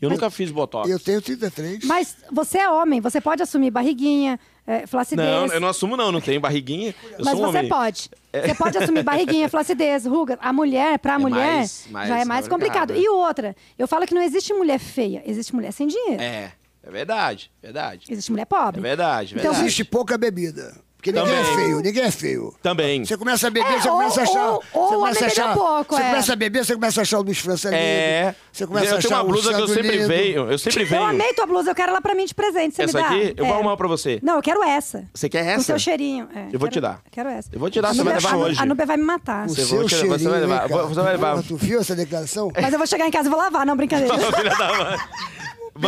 Speaker 2: Eu nunca fiz Botox.
Speaker 1: Eu tenho 33.
Speaker 3: Mas você é homem, você pode assumir barriguinha, é, flacidez.
Speaker 2: Não, eu não assumo não, não tenho barriguinha. Eu
Speaker 3: Mas
Speaker 2: sou um
Speaker 3: você
Speaker 2: homem.
Speaker 3: pode. Você pode assumir barriguinha, flacidez, rugas. A mulher, pra
Speaker 2: É
Speaker 3: mulher,
Speaker 2: mais- mais
Speaker 3: já é mais complicado.
Speaker 2: complicado, né?
Speaker 3: E outra, eu falo que não existe mulher feia, existe mulher sem dinheiro.
Speaker 2: É, é verdade, verdade.
Speaker 3: Existe mulher pobre.
Speaker 2: É verdade,
Speaker 3: Então,
Speaker 2: verdade.
Speaker 1: Existe pouca bebida. Porque ninguém
Speaker 2: Também.
Speaker 1: é feio, ninguém é feio.
Speaker 2: Também.
Speaker 1: Você começa a beber,
Speaker 3: É,
Speaker 1: você
Speaker 3: ou-
Speaker 1: começa a achar.
Speaker 3: ou- ou
Speaker 1: você
Speaker 3: a
Speaker 1: começa
Speaker 3: bebida
Speaker 1: achar.
Speaker 3: pouco,
Speaker 1: você
Speaker 3: é.
Speaker 1: começa a beber, você começa a achar o Luiz França Libre,
Speaker 2: É.
Speaker 1: Você começa a
Speaker 2: eu
Speaker 1: achar
Speaker 2: tenho uma
Speaker 1: o
Speaker 2: blusa que eu
Speaker 1: Sandro
Speaker 2: sempre
Speaker 1: Lindo.
Speaker 2: venho. Eu sempre venho.
Speaker 3: Eu amei tua blusa, eu quero ela pra mim de presente, você
Speaker 2: Essa
Speaker 3: me dá.
Speaker 2: aqui? Eu vou
Speaker 3: É.
Speaker 2: arrumar pra você.
Speaker 3: Não, eu quero essa.
Speaker 2: Você quer
Speaker 3: Com
Speaker 2: essa?
Speaker 3: seu cheirinho. é,
Speaker 2: Eu vou
Speaker 3: quero-
Speaker 2: te dar.
Speaker 3: Quero essa.
Speaker 2: Eu vou te dar,
Speaker 3: A
Speaker 2: você vai
Speaker 3: Nubia-
Speaker 2: levar
Speaker 3: a Nu-
Speaker 2: hoje.
Speaker 3: A Nubia vai me matar.
Speaker 1: O
Speaker 2: Você
Speaker 1: seu
Speaker 2: vai- você vai
Speaker 1: cheirinho,
Speaker 2: levar,
Speaker 1: hein, cara?
Speaker 2: você vai levar.
Speaker 1: Porra, Tu viu essa declaração?
Speaker 3: Mas eu vou chegar em casa e vou lavar, não, brincadeira.
Speaker 2: Filha da mãe. Vamos,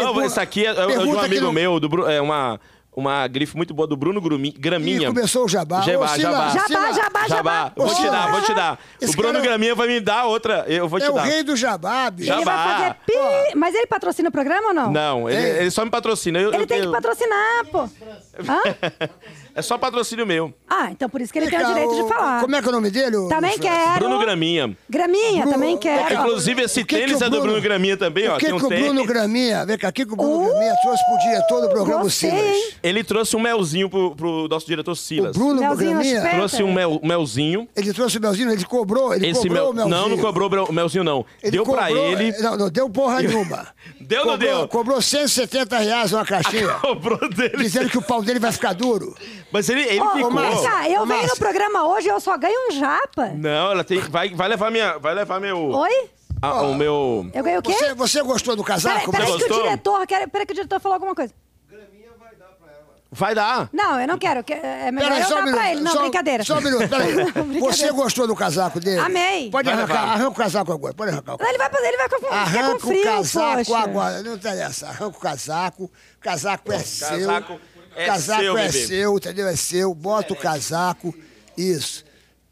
Speaker 1: Pergunta-
Speaker 2: essa aqui é, é de um
Speaker 1: pergunta que
Speaker 2: amigo
Speaker 1: não-
Speaker 2: meu, do, Bru- é uma, uma grife muito boa do Bruno Grumi- Graminha.
Speaker 1: Ih, começou o jabá.
Speaker 2: Jabá,
Speaker 1: Ô, Sila,
Speaker 2: jabá.
Speaker 1: Sila,
Speaker 3: Jabá, jabá,
Speaker 2: Jabá, vou te
Speaker 1: Ô,
Speaker 2: dar, vou te dar.
Speaker 1: esse
Speaker 2: o Bruno
Speaker 1: cara- um
Speaker 2: Graminha vai me dar outra, eu vou te
Speaker 1: É o
Speaker 2: dar.
Speaker 1: rei do jabá, bicho.
Speaker 3: Ele vai
Speaker 2: Jabá.
Speaker 3: fazer pi... Mas ele patrocina o programa ou não?
Speaker 2: Não, ele,
Speaker 1: então. Ei.
Speaker 2: ele só me patrocina. Eu,
Speaker 3: Ele
Speaker 2: eu
Speaker 3: tem que
Speaker 2: tenho-
Speaker 3: patrocinar, pô. Hã?
Speaker 2: É só patrocínio meu.
Speaker 3: Ah, então por isso que ele
Speaker 1: Vem
Speaker 3: tem o
Speaker 1: cá,
Speaker 3: direito de falar.
Speaker 1: Como é que é o nome dele? ô,
Speaker 3: Também
Speaker 1: Luiz França?
Speaker 3: quero.
Speaker 2: Bruno Graminha.
Speaker 3: Graminha,
Speaker 1: Bruno-
Speaker 3: também quero.
Speaker 2: Inclusive, esse
Speaker 1: O que que
Speaker 2: tênis
Speaker 1: o
Speaker 2: é do
Speaker 1: Bruno-
Speaker 2: Bruno Graminha também, ó.
Speaker 1: O que,
Speaker 2: tem um
Speaker 1: que o
Speaker 2: tênis.
Speaker 1: Bruno Graminha... Vem cá, o que, que o Bruno
Speaker 3: Uh,
Speaker 1: Graminha trouxe pro diretor do programa
Speaker 3: gostei, hein?
Speaker 1: Silas?
Speaker 2: Ele trouxe um melzinho pro, pro nosso diretor Silas.
Speaker 1: O Bruno
Speaker 3: Melzinho nas
Speaker 1: Graminha...
Speaker 3: pernas.
Speaker 2: Trouxe um mel- melzinho.
Speaker 1: Ele trouxe o Melzinho, ele cobrou, ele
Speaker 2: Esse
Speaker 1: cobrou o
Speaker 2: mel...
Speaker 1: Melzinho.
Speaker 2: Não, não cobrou o Bra- melzinho, não.
Speaker 1: Ele
Speaker 2: Deu pra
Speaker 1: cobrou- é,
Speaker 2: ele.
Speaker 1: Não, não deu porra nenhuma.
Speaker 2: Deu ou não
Speaker 1: cobrou,
Speaker 2: deu?
Speaker 1: Cobrou 170 reais uma caixinha,
Speaker 2: Cobrou dele.
Speaker 1: dizendo que o pau dele vai ficar duro.
Speaker 2: Mas ele, ele
Speaker 3: Ô,
Speaker 2: ficou.
Speaker 3: vem cá, tá, eu
Speaker 1: Ô,
Speaker 3: venho no
Speaker 1: Márcia.
Speaker 3: programa hoje e eu só ganho um japa.
Speaker 2: Não, ela tem. Vai, vai levar minha. Vai levar meu.
Speaker 3: Oi?
Speaker 2: a- o meu.
Speaker 3: Eu ganhei o quê?
Speaker 1: Você, é um você gostou do
Speaker 3: Peraí,
Speaker 1: casaco?
Speaker 3: peraí
Speaker 1: Bruno?
Speaker 2: você
Speaker 3: que o
Speaker 2: gostou?
Speaker 3: diretor, quer- peraí que o diretor falou alguma coisa.
Speaker 2: Vai dar.
Speaker 3: Não, eu não quero. que- É melhor
Speaker 1: Peraí,
Speaker 3: eu
Speaker 1: só
Speaker 3: dar
Speaker 1: um
Speaker 3: pra
Speaker 1: minuto.
Speaker 3: ele. Não,
Speaker 1: só,
Speaker 3: brincadeira.
Speaker 1: Só um minuto, peraí. Você
Speaker 3: Brincadeira.
Speaker 1: gostou do casaco dele?
Speaker 3: Amei.
Speaker 1: Pode
Speaker 2: Vai
Speaker 1: arrancar,
Speaker 2: levar.
Speaker 1: arranca o casaco agora. Pode arrancar o
Speaker 3: Não,
Speaker 1: casaco.
Speaker 3: Ele vai, fazer- ele vai Tá com, ficar com
Speaker 1: Arranca
Speaker 3: frio,
Speaker 1: o casaco
Speaker 3: poxa.
Speaker 1: agora. Não interessa. Arranca o casaco. O casaco é seu.
Speaker 2: é
Speaker 1: casaco
Speaker 2: seu,
Speaker 1: é
Speaker 2: bebê.
Speaker 1: seu, entendeu? É seu. Bota o casaco. Isso.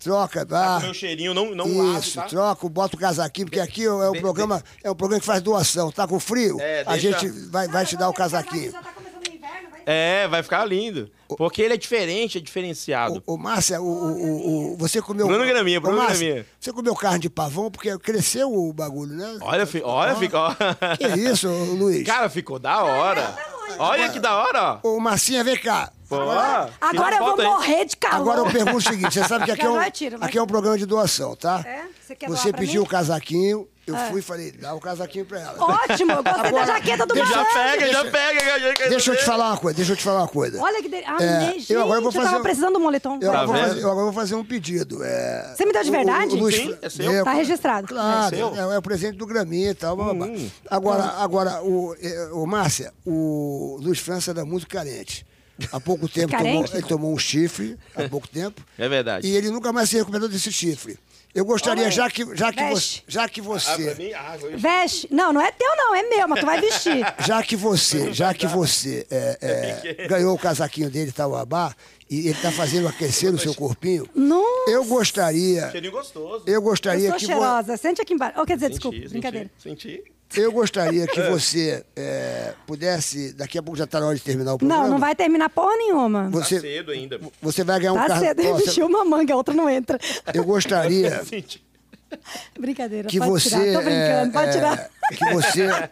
Speaker 1: Troca,
Speaker 2: Tá O
Speaker 1: vá.
Speaker 2: Meu cheirinho não, não lave,
Speaker 1: Isso,
Speaker 2: tá?
Speaker 1: troco, bota o casaquinho, porque aqui é um programa, é um programa que faz doação. Tá com frio?
Speaker 2: É,
Speaker 1: a
Speaker 2: deixa-
Speaker 1: gente vai, vai te dar o casaquinho.
Speaker 3: Já tá começando o inverno, vai-
Speaker 2: É, vai ficar lindo. Porque ele é diferente, é diferenciado.
Speaker 1: Ô, ô, Márcia, o, o- o- o- você comeu.
Speaker 2: Bruno Graminha,
Speaker 1: Ô,
Speaker 2: Bruno
Speaker 1: Márcia,
Speaker 2: Graminha.
Speaker 1: Você comeu carne de pavão porque cresceu o bagulho, né?
Speaker 2: Olha, fi- olha,
Speaker 1: Ó.
Speaker 2: fica. ó.
Speaker 1: Que isso, ô, Luiz?
Speaker 2: Cara, ficou da hora. Olha que da hora, ó.
Speaker 1: Ô, Marcinha, vem cá.
Speaker 2: Pô,
Speaker 3: Agora eu vou
Speaker 2: foto aí.
Speaker 3: morrer de calor.
Speaker 1: Agora eu pergunto o seguinte: você sabe que aqui é um,
Speaker 3: Vai, tira, vai.
Speaker 1: aqui é um programa de doação, tá?
Speaker 3: É? Você quer doar
Speaker 1: Você
Speaker 3: pra
Speaker 1: pediu
Speaker 3: mim? Ah.
Speaker 1: o casaquinho, eu fui e falei, dá o casaquinho pra ela.
Speaker 3: Ótimo, eu gostei da
Speaker 1: Agora,
Speaker 3: jaqueta do
Speaker 1: deixa-
Speaker 2: Já
Speaker 3: malandro.
Speaker 2: pega, já
Speaker 1: Deixa-
Speaker 2: pega.
Speaker 1: Deixa eu te falar uma coisa, deixa eu te falar uma coisa.
Speaker 3: Olha que delícia.
Speaker 1: É,
Speaker 3: Amei,
Speaker 1: eu
Speaker 3: gente. Eu,
Speaker 1: agora vou fazer
Speaker 3: tava
Speaker 1: um-
Speaker 3: precisando do moletom.
Speaker 1: Eu agora,
Speaker 2: Tá
Speaker 1: vou
Speaker 2: vendo?
Speaker 1: fazer, eu agora vou fazer um pedido. É...
Speaker 3: Você me deu de
Speaker 1: O- o-
Speaker 3: verdade?
Speaker 1: o Luiz-
Speaker 2: Sim, é seu.
Speaker 1: Meu,
Speaker 3: Tá registrado.
Speaker 1: Claro,
Speaker 2: É seu. Hum.
Speaker 1: é, é o presente do Graminha e tal. blá, blá, blá. Agora, agora o, eh, o Márcia, o Luiz França era muito carente. Há pouco tempo tomou,
Speaker 3: Carente?
Speaker 1: ele tomou um chifre, há pouco tempo.
Speaker 2: É verdade.
Speaker 1: E ele nunca mais se recuperou desse chifre. Eu gostaria,
Speaker 3: Oi,
Speaker 1: já que, já que
Speaker 3: veste.
Speaker 1: você. Já
Speaker 2: Ah,
Speaker 1: que você.
Speaker 2: um
Speaker 1: um-
Speaker 3: Veste. Não, não é teu, não. É meu, mas tu vai vestir.
Speaker 1: Já que você, já que você eh,
Speaker 2: É
Speaker 1: eh, ganhou o casaquinho dele, tal, babá, e ele está fazendo aquecer o seu corpinho,
Speaker 3: Nossa.
Speaker 1: eu gostaria.
Speaker 2: Cheirinho gostoso.
Speaker 1: Eu
Speaker 3: Eu
Speaker 1: gostaria
Speaker 3: sou
Speaker 1: que vo-
Speaker 3: cheirosa. Sente aqui embaixo. Oh, quer dizer, desculpa,
Speaker 2: Senti,
Speaker 3: brincadeira.
Speaker 2: Senti. senti.
Speaker 1: eu gostaria que
Speaker 2: É.
Speaker 1: você eh, pudesse, daqui a pouco já está na hora de terminar o programa.
Speaker 3: Não, não vai terminar porra nenhuma.
Speaker 2: Tá
Speaker 1: Você,
Speaker 2: cedo ainda.
Speaker 1: você vai ganhar um
Speaker 3: Tá
Speaker 1: carro.
Speaker 3: cedo, ele
Speaker 1: Ó, você-
Speaker 3: vestiu uma manga, a outra não entra.
Speaker 1: Eu gostaria
Speaker 2: Senti.
Speaker 3: Brincadeira,
Speaker 1: que
Speaker 3: pode
Speaker 1: você é,
Speaker 3: tirar. Tô
Speaker 1: eh,
Speaker 3: brincando, pode
Speaker 1: eh,
Speaker 3: tirar.
Speaker 1: que você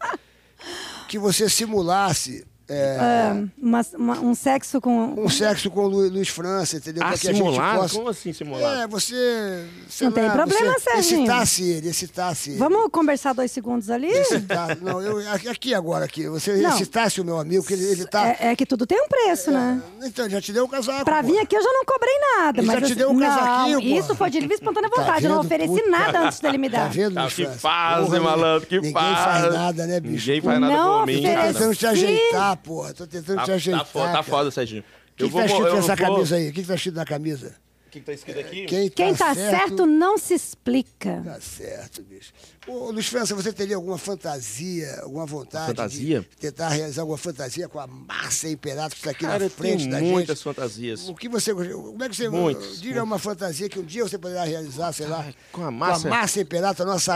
Speaker 1: que você simulasse é,
Speaker 3: ah, uma- uma- um sexo com.
Speaker 1: Um sexo com o Lu- Luiz França, entendeu?
Speaker 2: Ah,
Speaker 1: Pra que a gente
Speaker 2: simulado?
Speaker 1: possa-
Speaker 2: Como assim simulado?
Speaker 1: É, você. sei
Speaker 3: Não tem
Speaker 1: lá,
Speaker 3: problema,
Speaker 1: você
Speaker 3: Serginho.
Speaker 1: Excitasse ele, excitasse ele.
Speaker 3: Vamos conversar dois segundos ali?
Speaker 1: Excitasse. Não, eu, aqui aqui agora, aqui. Você
Speaker 3: Não.
Speaker 1: excitasse o meu amigo, que ele, ele tá.
Speaker 3: É, é que tudo tem um preço, né?
Speaker 1: Então, já te deu um casaco.
Speaker 3: Pra
Speaker 1: pô.
Speaker 3: vir aqui eu já não cobrei nada.
Speaker 1: Ele
Speaker 3: mas
Speaker 1: já te
Speaker 3: eu-
Speaker 1: deu um casaquinho,
Speaker 3: Não,
Speaker 1: pô.
Speaker 3: isso foi de livre e espontânea
Speaker 1: Tá
Speaker 3: vontade. eu não
Speaker 1: vendo,
Speaker 3: ofereci
Speaker 1: puta?
Speaker 3: nada antes dele me
Speaker 1: Tá
Speaker 3: dar.
Speaker 1: vendo,
Speaker 2: Tá,
Speaker 1: Luiz
Speaker 2: que
Speaker 1: França?
Speaker 2: faz,
Speaker 1: Porra,
Speaker 2: hein, malandro, que
Speaker 1: Ninguém
Speaker 2: faz.
Speaker 1: faz nada, né, bicho?
Speaker 2: Ninguém faz nada
Speaker 3: Não
Speaker 2: por mim,
Speaker 1: Tô
Speaker 3: oferece-
Speaker 2: cara.
Speaker 1: tentando te ajeitar, porra. Tô tentando te
Speaker 2: Tá,
Speaker 1: ajeitar.
Speaker 2: tá foda, tá
Speaker 1: cara.
Speaker 2: foda, Serginho.
Speaker 1: O que, que tá escrito nessa camisa aí? O que, que tá escrito na camisa?
Speaker 2: O que que tá escrito aqui?
Speaker 1: Quem tá,
Speaker 3: Quem tá certo não se explica.
Speaker 1: Tá certo, bicho. Ô, Luiz França, você teria alguma fantasia, alguma vontade
Speaker 2: fantasia?
Speaker 1: de tentar realizar alguma fantasia com a massa imperato que está aqui
Speaker 2: Cara,
Speaker 1: na
Speaker 2: eu
Speaker 1: frente
Speaker 2: tenho
Speaker 1: da
Speaker 2: muitas
Speaker 1: gente?
Speaker 2: fantasias.
Speaker 1: O que você. Como é que você.
Speaker 2: Muitas,
Speaker 1: diga uma fantasia que um dia você poderá realizar, sei lá.
Speaker 2: Ai, com a massa-
Speaker 1: Com a massa imperato, a nossa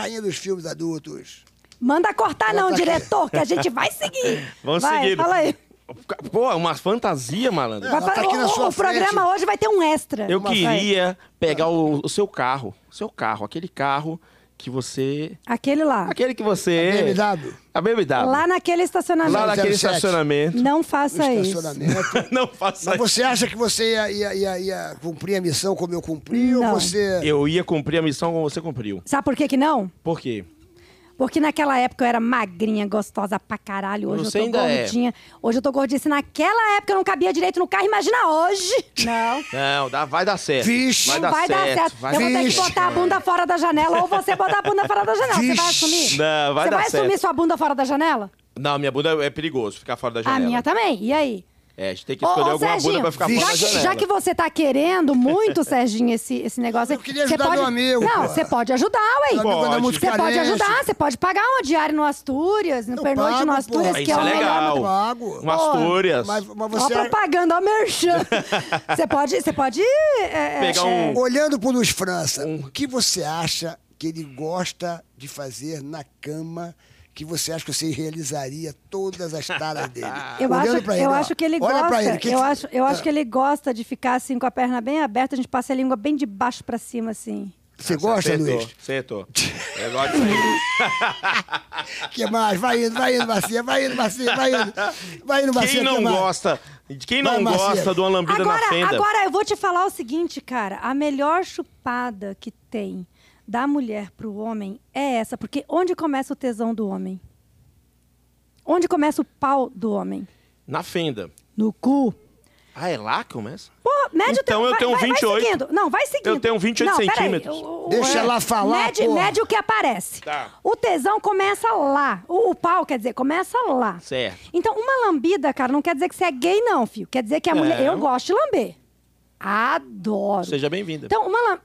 Speaker 1: rainha dos filmes adultos.
Speaker 3: Manda cortar não,
Speaker 1: Corta aqui.
Speaker 3: diretor, que a gente vai seguir.
Speaker 2: Vamos
Speaker 3: vai,
Speaker 2: seguindo.
Speaker 3: Fala aí.
Speaker 2: Pô, é uma fantasia, malandro.
Speaker 1: Ela
Speaker 3: Vai pra-
Speaker 1: tá aqui na
Speaker 3: o,
Speaker 1: sua
Speaker 3: o programa
Speaker 1: frente.
Speaker 3: hoje vai ter um extra.
Speaker 2: Eu
Speaker 3: Vai.
Speaker 2: queria pegar o, o seu carro. O seu carro, aquele carro que você.
Speaker 3: Aquele lá.
Speaker 2: Aquele que
Speaker 1: Tá
Speaker 2: você. Tá
Speaker 1: BMW.
Speaker 2: A BMW.
Speaker 3: Lá naquele estacionamento.
Speaker 2: Lá naquele
Speaker 1: 007.
Speaker 2: estacionamento.
Speaker 3: Não faça
Speaker 1: no
Speaker 3: isso.
Speaker 1: estacionamento.
Speaker 2: Não faça
Speaker 1: Mas
Speaker 2: isso.
Speaker 1: você acha que você ia, ia- ia- ia cumprir a missão como eu cumpri?
Speaker 3: Não.
Speaker 1: Ou você.
Speaker 2: Eu ia cumprir a missão como você cumpriu.
Speaker 3: Sabe por que que não?
Speaker 2: Por quê?
Speaker 3: Porque naquela época eu era magrinha, gostosa pra caralho. Hoje
Speaker 2: Você
Speaker 3: eu tô
Speaker 2: ainda é.
Speaker 3: gordinha. Hoje eu tô gordinha. Se naquela época eu não cabia direito no carro, imagina hoje. Não.
Speaker 2: Não, dá, vai dar certo.
Speaker 1: Vixe.
Speaker 2: Vai dar
Speaker 3: não vai
Speaker 2: certo.
Speaker 3: dar certo.
Speaker 2: vai
Speaker 3: eu
Speaker 2: dar
Speaker 3: vou ter que
Speaker 1: Vixe.
Speaker 3: botar a bunda fora da janela. Ou você botar a bunda fora da janela. Você vai
Speaker 1: Vixe.
Speaker 3: assumir?
Speaker 2: Não, vai
Speaker 3: você
Speaker 2: dar
Speaker 3: vai
Speaker 2: certo.
Speaker 3: assumir sua bunda fora da janela?
Speaker 2: Não, minha bunda é perigoso ficar fora da janela.
Speaker 3: A minha tá- também. E aí?
Speaker 2: É, a gente tem que escolher alguma bunda pra ficar fora
Speaker 3: já,
Speaker 2: da
Speaker 3: que-
Speaker 2: janela.
Speaker 3: já que você tá querendo muito, Serginho, esse, esse negócio aí,
Speaker 1: Eu queria
Speaker 3: você
Speaker 1: ajudar
Speaker 3: pode...
Speaker 1: meu amigo,
Speaker 3: Não,
Speaker 1: pô.
Speaker 3: você pode ajudar, ué.
Speaker 1: Meu amigo anda
Speaker 2: Pode.
Speaker 1: muito
Speaker 3: Você pode
Speaker 1: carente.
Speaker 3: ajudar, você pode pagar uma diária no Astúrias, no
Speaker 1: Eu
Speaker 3: pernoite
Speaker 1: pago,
Speaker 3: no
Speaker 1: pô.
Speaker 3: Astúrias,
Speaker 2: Isso
Speaker 3: que é,
Speaker 2: é
Speaker 3: o melhor.
Speaker 2: legal.
Speaker 1: Eu pago.
Speaker 2: Um Astúrias.
Speaker 1: Mas, mas
Speaker 3: Ó,
Speaker 1: você. é-
Speaker 3: propaganda, ó, merchan. Você pode, você pode... é, é,
Speaker 2: Pegar
Speaker 3: é,
Speaker 2: um.
Speaker 1: Olhando pro Luiz França, o que você acha que ele gosta de fazer na cama? Que você acha que você realizaria todas as taras dele?
Speaker 3: Eu,
Speaker 1: Olhando
Speaker 3: acho,
Speaker 1: pra ele,
Speaker 3: eu
Speaker 1: ó.
Speaker 3: acho que ele
Speaker 1: Olha
Speaker 3: gosta.
Speaker 1: Pra ele, que
Speaker 3: eu
Speaker 1: que-
Speaker 3: acho, eu acho
Speaker 1: Ah,
Speaker 3: que ele gosta de ficar assim com a perna bem aberta, a gente passa a língua bem de baixo pra cima, assim.
Speaker 1: Ah, Você gosta,
Speaker 2: Acertou,
Speaker 1: Luiz?
Speaker 2: Acertou. É Eu gosto disso aí.
Speaker 1: que mais? Vai indo, vai indo, Marcinha, vai indo, Marcinha, vai indo. Vai indo, Marcinha. que
Speaker 2: Quem não
Speaker 1: mais?
Speaker 2: gosta, quem
Speaker 1: Vai,
Speaker 2: não
Speaker 1: Marcia.
Speaker 2: gosta de uma lambida
Speaker 3: Agora,
Speaker 2: na fenda?
Speaker 3: agora eu vou te falar o seguinte, cara. A melhor chupada que tem da mulher pro homem é essa, porque onde começa o tesão do homem? Onde começa o pau do homem?
Speaker 2: Na fenda.
Speaker 3: No cu.
Speaker 2: Ah, é lá que começa?
Speaker 3: Pô, mede
Speaker 2: Então, eu
Speaker 3: o teu... vai-
Speaker 2: tenho
Speaker 3: vai, vai
Speaker 2: 28.
Speaker 3: seguindo. Não, vai seguindo.
Speaker 2: Eu tenho 28
Speaker 3: Não, peraí.
Speaker 2: centímetros.
Speaker 3: O- o-
Speaker 1: Deixa
Speaker 3: é,
Speaker 1: ela falar,
Speaker 3: Mede,
Speaker 1: porra.
Speaker 3: mede o que aparece.
Speaker 2: Tá.
Speaker 3: O tesão começa lá. O, o pau, quer dizer, começa lá.
Speaker 2: Certo.
Speaker 3: Então, uma lambida, cara, não quer dizer que você é gay, não, filho. Quer dizer que a
Speaker 2: Não.
Speaker 3: mulher... Eu gosto de lamber. Adoro.
Speaker 2: Seja bem-vinda.
Speaker 3: Então, uma lam...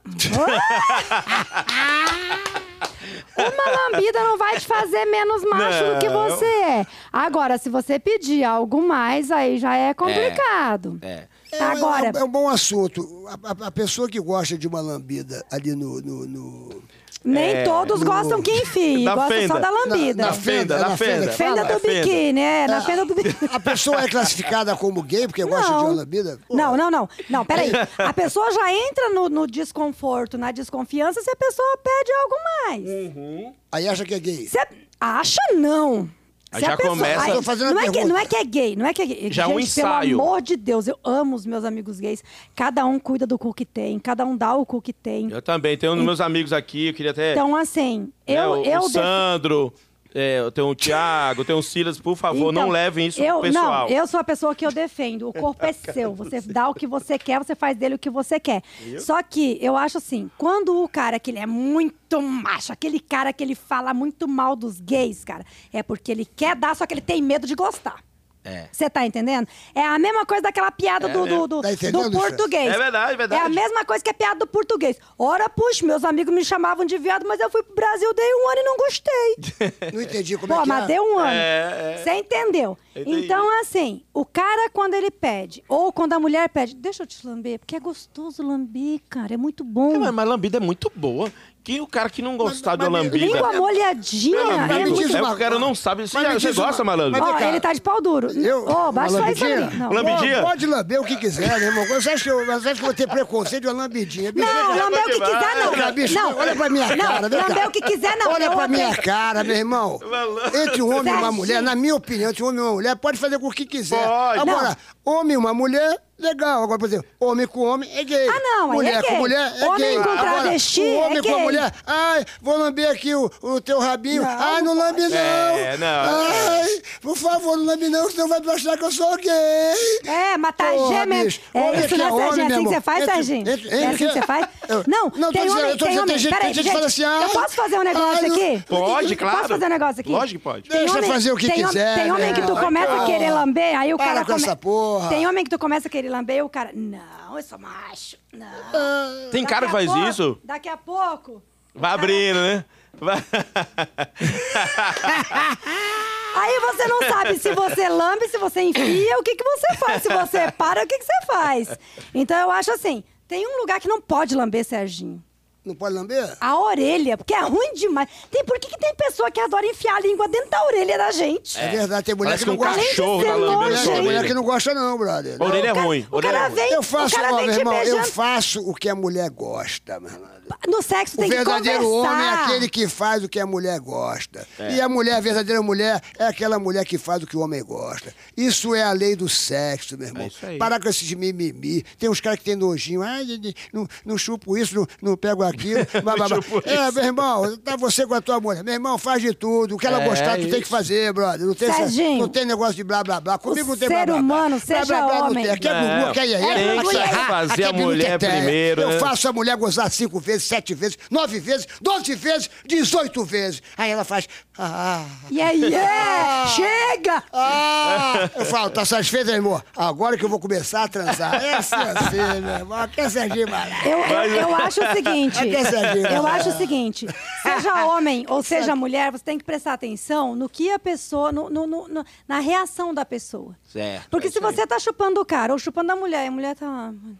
Speaker 3: Uma lambida não vai te fazer menos macho do que
Speaker 2: Não.
Speaker 3: você é. Agora, se você pedir algo mais, aí já é complicado.
Speaker 2: É.
Speaker 1: É,
Speaker 3: Agora,
Speaker 1: É, um bom assunto. A, a- a pessoa que gosta de uma lambida ali no- no- no...
Speaker 3: nem todos gostam que enfie,
Speaker 2: Da
Speaker 3: gostam
Speaker 2: é, fenda.
Speaker 3: só da lambida.
Speaker 1: Na-
Speaker 2: Na
Speaker 1: na
Speaker 2: fenda,
Speaker 1: fenda,
Speaker 2: na
Speaker 1: na fenda.
Speaker 2: fenda.
Speaker 3: fenda
Speaker 2: Fala,
Speaker 3: do biquíni, é, na fenda do biquíni.
Speaker 1: Ah, A pessoa é classificada como gay porque gosta de uma
Speaker 3: Não.
Speaker 1: lambida? Pô,
Speaker 3: não, não, não. Não, peraí. A pessoa já entra no, no desconforto, na desconfiança, se a pessoa pede algo mais.
Speaker 1: Uhum. Aí acha que é gay.
Speaker 3: Você acha não.
Speaker 2: Aí
Speaker 3: Se a
Speaker 2: já começa-
Speaker 3: Ai,
Speaker 1: Tô fazendo a
Speaker 3: não, é que,
Speaker 1: pergunta.
Speaker 3: não é que é gay, não é que é gay.
Speaker 2: Já é
Speaker 3: Gente,
Speaker 2: um ensaio.
Speaker 3: pelo amor de Deus, eu amo os meus amigos gays. Cada um cuida do cu que tem, cada um dá o cu que tem.
Speaker 2: Eu também. Tem um dos meus amigos aqui, eu queria até...
Speaker 3: Então, assim,
Speaker 2: né,
Speaker 3: eu...
Speaker 2: o,
Speaker 3: eu
Speaker 2: o
Speaker 3: def-
Speaker 2: Sandro, é, eu tenho o Thiago, eu tenho o Silas. Por favor, não
Speaker 3: Então,
Speaker 2: levem isso
Speaker 3: eu,
Speaker 2: pro pessoal.
Speaker 3: Não, eu sou a pessoa que eu defendo. O corpo é seu. Você dá o que você quer, você faz dele o que você quer. Só que eu acho assim, quando o cara que ele é muito macho, aquele cara que ele fala muito mal dos gays, cara, é porque ele quer dar, só que ele tem medo de gostar.
Speaker 2: É.
Speaker 3: Você tá entendendo? É a mesma coisa daquela piada do, do,
Speaker 2: mesmo.
Speaker 3: do,
Speaker 1: Tá entendendo,
Speaker 3: do português.
Speaker 2: Fran? É verdade, é verdade.
Speaker 3: É a mesma coisa que a piada do português. Ora, puxa, meus amigos me chamavam de viado, mas eu fui pro Brasil, dei um ano e não gostei.
Speaker 1: Não entendi como é
Speaker 3: Pô,
Speaker 1: que
Speaker 3: mas
Speaker 1: é.
Speaker 3: deu um ano.
Speaker 2: É, é.
Speaker 3: Você entendeu?
Speaker 2: Entendi.
Speaker 3: Então, assim, o cara, quando ele pede, ou quando a mulher pede, deixa eu te lamber, porque é gostoso lamber, cara, é muito bom.
Speaker 2: É, mas, mas lambida é muito boa. Quem o cara que não gostar
Speaker 1: Mas-
Speaker 2: do
Speaker 1: mas-
Speaker 2: Alambida?
Speaker 3: língua molhadinha
Speaker 1: mas me
Speaker 3: é
Speaker 1: diz uma-
Speaker 3: muito...
Speaker 2: é que o cara não sabe. Você,
Speaker 1: Mas me
Speaker 2: já- você
Speaker 1: diz uma-
Speaker 2: gosta, malandro?
Speaker 1: mas vem
Speaker 3: Ó,
Speaker 1: cá.
Speaker 3: ele tá de pau duro.
Speaker 1: Eu-
Speaker 3: Ó, baixa só isso
Speaker 1: Lambidinha?
Speaker 3: aí. Não,
Speaker 2: Lambi- Lambidinha?
Speaker 1: Pô, Pode lamber o que quiser, meu irmão. Você acha que eu, você acha que eu vou ter preconceito de uma lambidinha? Bicho,
Speaker 3: não
Speaker 1: vem cá.
Speaker 3: lambeu o que quiser, não.
Speaker 1: Olha, bicho,
Speaker 3: não.
Speaker 1: olha pra minha
Speaker 3: não,
Speaker 1: cara. vem cá.
Speaker 3: Lambeu o que quiser, É, não.
Speaker 1: Olha
Speaker 3: Eu
Speaker 1: pra
Speaker 3: odeio.
Speaker 1: minha cara, meu irmão.
Speaker 2: Malandro.
Speaker 1: Entre um homem e uma
Speaker 3: Serginho.
Speaker 1: mulher, na minha opinião, entre um homem e uma mulher, pode fazer com o que quiser.
Speaker 2: Pode.
Speaker 1: Agora, homem e uma mulher, legal. Agora, por exemplo, homem com homem é gay.
Speaker 3: Ah, não, aí é
Speaker 1: Mulher com
Speaker 3: gay.
Speaker 1: mulher é
Speaker 3: Homem
Speaker 1: gay.
Speaker 3: com
Speaker 1: Agora,
Speaker 3: travesti
Speaker 1: o
Speaker 3: é
Speaker 1: homem com a
Speaker 3: gay.
Speaker 1: mulher, ai, vou lamber aqui o, o teu rabinho.
Speaker 3: Não,
Speaker 1: ai, não lambe não.
Speaker 2: É, não.
Speaker 1: Ai, por favor, não lambe não, senão vai achar que eu sou gay.
Speaker 3: É, matar
Speaker 1: Porra,
Speaker 3: gêmeo.
Speaker 1: bicho. Homem
Speaker 3: É isso,
Speaker 1: que é
Speaker 3: né,
Speaker 1: homem,
Speaker 3: Serginho? É
Speaker 1: meu
Speaker 3: assim que
Speaker 1: amor.
Speaker 3: você faz,
Speaker 1: Entre-
Speaker 3: Serginho?
Speaker 1: entre-
Speaker 3: É
Speaker 1: entre-
Speaker 3: assim que você faz?
Speaker 1: Eu-
Speaker 3: Não,
Speaker 1: não, tô
Speaker 3: tem
Speaker 1: dizendo- eu
Speaker 3: homem,
Speaker 1: tô
Speaker 3: tem
Speaker 1: dizendo, tem
Speaker 3: homem.
Speaker 1: gente- tem
Speaker 3: Peraí,
Speaker 1: gente que fala assim,
Speaker 3: eu
Speaker 1: ai,
Speaker 3: posso fazer um negócio
Speaker 1: ai,
Speaker 3: aqui?
Speaker 2: Pode, claro.
Speaker 3: Posso fazer um negócio aqui?
Speaker 2: Lógico que pode.
Speaker 3: Tem
Speaker 1: Deixa fazer o que
Speaker 3: tem hom-
Speaker 1: quiser,
Speaker 3: Tem homem
Speaker 1: né?
Speaker 3: que tu
Speaker 1: Vai,
Speaker 3: começa
Speaker 1: porra.
Speaker 3: a querer lamber, aí o
Speaker 1: Para
Speaker 3: cara
Speaker 1: com
Speaker 3: come-
Speaker 1: essa porra.
Speaker 3: Tem homem que tu começa a querer lamber, aí o cara... Não, eu sou macho. Não.
Speaker 2: Tem cara que
Speaker 3: Daqui
Speaker 2: faz
Speaker 3: a pouco-
Speaker 2: isso?
Speaker 3: Daqui a pouco...
Speaker 2: Vai abrindo, né? Vai-
Speaker 3: Aí você não sabe se você lambe, se você enfia, o que, que você faz. Se você para, o que, que você faz. Então eu acho assim, tem um lugar que não pode lamber, Serginho.
Speaker 1: Não pode lamber?
Speaker 3: A orelha, porque é ruim demais. Tem, por que, que tem pessoa que adora enfiar a língua dentro da orelha da gente?
Speaker 1: É verdade, tem mulher
Speaker 2: Parece
Speaker 1: que
Speaker 2: que
Speaker 1: não
Speaker 2: um
Speaker 1: gosta.
Speaker 2: cachorro
Speaker 3: Tem
Speaker 2: tá lambendo
Speaker 1: Mulher,
Speaker 2: sua
Speaker 1: tem
Speaker 3: gente.
Speaker 1: mulher que
Speaker 2: orelha.
Speaker 1: não gosta, não, brother.
Speaker 2: A Orelha é
Speaker 3: O cara-
Speaker 2: ruim.
Speaker 3: o
Speaker 2: orelha
Speaker 3: cara
Speaker 2: é ruim.
Speaker 3: vem-
Speaker 1: Eu
Speaker 3: o
Speaker 1: faço,
Speaker 3: cara
Speaker 1: ó,
Speaker 3: vem
Speaker 1: meu
Speaker 3: te
Speaker 1: irmão, eu
Speaker 3: beijando.
Speaker 1: faço o que a mulher gosta, meu irmão.
Speaker 3: No sexo
Speaker 1: O
Speaker 3: tem que
Speaker 1: verdadeiro
Speaker 3: conversar.
Speaker 1: homem é aquele que faz o que a mulher gosta.
Speaker 2: É.
Speaker 1: E a mulher, a verdadeira mulher, é aquela mulher que faz o que o homem gosta. Isso é a lei do sexo, meu irmão.
Speaker 2: É isso aí.
Speaker 1: Parar com esses mimimi. Tem uns caras que têm nojinho. Ah, de- de- não, não chupo isso, não, não pego aquilo. blá, blá, blá.
Speaker 2: chupo
Speaker 1: é,
Speaker 2: isso.
Speaker 1: meu irmão, tá você com a tua mulher. Meu irmão, faz de tudo. O que ela
Speaker 2: É
Speaker 1: gostar, tu tem
Speaker 2: isso.
Speaker 1: que fazer, brother. Não tem, essa-
Speaker 3: Serginho,
Speaker 1: não tem negócio de blá, blá, blá. Comigo não tem
Speaker 3: ser
Speaker 1: blá, blá, blá.
Speaker 3: humano,
Speaker 1: Blá,
Speaker 3: seja
Speaker 1: blá, blá, não
Speaker 3: homem.
Speaker 1: tem. Aqui é gugu,
Speaker 2: Não,
Speaker 1: aqui é iê,
Speaker 3: tem que
Speaker 1: aqui é-
Speaker 2: satisfazer
Speaker 1: aqui é
Speaker 2: a mulher
Speaker 1: biruteteia.
Speaker 2: primeiro,
Speaker 1: Eu
Speaker 2: né?
Speaker 1: faço faço a mulher gozar cinco vezes, sete vezes, nove vezes, doze vezes, dezoito vezes. Aí ela faz. Ah,
Speaker 3: E aí, é, chega!
Speaker 1: ah. Eu falo, tá satisfeito, meu amor? Agora que eu vou começar a transar. É assim, assim, meu irmão. Aqui é Serginho Malandro.
Speaker 3: Eu, eu, eu acho o seguinte.
Speaker 1: Aqui é Serginho.
Speaker 3: Eu acho o seguinte. Seja homem ou seja mulher, você tem que prestar atenção no que a pessoa. no- no- no- no- na reação da pessoa.
Speaker 2: Certo,
Speaker 3: Porque
Speaker 2: é
Speaker 3: se
Speaker 2: isso aí.
Speaker 3: você tá chupando o cara ou chupando a mulher, e a mulher tá. ah, mano,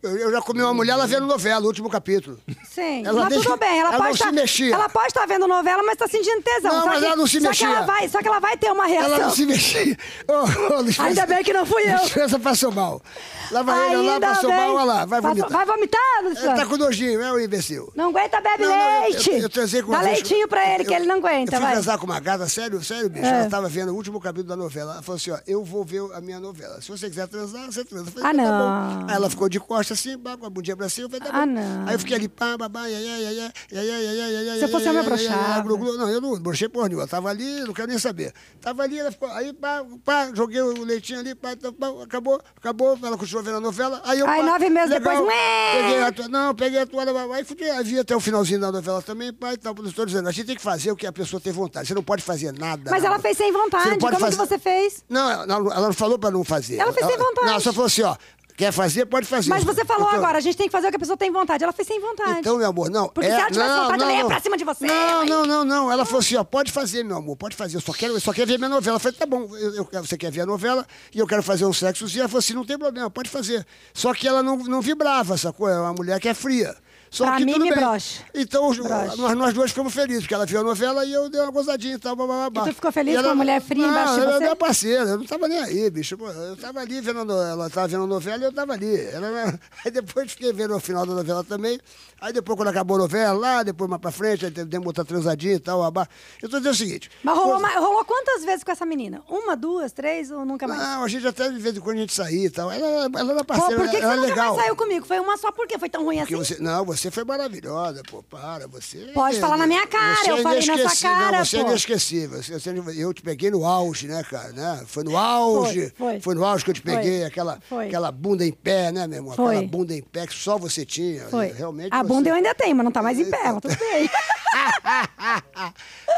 Speaker 1: Eu, eu já comi uma mulher, ela vendo novela, o último capítulo.
Speaker 3: Sim,
Speaker 1: Ela
Speaker 3: mas
Speaker 1: deixa-
Speaker 3: tudo bem. Ela,
Speaker 1: ela não
Speaker 3: pode
Speaker 1: se
Speaker 3: tá-
Speaker 1: mexia.
Speaker 3: Ela pode estar vendo novela, mas tá sentindo tesão.
Speaker 1: Não,
Speaker 3: só
Speaker 1: mas
Speaker 3: que,
Speaker 1: ela não se
Speaker 3: só
Speaker 1: mexia.
Speaker 3: Que ela vai, só que ela vai ter uma reação.
Speaker 1: Ela não se mexia. Ô, ô, Luiz
Speaker 3: Ainda
Speaker 1: França-
Speaker 3: bem que não fui eu.
Speaker 1: Luiz França passou mal. Lá vai ele, lá
Speaker 3: Ainda
Speaker 1: passou
Speaker 3: bem.
Speaker 1: mal, olha lá, vai
Speaker 3: Passou-
Speaker 1: vomitar.
Speaker 3: Vai vomitar,
Speaker 1: Ele tá
Speaker 3: Luciano?
Speaker 1: com nojinho, é o imbecil.
Speaker 3: Não aguenta, bebe
Speaker 1: Não, não, eu-
Speaker 3: leite.
Speaker 1: eu- eu transei com
Speaker 3: Dá
Speaker 1: uma vez-
Speaker 3: leitinho pra ele, que
Speaker 1: eu-
Speaker 3: ele não aguenta.
Speaker 1: Eu fui
Speaker 3: tá, vai.
Speaker 1: transar com uma gata, sério, sério, bicho.
Speaker 3: É.
Speaker 1: Ela tava vendo o último capítulo da novela. Ela falou assim, ó, eu vou ver a minha novela. Se você quiser transar, você transa. Eu falei,
Speaker 3: Ah,
Speaker 1: tá
Speaker 3: não.
Speaker 1: bom. Aí ela ficou de costas assim, pá, com a bundinha pra cima. Eu falei, tá
Speaker 3: Ah,
Speaker 1: bom.
Speaker 3: não.
Speaker 1: Aí eu fiquei ali, pá, babá, ia, ia, ia, ia, ia, ia, ia, ia, ia, ia,
Speaker 3: Se eu fosse
Speaker 1: ia,
Speaker 3: homem,
Speaker 1: ia,
Speaker 3: eu
Speaker 1: ia, ia,
Speaker 3: broxava.
Speaker 1: glu, glu. Não, eu não brochei porra nenhuma. Eu tava ali, não quero nem saber. Tava ali, ela ficou, aí pá, pá, joguei o leitinho ali, pá, tá, pá, acabou, acabou. Ela continuou vendo a novela. Aí eu,
Speaker 3: Aí
Speaker 1: pá,
Speaker 3: nove meses
Speaker 1: legal,
Speaker 3: depois, ué!
Speaker 1: Peguei a toalha, não, peguei a toalha, vai, vai, fudei. Aí vi até o finalzinho da novela também, pai, tal, por isso estou dizendo, a gente tem que fazer o que a pessoa tem vontade, você não pode fazer nada.
Speaker 3: Mas ela
Speaker 1: não.
Speaker 3: fez sem
Speaker 1: Você
Speaker 3: vontade.
Speaker 1: não
Speaker 3: Como
Speaker 1: pode
Speaker 3: que
Speaker 1: fazer-
Speaker 3: você fez?
Speaker 1: Não, ela, não- ela não falou pra não fazer.
Speaker 3: Ela fez sem vontade.
Speaker 1: Não, ela só falou assim, ó, quer fazer, pode fazer.
Speaker 3: Mas você falou
Speaker 1: Então-
Speaker 3: agora, a gente tem que fazer o que a pessoa tem vontade. Ela fez sem vontade.
Speaker 1: Então, meu amor, não.
Speaker 3: Porque
Speaker 1: é,
Speaker 3: se ela tivesse
Speaker 1: não,
Speaker 3: vontade,
Speaker 1: não,
Speaker 3: ela ia
Speaker 1: não.
Speaker 3: pra cima de você.
Speaker 1: Não,
Speaker 3: Ai.
Speaker 1: não, não, não. Ela falou assim, ó, pode fazer, meu amor, pode fazer. Eu só quero, eu só quero ver minha novela. Eu falei, tá bom, eu- eu quero- você quer ver a novela e eu quero fazer um sexozinho. Ela falou assim, não tem problema, pode fazer. Só que ela não, não vibrava, sacou? É uma mulher que é fria. Só
Speaker 3: Pra
Speaker 1: que
Speaker 3: mim,
Speaker 1: tudo
Speaker 3: me
Speaker 1: bem.
Speaker 3: brocha.
Speaker 1: Então,
Speaker 3: Brocha.
Speaker 1: nós, nós duas ficamos felizes, porque ela viu a novela e eu dei uma gozadinha e tal, bababá.
Speaker 3: E tu ficou feliz
Speaker 1: E
Speaker 3: com
Speaker 1: ela-
Speaker 3: uma mulher fria
Speaker 1: não,
Speaker 3: embaixo de
Speaker 1: ela é
Speaker 3: você?
Speaker 1: minha parceira, eu não tava nem aí, bicho. Pô, Eu tava ali vendo, a no- ela tava vendo a novela e eu tava ali. Ela não- Aí depois fiquei vendo o final da novela também. Aí depois, quando acabou a novela, lá, depois mais pra frente, aí demos outra transadinha e tal, abá. Eu tô dizendo o seguinte.
Speaker 3: Mas rolou,
Speaker 1: pô,
Speaker 3: ma- rolou quantas vezes com essa menina? Uma, duas, três ou nunca mais?
Speaker 1: Não, ah, a gente até de vez em quando a gente saía e tal. Ela, ela era
Speaker 3: Pô,
Speaker 1: parceira,
Speaker 3: por que, que
Speaker 1: ela era
Speaker 3: você nunca
Speaker 1: é legal.
Speaker 3: mais saiu comigo? Foi uma só, por quê? Foi tão ruim
Speaker 1: Porque
Speaker 3: assim?
Speaker 1: você- não, você foi maravilhosa, pô, para, você... é
Speaker 3: Pode falar na minha cara,
Speaker 1: você
Speaker 3: eu
Speaker 1: é
Speaker 3: falei na sua
Speaker 1: inesquecível,
Speaker 3: cara,
Speaker 1: Não, você é
Speaker 3: pô.
Speaker 1: inesquecível, você, você- eu te peguei no auge, né, cara, né? Foi no auge,
Speaker 3: Foi, foi.
Speaker 1: no auge que eu te
Speaker 3: Foi,
Speaker 1: peguei, aquela,
Speaker 3: foi.
Speaker 1: aquela bunda em pé, né, meu irmão?
Speaker 3: Foi.
Speaker 1: Aquela bunda em pé que só você tinha,
Speaker 3: Foi.
Speaker 1: realmente
Speaker 3: a
Speaker 1: você-
Speaker 3: bunda eu ainda tenho, mas não tá mais em pé, mas tudo bem.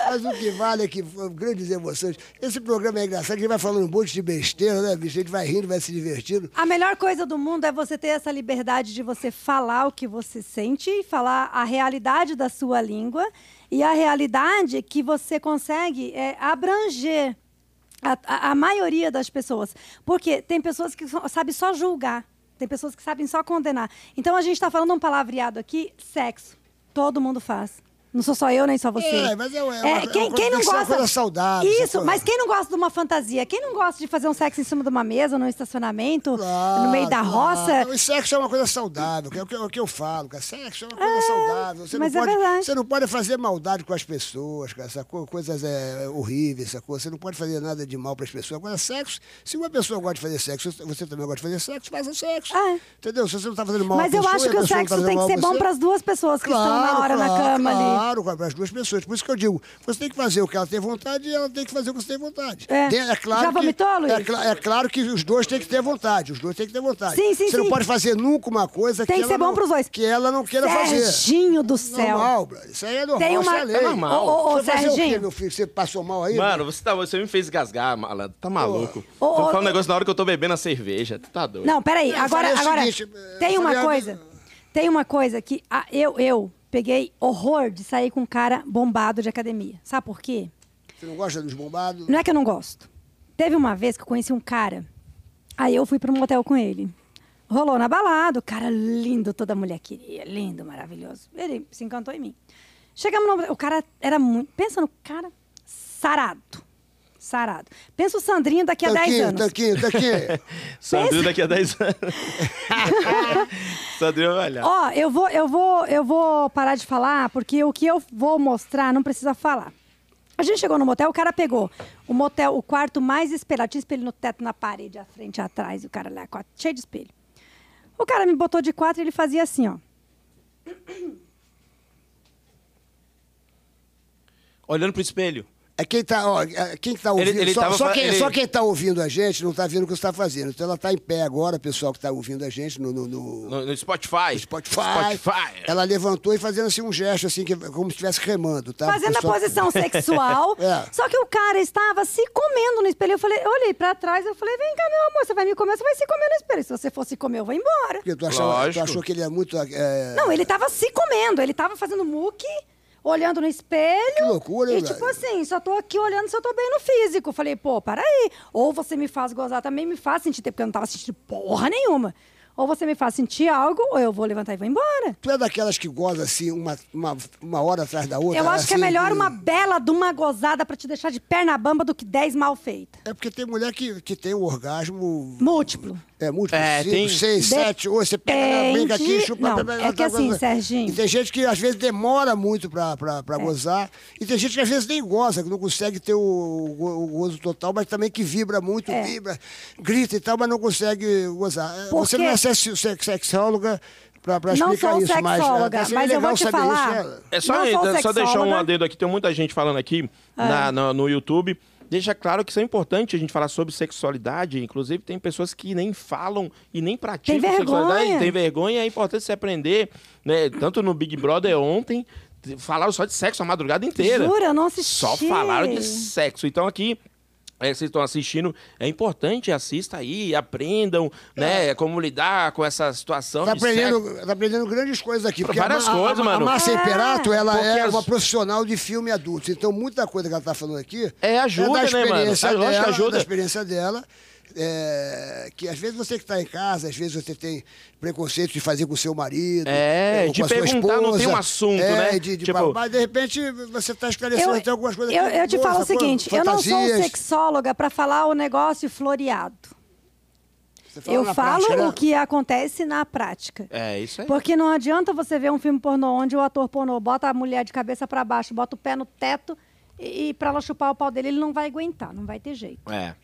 Speaker 1: Mas o que vale é que foram grandes emoções. Esse programa é engraçado, que a gente vai falando um monte de besteira, né, bicho? A gente vai rindo, vai se divertindo.
Speaker 3: A melhor coisa do mundo é você ter essa liberdade de você falar o que você sente e falar a realidade da sua língua e a realidade que você consegue é, abranger a, a- a maioria das pessoas. Porque tem pessoas que só- sabem só tá julgar, tem pessoas que sabem só condenar. Então a gente está falando um palavreado aqui, sexo. Todo mundo faz. Não sou só eu, nem só você.
Speaker 1: É, mas é uma- é uma- é uma coisa
Speaker 3: quem, quem
Speaker 1: que tem
Speaker 3: não
Speaker 1: que ser uma
Speaker 3: gosta...
Speaker 1: coisa saudável, essa
Speaker 3: Isso,
Speaker 1: coisa.
Speaker 3: mas quem não gosta de uma fantasia? Quem não gosta de fazer um sexo em cima de uma mesa, num estacionamento,
Speaker 1: Claro,
Speaker 3: no meio da
Speaker 1: claro.
Speaker 3: roça?
Speaker 1: Não, e sexo é uma coisa saudável, que é o que, eu- o que eu falo, cara. Sexo é uma coisa
Speaker 3: É,
Speaker 1: saudável. Você
Speaker 3: mas é
Speaker 1: não pode,
Speaker 3: verdade.
Speaker 1: Você não pode fazer maldade com as pessoas, cara. Sacou? Coisas é, horríveis, sacou? Você não pode fazer nada de mal para as pessoas. Agora, sexo, se uma pessoa gosta de fazer sexo, você também gosta de fazer sexo, faça sexo.
Speaker 3: É.
Speaker 1: Entendeu? Se você não tá fazendo mal
Speaker 3: Mas
Speaker 1: à
Speaker 3: eu
Speaker 1: pessoa, e
Speaker 3: acho
Speaker 1: a
Speaker 3: que o
Speaker 1: pessoa não tá
Speaker 3: sexo
Speaker 1: fazendo
Speaker 3: tem que
Speaker 1: mal a
Speaker 3: ser bom
Speaker 1: você,
Speaker 3: para as duas pessoas que estão na hora na cama ali.
Speaker 1: claro, para as duas pessoas. Por isso que eu digo, você tem que fazer o que ela tem vontade e ela tem que fazer o que você tem vontade.
Speaker 3: É.
Speaker 1: De- claro
Speaker 3: Já vomitou,
Speaker 1: que,
Speaker 3: Luiz?
Speaker 1: É, cla- é claro que os dois têm que ter vontade. Os dois têm que ter vontade.
Speaker 3: Sim, sim,
Speaker 1: você não
Speaker 3: sim.
Speaker 1: pode fazer nunca uma coisa
Speaker 3: Tem
Speaker 1: que,
Speaker 3: que ser
Speaker 1: ela
Speaker 3: bom
Speaker 1: não,
Speaker 3: pros dois.
Speaker 1: que ela não queira fazer.
Speaker 3: Serginho do céu.
Speaker 1: Normal, brother. Isso aí é normal,
Speaker 3: Tem uma.
Speaker 1: isso é lei.
Speaker 2: normal.
Speaker 3: Ô, ô, ô,
Speaker 1: Você vai fazer o quê,
Speaker 3: Serginho.
Speaker 1: meu filho? Você passou mal aí?
Speaker 2: Mano, você, tá, você me fez gasgar, malandro. Tá maluco.
Speaker 3: Ô, ô,
Speaker 2: Tô falando
Speaker 3: ô,
Speaker 2: um negócio na hora que eu tô bebendo a cerveja. Tu tá doido.
Speaker 3: Não, peraí.
Speaker 1: Eu
Speaker 3: Agora,
Speaker 1: falei o
Speaker 3: agora
Speaker 1: seguinte, eh, é eu
Speaker 3: tem uma
Speaker 1: falei a-
Speaker 3: coisa. Tem uma coisa que a- eu, eu peguei horror de sair com um cara bombado de academia. Sabe por quê?
Speaker 1: Você não gosta dos bombados?
Speaker 3: Não é que eu não gosto. Teve uma vez que eu conheci um cara. Aí eu fui para um motel com ele. Rolou na balada, o cara lindo, toda mulher queria, lindo, maravilhoso. Ele se encantou em mim. Chegamos no motel, o cara era muito, pensa no cara sarado. Sarado. Pensa o Sandrinho daqui a 10
Speaker 1: Tanquinho,
Speaker 3: anos.
Speaker 1: tanquinho, tanquinho.
Speaker 2: Sandrinho daqui a 10 anos. Sandrinho vai olhar.
Speaker 3: Ó, eu vou, eu vou, eu vou parar de falar porque o que eu vou mostrar não precisa falar. A gente chegou no motel, o cara pegou o motel, o quarto mais esperado. Tinha espelho no teto, na parede, à frente, atrás, e o cara lá, quatro, cheio de espelho. O cara me botou de quatro e ele fazia assim, ó.
Speaker 2: Olhando pro espelho.
Speaker 1: É quem tá, ó, é quem que tá ouvindo,
Speaker 2: ele
Speaker 1: só,
Speaker 2: tava
Speaker 1: só
Speaker 2: fa-
Speaker 1: quem,
Speaker 2: ele-
Speaker 1: só quem tá ouvindo a gente não tá vendo o que você tá fazendo. Então ela tá em pé agora, pessoal que tá ouvindo a gente no, no- no
Speaker 2: No, no Spotify.
Speaker 1: Spotify.
Speaker 2: Spotify.
Speaker 1: Ela levantou e fazendo assim um gesto, assim, que, como se estivesse remando, tá?
Speaker 3: Fazendo a
Speaker 1: Pessoal-
Speaker 3: posição sexual.
Speaker 1: É.
Speaker 3: Só que o cara estava se comendo no espelho. Eu falei, eu olhei pra trás, eu falei, vem cá, meu amor, você vai me comer, você vai se comer no espelho. Se você fosse comer, eu vou embora.
Speaker 1: Porque tu, achava, tu
Speaker 2: Lógico.
Speaker 1: achou que ele é muito. é,
Speaker 3: Não, ele tava se comendo, ele tava fazendo muque, olhando no espelho.
Speaker 1: Que loucura,
Speaker 3: E
Speaker 1: velho.
Speaker 3: tipo assim, só tô aqui olhando se eu tô bem no físico. Falei, pô, peraí. Ou você me faz gozar, também me faz sentir, porque eu não tava sentindo porra nenhuma. Ou você me faz sentir algo, ou eu vou levantar e vou embora.
Speaker 1: Tu é daquelas que goza assim uma, uma, uma hora atrás da outra.
Speaker 3: Eu acho que é
Speaker 1: assim,
Speaker 3: melhor
Speaker 1: com-
Speaker 3: uma bela de uma gozada pra te deixar de perna bamba do que dez mal feita.
Speaker 1: É porque tem mulher que, que tem o orgasmo.
Speaker 3: Múltiplo.
Speaker 1: É, múltiplo.
Speaker 2: É,
Speaker 1: cinco,
Speaker 2: tem-
Speaker 1: seis,
Speaker 3: Depende.
Speaker 1: sete, oito. Você pega, brinca aqui, chupa.
Speaker 3: Não,
Speaker 1: blá, blá,
Speaker 3: é
Speaker 1: blá,
Speaker 3: que
Speaker 1: blá,
Speaker 3: assim,
Speaker 1: blá.
Speaker 3: Serginho. É.
Speaker 1: E tem gente que às vezes demora muito pra, pra, pra gozar. E tem gente que às vezes nem goza, que não consegue ter o, go- o gozo total, mas também que vibra muito,
Speaker 3: É.
Speaker 1: vibra, grita e tal, mas não consegue gozar. É,
Speaker 3: Por
Speaker 1: Você
Speaker 3: quê?
Speaker 1: não é sexo- sex- sexóloga pra, pra
Speaker 3: Não
Speaker 1: explicar
Speaker 3: sou
Speaker 1: isso, mas, é,
Speaker 3: sexóloga,
Speaker 1: tá sendo
Speaker 3: mas eu
Speaker 1: legal
Speaker 3: vou te
Speaker 1: saber
Speaker 3: falar.
Speaker 1: isso, né?
Speaker 2: É só,
Speaker 3: Não sou
Speaker 2: é só deixar um
Speaker 3: sexóloga.
Speaker 2: adendo aqui, tem muita gente falando aqui
Speaker 3: É.
Speaker 2: na- na- no YouTube. Deixa claro que isso é importante a gente falar sobre sexualidade. Inclusive, tem pessoas que nem falam e nem praticam
Speaker 3: Tem vergonha.
Speaker 2: sexualidade. Tem vergonha, é importante se aprender, né? Tanto no Big Brother ontem, t- falaram só de sexo a madrugada inteira.
Speaker 3: Jura, eu não assisti.
Speaker 2: Só falaram de sexo. Então aqui. é, vocês estão assistindo, é importante, assista aí, aprendam,
Speaker 3: É.
Speaker 2: né? Como lidar com essa situação.
Speaker 1: Tá
Speaker 2: de sexo.
Speaker 1: aprendendo, tá aprendendo grandes coisas aqui. porque
Speaker 2: é Várias
Speaker 1: a, Ma- a-
Speaker 2: coisas,
Speaker 1: a,
Speaker 2: mano.
Speaker 1: A Márcia
Speaker 3: É.
Speaker 1: Imperato, ela
Speaker 2: Porque
Speaker 1: é
Speaker 2: as-
Speaker 1: uma profissional de filme adulto. Então, muita coisa que ela tá falando aqui...
Speaker 2: É, ajuda,
Speaker 1: da
Speaker 2: né, mano?
Speaker 1: experiência
Speaker 2: Ah, lógico que
Speaker 1: dela,
Speaker 2: ajuda.
Speaker 1: Da experiência dela. é, que às vezes você que está em casa, às vezes você tem preconceito de fazer com o seu marido.
Speaker 2: É,
Speaker 1: ou com
Speaker 2: de
Speaker 1: a sua
Speaker 2: perguntar, não
Speaker 1: esposa,
Speaker 2: tem um assunto,
Speaker 1: é,
Speaker 2: né?
Speaker 1: De, de
Speaker 2: Tipo-
Speaker 1: papo. mas de repente você está esclarecendo até algumas coisas.
Speaker 3: eu,
Speaker 1: aqui
Speaker 3: eu te
Speaker 1: boas,
Speaker 3: falo o
Speaker 1: sacou?
Speaker 3: seguinte, eu não sou
Speaker 1: Fantasias.
Speaker 3: sexóloga pra falar o negócio floreado.
Speaker 1: Você fala
Speaker 3: Eu
Speaker 1: na
Speaker 3: falo
Speaker 1: prática, né?
Speaker 3: o que acontece na prática.
Speaker 2: É, isso aí.
Speaker 3: Porque não adianta você ver um filme pornô onde o ator pornô bota a mulher de cabeça pra baixo, bota o pé no teto e, e para ela chupar o pau dele, ele não vai aguentar, não vai ter jeito.
Speaker 2: É.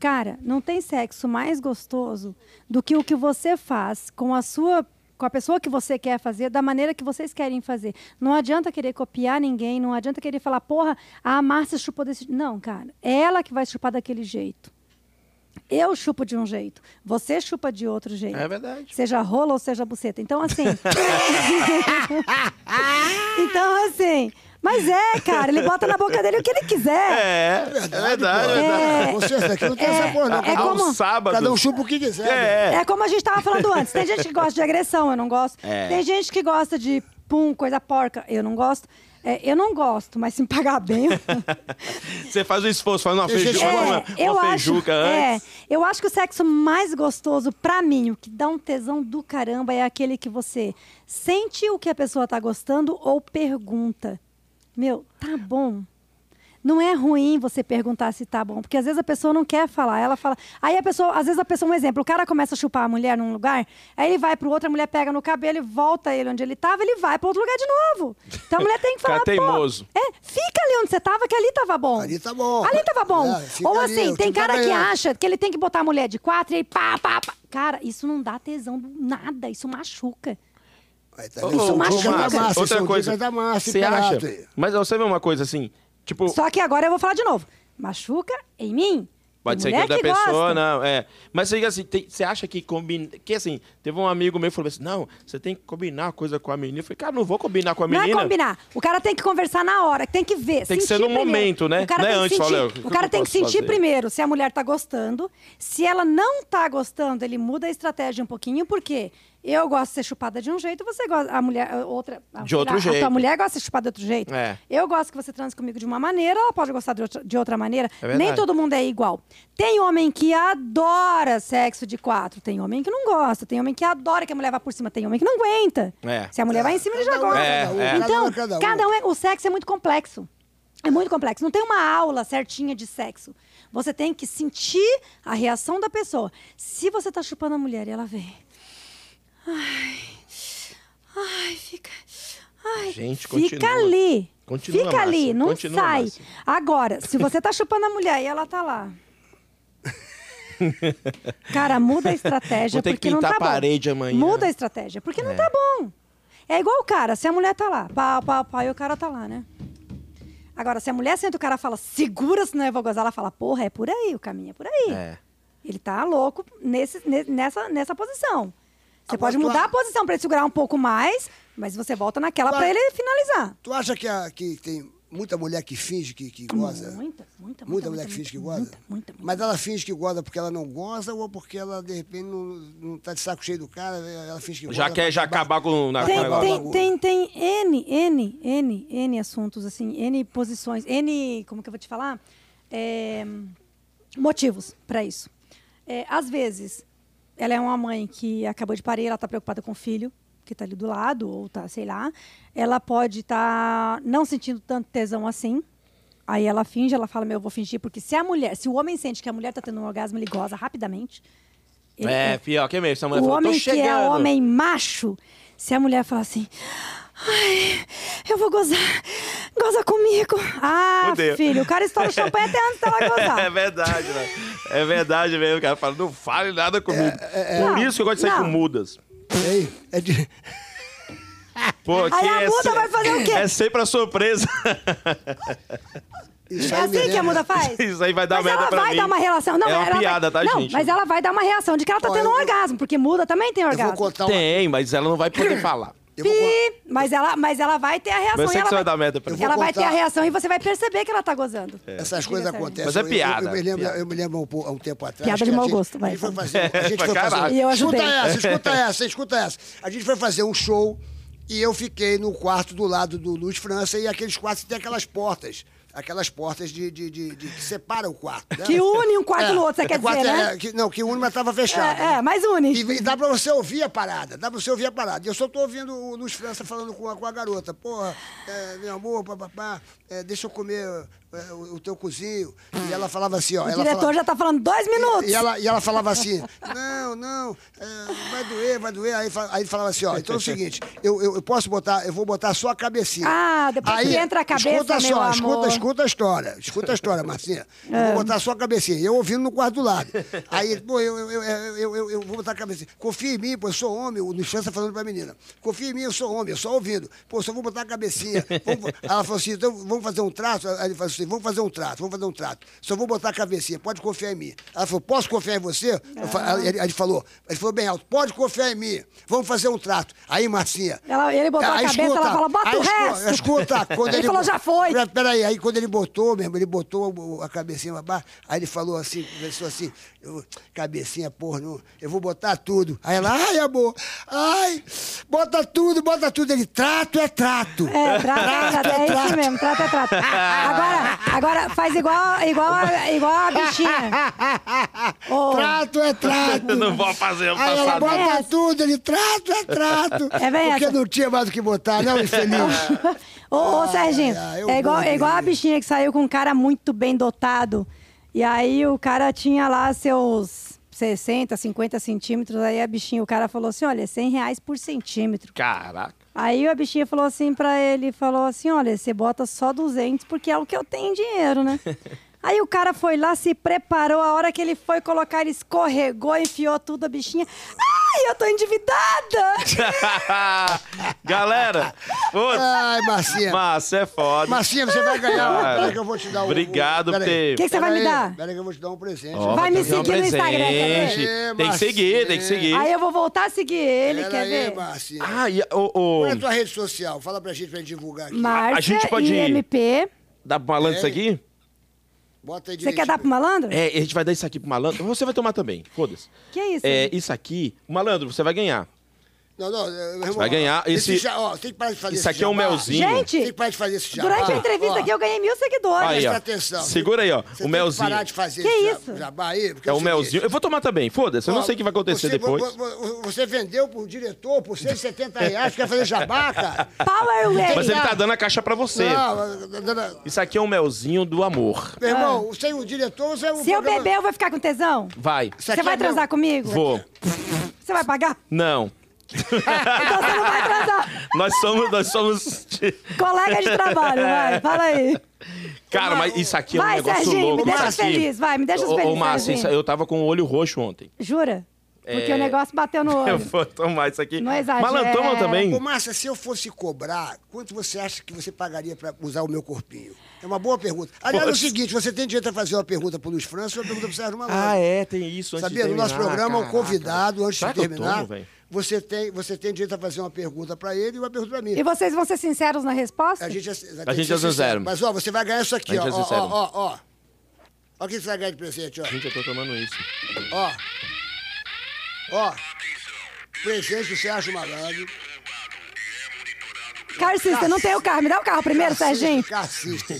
Speaker 3: Cara, não tem sexo mais gostoso do que o que você faz com a sua com a pessoa que você quer fazer, da maneira que vocês querem fazer. Não adianta querer copiar ninguém, não adianta querer falar, porra, a Márcia chupou desse jeito. Não, cara, é ela que vai chupar daquele jeito. Eu chupo de um jeito, você chupa de outro jeito.
Speaker 2: É verdade.
Speaker 3: Seja rola ou seja buceta. Então, assim. então, assim. Mas é, cara, ele bota na boca dele o que ele quiser.
Speaker 2: É, é verdade, é
Speaker 1: pô.
Speaker 2: verdade.
Speaker 1: Com certeza, aqui não tem
Speaker 3: É,
Speaker 1: essa porra, não.
Speaker 3: é
Speaker 1: Cada um-
Speaker 3: como-
Speaker 2: sábado.
Speaker 1: Cada um chupa o que quiser. né?
Speaker 2: É, é.
Speaker 3: É como a gente tava falando antes. Tem gente que gosta de agressão, eu não gosto.
Speaker 2: É.
Speaker 3: Tem gente que gosta de pum, coisa porca, eu não gosto. É, eu não gosto, mas se me pagar bem. eu-
Speaker 2: Você faz um esforço, faz uma
Speaker 1: Deixa eu
Speaker 2: feijuca,
Speaker 1: te
Speaker 2: uma,
Speaker 1: falar.
Speaker 3: É, eu
Speaker 2: uma
Speaker 3: acho,
Speaker 2: feijuca
Speaker 3: é,
Speaker 2: antes.
Speaker 3: eu acho que o sexo mais gostoso pra mim, o que dá um tesão do caramba, é aquele que você sente o que a pessoa tá gostando ou pergunta. Meu, tá bom. Não é ruim você perguntar se tá bom, porque às vezes a pessoa não quer falar, ela fala. Aí a pessoa, às vezes a pessoa, um exemplo, o cara começa a chupar a mulher num lugar, aí ele vai pro outro, a mulher pega no cabelo e volta ele onde ele tava, ele vai pro outro lugar de novo. Então a mulher tem que
Speaker 2: Cara
Speaker 3: falar, pô,
Speaker 2: teimoso.
Speaker 3: é, fica ali onde você tava, que ali tava bom.
Speaker 1: Ali tá bom.
Speaker 3: Ali tava bom.
Speaker 1: É, fica
Speaker 3: Ou
Speaker 1: ali,
Speaker 3: assim,
Speaker 1: o
Speaker 3: tem
Speaker 1: time tá
Speaker 3: cara que
Speaker 1: ganhando.
Speaker 3: acha que ele tem que botar a mulher de quatro e aí pá, pá, pá. Cara, isso não dá tesão do nada, isso machuca.
Speaker 1: Aí tá
Speaker 2: Ô,
Speaker 1: vendo? São dicas
Speaker 2: ô, Márcio,
Speaker 1: da
Speaker 3: massa,
Speaker 1: massa,
Speaker 2: outra
Speaker 1: são
Speaker 2: coisa.
Speaker 1: dicas da massa,
Speaker 2: Você acha?
Speaker 1: Imperato.
Speaker 2: Mas você vê uma coisa assim, tipo,
Speaker 3: Só que agora eu vou falar de novo. Machuca em mim.
Speaker 2: Pode ser
Speaker 3: Tem mulher
Speaker 2: que da
Speaker 3: que
Speaker 2: pessoa,
Speaker 3: gosta.
Speaker 2: não, é. Mas você, assim, tem- você acha que combina. Que assim, teve um amigo meu que falou assim: não, você tem que combinar a coisa com a menina. Eu falei, cara, não vou combinar com a
Speaker 3: Não
Speaker 2: menina.
Speaker 3: é combinar. O cara tem que conversar na hora, tem que ver.
Speaker 2: Tem que
Speaker 3: sentir
Speaker 2: ser no
Speaker 3: primeiro.
Speaker 2: momento, né?
Speaker 3: O cara
Speaker 2: Não é
Speaker 3: tem
Speaker 2: antes,
Speaker 3: que sentir,
Speaker 2: olha, o que
Speaker 3: o
Speaker 2: eu
Speaker 3: cara tem que
Speaker 2: posso
Speaker 3: sentir
Speaker 2: fazer?
Speaker 3: primeiro se a mulher tá gostando. Se ela não tá gostando, ele muda a estratégia um pouquinho, porque eu gosto de ser chupada de um jeito, você gosta. A mulher, a outra. a-
Speaker 2: De outro
Speaker 3: a, A
Speaker 2: jeito.
Speaker 3: tua mulher gosta de ser chupada de outro jeito.
Speaker 2: É.
Speaker 3: Eu gosto que você transe comigo de uma maneira, ela pode gostar de outra, de outra maneira.
Speaker 2: É verdade.
Speaker 3: Nem todo mundo é igual. Tem homem que adora sexo de quatro, tem homem que não gosta, tem homem que adora que a mulher vá por cima, tem homem que não aguenta.
Speaker 2: É.
Speaker 3: Se a mulher vai em cima, ele já
Speaker 1: Cada um
Speaker 3: gosta.
Speaker 2: é cada um, É,
Speaker 1: é.
Speaker 3: Então,
Speaker 1: cada um é cada um.
Speaker 3: cada um é- o sexo é muito complexo. É muito complexo. Não tem uma aula certinha de sexo. Você tem que sentir a reação da pessoa. Se você tá chupando a mulher e ela vem. Ai. Ai, fica. Ai,
Speaker 2: Gente,
Speaker 3: fica
Speaker 2: continua.
Speaker 3: ali.
Speaker 2: Continua,
Speaker 3: fica ali,
Speaker 2: Márcia.
Speaker 3: não
Speaker 2: Continua,
Speaker 3: sai.
Speaker 2: Márcia.
Speaker 3: Agora, se você tá chupando a mulher e ela tá lá. Cara, muda a estratégia
Speaker 2: Vou ter que
Speaker 3: porque não
Speaker 2: pintar
Speaker 3: tá
Speaker 2: a parede
Speaker 3: bom.
Speaker 2: amanhã.
Speaker 3: Muda a estratégia, porque não tá bom. É igual o cara, se a mulher tá lá, pau, pau, pau, e o cara tá lá, né? Agora, se a mulher senta o cara fala, segura, senão eu vou gozar, ela fala, porra, é por aí, o caminho é por aí.
Speaker 2: É.
Speaker 3: Ele tá louco nesse, ne- nessa, nessa posição. Você
Speaker 1: Agora,
Speaker 3: pode
Speaker 1: tu
Speaker 3: mudar
Speaker 1: a-
Speaker 3: a posição pra ele segurar um pouco mais, mas você volta naquela
Speaker 1: Tu a-
Speaker 3: pra ele finalizar.
Speaker 1: Tu acha que, a- que tem muita mulher que finge que, que goza?
Speaker 3: Muita, muita, muita.
Speaker 1: Muita mulher que finge que goza?
Speaker 3: Muita, muita, muita.
Speaker 1: Mas ela finge que goza porque ela não goza ou porque ela, de repente, não, não tá de saco cheio do cara, ela finge que
Speaker 2: Já
Speaker 1: goza?
Speaker 2: quer já
Speaker 1: pra-
Speaker 2: acabar com na,
Speaker 1: Tem-
Speaker 2: com o negócio.
Speaker 1: tem-
Speaker 3: tem, tem N, N, N, N assuntos, assim, N posições, N, como que eu vou te falar? É, motivos para isso. É, às vezes, ela é uma mãe que acabou de parir, ela está preocupada com o filho, que está ali do lado, ou tá, sei lá. Ela pode estar não sentindo tanto tesão assim. Aí ela finge, ela fala, meu, eu vou fingir, porque se a mulher, se o homem sente que a mulher está tendo um orgasmo, ele goza rapidamente. Ele-
Speaker 2: É, pior que mesmo. Essa mulher
Speaker 3: o
Speaker 2: falou,
Speaker 3: homem
Speaker 2: tô
Speaker 3: que é
Speaker 2: chegando.
Speaker 3: homem macho, se a mulher falar assim, ai, eu vou gozar, goza comigo. Ah,
Speaker 2: Fudeu.
Speaker 3: filho, o cara estoura o champanhe até antes dela
Speaker 2: É
Speaker 3: gozar.
Speaker 2: verdade, né? É verdade mesmo. O cara fala, não fale nada comigo. Por
Speaker 3: é.
Speaker 2: isso que eu gosto de sair
Speaker 3: Não.
Speaker 2: com mudas.
Speaker 1: Ei, é de-
Speaker 2: Porque
Speaker 3: Aí a
Speaker 2: é
Speaker 3: muda
Speaker 2: se-
Speaker 3: vai fazer o quê?
Speaker 2: É sempre a surpresa.
Speaker 1: Isso
Speaker 3: É
Speaker 1: aí me
Speaker 3: assim que
Speaker 1: lembra-
Speaker 3: a muda faz?
Speaker 2: Isso aí vai dar
Speaker 3: Mas
Speaker 2: merda
Speaker 3: ela
Speaker 2: pra
Speaker 3: vai
Speaker 2: mim.
Speaker 3: dar uma relação. Não,
Speaker 2: é uma
Speaker 3: ela vai-
Speaker 2: piada, tá,
Speaker 3: não,
Speaker 2: gente?
Speaker 3: mas ela vai dar uma reação de que ela tá
Speaker 1: Ó,
Speaker 3: tendo um
Speaker 1: eu-
Speaker 3: orgasmo, porque muda também tem
Speaker 1: Eu vou
Speaker 3: orgasmo.
Speaker 1: contar um uma...
Speaker 2: Tem, mas ela não vai poder falar.
Speaker 1: Eu vou, con-
Speaker 3: Pi, mas, ela, mas ela vai ter a reação.
Speaker 2: Mas eu sei
Speaker 3: e
Speaker 2: que
Speaker 3: ela
Speaker 2: você vai
Speaker 3: vai,
Speaker 2: dar merda pra
Speaker 1: Eu
Speaker 2: mim.
Speaker 1: vou
Speaker 3: ela vai ter
Speaker 1: contar-
Speaker 3: a reação e você vai perceber que ela tá gozando.
Speaker 1: Essas coisas
Speaker 3: Diga, Sérgio.
Speaker 1: acontecem.
Speaker 2: Mas é
Speaker 1: Eu- eu-
Speaker 2: piada,
Speaker 1: Eu, me lembro,
Speaker 2: piada.
Speaker 1: eu me lembro há um, pou- há um tempo atrás.
Speaker 3: Piada de
Speaker 1: que a
Speaker 3: mau
Speaker 1: gente-
Speaker 3: gosto, vai.
Speaker 1: A gente foi fazer. A gente
Speaker 2: Pra
Speaker 1: foi fazer
Speaker 2: caralho.
Speaker 3: E eu
Speaker 1: escuta
Speaker 3: ajudei.
Speaker 1: essa, escuta essa, escuta essa. A gente foi fazer um show e eu fiquei no quarto do lado do Luiz França e aqueles quartos tem aquelas portas. Aquelas portas de, de- de- de- que separam o quarto. né?
Speaker 3: Que une um quarto
Speaker 1: É,
Speaker 3: no outro, você quer
Speaker 1: quarto
Speaker 3: dizer,
Speaker 1: é-
Speaker 3: né?
Speaker 1: é, que- não, que une, mas tava fechado.
Speaker 3: É, é, mas une.
Speaker 1: E, e dá pra você ouvir a parada, dá pra você ouvir a parada. E eu só tô ouvindo o Luiz França falando com a, com a garota. Porra, é, meu amor, papapá, é, deixa eu comer é, o, o teu cozinho. E ela falava assim, ó.
Speaker 3: O
Speaker 1: ela
Speaker 3: diretor
Speaker 1: fala-
Speaker 3: já tá falando dois minutos.
Speaker 1: e ela, e ela falava assim: não, não, é, vai doer, vai doer. Aí, fa- aí falava assim: ó, então é o seguinte, eu, eu, eu posso botar, eu vou botar só a cabecinha.
Speaker 3: Ah, depois que entra a cabeça,
Speaker 1: Escuta
Speaker 3: meu
Speaker 1: só,
Speaker 3: amor.
Speaker 1: escuta, escuta a história, escuta a história, Marcinha. Eu vou botar só a cabecinha. Eu ouvindo no quarto do lado. Aí, pô, eu, eu, eu, eu, eu- eu vou botar a cabecinha. Confia em mim, pô, eu sou homem. O Luciano tá falando pra menina: confia em mim, eu sou homem, eu só ouvindo. Pô, só vou botar a cabecinha. Vamos- Ela falou assim: então vamos fazer um traço. Aí ele falou assim: assim, vamos fazer um trato, vamos fazer um trato. Só vou botar a cabecinha, pode confiar em mim. Ela falou, posso confiar em você? Eu fa- ela- Ele, ele falou, ele falou bem alto, pode confiar em mim, vamos fazer um trato. Aí, Marcinha...
Speaker 3: Ela- ele botou a
Speaker 1: aí
Speaker 3: cabeça,
Speaker 1: Ah, escuta,
Speaker 3: ela fala, bota
Speaker 1: aí
Speaker 3: o
Speaker 1: escu-
Speaker 3: resto.
Speaker 1: Escuta, quando
Speaker 3: Ele
Speaker 1: ele...
Speaker 3: falou, já foi.
Speaker 1: Pera- Peraí, aí quando ele botou mesmo, ele botou o- a cabecinha pra baixo, aí ele falou assim, começou assim, eu- cabecinha, porra, não, eu vou botar tudo. Aí ela, ai, amor, ai, bota tudo, bota tudo. Ele, trato é trato.
Speaker 3: É, trata, trata, é isso mesmo, trata, trata. Agora, agora faz igual, igual, a- igual a bichinha. Ô,
Speaker 1: Trato é
Speaker 2: Eu
Speaker 1: trato.
Speaker 2: não vou fazer o
Speaker 1: Aí ela
Speaker 2: passado.
Speaker 1: bota
Speaker 3: Essa.
Speaker 1: tudo, ele trato é trato.
Speaker 3: É bem
Speaker 1: Porque
Speaker 3: essa.
Speaker 1: não tinha mais o que botar, não, infeliz.
Speaker 3: ô, ô, Serginho,
Speaker 1: ai, eu
Speaker 3: é igual,
Speaker 1: vou
Speaker 3: é igual a
Speaker 1: dormir.
Speaker 3: bichinha que saiu com um cara muito bem dotado. E aí o cara tinha lá seus 60, 50 centímetros. Aí a bichinha, o cara falou assim, olha, 100 reais por centímetro.
Speaker 2: Caraca.
Speaker 3: Aí a bichinha falou assim pra ele, falou assim, olha, você bota só 200 porque é o que eu tenho em dinheiro, né? Aí o cara foi lá, se preparou, a hora que ele foi colocar, ele escorregou, enfiou tudo a bichinha. Ai, eu tô endividada!
Speaker 2: Galera, putz,
Speaker 1: Ai, Marcinha.
Speaker 2: massa é foda.
Speaker 1: Marcinha, você vai
Speaker 2: Ah,
Speaker 1: ganhar. Peraí que eu vou te dar um.
Speaker 2: obrigado,
Speaker 1: peraí.
Speaker 2: Pedro.
Speaker 3: O que que você vai me
Speaker 1: Peraí,
Speaker 3: dar?
Speaker 1: Peraí que eu vou te dar um presente.
Speaker 2: Ó,
Speaker 3: Vai me
Speaker 2: tem um
Speaker 3: seguir no Instagram, quer
Speaker 2: presente.
Speaker 1: ver?
Speaker 2: Tem que seguir, tem que seguir.
Speaker 3: Aí eu vou voltar a seguir ele, quer
Speaker 1: Peraí,
Speaker 3: ver?
Speaker 1: Marcinha.
Speaker 2: Ah, e o.
Speaker 1: Qual é a tua rede social? Fala pra gente, pra gente divulgar aqui.
Speaker 3: Márcia
Speaker 2: A gente pode ir.
Speaker 3: IMP.
Speaker 2: Dá pro malandro
Speaker 1: É.
Speaker 2: isso aqui?
Speaker 1: Bota aí
Speaker 3: Você quer dar pro malandro?
Speaker 2: É, a gente vai dar isso aqui pro malandro. Você vai tomar também, foda-se.
Speaker 3: Que isso?
Speaker 2: É, isso aqui, malandro, você vai ganhar.
Speaker 1: Não, não, meu irmão,
Speaker 2: vai ganhar esse-
Speaker 1: já- ó, tem que parar de fazer
Speaker 2: Isso
Speaker 1: esse
Speaker 2: aqui é um
Speaker 1: jabá.
Speaker 2: melzinho.
Speaker 3: Gente,
Speaker 1: Tem que parar de fazer esse jabá.
Speaker 3: durante a entrevista
Speaker 1: Ó,
Speaker 3: aqui eu ganhei mil seguidores.
Speaker 2: Ah. Aí, ó.
Speaker 1: Presta atenção.
Speaker 2: Segura aí, ó.
Speaker 1: Você
Speaker 2: o
Speaker 1: tem
Speaker 2: melzinho.
Speaker 1: Que parar de fazer
Speaker 3: Que
Speaker 1: esse ja-
Speaker 3: isso?
Speaker 1: jabá aí. porque
Speaker 2: É o
Speaker 1: seguinte,
Speaker 2: melzinho. Eu vou tomar também, foda-se. Eu não
Speaker 1: ó,
Speaker 2: sei o que vai acontecer
Speaker 1: você-
Speaker 2: depois.
Speaker 1: vo- vo- Você vendeu pro diretor por 170 reais, quer fazer jabá, cara?
Speaker 3: Power Lady.
Speaker 2: Mas ele tá dando a caixa pra você.
Speaker 1: Não, dona-
Speaker 2: Isso aqui é um melzinho do amor.
Speaker 1: Meu irmão, você é o diretor, você é o.
Speaker 3: Se eu
Speaker 1: programa-
Speaker 3: beber, eu vou ficar com tesão?
Speaker 2: Vai.
Speaker 1: Isso aqui
Speaker 3: Você vai
Speaker 1: é meu-
Speaker 3: transar comigo?
Speaker 2: Vou.
Speaker 3: Você vai pagar?
Speaker 2: Não.
Speaker 3: Então você não vai transar.
Speaker 2: Nós somos. Nós somos.
Speaker 3: Colega de trabalho, vai, fala aí.
Speaker 2: Cara, mas isso aqui é um
Speaker 3: Vai,
Speaker 2: negócio
Speaker 3: Serginho, me
Speaker 2: louco.
Speaker 3: deixa
Speaker 2: Isso aqui-
Speaker 3: feliz, vai, me deixa
Speaker 2: Ô, Ô,
Speaker 3: feliz,
Speaker 2: Márcio, isso-
Speaker 3: Serginho.
Speaker 2: eu tava com o olho roxo ontem.
Speaker 3: Jura? Porque
Speaker 2: É.
Speaker 3: o negócio bateu no
Speaker 2: Eu
Speaker 3: olho.
Speaker 2: vou tomar isso aqui.
Speaker 3: Não exagera.
Speaker 2: Malandro, toma
Speaker 3: um?
Speaker 1: Ô,
Speaker 2: também.
Speaker 1: Márcia, se eu fosse cobrar, quanto você acha que você pagaria pra usar o meu corpinho? É uma boa pergunta. Aliás, é o
Speaker 2: Poxa.
Speaker 1: seguinte, você tem direito a fazer uma pergunta pro Luiz França e uma pergunta pro Sérgio Malandro.
Speaker 2: Ah, é, tem isso antes
Speaker 1: Sabia?
Speaker 2: de
Speaker 1: No
Speaker 2: terminar.
Speaker 1: nosso programa, um
Speaker 2: caraca.
Speaker 1: convidado, antes
Speaker 2: Será
Speaker 1: de
Speaker 2: que eu
Speaker 1: terminar,
Speaker 2: tomo, velho?
Speaker 1: você tem, você tem direito a fazer uma pergunta pra ele e uma pergunta pra mim.
Speaker 3: E vocês vão ser sinceros na resposta?
Speaker 1: A gente é, tem
Speaker 2: gente
Speaker 1: que ser
Speaker 2: é sincero.
Speaker 1: Mas, ó, você vai ganhar isso aqui,
Speaker 2: A
Speaker 1: ó.
Speaker 2: gente é
Speaker 1: Ó, ó,
Speaker 2: sincero.
Speaker 1: ó, ó. Olha o que você vai ganhar de presente, ó.
Speaker 2: Gente, eu tô tomando isso.
Speaker 1: Ó. Ó. Presente do Sérgio Malandro.
Speaker 3: Car System, não tem o carro. Me dá o carro primeiro, Serginho.
Speaker 1: Cassista.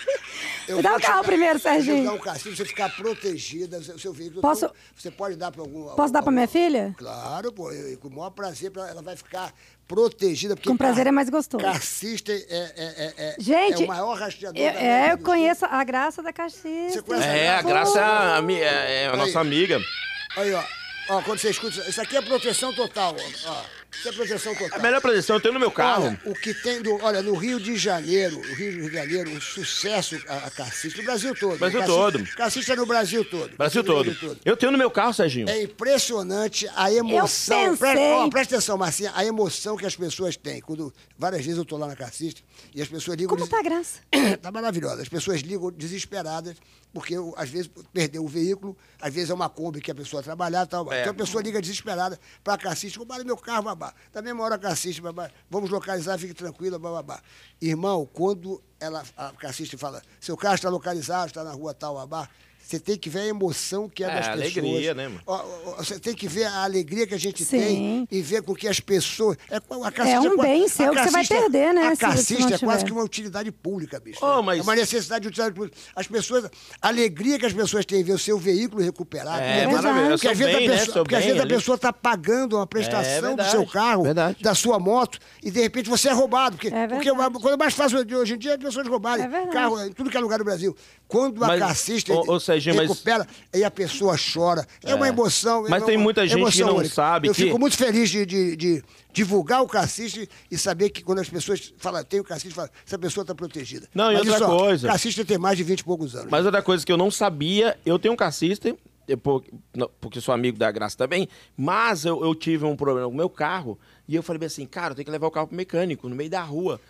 Speaker 3: Me dá o carro primeiro, Serginho.
Speaker 1: Dá o carro, se você ficar protegida, o seu veículo.
Speaker 3: Posso-
Speaker 1: tu- Você pode dar para algum.
Speaker 3: Posso dar pra minha filha?
Speaker 1: Claro, pô, eu- eu- com o maior prazer, pra- ela vai ficar protegida. Porque
Speaker 3: Com prazer
Speaker 1: car-
Speaker 3: é mais gostoso.
Speaker 1: Car System é, é, é, é,
Speaker 3: Gente,
Speaker 1: é o maior rastreador
Speaker 3: eu,
Speaker 1: da
Speaker 3: é,
Speaker 1: América
Speaker 3: eu
Speaker 1: do
Speaker 3: conheço a graça da Car System.
Speaker 1: Você conhece
Speaker 2: É, a
Speaker 1: Pô.
Speaker 2: Graça é a, mi- é a
Speaker 1: Aí.
Speaker 2: nossa amiga.
Speaker 1: Sul. Aí, ó. Ó, quando você escuta. Isso aqui é proteção total, ó. ó. Isso é proteção total.
Speaker 2: A melhor proteção eu tenho no meu carro.
Speaker 1: Olha, o que tem do. Olha, no Rio de Janeiro, o Rio de Janeiro, um sucesso a, a cacista, no Brasil todo.
Speaker 2: Brasil
Speaker 1: Cacista-
Speaker 2: todo.
Speaker 1: Cacista é no Brasil todo.
Speaker 2: Brasil
Speaker 1: Cacista é no
Speaker 2: todo. Eu tenho no meu carro, Serginho.
Speaker 1: É impressionante a emoção.
Speaker 3: Eu pensei.
Speaker 1: Presta, ó, presta atenção, Marcinha, a emoção que as pessoas têm. Quando, várias vezes eu tô lá na cacista e as pessoas ligam.
Speaker 3: Como
Speaker 1: diz-
Speaker 3: tá a graça?
Speaker 1: Tá maravilhosa. As pessoas ligam desesperadas, porque eu, às vezes perdeu o veículo, às vezes é uma Kombi que a pessoa trabalhar e tal.
Speaker 2: É.
Speaker 1: Então a pessoa liga desesperada para a Cassiste, roubaram meu carro, babá. Da mesma hora a Cassiste, babá, vamos localizar, fique tranquila, babá. Irmão, quando ela, a Cassiste fala, seu carro está localizado, está na rua tal, babá, você tem que ver a emoção que é,
Speaker 2: É,
Speaker 1: das
Speaker 2: a
Speaker 1: pessoas.
Speaker 2: alegria, né, mano?
Speaker 1: Ó, ó, ó, Você tem que ver a alegria que a gente
Speaker 3: Sim.
Speaker 1: tem e ver com que as pessoas... É, qual- a Cassiste
Speaker 3: um
Speaker 1: qual-
Speaker 3: bem
Speaker 1: a
Speaker 3: seu que você vai
Speaker 1: Cassiste é-
Speaker 3: perder, né,
Speaker 1: A
Speaker 3: se você não
Speaker 1: Cassiste é quase
Speaker 3: tiver.
Speaker 1: que uma utilidade pública, bicho.
Speaker 2: Oh, mas-
Speaker 1: É uma necessidade de utilidade pública. As pessoas, a alegria que as pessoas têm em ver o seu veículo recuperado.
Speaker 2: É,
Speaker 1: né?
Speaker 3: é maravilhoso.
Speaker 1: Porque às
Speaker 2: Seu
Speaker 1: vezes a
Speaker 2: bem, né?
Speaker 1: pessoa-
Speaker 2: Seu
Speaker 1: porque às
Speaker 2: bem
Speaker 1: vezes a
Speaker 2: ali.
Speaker 1: pessoa está pagando uma
Speaker 2: É
Speaker 1: prestação do
Speaker 2: verdade,
Speaker 1: seu carro,
Speaker 2: verdade.
Speaker 1: da sua moto, e de repente você é roubado. Porque,
Speaker 3: É
Speaker 1: porque
Speaker 3: verdade.
Speaker 1: a coisa mais fácil de hoje em dia é as pessoas roubarem
Speaker 3: É verdade.
Speaker 1: carro em tudo que é lugar do Brasil. Quando a
Speaker 2: Mas,
Speaker 1: cassista
Speaker 2: ô, ô, Serginho, mas-
Speaker 1: recupera, aí a pessoa chora. É, uma emoção. é
Speaker 2: Mas
Speaker 1: uma-
Speaker 2: tem muita gente que
Speaker 1: emoção
Speaker 2: não
Speaker 1: única.
Speaker 2: sabe
Speaker 1: Eu
Speaker 2: que-
Speaker 1: fico muito feliz de, de- de divulgar o cassista e saber que quando as pessoas falam, tem o cassista, fala, essa pessoa está protegida.
Speaker 2: Não, e
Speaker 1: Mas
Speaker 2: outra
Speaker 1: isso, ó,
Speaker 2: coisa.
Speaker 1: Cassista tem mais de 20 e poucos anos.
Speaker 2: Mas outra coisa que eu não sabia, eu tenho um car system, eu po- não, porque sou amigo da Graça também, mas eu, eu tive um problema com o meu carro, e eu falei bem assim, cara, eu tenho que levar o carro pro mecânico, no meio da rua.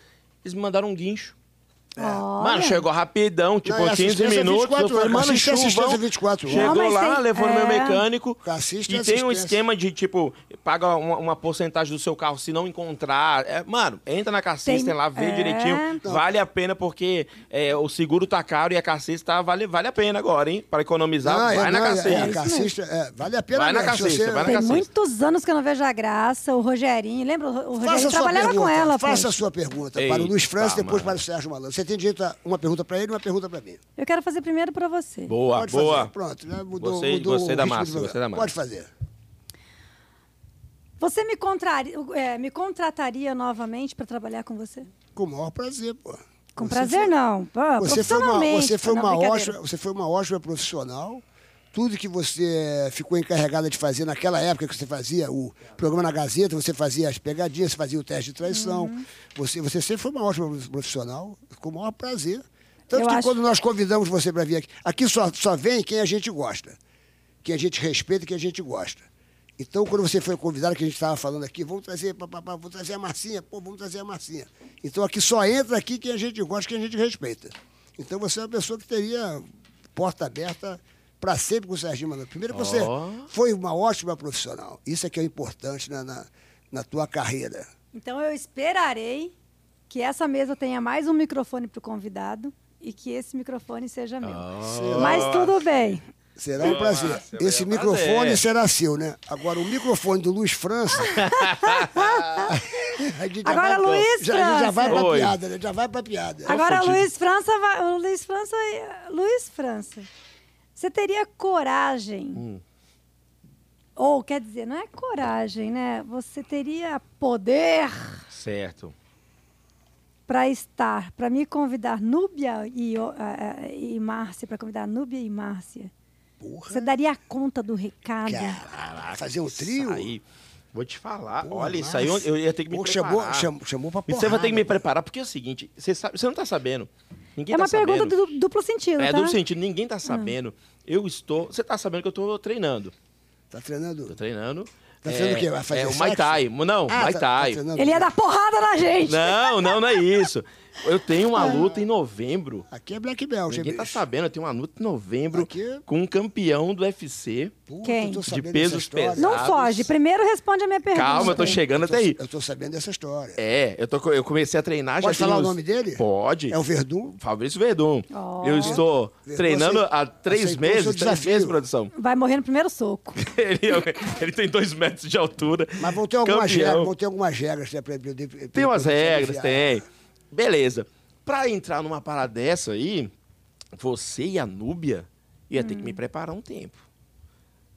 Speaker 2: Eles me mandaram um guincho. Mano, chegou rapidão, tipo,
Speaker 1: É. Não, e
Speaker 2: 15
Speaker 1: assistência
Speaker 2: minutos.
Speaker 1: 24
Speaker 2: Eu falei,
Speaker 1: horas.
Speaker 2: mano,
Speaker 1: Assiste assistência é
Speaker 2: chuvão.
Speaker 1: 24 horas.
Speaker 2: Chegou
Speaker 3: Não, mas
Speaker 2: lá,
Speaker 3: tem-
Speaker 2: levou no meu
Speaker 3: é.
Speaker 2: mecânico.
Speaker 1: Assiste é
Speaker 2: e tem um
Speaker 1: assistência.
Speaker 2: esquema de, tipo, paga uma, uma porcentagem do seu carro se não encontrar. É, mano, entra na car
Speaker 3: Tem-
Speaker 2: system lá, vê
Speaker 3: é.
Speaker 2: direitinho. Vale a pena porque é, o seguro tá caro e a car system tá, vale, vale a pena agora, hein? Pra economizar,
Speaker 1: Não, é,
Speaker 2: ah, vai na
Speaker 1: não, é,
Speaker 2: car
Speaker 1: é,
Speaker 2: system.
Speaker 1: a cassista, é, vale a pena
Speaker 2: Vai na
Speaker 1: mesmo, se
Speaker 2: cassista,
Speaker 1: você-
Speaker 2: vai Tá na
Speaker 3: Tem
Speaker 2: Cacete.
Speaker 3: muitos anos que eu não vejo a Graça, o Rogerinho. Lembra? O Ro- o
Speaker 1: Faça
Speaker 3: Rogerinho
Speaker 1: a sua
Speaker 3: trabalhava
Speaker 1: pergunta.
Speaker 3: com ela. pô.
Speaker 1: faça a sua pergunta para o Luiz
Speaker 2: Eita,
Speaker 1: França e depois
Speaker 2: tá, mano.
Speaker 1: para o Sérgio Malandro. Você tem direito a uma pergunta para ele e uma pergunta para mim.
Speaker 3: Eu quero fazer primeiro pra você.
Speaker 2: Boa,
Speaker 1: Pode
Speaker 2: boa.
Speaker 1: fazer. Pronto, né? mudou,
Speaker 2: Gostei-
Speaker 1: mudou
Speaker 2: gostei
Speaker 1: o
Speaker 2: da
Speaker 1: ritmo do
Speaker 2: massa,
Speaker 1: programa.
Speaker 2: gostei da massa.
Speaker 1: Pode fazer.
Speaker 3: Você me, contrari- é, me contrataria novamente pra trabalhar com você?
Speaker 1: Com o maior prazer, pô.
Speaker 3: Com
Speaker 1: Você
Speaker 3: prazer,
Speaker 1: foi-
Speaker 3: não. Ah,
Speaker 1: Você foi uma,
Speaker 3: profissionalmente.
Speaker 1: você foi
Speaker 3: Não,
Speaker 1: uma
Speaker 3: brincadeira.
Speaker 1: ótima, você foi uma ótima profissional. Tudo que você ficou encarregada de fazer naquela época que você fazia o programa na Gazeta, você fazia as pegadinhas, você fazia o teste de traição.
Speaker 3: Uhum.
Speaker 1: Você, você sempre foi uma ótima profissional, com o maior prazer. Tanto
Speaker 3: Eu
Speaker 1: que
Speaker 3: acho-
Speaker 1: quando nós convidamos você para vir aqui, aqui só, só vem quem a gente gosta, quem a gente respeita e quem a gente gosta. Então, quando você foi convidado, que a gente estava falando aqui, vamos trazer, pá, pá, pá, vou trazer a Marcinha, pô, vamos trazer a Marcinha. Então, aqui só entra aqui quem a gente gosta, quem a gente respeita. Então, você é uma pessoa que teria porta aberta para sempre com o Serginho Malandro. Primeiro, que você
Speaker 2: Ó.
Speaker 1: foi uma ótima profissional. Isso é que é importante na, na, na tua carreira.
Speaker 3: Então eu esperarei que essa mesa tenha mais um microfone pro convidado e que esse microfone seja meu.
Speaker 2: Ah.
Speaker 3: Mas tudo bem.
Speaker 1: Será um prazer.
Speaker 2: Márcia,
Speaker 1: Esse
Speaker 2: vai dar
Speaker 1: microfone
Speaker 2: certo.
Speaker 1: será seu, né? Agora, o microfone do Luiz França. a gente já
Speaker 3: Agora,
Speaker 1: vai-
Speaker 3: Luiz
Speaker 1: já, a gente já
Speaker 3: França.
Speaker 1: vai pra
Speaker 2: Oi.
Speaker 1: piada, né? Já vai pra piada.
Speaker 3: Agora,
Speaker 2: confundido.
Speaker 3: Luiz França, vai- o Luiz França, Luiz França, você teria coragem?
Speaker 1: Hum.
Speaker 3: Ou quer dizer, não é coragem, né? Você teria poder
Speaker 2: Certo.
Speaker 3: para estar, para me convidar Núbia e, ó, a- a- e Márcia, para convidar Núbia e Márcia. Você daria conta do recado?
Speaker 1: Caraca, fazer um trio?
Speaker 2: Isso aí. Vou te falar.
Speaker 1: Pô,
Speaker 2: Olha, isso aí eu-
Speaker 1: massa.
Speaker 2: eu ia ter que me
Speaker 1: Pô,
Speaker 2: preparar.
Speaker 1: chamou- chamou- chamou pra
Speaker 2: Você vai ter que me
Speaker 1: porrada.
Speaker 2: preparar, porque é o seguinte, você, sabe, você não tá sabendo. Ninguém
Speaker 3: é
Speaker 2: tá
Speaker 3: uma pergunta
Speaker 2: sabendo.
Speaker 3: do du- duplo sentido,
Speaker 2: É
Speaker 3: tá?
Speaker 2: do sentido, ninguém tá sabendo. Eu estou. Você tá sabendo que eu tô treinando.
Speaker 1: Tá
Speaker 2: Tô
Speaker 1: treinando?
Speaker 2: treinando.
Speaker 1: Tá treinando o quê? Vai fazer
Speaker 2: É o
Speaker 1: sexo?
Speaker 2: Muay Thai. Não,
Speaker 1: Ah, tá-
Speaker 2: Muay
Speaker 1: tá
Speaker 2: Thai.
Speaker 1: treinando.
Speaker 3: Ele é ia dar porrada na gente.
Speaker 2: não, não, não é isso. Eu tenho uma luta em novembro.
Speaker 1: Aqui é Black Belt,
Speaker 2: Ninguém
Speaker 1: é
Speaker 2: tá
Speaker 1: Ah. bicho.
Speaker 2: sabendo, eu tenho uma luta em novembro
Speaker 1: Aqui- é
Speaker 2: com um campeão do UFC.
Speaker 1: Puta,
Speaker 3: Quem?
Speaker 1: eu tô
Speaker 2: De
Speaker 1: sabendo
Speaker 2: pesos
Speaker 1: dessa história.
Speaker 2: pesados.
Speaker 3: Não foge. Primeiro responde a minha pergunta.
Speaker 2: Calma, eu tô chegando
Speaker 1: É, Eu tô-
Speaker 2: até aí.
Speaker 1: Eu tô sabendo dessa história.
Speaker 2: É, eu, tô, co- eu comecei a treinar
Speaker 1: Pode
Speaker 2: já. tem
Speaker 1: falar o
Speaker 2: uns-
Speaker 1: nome dele?
Speaker 2: Pode.
Speaker 1: É o Verdun?
Speaker 2: Fabrício Verdun.
Speaker 3: Ó.
Speaker 2: Eu estou
Speaker 1: Verdun
Speaker 2: treinando
Speaker 1: aceitou-
Speaker 2: há três
Speaker 1: aceitou o seu
Speaker 2: meses, três
Speaker 1: desafio.
Speaker 2: meses, produção.
Speaker 3: Vai morrer no primeiro soco.
Speaker 2: Ele, ele tem dois metros de altura.
Speaker 1: Mas vão ter algumas
Speaker 2: campeão.
Speaker 1: regras, vão ter algumas regras. Né, pra, pra, pra-
Speaker 2: Tem umas
Speaker 1: pra- pra-
Speaker 2: regras, tem. Beleza. Pra entrar numa parada dessa aí, você e a Núbia ia ter que me preparar um tempo.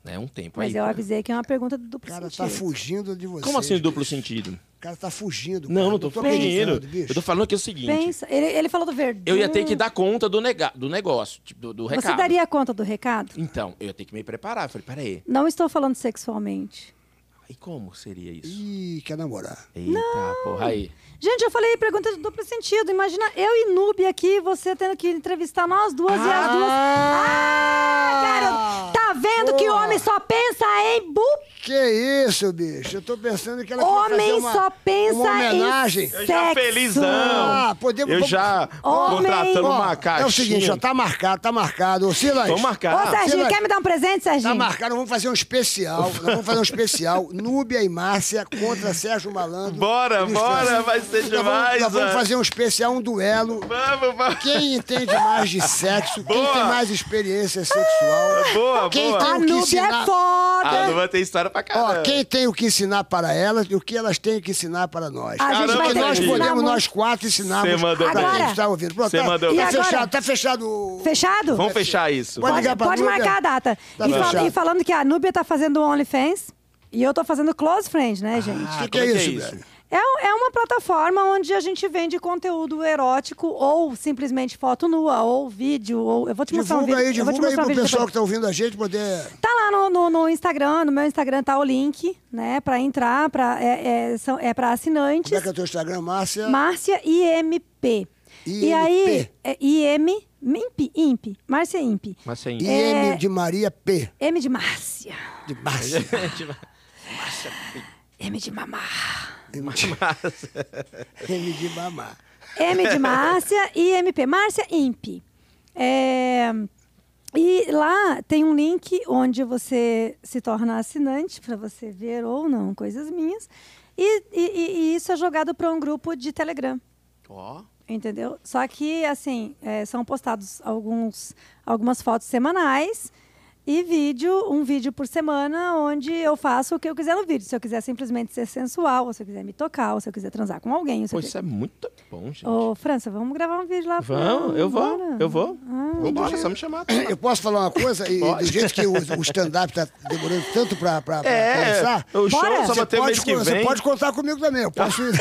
Speaker 2: Né? Um tempo
Speaker 3: Hum. Mas
Speaker 2: aí.
Speaker 3: eu avisei que é uma pergunta do duplo
Speaker 1: O cara tá
Speaker 3: sentido.
Speaker 1: fugindo de você.
Speaker 2: Como assim duplo sentido?
Speaker 1: O cara tá fugindo.
Speaker 2: Não,
Speaker 1: cara.
Speaker 2: não tô
Speaker 1: acreditando,
Speaker 2: fugindo.
Speaker 1: bicho.
Speaker 2: Eu tô falando que é o seguinte.
Speaker 3: Pensa. Ele, ele falou do verdão.
Speaker 2: Eu ia ter que dar conta do, nega, do negócio, tipo, do, do recado.
Speaker 3: Você daria conta do recado?
Speaker 2: Então, eu ia ter que me preparar. Eu falei, peraí,
Speaker 3: Não estou falando sexualmente.
Speaker 2: e como seria isso?
Speaker 1: Ih, quer namorar.
Speaker 2: Eita, porra, aí.
Speaker 3: Gente, eu falei pergunta de duplo sentido. Imagina eu e Noob aqui, você tendo que entrevistar nós duas e as duas. Ah, garoto! Tá vendo que
Speaker 1: Boa.
Speaker 3: homem só pensa em bu?
Speaker 1: Que isso, bicho? Eu tô pensando que ela quer fazer
Speaker 3: Homem
Speaker 1: uma,
Speaker 3: só pensa
Speaker 1: uma homenagem.
Speaker 3: em
Speaker 2: Eu
Speaker 3: sexo.
Speaker 2: já felizão.
Speaker 1: Ah, podemos-
Speaker 2: Eu
Speaker 1: vamos-
Speaker 2: já
Speaker 3: Homem.
Speaker 2: contratando
Speaker 1: Ó,
Speaker 2: uma caixa.
Speaker 1: É o seguinte, ó, tá marcado, tá marcado. Ô, Silas.
Speaker 2: Vamos
Speaker 3: Ô,
Speaker 2: marcar.
Speaker 3: Serginho,
Speaker 1: você vai-
Speaker 3: quer me dar um presente,
Speaker 1: Tá
Speaker 3: Serginho?
Speaker 1: marcado, nós vamos fazer um especial. Nós vamos fazer um especial. Núbia e Márcia contra Sérgio Malandro.
Speaker 2: Bora,
Speaker 1: Luiz
Speaker 2: bora,
Speaker 1: França.
Speaker 2: vai ser
Speaker 1: Nós vamos,
Speaker 2: demais. é.
Speaker 1: nós vamos
Speaker 2: ó.
Speaker 1: fazer um especial, um duelo.
Speaker 2: Vamos, vamos.
Speaker 1: Quem entende mais de sexo, quem
Speaker 2: Boa.
Speaker 1: tem mais experiência sexual.
Speaker 2: Boa,
Speaker 1: Quem
Speaker 2: boa.
Speaker 1: tá-
Speaker 3: A
Speaker 1: o que
Speaker 3: Noob
Speaker 1: ensinar-
Speaker 3: é foda!
Speaker 2: A Luva tem história pra
Speaker 1: Ó,
Speaker 2: caramba.
Speaker 1: quem tem o que ensinar para elas e o que elas têm que ensinar para nós.
Speaker 3: A
Speaker 2: gente
Speaker 1: O
Speaker 2: vai
Speaker 1: que
Speaker 2: ter
Speaker 1: nós
Speaker 2: que ensinar
Speaker 1: podemos,
Speaker 3: muito.
Speaker 1: nós quatro, ensinarmos
Speaker 2: Cê mandou
Speaker 1: pra
Speaker 3: bem.
Speaker 1: quem está ouvindo. Pronto,
Speaker 2: Cê
Speaker 1: tá,
Speaker 2: mandou
Speaker 1: tá
Speaker 3: bem. E
Speaker 1: fechado,
Speaker 3: agora?
Speaker 1: tá fechado. o-
Speaker 3: Fechado?
Speaker 1: tá
Speaker 2: Vamos fechar isso.
Speaker 1: Pode
Speaker 3: Pode,
Speaker 1: ligar pra
Speaker 3: pode
Speaker 1: Núbia.
Speaker 3: marcar a data.
Speaker 1: Tá
Speaker 3: e, fal-
Speaker 1: fechado.
Speaker 3: e falando que a Núbia tá fazendo OnlyFans e eu tô fazendo Close Friend, né, gente?
Speaker 1: Ah,
Speaker 2: Como
Speaker 1: que que é isso, velho?
Speaker 3: É, um- é uma plataforma onde a gente vende conteúdo erótico ou simplesmente foto nua ou vídeo. Ou... Eu vou te mostrar um
Speaker 1: Divulga
Speaker 3: vídeo.
Speaker 1: aí,
Speaker 3: eu vou te
Speaker 1: divulga aí
Speaker 3: mostrar
Speaker 1: pro
Speaker 3: um vídeo
Speaker 1: pessoal que
Speaker 3: depois.
Speaker 1: tá ouvindo a gente poder.
Speaker 3: Tá lá no, no- no Instagram, no meu Instagram tá o link, né, pra entrar, pra, é, é, são- é pra assinantes.
Speaker 1: Como é que é o teu Instagram, Márcia?
Speaker 3: Márcia IMP. E
Speaker 1: IMP.
Speaker 3: aí, é, IM, IMP, IMP, Márcia IMP.
Speaker 2: Mas sem.
Speaker 1: IM de Maria P.
Speaker 3: M de Márcia.
Speaker 1: De Márcia.
Speaker 3: M de mamar.
Speaker 1: M de mamá.
Speaker 3: M de Márcia e MP. Márcia Imp. É, E lá tem um link onde você se torna assinante para você ver ou não coisas minhas. E, e- e- e isso é jogado para um grupo de Telegram.
Speaker 2: Ó.
Speaker 3: Entendeu? Só que, assim, é, são postados alguns, algumas fotos semanais e vídeo, um vídeo por semana, onde eu faço o que eu quiser no vídeo. Se eu quiser simplesmente ser sensual, ou se eu quiser me tocar, ou se eu quiser transar com alguém. ou Se
Speaker 2: Pô,
Speaker 3: eu quiser...
Speaker 2: isso é muito bom, gente.
Speaker 3: Ô, França, vamos gravar um vídeo lá.
Speaker 2: Vamos, eu vou,
Speaker 3: bora.
Speaker 2: eu vou.
Speaker 1: Ah,
Speaker 2: Vambora, só me chamar.
Speaker 1: Eu posso falar uma coisa? E, do
Speaker 2: Pode.
Speaker 1: jeito que o, o stand-up tá demorando tanto pra, pra, pra começar,
Speaker 2: o show
Speaker 3: Bora.
Speaker 2: É. só
Speaker 1: você
Speaker 2: vai ter mês
Speaker 1: pode,
Speaker 2: que
Speaker 1: co- você
Speaker 2: vem.
Speaker 1: pode contar comigo também. Eu posso ir.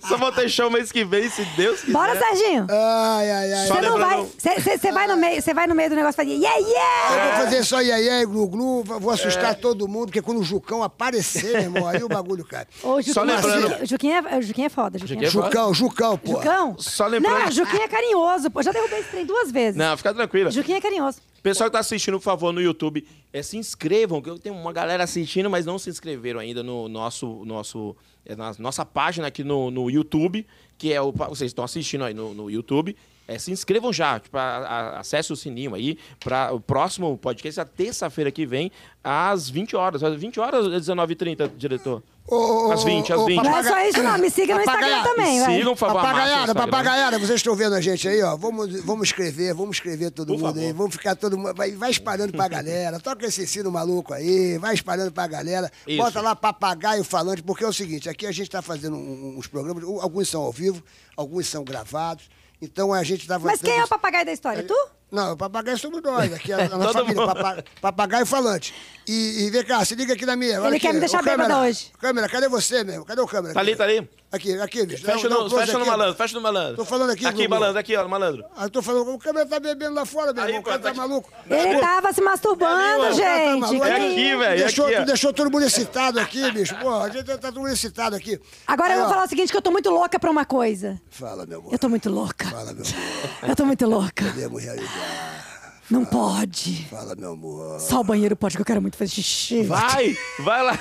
Speaker 2: Só vou ter show mês que vem, se Deus quiser.
Speaker 3: Bora, Serginho!
Speaker 1: Ai, ai, ai.
Speaker 2: Só
Speaker 3: Você não vai.
Speaker 2: lembrando-
Speaker 3: Você vai no meio, você vai no meio do negócio e faz yeah,
Speaker 1: Eu
Speaker 3: yeah!
Speaker 1: vou fazer só iaia e glu-glu, vou assustar
Speaker 2: É.
Speaker 1: todo mundo, porque quando o Jucão aparecer, meu irmão, aí o bagulho cai.
Speaker 3: Ô, Juquinha,
Speaker 2: É. Só lembrando-
Speaker 3: Juquinha- Juquinha, é, Juquinha é foda, Juquinha.
Speaker 2: Juquinha é
Speaker 1: Jucão, Jucão, pô.
Speaker 3: Jucão?
Speaker 2: Só lembrando-
Speaker 3: Não, Juquinha é carinhoso. Pô. Já derrubei esse trem duas vezes.
Speaker 2: Não, fica tranquila.
Speaker 3: Juquinha é carinhoso.
Speaker 2: Pessoal que tá assistindo, por favor, no YouTube, é, se inscrevam, que eu tenho uma galera assistindo, mas não se inscreveram ainda no nosso, nosso, é, na nossa página aqui no, no YouTube, que é o. pa- Vocês estão assistindo aí no, no YouTube. É, se inscrevam já, tipo, a- a- acesse o sininho aí para o próximo podcast, a terça-feira que vem, às 20 horas. Às 20 horas ou 19h30, diretor?
Speaker 1: Ô, ô, ô,
Speaker 2: às 20,
Speaker 1: ô,
Speaker 2: às
Speaker 1: ô,
Speaker 2: 20.
Speaker 3: Não
Speaker 1: papai-
Speaker 3: é só isso, não. Me siga no Instagram
Speaker 1: Papagaio.
Speaker 3: também, vai.
Speaker 2: Sigam, por favor, a Márcia
Speaker 1: Papagaiada,
Speaker 2: no Instagram.
Speaker 1: papagaiada, vocês estão vendo a gente aí, ó. Vamos, vamos escrever, vamos escrever todo
Speaker 2: Por
Speaker 1: mundo aí.
Speaker 2: favor.
Speaker 1: Vamos ficar todo mundo. Vai, vai espalhando pra galera. Toca esse sino maluco aí, vai espalhando pra galera.
Speaker 2: Isso.
Speaker 1: Bota lá papagaio falante, porque é o seguinte: aqui a gente tá fazendo um- uns programas, o- alguns são ao vivo, alguns são gravados. Então a gente tá
Speaker 3: Mas quem é o
Speaker 1: fazendo-
Speaker 3: papagaio da história? Tu?
Speaker 1: não, o papagaio somos nós, aqui a, a nossa
Speaker 2: Todo
Speaker 1: família,
Speaker 2: mundo.
Speaker 1: papa- papagaio falante. E, e vem cá, se liga aqui na minha. olha
Speaker 3: Ele
Speaker 1: aqui,
Speaker 3: quer me deixar
Speaker 1: ô, câmera,
Speaker 3: bêbada hoje.
Speaker 1: Câmera, cadê você mesmo? Cadê o câmera?
Speaker 2: Tá ali, tá ali.
Speaker 1: Aqui, aqui, bicho. Dá um- dá
Speaker 2: Fecha,
Speaker 1: um
Speaker 2: no,
Speaker 1: close
Speaker 2: fecha no
Speaker 1: aqui.
Speaker 2: malandro, fecha no malandro.
Speaker 1: Tô falando aqui,
Speaker 2: Aqui,
Speaker 1: Gugu.
Speaker 2: malandro, aqui, ó, malandro.
Speaker 1: Ah, eu tô falando, o câmera tá bebendo lá fora, meu
Speaker 2: Aí,
Speaker 1: irmão. O cara tá
Speaker 2: contato-
Speaker 1: maluco.
Speaker 3: Ele tava se masturbando,
Speaker 2: ali, ó.
Speaker 1: Tá
Speaker 3: gente.
Speaker 1: maluco.
Speaker 2: É
Speaker 3: Que-
Speaker 2: aqui, velho, é
Speaker 1: Deixou,
Speaker 2: aqui, ó.
Speaker 1: tu deixou todo mundo excitado aqui, bicho. Pô, a gente tá todo mundo excitado aqui.
Speaker 3: Agora
Speaker 1: Aí,
Speaker 3: eu vou
Speaker 1: ó.
Speaker 3: falar o seguinte, que eu tô muito louca pra uma coisa.
Speaker 1: Fala, meu amor.
Speaker 3: Eu tô muito louca.
Speaker 1: Fala, meu amor.
Speaker 3: Eu tô muito louca.
Speaker 1: Podemos realizar.
Speaker 3: Não pode.
Speaker 1: Fala, meu amor.
Speaker 3: Só o banheiro pode, que eu quero muito fazer xixi.
Speaker 2: Vai, vai lá.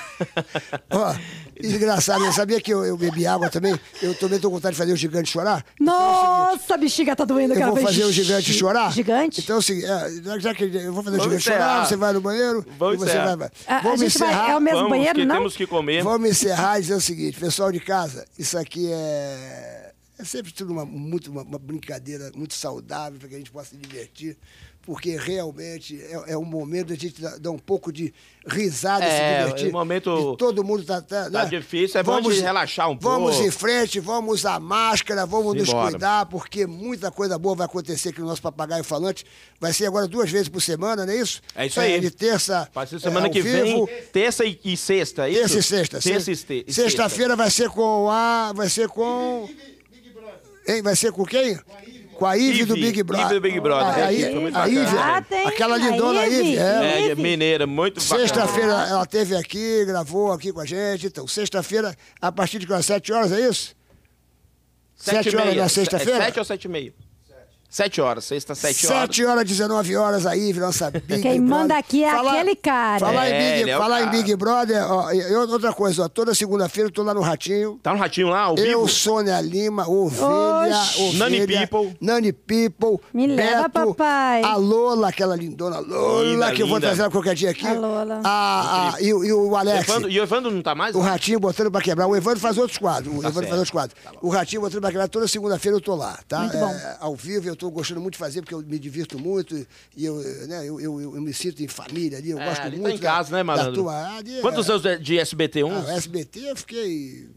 Speaker 1: Ó, engraçado, eu sabia que eu, eu bebi água também? Eu também tô com vontade de fazer o gigante chorar.
Speaker 3: Nossa, a bexiga tá doendo.
Speaker 1: então é Eu
Speaker 3: quero
Speaker 1: vou fazer o
Speaker 3: xixi.
Speaker 1: gigante chorar?
Speaker 3: Gigante?
Speaker 1: Então, assim, é, já- já que eu vou fazer o
Speaker 2: Vamos
Speaker 1: gigante
Speaker 2: encerrar.
Speaker 1: chorar, você vai no banheiro
Speaker 2: Vamos
Speaker 1: e você
Speaker 2: encerrar.
Speaker 1: vai. vai.
Speaker 3: A- a
Speaker 1: Vamos
Speaker 3: gente vai-
Speaker 1: encerrar.
Speaker 3: é o mesmo
Speaker 2: Vamos,
Speaker 3: banheiro,
Speaker 2: que
Speaker 3: não?
Speaker 2: temos que comer.
Speaker 1: Vamos encerrar e dizer o seguinte, pessoal de casa, isso aqui é, é sempre tudo uma, muito, uma, uma brincadeira muito saudável para que a gente possa se divertir, porque realmente é, é um momento da gente dar, dar um pouco de risada
Speaker 2: É,
Speaker 1: e se divertir.
Speaker 2: é um momento-
Speaker 1: E todo mundo está. Tá,
Speaker 2: Tá difícil, é bom de relaxar um
Speaker 1: Vamos
Speaker 2: pouco.
Speaker 1: em frente, vamos usar máscara, vamos nos
Speaker 2: Simbora.
Speaker 1: cuidar, porque muita coisa boa vai acontecer aqui no nosso papagaio falante. Vai ser agora duas vezes por semana, não é isso?
Speaker 2: É isso aí.
Speaker 1: de terça.
Speaker 2: Partir
Speaker 1: é,
Speaker 2: semana
Speaker 1: ao
Speaker 2: que
Speaker 1: vivo,
Speaker 2: vem, terça e, e sexta, é isso?
Speaker 1: Terça e sexta.
Speaker 2: Terça e
Speaker 1: Sexta-
Speaker 2: ste- e
Speaker 1: Sexta-feira vai ser com a. Vai ser com. Hein, vai ser com quem? Com a Ive do
Speaker 2: Ive,
Speaker 1: Big Brother.
Speaker 2: Ive do Big Brother.
Speaker 1: A, a,
Speaker 2: É,
Speaker 1: Ive-
Speaker 2: isso, muito
Speaker 1: a
Speaker 2: bacana.
Speaker 1: Ive,
Speaker 3: Ah, tem
Speaker 1: aquela
Speaker 3: a
Speaker 1: lindona
Speaker 3: Ive.
Speaker 1: Ive. é.
Speaker 2: É,
Speaker 3: Ive.
Speaker 2: é mineira, muito bacana.
Speaker 1: Sexta-feira ela esteve aqui, gravou aqui com a gente. Então, sexta-feira, a partir de quase sete horas, é isso?
Speaker 2: Sete
Speaker 1: sete
Speaker 2: e
Speaker 1: horas
Speaker 2: meia.
Speaker 1: na
Speaker 2: Se- é
Speaker 1: sexta-feira?
Speaker 2: Sete ou sete e meia? Sete horas, sexta, sete horas.
Speaker 1: 7 horas, 19 horas aí, nossa Big
Speaker 3: Quem manda
Speaker 1: Brother.
Speaker 3: aqui é aquele cara.
Speaker 1: Falar
Speaker 2: É,
Speaker 1: em
Speaker 2: ele
Speaker 1: Big,
Speaker 2: é o
Speaker 1: falar em
Speaker 2: cara.
Speaker 1: Big Brother, ó, e- e outra coisa, ó, toda segunda-feira eu tô lá no Ratinho.
Speaker 2: Tá no ratinho lá, ao
Speaker 1: Eu,
Speaker 2: vivo?
Speaker 1: Sônia Lima, Ovelha,
Speaker 3: Oxi.
Speaker 1: Ovelha.
Speaker 2: Nani People.
Speaker 1: Nani People.
Speaker 3: Me
Speaker 1: Beto,
Speaker 3: leva, papai.
Speaker 1: A Lola, aquela lindona Lola,
Speaker 2: Linda,
Speaker 1: que eu vou
Speaker 2: linda.
Speaker 1: trazer ela qualquer dia aqui.
Speaker 3: A Lola.
Speaker 1: A- a- e, o- e o Alex.
Speaker 2: Evandro- e o Evandro não tá mais?
Speaker 1: O Ratinho botando pra quebrar. O Evandro faz outros quadros. O
Speaker 2: Tá
Speaker 1: Evandro
Speaker 2: certo.
Speaker 1: faz outros quadros. o Ratinho botando pra quebrar. Toda segunda-feira eu tô lá, tá?
Speaker 3: Muito bom.
Speaker 1: ao vivo eu tô gostando muito de fazer, porque eu me divirto muito. E eu, né, eu, eu, eu me sinto em família ali. Eu
Speaker 2: É,
Speaker 1: gosto
Speaker 2: ali
Speaker 1: muito
Speaker 2: tá em
Speaker 1: da-
Speaker 2: casa, né,
Speaker 1: da
Speaker 2: malandro?
Speaker 1: tua área. é.
Speaker 2: Quantos anos de- de SBT?
Speaker 1: Ah,
Speaker 2: Um?
Speaker 1: o SBT eu fiquei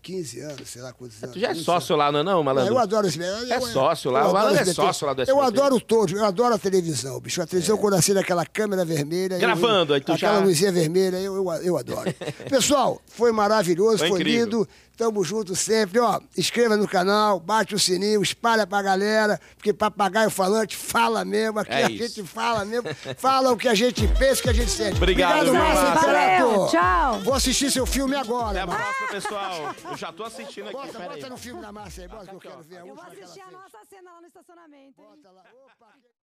Speaker 1: 15 anos, sei lá quantos anos.
Speaker 2: tu já é
Speaker 1: Muitos
Speaker 2: sócio lá, não é não,
Speaker 1: anos.
Speaker 2: malandro?
Speaker 1: Ah, Eu adoro esse eu-
Speaker 2: É
Speaker 1: eu-
Speaker 2: sócio lá,
Speaker 1: eu
Speaker 2: o
Speaker 1: adoro
Speaker 2: Alan é
Speaker 1: SBT.
Speaker 2: sócio lá do
Speaker 1: Eu
Speaker 2: SBT.
Speaker 1: adoro todo, eu adoro a televisão, bicho. A televisão, quando acende aquela câmera vermelha. eu-
Speaker 2: É. Gravando, aí tu
Speaker 1: Aquela
Speaker 2: já-
Speaker 1: luzinha vermelha, eu, eu, eu adoro. Pessoal, foi maravilhoso, foi,
Speaker 2: Foi incrível.
Speaker 1: lindo. Tamo junto sempre, ó. Inscreva no canal, bate o sininho, espalha pra galera, porque papagaio falante fala mesmo, aqui
Speaker 2: É
Speaker 1: a
Speaker 2: isso.
Speaker 1: gente fala mesmo, fala o que a gente pensa, o que a gente sente.
Speaker 2: Obrigado, viu, Márcia?
Speaker 3: É Valeu,
Speaker 1: Imperato.
Speaker 3: tchau.
Speaker 1: Vou assistir seu filme agora.
Speaker 2: Até a
Speaker 1: Márcia.
Speaker 2: próxima, pessoal. Eu já tô assistindo aqui,
Speaker 1: Bota,
Speaker 2: peraí.
Speaker 1: bota no filme da Márcia aí, bota que eu quero ver a
Speaker 3: Eu vou
Speaker 1: última que ela tá
Speaker 3: assistir a
Speaker 1: fez.
Speaker 3: nossa cena lá no estacionamento. hein?
Speaker 1: Bota lá. Opa, que-